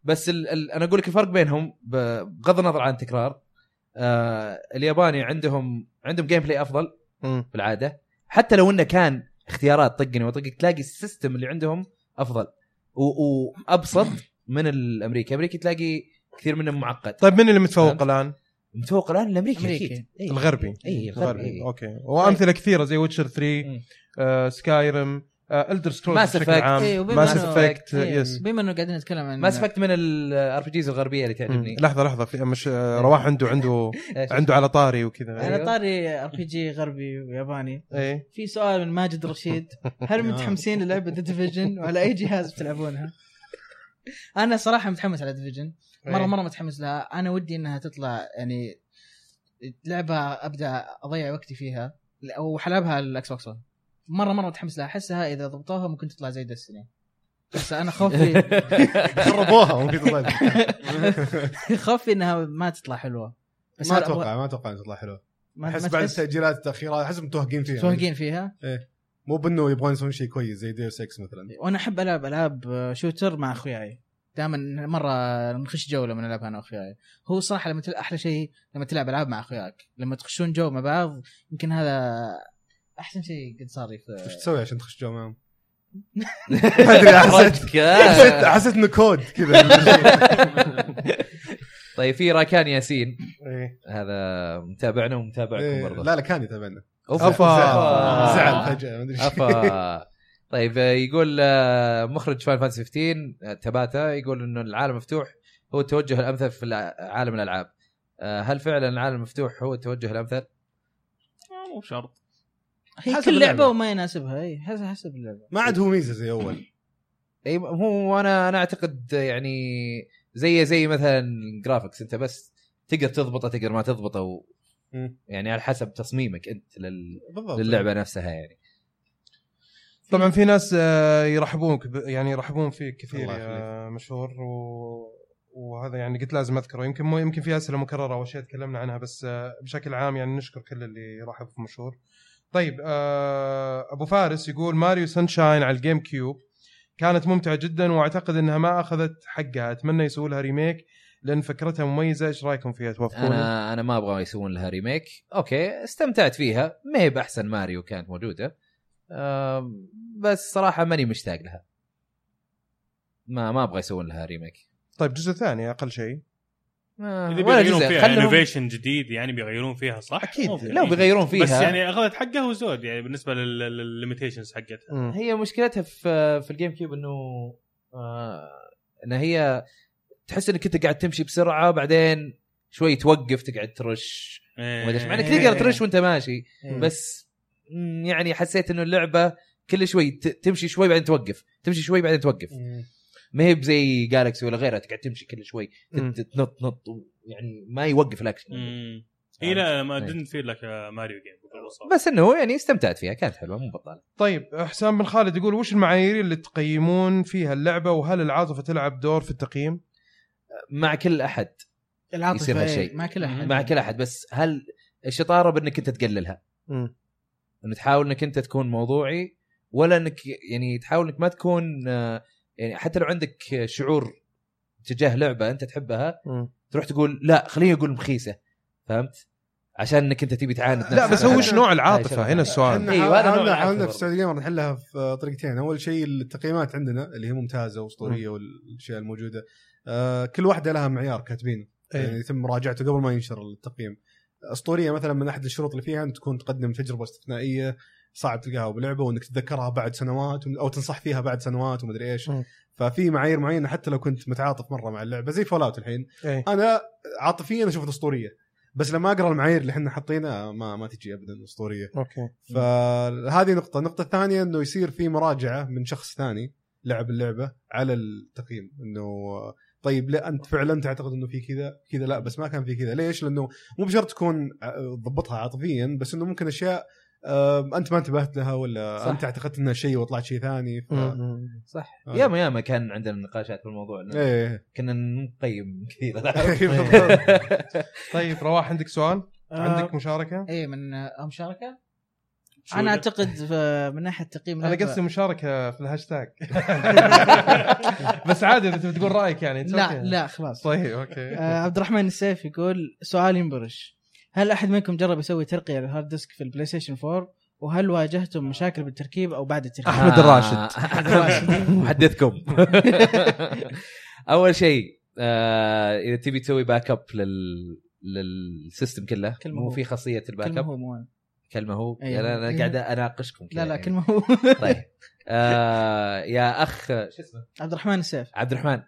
[SPEAKER 3] بس ال... ال... انا اقول لك الفرق بينهم ب- بغض النظر عن التكرار آه الياباني عندهم عندهم جيم بلاي افضل
[SPEAKER 2] مم.
[SPEAKER 3] بالعاده حتى لو انه كان اختيارات طقني وطقك تلاقي السيستم اللي عندهم افضل و... وابسط من الامريكي امريكي تلاقي كثير منهم معقد
[SPEAKER 2] طيب من اللي متفوق الان؟
[SPEAKER 3] متفوق الان الامريكي
[SPEAKER 4] أمريكي.
[SPEAKER 3] اكيد إيه.
[SPEAKER 2] الغربي
[SPEAKER 3] إيه، الغربي.
[SPEAKER 2] الغربي
[SPEAKER 3] إيه.
[SPEAKER 2] اوكي وامثله كثيره زي ويتشر 3
[SPEAKER 3] مم.
[SPEAKER 2] آه سكاي ريم آه الدر سكرولز
[SPEAKER 3] Mass
[SPEAKER 2] بشكل
[SPEAKER 3] Effect.
[SPEAKER 2] عام
[SPEAKER 4] إيه، وبما
[SPEAKER 2] ماس
[SPEAKER 4] إنه-
[SPEAKER 2] افكت
[SPEAKER 4] إيه،
[SPEAKER 2] يس
[SPEAKER 4] بما انه قاعدين نتكلم عن
[SPEAKER 3] ما استفدت من الار بي جيز الغربيه اللي
[SPEAKER 2] مم.
[SPEAKER 3] تعجبني
[SPEAKER 2] لحظه لحظه في مش آه رواح عنده عنده عنده على طاري وكذا
[SPEAKER 4] على
[SPEAKER 3] أيوه.
[SPEAKER 4] طاري ار بي جي غربي وياباني
[SPEAKER 2] ايه
[SPEAKER 4] في سؤال من ماجد رشيد هل
[SPEAKER 1] آه.
[SPEAKER 4] متحمسين للعبه ذا ديفيجن وعلى اي جهاز بتلعبونها؟ انا صراحه متحمس على ديفيجن
[SPEAKER 1] إيه.
[SPEAKER 4] مره مره متحمس لها انا ودي انها تطلع يعني لعبه ابدا اضيع وقتي فيها وحلبها على الاكس بوكس 1 مره مره متحمس لها احسها اذا ضبطوها ممكن تطلع زي دستني بس انا خوفي
[SPEAKER 1] خربوها ممكن تطلع
[SPEAKER 4] خوفي انها ما تطلع حلوه بس
[SPEAKER 1] ما
[SPEAKER 4] أنا أبغى-
[SPEAKER 1] اتوقع ما اتوقع انها تطلع حلوه
[SPEAKER 4] ما
[SPEAKER 1] احس
[SPEAKER 4] ما
[SPEAKER 1] بعد يعني.
[SPEAKER 4] تحس
[SPEAKER 1] التاجيلات التاخيرات احس متوهقين فيها
[SPEAKER 4] توهقين فيها
[SPEAKER 1] مو بانه يبغون يسوون شيء كويس زي ديوس اكس مثلا
[SPEAKER 4] وانا احب العب العاب شوتر مع اخوياي دائما مره نخش جوله من العبها انا واخوياي هو صراحه لما تل... احلى شيء لما تلعب العاب مع اخوياك لما تخشون جو مع بعض يمكن هذا احسن شيء قد صار لي في
[SPEAKER 1] ايش تسوي عشان تخش جو معهم؟
[SPEAKER 3] ما
[SPEAKER 1] أدري، أحسن.
[SPEAKER 3] آه.
[SPEAKER 1] حسيت حسيت انه كود كذا
[SPEAKER 3] طيب في راكان ياسين
[SPEAKER 1] إيه.
[SPEAKER 3] هذا متابعنا ومتابعكم
[SPEAKER 1] إيه.
[SPEAKER 3] برضه
[SPEAKER 1] لا لا كان يتابعنا
[SPEAKER 2] أفا.
[SPEAKER 1] زعل فجاه ما ادري إيش.
[SPEAKER 3] افا طيب آه، يقول آه، مخرج فاين فانسي 15 آه، تباتا يقول انه العالم مفتوح هو التوجه الامثل في الع- عالم الالعاب آه، هل فعلا العالم المفتوح هو التوجه الامثل؟
[SPEAKER 5] آه، مو شرط
[SPEAKER 4] هي
[SPEAKER 1] حسب
[SPEAKER 4] كل
[SPEAKER 1] اللعبة.
[SPEAKER 4] لعبه وما يناسبها اي حسب حسب اللعبه
[SPEAKER 1] ما عاد هو ميزه زي اول
[SPEAKER 3] اي هو انا انا اعتقد يعني زي زي مثلا جرافيكس انت بس تقدر تضبطه تقدر ما تضبطه و...
[SPEAKER 1] مم.
[SPEAKER 3] يعني على حسب تصميمك انت لل...
[SPEAKER 1] بالضبط
[SPEAKER 3] للعبه نفسها يعني
[SPEAKER 2] طبعا في ناس آه، يرحبونك ب- يعني يرحبون فيك كثير
[SPEAKER 1] الله
[SPEAKER 2] يا مشهور و... وهذا يعني قلت لازم اذكره يمكن مو يمكن في اسئله مكرره او اشياء تكلمنا عنها بس آه، بشكل عام يعني نشكر كل اللي رحبوا في مشهور. طيب آه، ابو فارس يقول ماريو سانشاين على الجيم كيوب كانت ممتعه جدا واعتقد انها ما اخذت حقها اتمنى يسووا لها ريميك لان فكرتها مميزه ايش رايكم فيها توافقون؟
[SPEAKER 3] انا انا ما ابغى يسوون لها ريميك اوكي استمتعت فيها ما هي باحسن ماريو كانت موجوده آم، بس صراحه ماني مشتاق لها ما ما ابغى يسوون لها ريميك
[SPEAKER 2] طيب جزء ثاني اقل شيء
[SPEAKER 3] ما-
[SPEAKER 6] اذا بيغيرون
[SPEAKER 3] آه، جزء.
[SPEAKER 6] فيها
[SPEAKER 3] خلهم-
[SPEAKER 6] انوفيشن جديد يعني بيغيرون فيها صح؟
[SPEAKER 2] أكيد.
[SPEAKER 6] ممكن.
[SPEAKER 3] لو بيغيرون فيها
[SPEAKER 6] بس يعني اخذت حقها وزود يعني بالنسبه للليميتيشنز حقتها
[SPEAKER 2] مم.
[SPEAKER 3] هي مشكلتها في في الجيم كيوب انه آه ان هي تحس انك انت قاعد تمشي بسرعه بعدين شوي توقف تقعد ترش وما ادري إيش. مع انك
[SPEAKER 6] إيه.
[SPEAKER 3] تقدر ترش وانت ماشي
[SPEAKER 2] مم.
[SPEAKER 3] بس مم، يعني حسيت انه اللعبه كل شوي ت- تمشي شوي بعدين توقف تمشي شوي بعدين توقف
[SPEAKER 2] إيه.
[SPEAKER 3] ما هي بزي جالكسي ولا غيرها تقعد تمشي كل شوي ت-
[SPEAKER 2] مم.
[SPEAKER 3] ت- تنط نط و- يعني ما يوقف الاكشن
[SPEAKER 6] مم. اي لا ما
[SPEAKER 3] إيه.
[SPEAKER 6] didn't feel like a ماريو جيم
[SPEAKER 3] بس انه يعني استمتعت فيها كانت حلوه مو بطاله
[SPEAKER 2] طيب حسام بن خالد يقول وش المعايير اللي تقيمون فيها اللعبه وهل العاطفه تلعب دور في التقييم؟
[SPEAKER 3] مع كل احد
[SPEAKER 4] العاطفه
[SPEAKER 3] يصير
[SPEAKER 4] يصير
[SPEAKER 3] هالشيء.
[SPEAKER 4] مع كل احد
[SPEAKER 3] مع كل احد بس هل الشطاره بانك انت تقللها
[SPEAKER 2] مم.
[SPEAKER 3] انه تحاول انك انت تكون موضوعي ولا انك يعني تحاول انك ما تكون آه، يعني حتى لو عندك آه، شعور تجاه لعبه انت تحبها
[SPEAKER 2] مم.
[SPEAKER 3] تروح تقول لا خليني اقول مخيسه فهمت؟ عشان انك انت تبي تعاند
[SPEAKER 2] لا
[SPEAKER 3] نفسك آه،
[SPEAKER 2] بس هو
[SPEAKER 3] على-
[SPEAKER 2] وش نوع
[SPEAKER 3] هاي
[SPEAKER 2] العاطفه
[SPEAKER 3] شغلة
[SPEAKER 2] هنا
[SPEAKER 3] ثانية.
[SPEAKER 2] السؤال
[SPEAKER 3] إيه،
[SPEAKER 1] احنا
[SPEAKER 3] وهذا نوع
[SPEAKER 1] حاولنا
[SPEAKER 3] العاطفة
[SPEAKER 1] حاولنا في
[SPEAKER 3] برضه.
[SPEAKER 1] السعوديه جيمر نحلها في طريقتين اول شيء التقييمات عندنا اللي هي ممتازه واسطوريه والاشياء الموجوده آه، كل واحده لها معيار كاتبينه يعني
[SPEAKER 2] إيه.
[SPEAKER 1] يتم مراجعته قبل ما ينشر التقييم اسطوريه مثلا من احد الشروط اللي فيها ان تكون تقدم تجربه استثنائيه صعب تلقاها بلعبه وانك تتذكرها بعد سنوات وم- او تنصح فيها بعد سنوات ومدري ايش
[SPEAKER 2] مم.
[SPEAKER 1] ففي معايير معينه حتى لو كنت متعاطف مره مع اللعبه زي فول الحين
[SPEAKER 2] إيه.
[SPEAKER 1] انا عاطفيا اشوفها اسطوريه بس لما اقرا المعايير اللي احنا حاطينها ما ما تجي ابدا اسطوريه
[SPEAKER 2] اوكي
[SPEAKER 1] فهذه نقطة، النقطة الثانية انه يصير في مراجعة من شخص ثاني لعب اللعبه على التقييم انه طيب لا انت فعلا تعتقد انه في كذا كذا لا بس ما كان في كذا ليش لانه مو بشرط تكون آه، ضبطها عاطفيا بس انه ممكن اشياء آه، انت ما انتبهت لها ولا
[SPEAKER 4] صح.
[SPEAKER 1] صح. انت اعتقدت انها شيء وطلعت شيء ثاني ف...
[SPEAKER 2] مم.
[SPEAKER 4] صح
[SPEAKER 1] آه.
[SPEAKER 3] ياما ياما كان عندنا نقاشات في الموضوع
[SPEAKER 2] إيه.
[SPEAKER 3] إنه
[SPEAKER 1] ايه
[SPEAKER 3] كنا نقيم كثير
[SPEAKER 1] بالضبط.
[SPEAKER 2] طيب رواح عندك سؤال؟
[SPEAKER 1] آه،
[SPEAKER 3] آه،
[SPEAKER 2] عندك
[SPEAKER 6] عندك
[SPEAKER 2] مشاركه؟
[SPEAKER 4] اي من آه، مشاركه
[SPEAKER 6] شو
[SPEAKER 4] انا
[SPEAKER 6] ده؟
[SPEAKER 4] اعتقد ف- من ناحيه تقييم
[SPEAKER 2] انا
[SPEAKER 4] اللعبة-
[SPEAKER 2] قصدي مشاركه في الهاشتاج بس عادي اذا تبي تقول رايك يعني it's
[SPEAKER 4] لا
[SPEAKER 2] okay.
[SPEAKER 4] لا خلاص
[SPEAKER 2] طيب اوكي
[SPEAKER 4] آه، عبد الرحمن السيف يقول سؤال ينبرش هل احد منكم جرب يسوي ترقيه للهارد ديسك في البلاي ستيشن 4 وهل واجهتم مشاكل بالتركيب او بعد التركيب؟ آه،
[SPEAKER 2] أحمد الراشد.
[SPEAKER 3] أحمد الراشد حدثكم اول شيء آه، اذا تبي تسوي باك اب لل للسيستم كله
[SPEAKER 4] كلمة
[SPEAKER 3] مو
[SPEAKER 4] هو.
[SPEAKER 3] في خاصيه الباك
[SPEAKER 4] كلمه
[SPEAKER 3] اب
[SPEAKER 4] هو مو أنا.
[SPEAKER 3] كلمه هو
[SPEAKER 4] أيوة.
[SPEAKER 3] انا انا قاعد اناقشكم كذا
[SPEAKER 4] لا لا
[SPEAKER 3] يعني.
[SPEAKER 4] كلمه هو
[SPEAKER 3] طيب آه، يا اخ شو اسمه
[SPEAKER 4] عبد الرحمن السيف
[SPEAKER 3] عبد الرحمن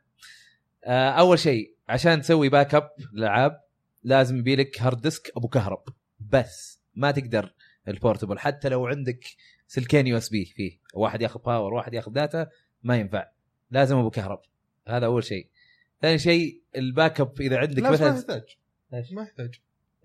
[SPEAKER 3] آه، اول شيء عشان تسوي باك اب للالعاب لازم يبيلك هارد ديسك ابو كهرب بس ما تقدر البورتبل حتى لو عندك سلكين يو اس بي فيه واحد ياخذ باور واحد ياخذ داتا ما ينفع لازم ابو كهرب هذا اول شيء ثاني شيء الباك اب اذا عندك
[SPEAKER 1] لا بس ما
[SPEAKER 3] مثلا
[SPEAKER 1] يحتاج
[SPEAKER 3] إيش؟
[SPEAKER 1] ما يحتاج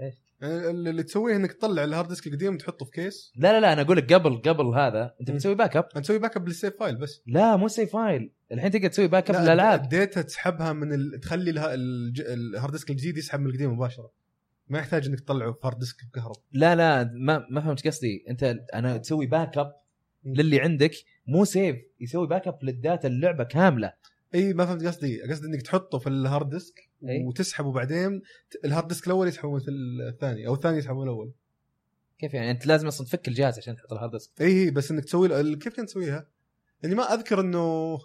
[SPEAKER 3] إيش؟
[SPEAKER 1] يعني اللي اللي تسويه انك تطلع الهارد ديسك القديم تحطه في كيس
[SPEAKER 3] لا لا لا انا اقول لك قبل قبل هذا انت
[SPEAKER 1] مم.
[SPEAKER 3] بتسوي باك اب
[SPEAKER 1] تسوي باك اب للسيف فايل بس
[SPEAKER 3] لا مو سيف فايل الحين تقدر تسوي باك اب
[SPEAKER 1] لا،
[SPEAKER 3] للالعاب
[SPEAKER 1] الداتا تسحبها من ال... تخلي الها... الج... الهارد ديسك الجديد يسحب من القديم مباشره ما يحتاج انك تطلعه في هارد ديسك بكهرب
[SPEAKER 3] لا لا ما ما فهمت قصدي انت انا تسوي باك اب للي عندك مو سيف يسوي باك اب للداتا اللعبه كامله
[SPEAKER 1] اي ما فهمت قصدي قصدي انك تحطه في الهارد ديسك
[SPEAKER 3] إي.
[SPEAKER 1] وتسحبه بعدين ت- الهارد ديسك الاول يسحبه مثل الثاني او الثاني يسحبه الاول
[SPEAKER 3] كيف يعني انت لازم اصلا تفك الجهاز عشان تحط الهارد ديسك
[SPEAKER 1] اي إي، بس انك تسوي له- ال- كيف كان تسويها؟ اني ما اذكر انه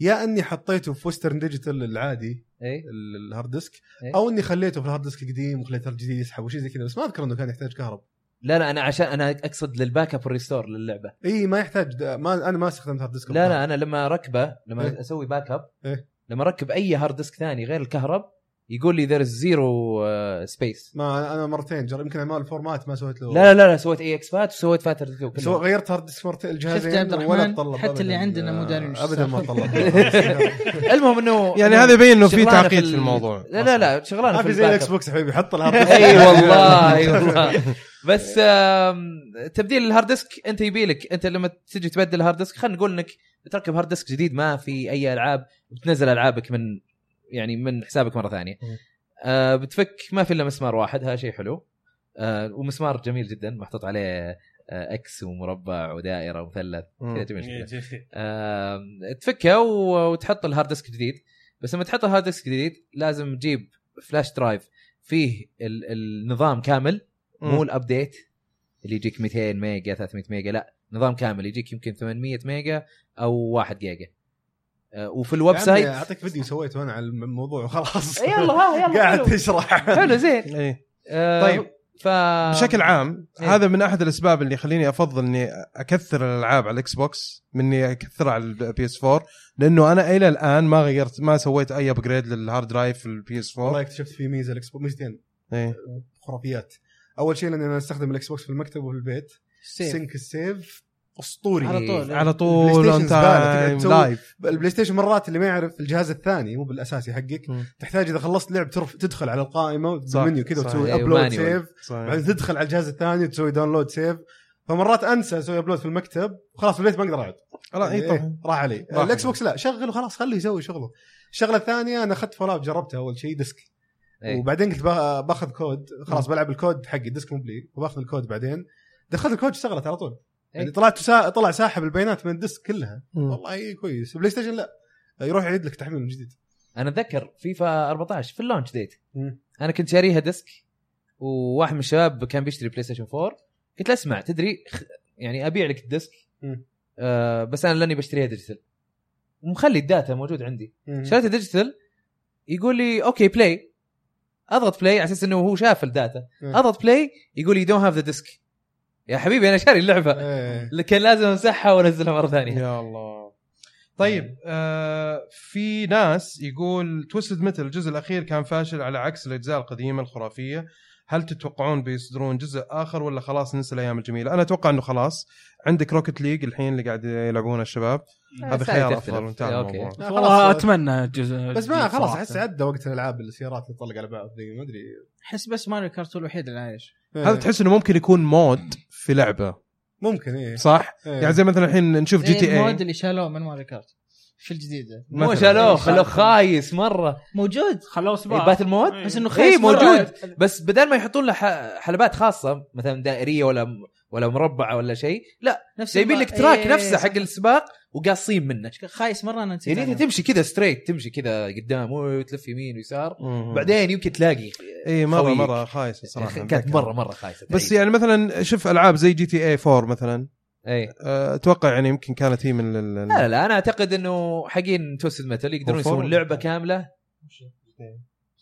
[SPEAKER 1] يا اني حطيته في وسترن ديجيتال العادي
[SPEAKER 3] اي
[SPEAKER 1] ال- الهارد ديسك
[SPEAKER 3] إيه.
[SPEAKER 1] او اني خليته في الهارد ديسك القديم وخليته الجديد يسحب وشي زي كذا بس ما اذكر انه كان يحتاج كهرب
[SPEAKER 3] لا لا انا عشان انا اقصد للباك اب والريستور للعبه
[SPEAKER 1] اي ما يحتاج ده- ما انا ما استخدمت هارد ديسك
[SPEAKER 3] لا لا انا لما اركبه لما
[SPEAKER 1] إيه.
[SPEAKER 3] اسوي باك اب
[SPEAKER 1] إيه.
[SPEAKER 3] لما اركب اي هارد ديسك ثاني غير الكهرب يقول لي ذير زيرو سبيس
[SPEAKER 1] ما أنا- انا مرتين جرب يمكن اعمال الفورمات ما سويت له
[SPEAKER 3] لا لا لا سويت اي اكس فات وسويت فات 32
[SPEAKER 1] سو
[SPEAKER 3] كلهم.
[SPEAKER 1] غيرت هارد ديسك مرتين الجهازين
[SPEAKER 4] شفت يا عبد
[SPEAKER 1] ولا
[SPEAKER 4] الرحمن؟
[SPEAKER 1] تطلب
[SPEAKER 4] حتى اللي
[SPEAKER 1] أبداً.
[SPEAKER 4] عندنا مو داري وش
[SPEAKER 1] ابدا ما
[SPEAKER 4] السالفة.
[SPEAKER 1] طلب
[SPEAKER 3] المهم انه
[SPEAKER 2] يعني
[SPEAKER 3] إنه
[SPEAKER 2] هذا يبين انه في
[SPEAKER 3] شغلانة
[SPEAKER 2] تعقيد
[SPEAKER 3] ال-
[SPEAKER 2] في الموضوع
[SPEAKER 3] لا لا لا شغلانه
[SPEAKER 1] ما
[SPEAKER 3] في
[SPEAKER 1] في زي
[SPEAKER 3] الباك
[SPEAKER 1] الاكس
[SPEAKER 3] أب.
[SPEAKER 1] بوكس حبيبي حط الهارد ديسك
[SPEAKER 3] اي والله اي والله بس آم، تبديل الهارد ديسك انت يبي لك انت لما تجي تبدل الهارد ديسك خلينا نقول انك تركب هارد ديسك جديد ما في اي العاب بتنزل العابك من يعني من حسابك مره ثانيه
[SPEAKER 1] مم.
[SPEAKER 3] آه بتفك ما في الا مسمار واحد هذا شيء حلو آه ومسمار جميل جدا محطوط عليه آه اكس ومربع ودائره ومثلث كذا جميل
[SPEAKER 6] إيه.
[SPEAKER 3] جدا آه، تفكها و- وتحط الهارد ديسك جديد بس لما تحط الهارد ديسك جديد لازم تجيب فلاش درايف فيه ال- النظام كامل مو الابديت اللي يجيك 200 ميجا 300 ميجا لا نظام كامل يجيك يمكن 800 ميجا او 1 جيجا آه، وفي الويب سايت
[SPEAKER 2] يعني
[SPEAKER 1] اعطيك فيديو سويته انا على الموضوع وخلاص
[SPEAKER 3] يلا ها يلا
[SPEAKER 1] قاعد
[SPEAKER 3] حلو.
[SPEAKER 1] تشرح
[SPEAKER 3] حلو زين
[SPEAKER 2] إيه.
[SPEAKER 3] آه،
[SPEAKER 2] طيب.
[SPEAKER 3] ف
[SPEAKER 2] بشكل عام
[SPEAKER 3] آه. إيه.
[SPEAKER 2] هذا من احد الاسباب اللي يخليني افضل اني اكثر الالعاب على الاكس بوكس من اني اكثرها على البي اس 4 لانه انا الى الان ما غيرت ما سويت اي ابجريد للهارد درايف في البي اس
[SPEAKER 1] والله
[SPEAKER 2] 4
[SPEAKER 1] اكتشفت في ميزه الاكس بوكس ميزتين
[SPEAKER 2] إيه.
[SPEAKER 1] خرافيات اول شيء لاني انا استخدم الاكس بوكس في المكتب وفي البيت
[SPEAKER 4] سيف.
[SPEAKER 1] سينك السيف اسطوري
[SPEAKER 4] على طول
[SPEAKER 2] على
[SPEAKER 1] البلاي
[SPEAKER 2] طول
[SPEAKER 1] ستيشن
[SPEAKER 2] اون
[SPEAKER 1] زبالة، تقعد
[SPEAKER 2] تايم
[SPEAKER 1] تسوي-
[SPEAKER 2] لايف
[SPEAKER 1] البلاي ستيشن مرات اللي ما يعرف الجهاز الثاني مو بالاساسي حقك
[SPEAKER 2] مم.
[SPEAKER 1] تحتاج اذا خلصت لعب ترف تدخل على القائمه
[SPEAKER 2] صح،
[SPEAKER 1] بالمنيو كذا
[SPEAKER 2] صح.
[SPEAKER 1] وتسوي
[SPEAKER 3] أيوة،
[SPEAKER 1] ابلود
[SPEAKER 3] manual.
[SPEAKER 1] سيف بعدين تدخل على الجهاز الثاني وتسوي داونلود سيف فمرات انسى اسوي ابلود في المكتب وخلاص في البيت ما اقدر اقعد
[SPEAKER 2] خلاص اي
[SPEAKER 1] إيه،
[SPEAKER 2] طبعا
[SPEAKER 1] راح علي
[SPEAKER 2] راح
[SPEAKER 1] الاكس
[SPEAKER 2] عليه.
[SPEAKER 1] بوكس لا شغل وخلاص خليه يسوي شغله الشغله الثانيه انا اخذت فول اوت جربتها اول شيء ديسك
[SPEAKER 3] إيه.
[SPEAKER 1] وبعدين قلت با- باخذ كود خلاص بلعب الكود حقي ديسك مو بلي وباخذ الكود بعدين دخلت الكود اشتغلت على طول يعني طلعت سا... طلع ساحب البيانات من الديسك كلها
[SPEAKER 2] مم.
[SPEAKER 1] والله كويس بلاي ستيشن لا يروح يعيد لك تحميل من جديد
[SPEAKER 3] انا اتذكر فيفا 14 في اللونش ديت
[SPEAKER 1] مم.
[SPEAKER 3] انا كنت شاريها ديسك وواحد من الشباب كان بيشتري بلاي ستيشن 4 قلت له اسمع تدري خ- يعني ابيع لك الديسك
[SPEAKER 1] مم.
[SPEAKER 3] آه بس انا لاني بشتريها ديجيتال ومخلي الداتا موجود عندي
[SPEAKER 1] مم.
[SPEAKER 3] شريتها ديجيتال يقول لي اوكي بلاي اضغط بلاي على اساس انه هو شاف الداتا
[SPEAKER 1] مم.
[SPEAKER 3] اضغط بلاي يقول لي دونت هاف ذا ديسك يا حبيبي انا شاري اللعبه
[SPEAKER 1] إيه.
[SPEAKER 3] كان لازم امسحها وانزلها مره ثانيه
[SPEAKER 2] يا الله طيب آه في ناس يقول توستد متل الجزء الاخير كان فاشل على عكس الاجزاء القديمه الخرافيه هل تتوقعون بيصدرون جزء اخر ولا خلاص ننسى الايام الجميله؟ انا اتوقع انه خلاص عندك روكت ليج الحين اللي قاعد يلعبونه الشباب هذا
[SPEAKER 3] الثاني
[SPEAKER 2] خيار
[SPEAKER 3] تختلف.
[SPEAKER 2] افضل وانتهى
[SPEAKER 3] أوكي.
[SPEAKER 2] الموضوع
[SPEAKER 1] لا،
[SPEAKER 5] والله
[SPEAKER 1] خلاص.
[SPEAKER 5] اتمنى جزء
[SPEAKER 1] بس ما
[SPEAKER 5] جديد
[SPEAKER 1] خلاص
[SPEAKER 5] صراحة.
[SPEAKER 1] احس عدى وقت الالعاب السيارات اللي تطلق على بعض ذي ما إيه. ادري
[SPEAKER 4] احس بس ماريو كارت هو الوحيد اللي عايش
[SPEAKER 2] هذا تحس انه ممكن يكون مود في لعبه
[SPEAKER 1] ممكن ايه
[SPEAKER 2] صح؟
[SPEAKER 1] إيه.
[SPEAKER 2] يعني زي مثلا الحين نشوف جي
[SPEAKER 4] زي
[SPEAKER 2] تي إيه.
[SPEAKER 4] المود
[SPEAKER 2] اي
[SPEAKER 4] إيه، اللي شالوه من ماريو كارت في الجديده
[SPEAKER 3] مو شالوه خلوه خايس مره
[SPEAKER 4] موجود
[SPEAKER 5] خلوه سباق
[SPEAKER 3] إيه، باتل مود
[SPEAKER 5] إيه.
[SPEAKER 4] احس انه
[SPEAKER 3] اي
[SPEAKER 4] خايس مرة.
[SPEAKER 3] موجود بس بدل ما يحطون له ح- حلبات خاصه مثلا دائريه ولا ولا مربعه ولا شيء لا
[SPEAKER 4] نفس
[SPEAKER 3] جايبين
[SPEAKER 4] الم-
[SPEAKER 3] لك تراك
[SPEAKER 4] إيه،
[SPEAKER 3] نفسه
[SPEAKER 4] صح.
[SPEAKER 3] حق السباق وقاصين منه
[SPEAKER 4] خايس مره انا نسيت
[SPEAKER 3] يعني انت
[SPEAKER 4] عنه.
[SPEAKER 3] تمشي كذا ستريت تمشي كذا قدام وتلف يمين ويسار بعدين يمكن تلاقي
[SPEAKER 2] اي مره
[SPEAKER 3] خويك. إيه،
[SPEAKER 2] مره خايسه صراحه
[SPEAKER 3] كانت مره مره خايسه
[SPEAKER 2] بس يعني مثلا شوف العاب زي جي تي إيه اي 4 مثلا
[SPEAKER 3] اي
[SPEAKER 2] أه، اتوقع يعني يمكن كانت هي من ال- ال-
[SPEAKER 3] إيه. لا لا لا انا اعتقد انه حقين توستد ميتال يقدرون
[SPEAKER 2] وفور.
[SPEAKER 3] يسوون لعبه كامله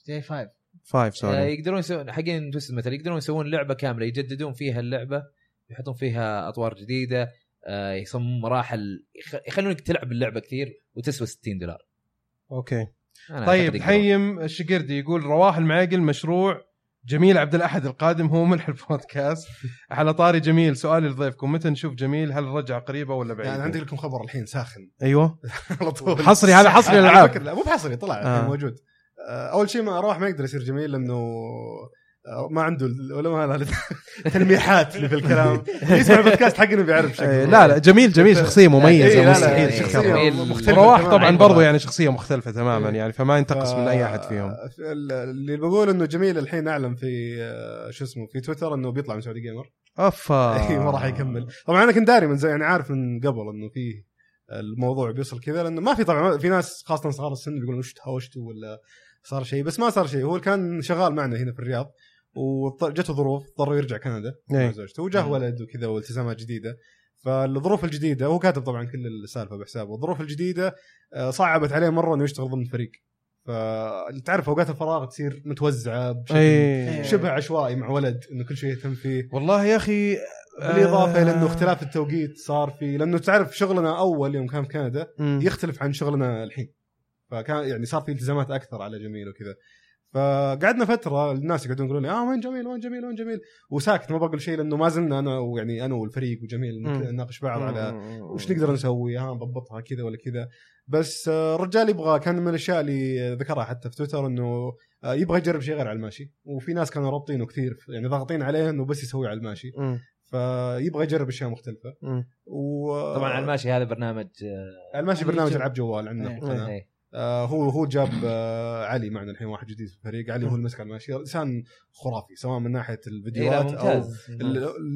[SPEAKER 4] جي 5
[SPEAKER 2] فايف
[SPEAKER 3] آه،
[SPEAKER 2] سوري
[SPEAKER 3] يقدرون يسوون حقين توستد ميتال يقدرون يسوون لعبه كامله يجددون فيها اللعبه يحطون فيها اطوار جديده آه، يصممون مراحل يخ- يخلونك تلعب اللعبه كثير وتسوى 60 دولار
[SPEAKER 2] اوكي
[SPEAKER 3] أنا أعتقد
[SPEAKER 2] طيب
[SPEAKER 3] يقدرون.
[SPEAKER 2] حيم الشقردي يقول رواح المعاقل مشروع جميل عبد الاحد القادم هو ملح البودكاست على طاري جميل سؤالي لضيفكم متى نشوف جميل هل الرجعه قريبه ولا بعيده؟
[SPEAKER 1] يعني عندي لكم خبر الحين ساخن
[SPEAKER 2] ايوه
[SPEAKER 1] على طول
[SPEAKER 2] حصري هذا حصري
[SPEAKER 1] على
[SPEAKER 2] الالعاب
[SPEAKER 1] فكرة لا مو بحصري طلع
[SPEAKER 2] آه.
[SPEAKER 1] آه. موجود آه، اول شيء ما اروح ما يقدر يصير جميل لانه آه، ما عنده ال- ولا ما له تلميحات اللي في الكلام اللي يسمع البودكاست حقنا بيعرف
[SPEAKER 2] إيه،
[SPEAKER 1] شكله
[SPEAKER 2] لا لا جميل جميل شخصيه
[SPEAKER 1] إيه،
[SPEAKER 2] مميزه
[SPEAKER 1] لا، لا،
[SPEAKER 2] مستحيل
[SPEAKER 1] إيه،
[SPEAKER 2] تتكرر.
[SPEAKER 1] شخصية
[SPEAKER 3] جميل.
[SPEAKER 1] مختلفة
[SPEAKER 2] رواح
[SPEAKER 1] تماماً.
[SPEAKER 2] طبعا
[SPEAKER 3] عين
[SPEAKER 2] برضو
[SPEAKER 3] رواح.
[SPEAKER 2] يعني شخصيه مختلفه تماما
[SPEAKER 1] إيه.
[SPEAKER 2] يعني فما ينتقص
[SPEAKER 1] ف-
[SPEAKER 2] من اي احد فيهم
[SPEAKER 1] آه، ال- اللي بقول انه جميل الحين اعلن في آه، شو اسمه في تويتر انه بيطلع من سعودي جيمر
[SPEAKER 2] افا
[SPEAKER 1] اي إيه، ما راح يكمل طبعا انا كنت داري من زي يعني عارف من قبل انه فيه الموضوع بيوصل كذا لانه ما في طبعا في ناس خاصه صغار السن بيقولون وش تهاوشتوا ولا صار شيء بس ما صار شيء هو كان شغال معنا هنا في الرياض وجته ظروف اضطر يرجع كندا مع
[SPEAKER 2] إيه.
[SPEAKER 1] زوجته وجاه ولد وكذا والتزامات جديده فالظروف الجديده هو كاتب طبعا كل السالفه بحسابه الظروف الجديده آه، صعبت عليه مره انه يشتغل ضمن الفريق فتعرف اوقات الفراغ تصير متوزعه بشكل
[SPEAKER 2] إيه.
[SPEAKER 1] شبه عشوائي مع ولد انه كل شيء يهتم فيه
[SPEAKER 2] والله يا اخي
[SPEAKER 1] بالاضافه الى انه
[SPEAKER 2] آه.
[SPEAKER 1] اختلاف التوقيت صار في لانه تعرف شغلنا اول يوم كان في كندا
[SPEAKER 2] مم.
[SPEAKER 1] يختلف عن شغلنا الحين فكان يعني صار في التزامات اكثر على جميل وكذا فقعدنا فتره الناس يقعدون يقولون لي اه وين جميل وين جميل وين جميل وساكت ما بقول شيء لانه ما زلنا انا ويعني انا والفريق وجميل
[SPEAKER 2] مم.
[SPEAKER 1] نناقش بعض على
[SPEAKER 2] مم.
[SPEAKER 1] وش نقدر نسوي ها نضبطها كذا ولا كذا بس آه، الرجال يبغى كان من الاشياء اللي ذكرها حتى في تويتر انه آه، يبغى يجرب شيء غير على الماشي وفي ناس كانوا رابطينه كثير يعني ضاغطين عليه انه بس يسوي على الماشي
[SPEAKER 2] مم.
[SPEAKER 1] فيبغى يجرب اشياء مختلفه
[SPEAKER 2] مم.
[SPEAKER 1] و
[SPEAKER 3] طبعا على الماشي هذا برنامج آه،
[SPEAKER 1] على الماشي برنامج
[SPEAKER 4] يجرب.
[SPEAKER 1] العاب جوال عندنا في
[SPEAKER 4] إيه.
[SPEAKER 1] القناه
[SPEAKER 3] إيه.
[SPEAKER 1] آه هو هو جاب آه علي معنا الحين واحد جديد في الفريق علي هو اللي مسك على الماشي انسان خرافي سواء من ناحيه
[SPEAKER 3] إيه، لا
[SPEAKER 1] الفيديوهات او
[SPEAKER 3] ممتاز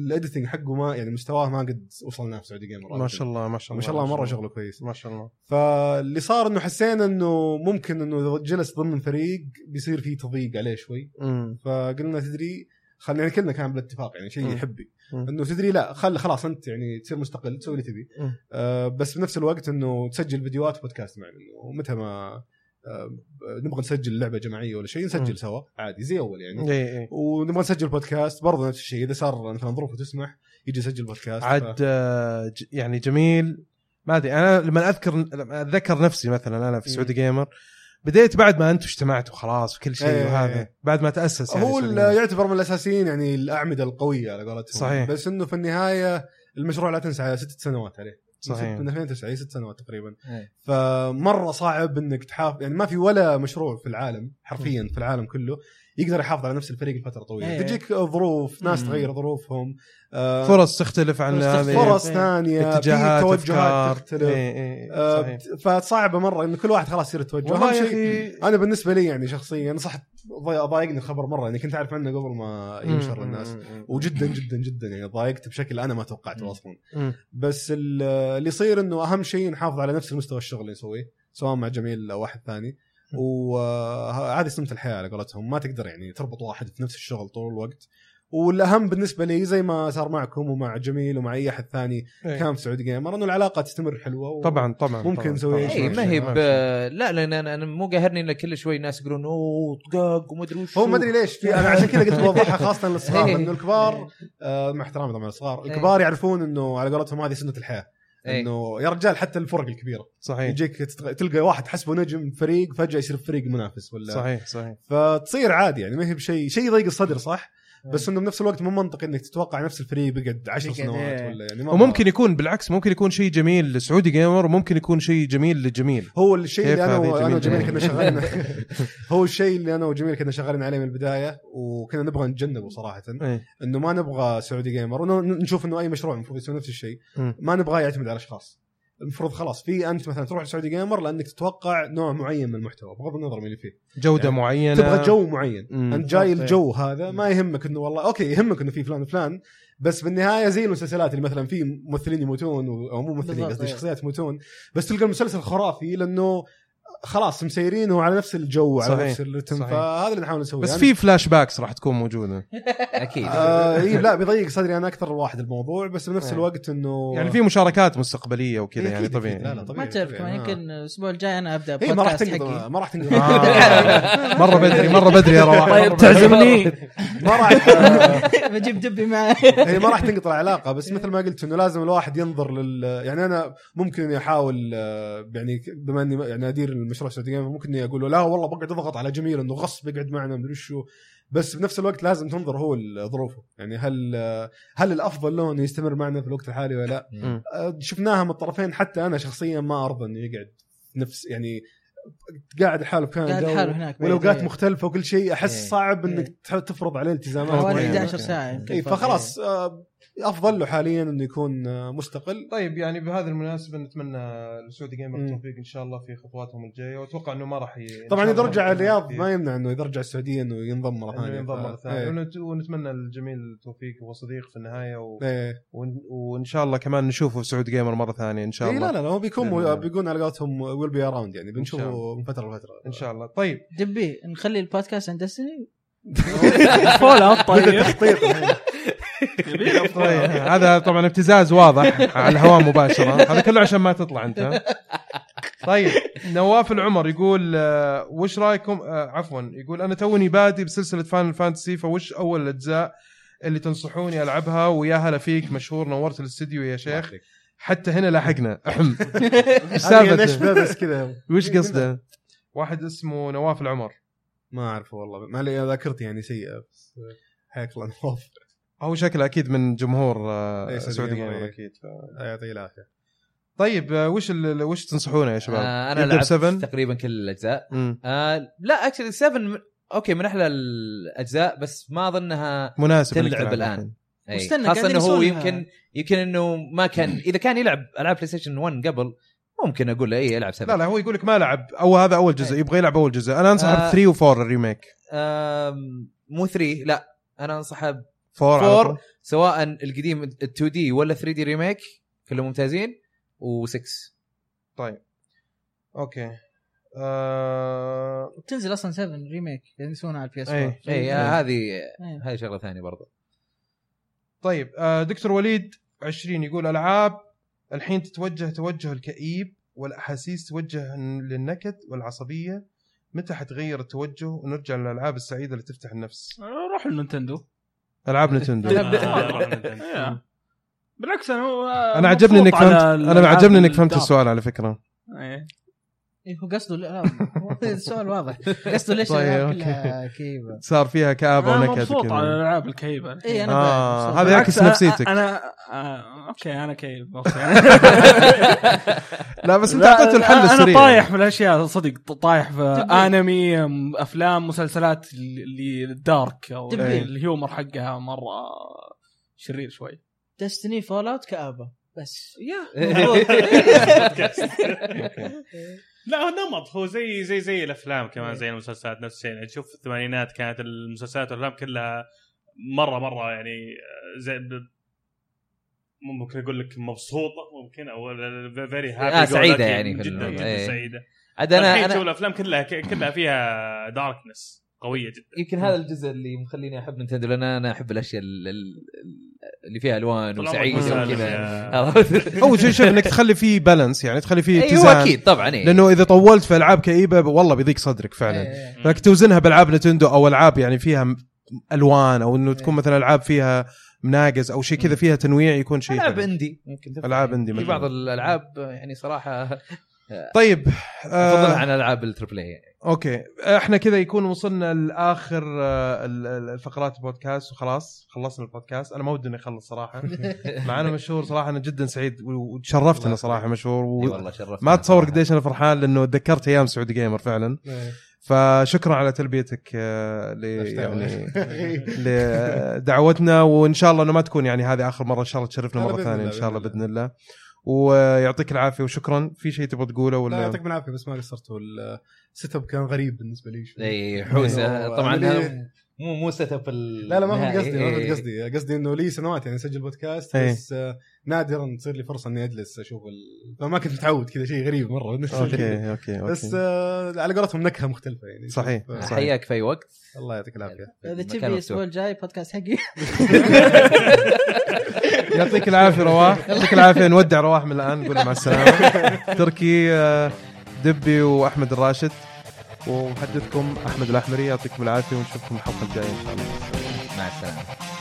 [SPEAKER 1] الايديتنج حقه ما يعني مستواه ما قد وصلناه في سعودي جيمر
[SPEAKER 2] ما شاء الله ما شاء الله
[SPEAKER 1] ما شاء الله مره شغله كويس
[SPEAKER 2] ما شاء الله
[SPEAKER 1] فاللي صار انه حسينا انه ممكن انه اذا جلس ضمن فريق بيصير فيه تضييق عليه شوي
[SPEAKER 2] مم.
[SPEAKER 1] فقلنا تدري خلينا يعني كلنا كان بالاتفاق يعني شيء
[SPEAKER 2] مم.
[SPEAKER 1] يحبي
[SPEAKER 2] مم.
[SPEAKER 1] انه تدري لا خل خلاص انت يعني تصير مستقل تسوي اللي تبي
[SPEAKER 2] مم.
[SPEAKER 1] آه بس بنفس الوقت انه تسجل فيديوهات وبودكاست معنا انه متى ما آه نبغى نسجل لعبه جماعيه ولا شيء
[SPEAKER 2] مم.
[SPEAKER 1] نسجل سوا عادي زي اول يعني
[SPEAKER 2] اي اي
[SPEAKER 1] ونبغى نسجل بودكاست برضه نفس الشيء اذا صار مثلا ظروفه تسمح يجي يسجل بودكاست
[SPEAKER 2] عاد آه، ج- يعني جميل ما ادري انا لما اذكر لما اتذكر نفسي مثلا انا في
[SPEAKER 1] مم.
[SPEAKER 2] سعودي جيمر بديت بعد ما انتم اجتمعتوا خلاص وكل شيء
[SPEAKER 1] إيه.
[SPEAKER 2] وهذا بعد ما تاسس يعني
[SPEAKER 1] هو
[SPEAKER 2] سعودي
[SPEAKER 1] ال-
[SPEAKER 2] جيمر.
[SPEAKER 1] يعتبر من الاساسيين يعني الاعمده القويه على قولتهم
[SPEAKER 2] صحيح.
[SPEAKER 1] بس انه في النهايه المشروع لا تنسى على ست سنوات عليه
[SPEAKER 2] صحيح.
[SPEAKER 1] ست- من 2009 هي ست سنوات تقريبا
[SPEAKER 3] إيه.
[SPEAKER 1] فمره صعب انك تحافظ يعني ما في ولا مشروع في العالم حرفيا في العالم كله يقدر يحافظ على نفس الفريق لفتره طويله
[SPEAKER 4] إيه.
[SPEAKER 1] تجيك ظروف ناس
[SPEAKER 5] مم.
[SPEAKER 1] تغير ظروفهم آه،
[SPEAKER 2] فرص تختلف عن
[SPEAKER 4] فرص
[SPEAKER 2] هذه
[SPEAKER 4] تختلف.
[SPEAKER 1] فرص
[SPEAKER 4] إيه.
[SPEAKER 1] ثانيه في
[SPEAKER 2] اتجاهات
[SPEAKER 1] توجهات
[SPEAKER 2] أفكار.
[SPEAKER 1] تختلف
[SPEAKER 2] إيه، إيه،
[SPEAKER 1] آه،
[SPEAKER 2] صحيح.
[SPEAKER 1] فصعبه مره انه كل واحد خلاص يصير يتوجه
[SPEAKER 2] والله
[SPEAKER 1] أهم
[SPEAKER 2] يا
[SPEAKER 1] شيء-
[SPEAKER 2] اخي
[SPEAKER 1] انا بالنسبه لي يعني شخصيا صح ضايق- ضايقني الخبر مره يعني كنت اعرف عنه قبل ما ينشر الناس وجدا جدا جدا يعني ضايقت بشكل انا ما توقعته اصلا
[SPEAKER 2] مم.
[SPEAKER 1] بس ال- اللي يصير انه اهم شيء نحافظ على نفس المستوى الشغل اللي نسويه سواء مع جميل او واحد ثاني
[SPEAKER 2] مم.
[SPEAKER 1] وهذه سمه الحياه على قولتهم ما تقدر يعني تربط واحد في نفس الشغل طول الوقت والاهم بالنسبه لي زي ما صار معكم ومع جميل ومع اي احد ثاني
[SPEAKER 2] إيه.
[SPEAKER 1] كان في سعودي جيمر انه العلاقه تستمر حلوه و...
[SPEAKER 2] طبعا طبعا
[SPEAKER 1] ممكن
[SPEAKER 2] طبعاً،
[SPEAKER 1] نسوي
[SPEAKER 2] طبعاً.
[SPEAKER 1] إيش
[SPEAKER 3] اي
[SPEAKER 1] شوي
[SPEAKER 3] إيه، ما هي ب- لا لان انا أنا مو قاهرني الا كل شوي ناس يقولون اوه طقاق وما ادري وش
[SPEAKER 1] هو ما ادري ليش في انا عشان كذا قلت بوضحها خاصه للصغار
[SPEAKER 3] إيه.
[SPEAKER 1] لانه الكبار آه، مع احترامي طبعا الصغار الكبار يعرفون انه على قولتهم هذه سنه الحياه
[SPEAKER 3] إيه.
[SPEAKER 1] انه يا رجال حتى الفرق الكبيره
[SPEAKER 2] صحيح
[SPEAKER 1] يجيك تتغ- تلقى واحد حسبه نجم فريق فجاه يصير في فريق منافس ولا
[SPEAKER 2] صحيح صحيح
[SPEAKER 1] فتصير عادي يعني ما هي بشيء شيء يضيق الصدر صح
[SPEAKER 2] إيه.
[SPEAKER 1] بس انه بنفس الوقت مو منطقي انك تتوقع نفس الفريق بيقعد 10
[SPEAKER 4] بيقعد،
[SPEAKER 1] سنوات
[SPEAKER 4] إيه.
[SPEAKER 1] ولا يعني ما-
[SPEAKER 2] وممكن يكون بالعكس ممكن يكون شيء جميل لسعودي جيمر وممكن يكون شيء جميل للجميل
[SPEAKER 1] هو الشيء
[SPEAKER 2] كيف
[SPEAKER 1] اللي انا
[SPEAKER 2] هذه
[SPEAKER 1] و- انا
[SPEAKER 2] جميل
[SPEAKER 1] وجميل
[SPEAKER 2] جدا.
[SPEAKER 1] كنا شغالين هو الشيء اللي انا وجميل كنا شغالين عليه من البدايه وكنا نبغى نتجنبه صراحه
[SPEAKER 2] إيه.
[SPEAKER 1] انه ما نبغى سعودي جيمر ونشوف انه اي مشروع المفروض يسوي نفس الشيء
[SPEAKER 2] مم.
[SPEAKER 1] ما نبغاه يعتمد على اشخاص المفروض خلاص في انت مثلا تروح لسعودي جيمر لانك تتوقع نوع معين من المحتوى بغض النظر من اللي فيه
[SPEAKER 2] جوده
[SPEAKER 1] يعني
[SPEAKER 2] معينه
[SPEAKER 1] تبغى جو معين
[SPEAKER 2] مم.
[SPEAKER 1] انت جاي
[SPEAKER 4] بالضبط،
[SPEAKER 1] الجو هذا ما يهمك انه والله اوكي يهمك انه في فلان وفلان بس بالنهايه زي المسلسلات اللي مثلا في ممثلين يموتون و- او مو ممثلين
[SPEAKER 4] بالضبط،
[SPEAKER 1] قصدي
[SPEAKER 4] إيه.
[SPEAKER 1] شخصيات يموتون بس تلقى المسلسل خرافي لانه خلاص مسيرينه على نفس الجو على
[SPEAKER 2] صحيح،
[SPEAKER 1] نفس الرتم
[SPEAKER 2] صحيح.
[SPEAKER 1] فهذا اللي نحاول نسويه
[SPEAKER 2] بس
[SPEAKER 1] أنا-
[SPEAKER 2] في فلاش باكس راح تكون موجوده
[SPEAKER 3] اكيد
[SPEAKER 1] آه إيه، لا بيضيق صدري انا اكثر واحد الموضوع بس بنفس
[SPEAKER 2] إيه.
[SPEAKER 1] الوقت انه
[SPEAKER 2] يعني في مشاركات مستقبليه
[SPEAKER 1] إيه،
[SPEAKER 2] وكذا يعني
[SPEAKER 1] أكيد، أكيد. لا،
[SPEAKER 2] طبيعي
[SPEAKER 1] لا، طبيعي
[SPEAKER 4] ما تعرف
[SPEAKER 1] طبيعي.
[SPEAKER 4] كمان
[SPEAKER 1] آه.
[SPEAKER 4] يمكن الاسبوع الجاي انا ابدا
[SPEAKER 1] هي إيه، ما راح
[SPEAKER 4] بودكاست
[SPEAKER 1] تنقضى
[SPEAKER 4] حقي
[SPEAKER 1] ما راح تنقضى
[SPEAKER 2] آه. مره بدري مره بدري يا رواح
[SPEAKER 5] طيب تعزمني
[SPEAKER 1] ما راح آه،
[SPEAKER 4] بجيب طيب، دبي معي
[SPEAKER 1] هي يعني ما راح تنقطع العلاقه بس مثل ما قلت انه لازم الواحد ينظر لل يعني انا ممكن اني احاول آه، يعني ك- بما اني يعني ادير المشروع السعودي جيمر، ممكن اني اقول له لا والله بقعد اضغط على جميل انه غصب يقعد معنا مدري شو بس بنفس الوقت لازم تنظر هو لظروفه يعني هل آه، هل الافضل له انه يستمر معنا في الوقت الحالي ولا لا
[SPEAKER 2] مم.
[SPEAKER 1] آه، شفناها من الطرفين حتى انا شخصيا ما ارضى انه يقعد نفس يعني قاعد حاله في
[SPEAKER 4] قاعد
[SPEAKER 1] كندا و-
[SPEAKER 4] حاله هناك بعيد.
[SPEAKER 1] والاوقات مختلفه وكل شيء احس
[SPEAKER 3] إيه.
[SPEAKER 1] صعب انك تح- تفرض عليه التزامات
[SPEAKER 2] طيب.
[SPEAKER 4] حوالي
[SPEAKER 1] معينة.
[SPEAKER 4] 11 ساعه يمكن
[SPEAKER 2] إيه،
[SPEAKER 1] اي إيه، فخلاص آه، افضل له حاليا انه يكون آه، مستقل
[SPEAKER 2] طيب يعني بهذه المناسبه نتمنى لسعودي جيمر
[SPEAKER 1] مم.
[SPEAKER 2] التوفيق ان شاء الله في خطواتهم الجايه واتوقع انه ما راح ي...
[SPEAKER 1] طبعا اذا رجع الرياض
[SPEAKER 2] في-
[SPEAKER 1] ما يمنع انه اذا رجع السعوديه انه ينضم مره
[SPEAKER 2] انه
[SPEAKER 1] ثانيه
[SPEAKER 2] إيه. ينضم مره
[SPEAKER 1] ف-
[SPEAKER 2] ثانيه
[SPEAKER 1] إيه.
[SPEAKER 2] ونت- ونتمنى للجميع التوفيق هو صديق في النهايه و...
[SPEAKER 1] ايه
[SPEAKER 2] ون- وان شاء الله كمان نشوفه في سعود جيمر مره ثانيه ان شاء
[SPEAKER 1] إيه،
[SPEAKER 2] الله
[SPEAKER 1] لا لا لا هو بيكون
[SPEAKER 2] لأنه-
[SPEAKER 1] بيكون على قولتهم ويل بي اراوند يعني
[SPEAKER 2] إن شاء
[SPEAKER 1] بنشوفه من فتره لفتره
[SPEAKER 2] ان شاء الله طيب
[SPEAKER 4] إيه، دبي نخلي البودكاست عن دستني
[SPEAKER 5] فول أب طيب
[SPEAKER 1] تخطيط الحين.
[SPEAKER 2] طيب هذا طبعا ابتزاز واضح على الهواء مباشره هذا كله عشان ما تطلع انت طيب نواف العمر يقول آه، وش رايكم آه، عفوا يقول انا توني بادي بسلسله فاينل فانتسي فوش اول الاجزاء اللي تنصحوني العبها ويا هلا فيك مشهور نورت الاستديو يا شيخ حتى هنا لحقنا احم ايش
[SPEAKER 1] هذه ليش
[SPEAKER 2] سالفته؟
[SPEAKER 1] بس كذا
[SPEAKER 2] وش قصده؟ واحد اسمه نواف العمر
[SPEAKER 1] ما اعرف والله ما لي ذاكرتي يعني سيئه بس آه، حياك الله نواف
[SPEAKER 2] هو شكله اكيد من جمهور آه،
[SPEAKER 1] إيه،
[SPEAKER 2] سعودي
[SPEAKER 1] سعودي
[SPEAKER 2] جيمر
[SPEAKER 1] جيمر،
[SPEAKER 2] اكيد ف-
[SPEAKER 1] الله يعطيه العافيه
[SPEAKER 2] طيب آه، وش ال- ال- وش تنصحونا يا شباب؟
[SPEAKER 3] آه انا
[SPEAKER 2] يبدأ
[SPEAKER 3] لعبت
[SPEAKER 2] بسفن؟
[SPEAKER 3] تقريبا كل الاجزاء
[SPEAKER 2] مم.
[SPEAKER 3] آه لا اكشلي 7 م- اوكي من احلى الاجزاء بس ما اظنها
[SPEAKER 2] مناسب إنك
[SPEAKER 3] تلعب
[SPEAKER 2] تلعبها
[SPEAKER 3] الآن.
[SPEAKER 2] الحين.
[SPEAKER 3] أي.
[SPEAKER 4] واستنى،
[SPEAKER 3] خاصه
[SPEAKER 4] قاعدين
[SPEAKER 3] انه هو
[SPEAKER 4] يسوونها.
[SPEAKER 3] يمكن يمكن انه ما كان اذا كان يلعب العاب بلاي ستيشن 1 قبل ممكن اقول له اي العب 7
[SPEAKER 2] لا لا هو يقول لك ما لعب او هذا اول جزء يبغى يلعب اول جزء انا انصح
[SPEAKER 3] آه.
[SPEAKER 2] ب 3 و4 الريميك
[SPEAKER 3] آم، مو 3 لا انا انصحه
[SPEAKER 2] 4
[SPEAKER 3] 4 سواء القديم ال 2 دي ولا 3 دي ريميك كلهم ممتازين و6
[SPEAKER 2] اوكي آه...
[SPEAKER 4] تنزل اصلا 7 ريميك قاعدين يسوونها على البي اس
[SPEAKER 2] إيه.
[SPEAKER 4] 4
[SPEAKER 3] اي آه، هذه هذه شغله ثانيه برضه
[SPEAKER 2] طيب آه دكتور وليد 20 يقول العاب الحين تتوجه توجه الكئيب والاحاسيس توجه للنكد والعصبيه متى حتغير التوجه ونرجع للالعاب السعيده اللي تفتح النفس؟
[SPEAKER 5] روح النينتندو
[SPEAKER 2] العاب نتندو
[SPEAKER 6] آه،
[SPEAKER 5] إيه. بالعكس انا هو-
[SPEAKER 2] انا عجبني انك
[SPEAKER 5] مبسوط على
[SPEAKER 2] فهمت انا
[SPEAKER 5] الألعاب
[SPEAKER 2] عجبني انك فهمت
[SPEAKER 5] الدارك.
[SPEAKER 2] السؤال على فكره
[SPEAKER 5] إيه.
[SPEAKER 4] إيه، هو قصده لا، هو السؤال واضح قصده ليش
[SPEAKER 2] طيب،
[SPEAKER 4] الألعاب
[SPEAKER 2] أوكي.
[SPEAKER 4] كلها كئيبه
[SPEAKER 2] صار فيها كابه
[SPEAKER 5] انا
[SPEAKER 2] ونكد
[SPEAKER 5] مبسوط على
[SPEAKER 2] كذا
[SPEAKER 5] الالعاب الكئيبه
[SPEAKER 1] إيه.
[SPEAKER 4] اي انا
[SPEAKER 2] آه،
[SPEAKER 4] بعد مبسوط.
[SPEAKER 2] هذا يعكس
[SPEAKER 5] بالعكس، أنا-
[SPEAKER 2] نفسيتك.
[SPEAKER 5] انا آه، اوكي انا كئيب أوكي.
[SPEAKER 2] لا بس انت
[SPEAKER 5] لا،
[SPEAKER 2] اعطيته الحل
[SPEAKER 5] أنا-
[SPEAKER 2] السريع
[SPEAKER 5] انا طايح في الاشياء صدق ط- طايح في
[SPEAKER 4] تبي.
[SPEAKER 5] انمي أم، افلام مسلسلات اللي الدارك او
[SPEAKER 4] تبي.
[SPEAKER 5] الهيومر حقها مره شرير شوي
[SPEAKER 4] دستني فول اوت كابه بس إيه.
[SPEAKER 5] يا
[SPEAKER 2] إيه.
[SPEAKER 6] لا هو نمط هو زي زي زي الافلام
[SPEAKER 5] إيه.
[SPEAKER 6] كمان زي المسلسلات نفس الشيء يعني تشوف في الثمانينات كانت المسلسلات والافلام كلها مره مره يعني زي ب- ممكن اقول لك مبسوطه ممكن او فيري هابي
[SPEAKER 3] آه، سعيدة يعني في
[SPEAKER 6] جدا
[SPEAKER 3] العموم.
[SPEAKER 6] جدا
[SPEAKER 3] إيه.
[SPEAKER 6] سعيده
[SPEAKER 3] عاد
[SPEAKER 6] انا طيب، الحين
[SPEAKER 3] انا
[SPEAKER 6] شوف
[SPEAKER 3] انا
[SPEAKER 6] الافلام كلها كلها فيها داركنس قويه جدا
[SPEAKER 3] يمكن هذا الجزء اللي مخليني احب نتندو لان انا احب الاشياء ال- ال- اللي فيها الوان
[SPEAKER 6] طال عمرك
[SPEAKER 3] وسعيده
[SPEAKER 6] مسالم
[SPEAKER 3] وكذا آه،
[SPEAKER 6] يا-
[SPEAKER 3] عرفت؟
[SPEAKER 2] اول شيء شوف انك تخلي فيه بالانس يعني تخلي فيه
[SPEAKER 5] أيوة،
[SPEAKER 3] ايوه
[SPEAKER 2] اتزان
[SPEAKER 3] اكيد طبعا إيه.
[SPEAKER 2] لانه اذا طولت في العاب كئيبه ب- والله بيضيق صدرك فعلا
[SPEAKER 4] إيه.
[SPEAKER 2] فانك توزنها بالعاب نتندو او العاب يعني فيها م- الوان او انه تكون
[SPEAKER 4] إيه.
[SPEAKER 2] مثلا العاب فيها مناقز او شيء كذا فيها تنويع يكون شيء
[SPEAKER 3] العاب
[SPEAKER 2] حلو.
[SPEAKER 3] اندي ممكن تفهم.
[SPEAKER 2] العاب اندي
[SPEAKER 3] إيه، في
[SPEAKER 2] مثلاً.
[SPEAKER 3] بعض الالعاب يعني صراحه
[SPEAKER 2] طيب
[SPEAKER 3] افضلها
[SPEAKER 2] آه
[SPEAKER 3] عن العاب التربل اي
[SPEAKER 2] اوكي احنا كذا يكون وصلنا لاخر آه، ال- ال- الفقرات البودكاست وخلاص خلصنا البودكاست انا ما ودي اني اخلص صراحه معانا مشهور صراحه انا جدا سعيد و- وتشرفت انا صراحه مشهور
[SPEAKER 3] إي
[SPEAKER 2] و...
[SPEAKER 3] والله شرفت
[SPEAKER 2] ما تصور قديش انا فرحان لانه تذكرت ايام سعودي جيمر فعلا
[SPEAKER 1] إيه،
[SPEAKER 2] فشكرا على تلبيتك آه، ل يعني لدعوتنا وان شاء الله انه ما تكون يعني هذه اخر مره ان شاء الله تشرفنا
[SPEAKER 1] لا،
[SPEAKER 2] مره
[SPEAKER 1] بإذن
[SPEAKER 2] ثانيه ان
[SPEAKER 1] الله،
[SPEAKER 2] شاء الله
[SPEAKER 1] بإذن
[SPEAKER 2] باذن الله ويعطيك العافيه وشكرا في شيء تبغى تقوله
[SPEAKER 1] لا
[SPEAKER 2] ولا
[SPEAKER 1] يعطيكم العافيه بس ما قصرت والسيت اب كان غريب بالنسبه لي شوي.
[SPEAKER 3] اي حوسه
[SPEAKER 1] يعني
[SPEAKER 3] طبعا
[SPEAKER 1] لي-
[SPEAKER 3] إيه، هذا مو مو سيت اب
[SPEAKER 1] لا لا ما كنت قصدي ما
[SPEAKER 3] إيه.
[SPEAKER 1] كنت قصدي قصدي انه لي سنوات يعني اسجل بودكاست
[SPEAKER 2] إيه.
[SPEAKER 1] بس آه، نادرا تصير لي فرصه اني اجلس اشوف ال... فما كنت متعود كذا شيء غريب مره بالنسبه لي
[SPEAKER 2] اوكي اوكي
[SPEAKER 1] بس
[SPEAKER 2] اوكي
[SPEAKER 1] آه، على قولتهم نكهه مختلفه يعني
[SPEAKER 2] صحيح،
[SPEAKER 1] ف-
[SPEAKER 2] صحيح.
[SPEAKER 3] حياك في اي وقت
[SPEAKER 1] الله يعطيك العافيه
[SPEAKER 4] اذا
[SPEAKER 3] المكان
[SPEAKER 4] تبي
[SPEAKER 3] مفتوح.
[SPEAKER 4] الاسبوع الجاي بودكاست حقي
[SPEAKER 2] يعطيك العافيه رواح يعطيك العافيه نودع رواح من الان نقول له مع السلامه تركي آه، دبي واحمد الراشد ومحدثكم احمد الاحمري يعطيكم العافيه ونشوفكم الحلقه الجايه ان شاء الله
[SPEAKER 3] مع السلامه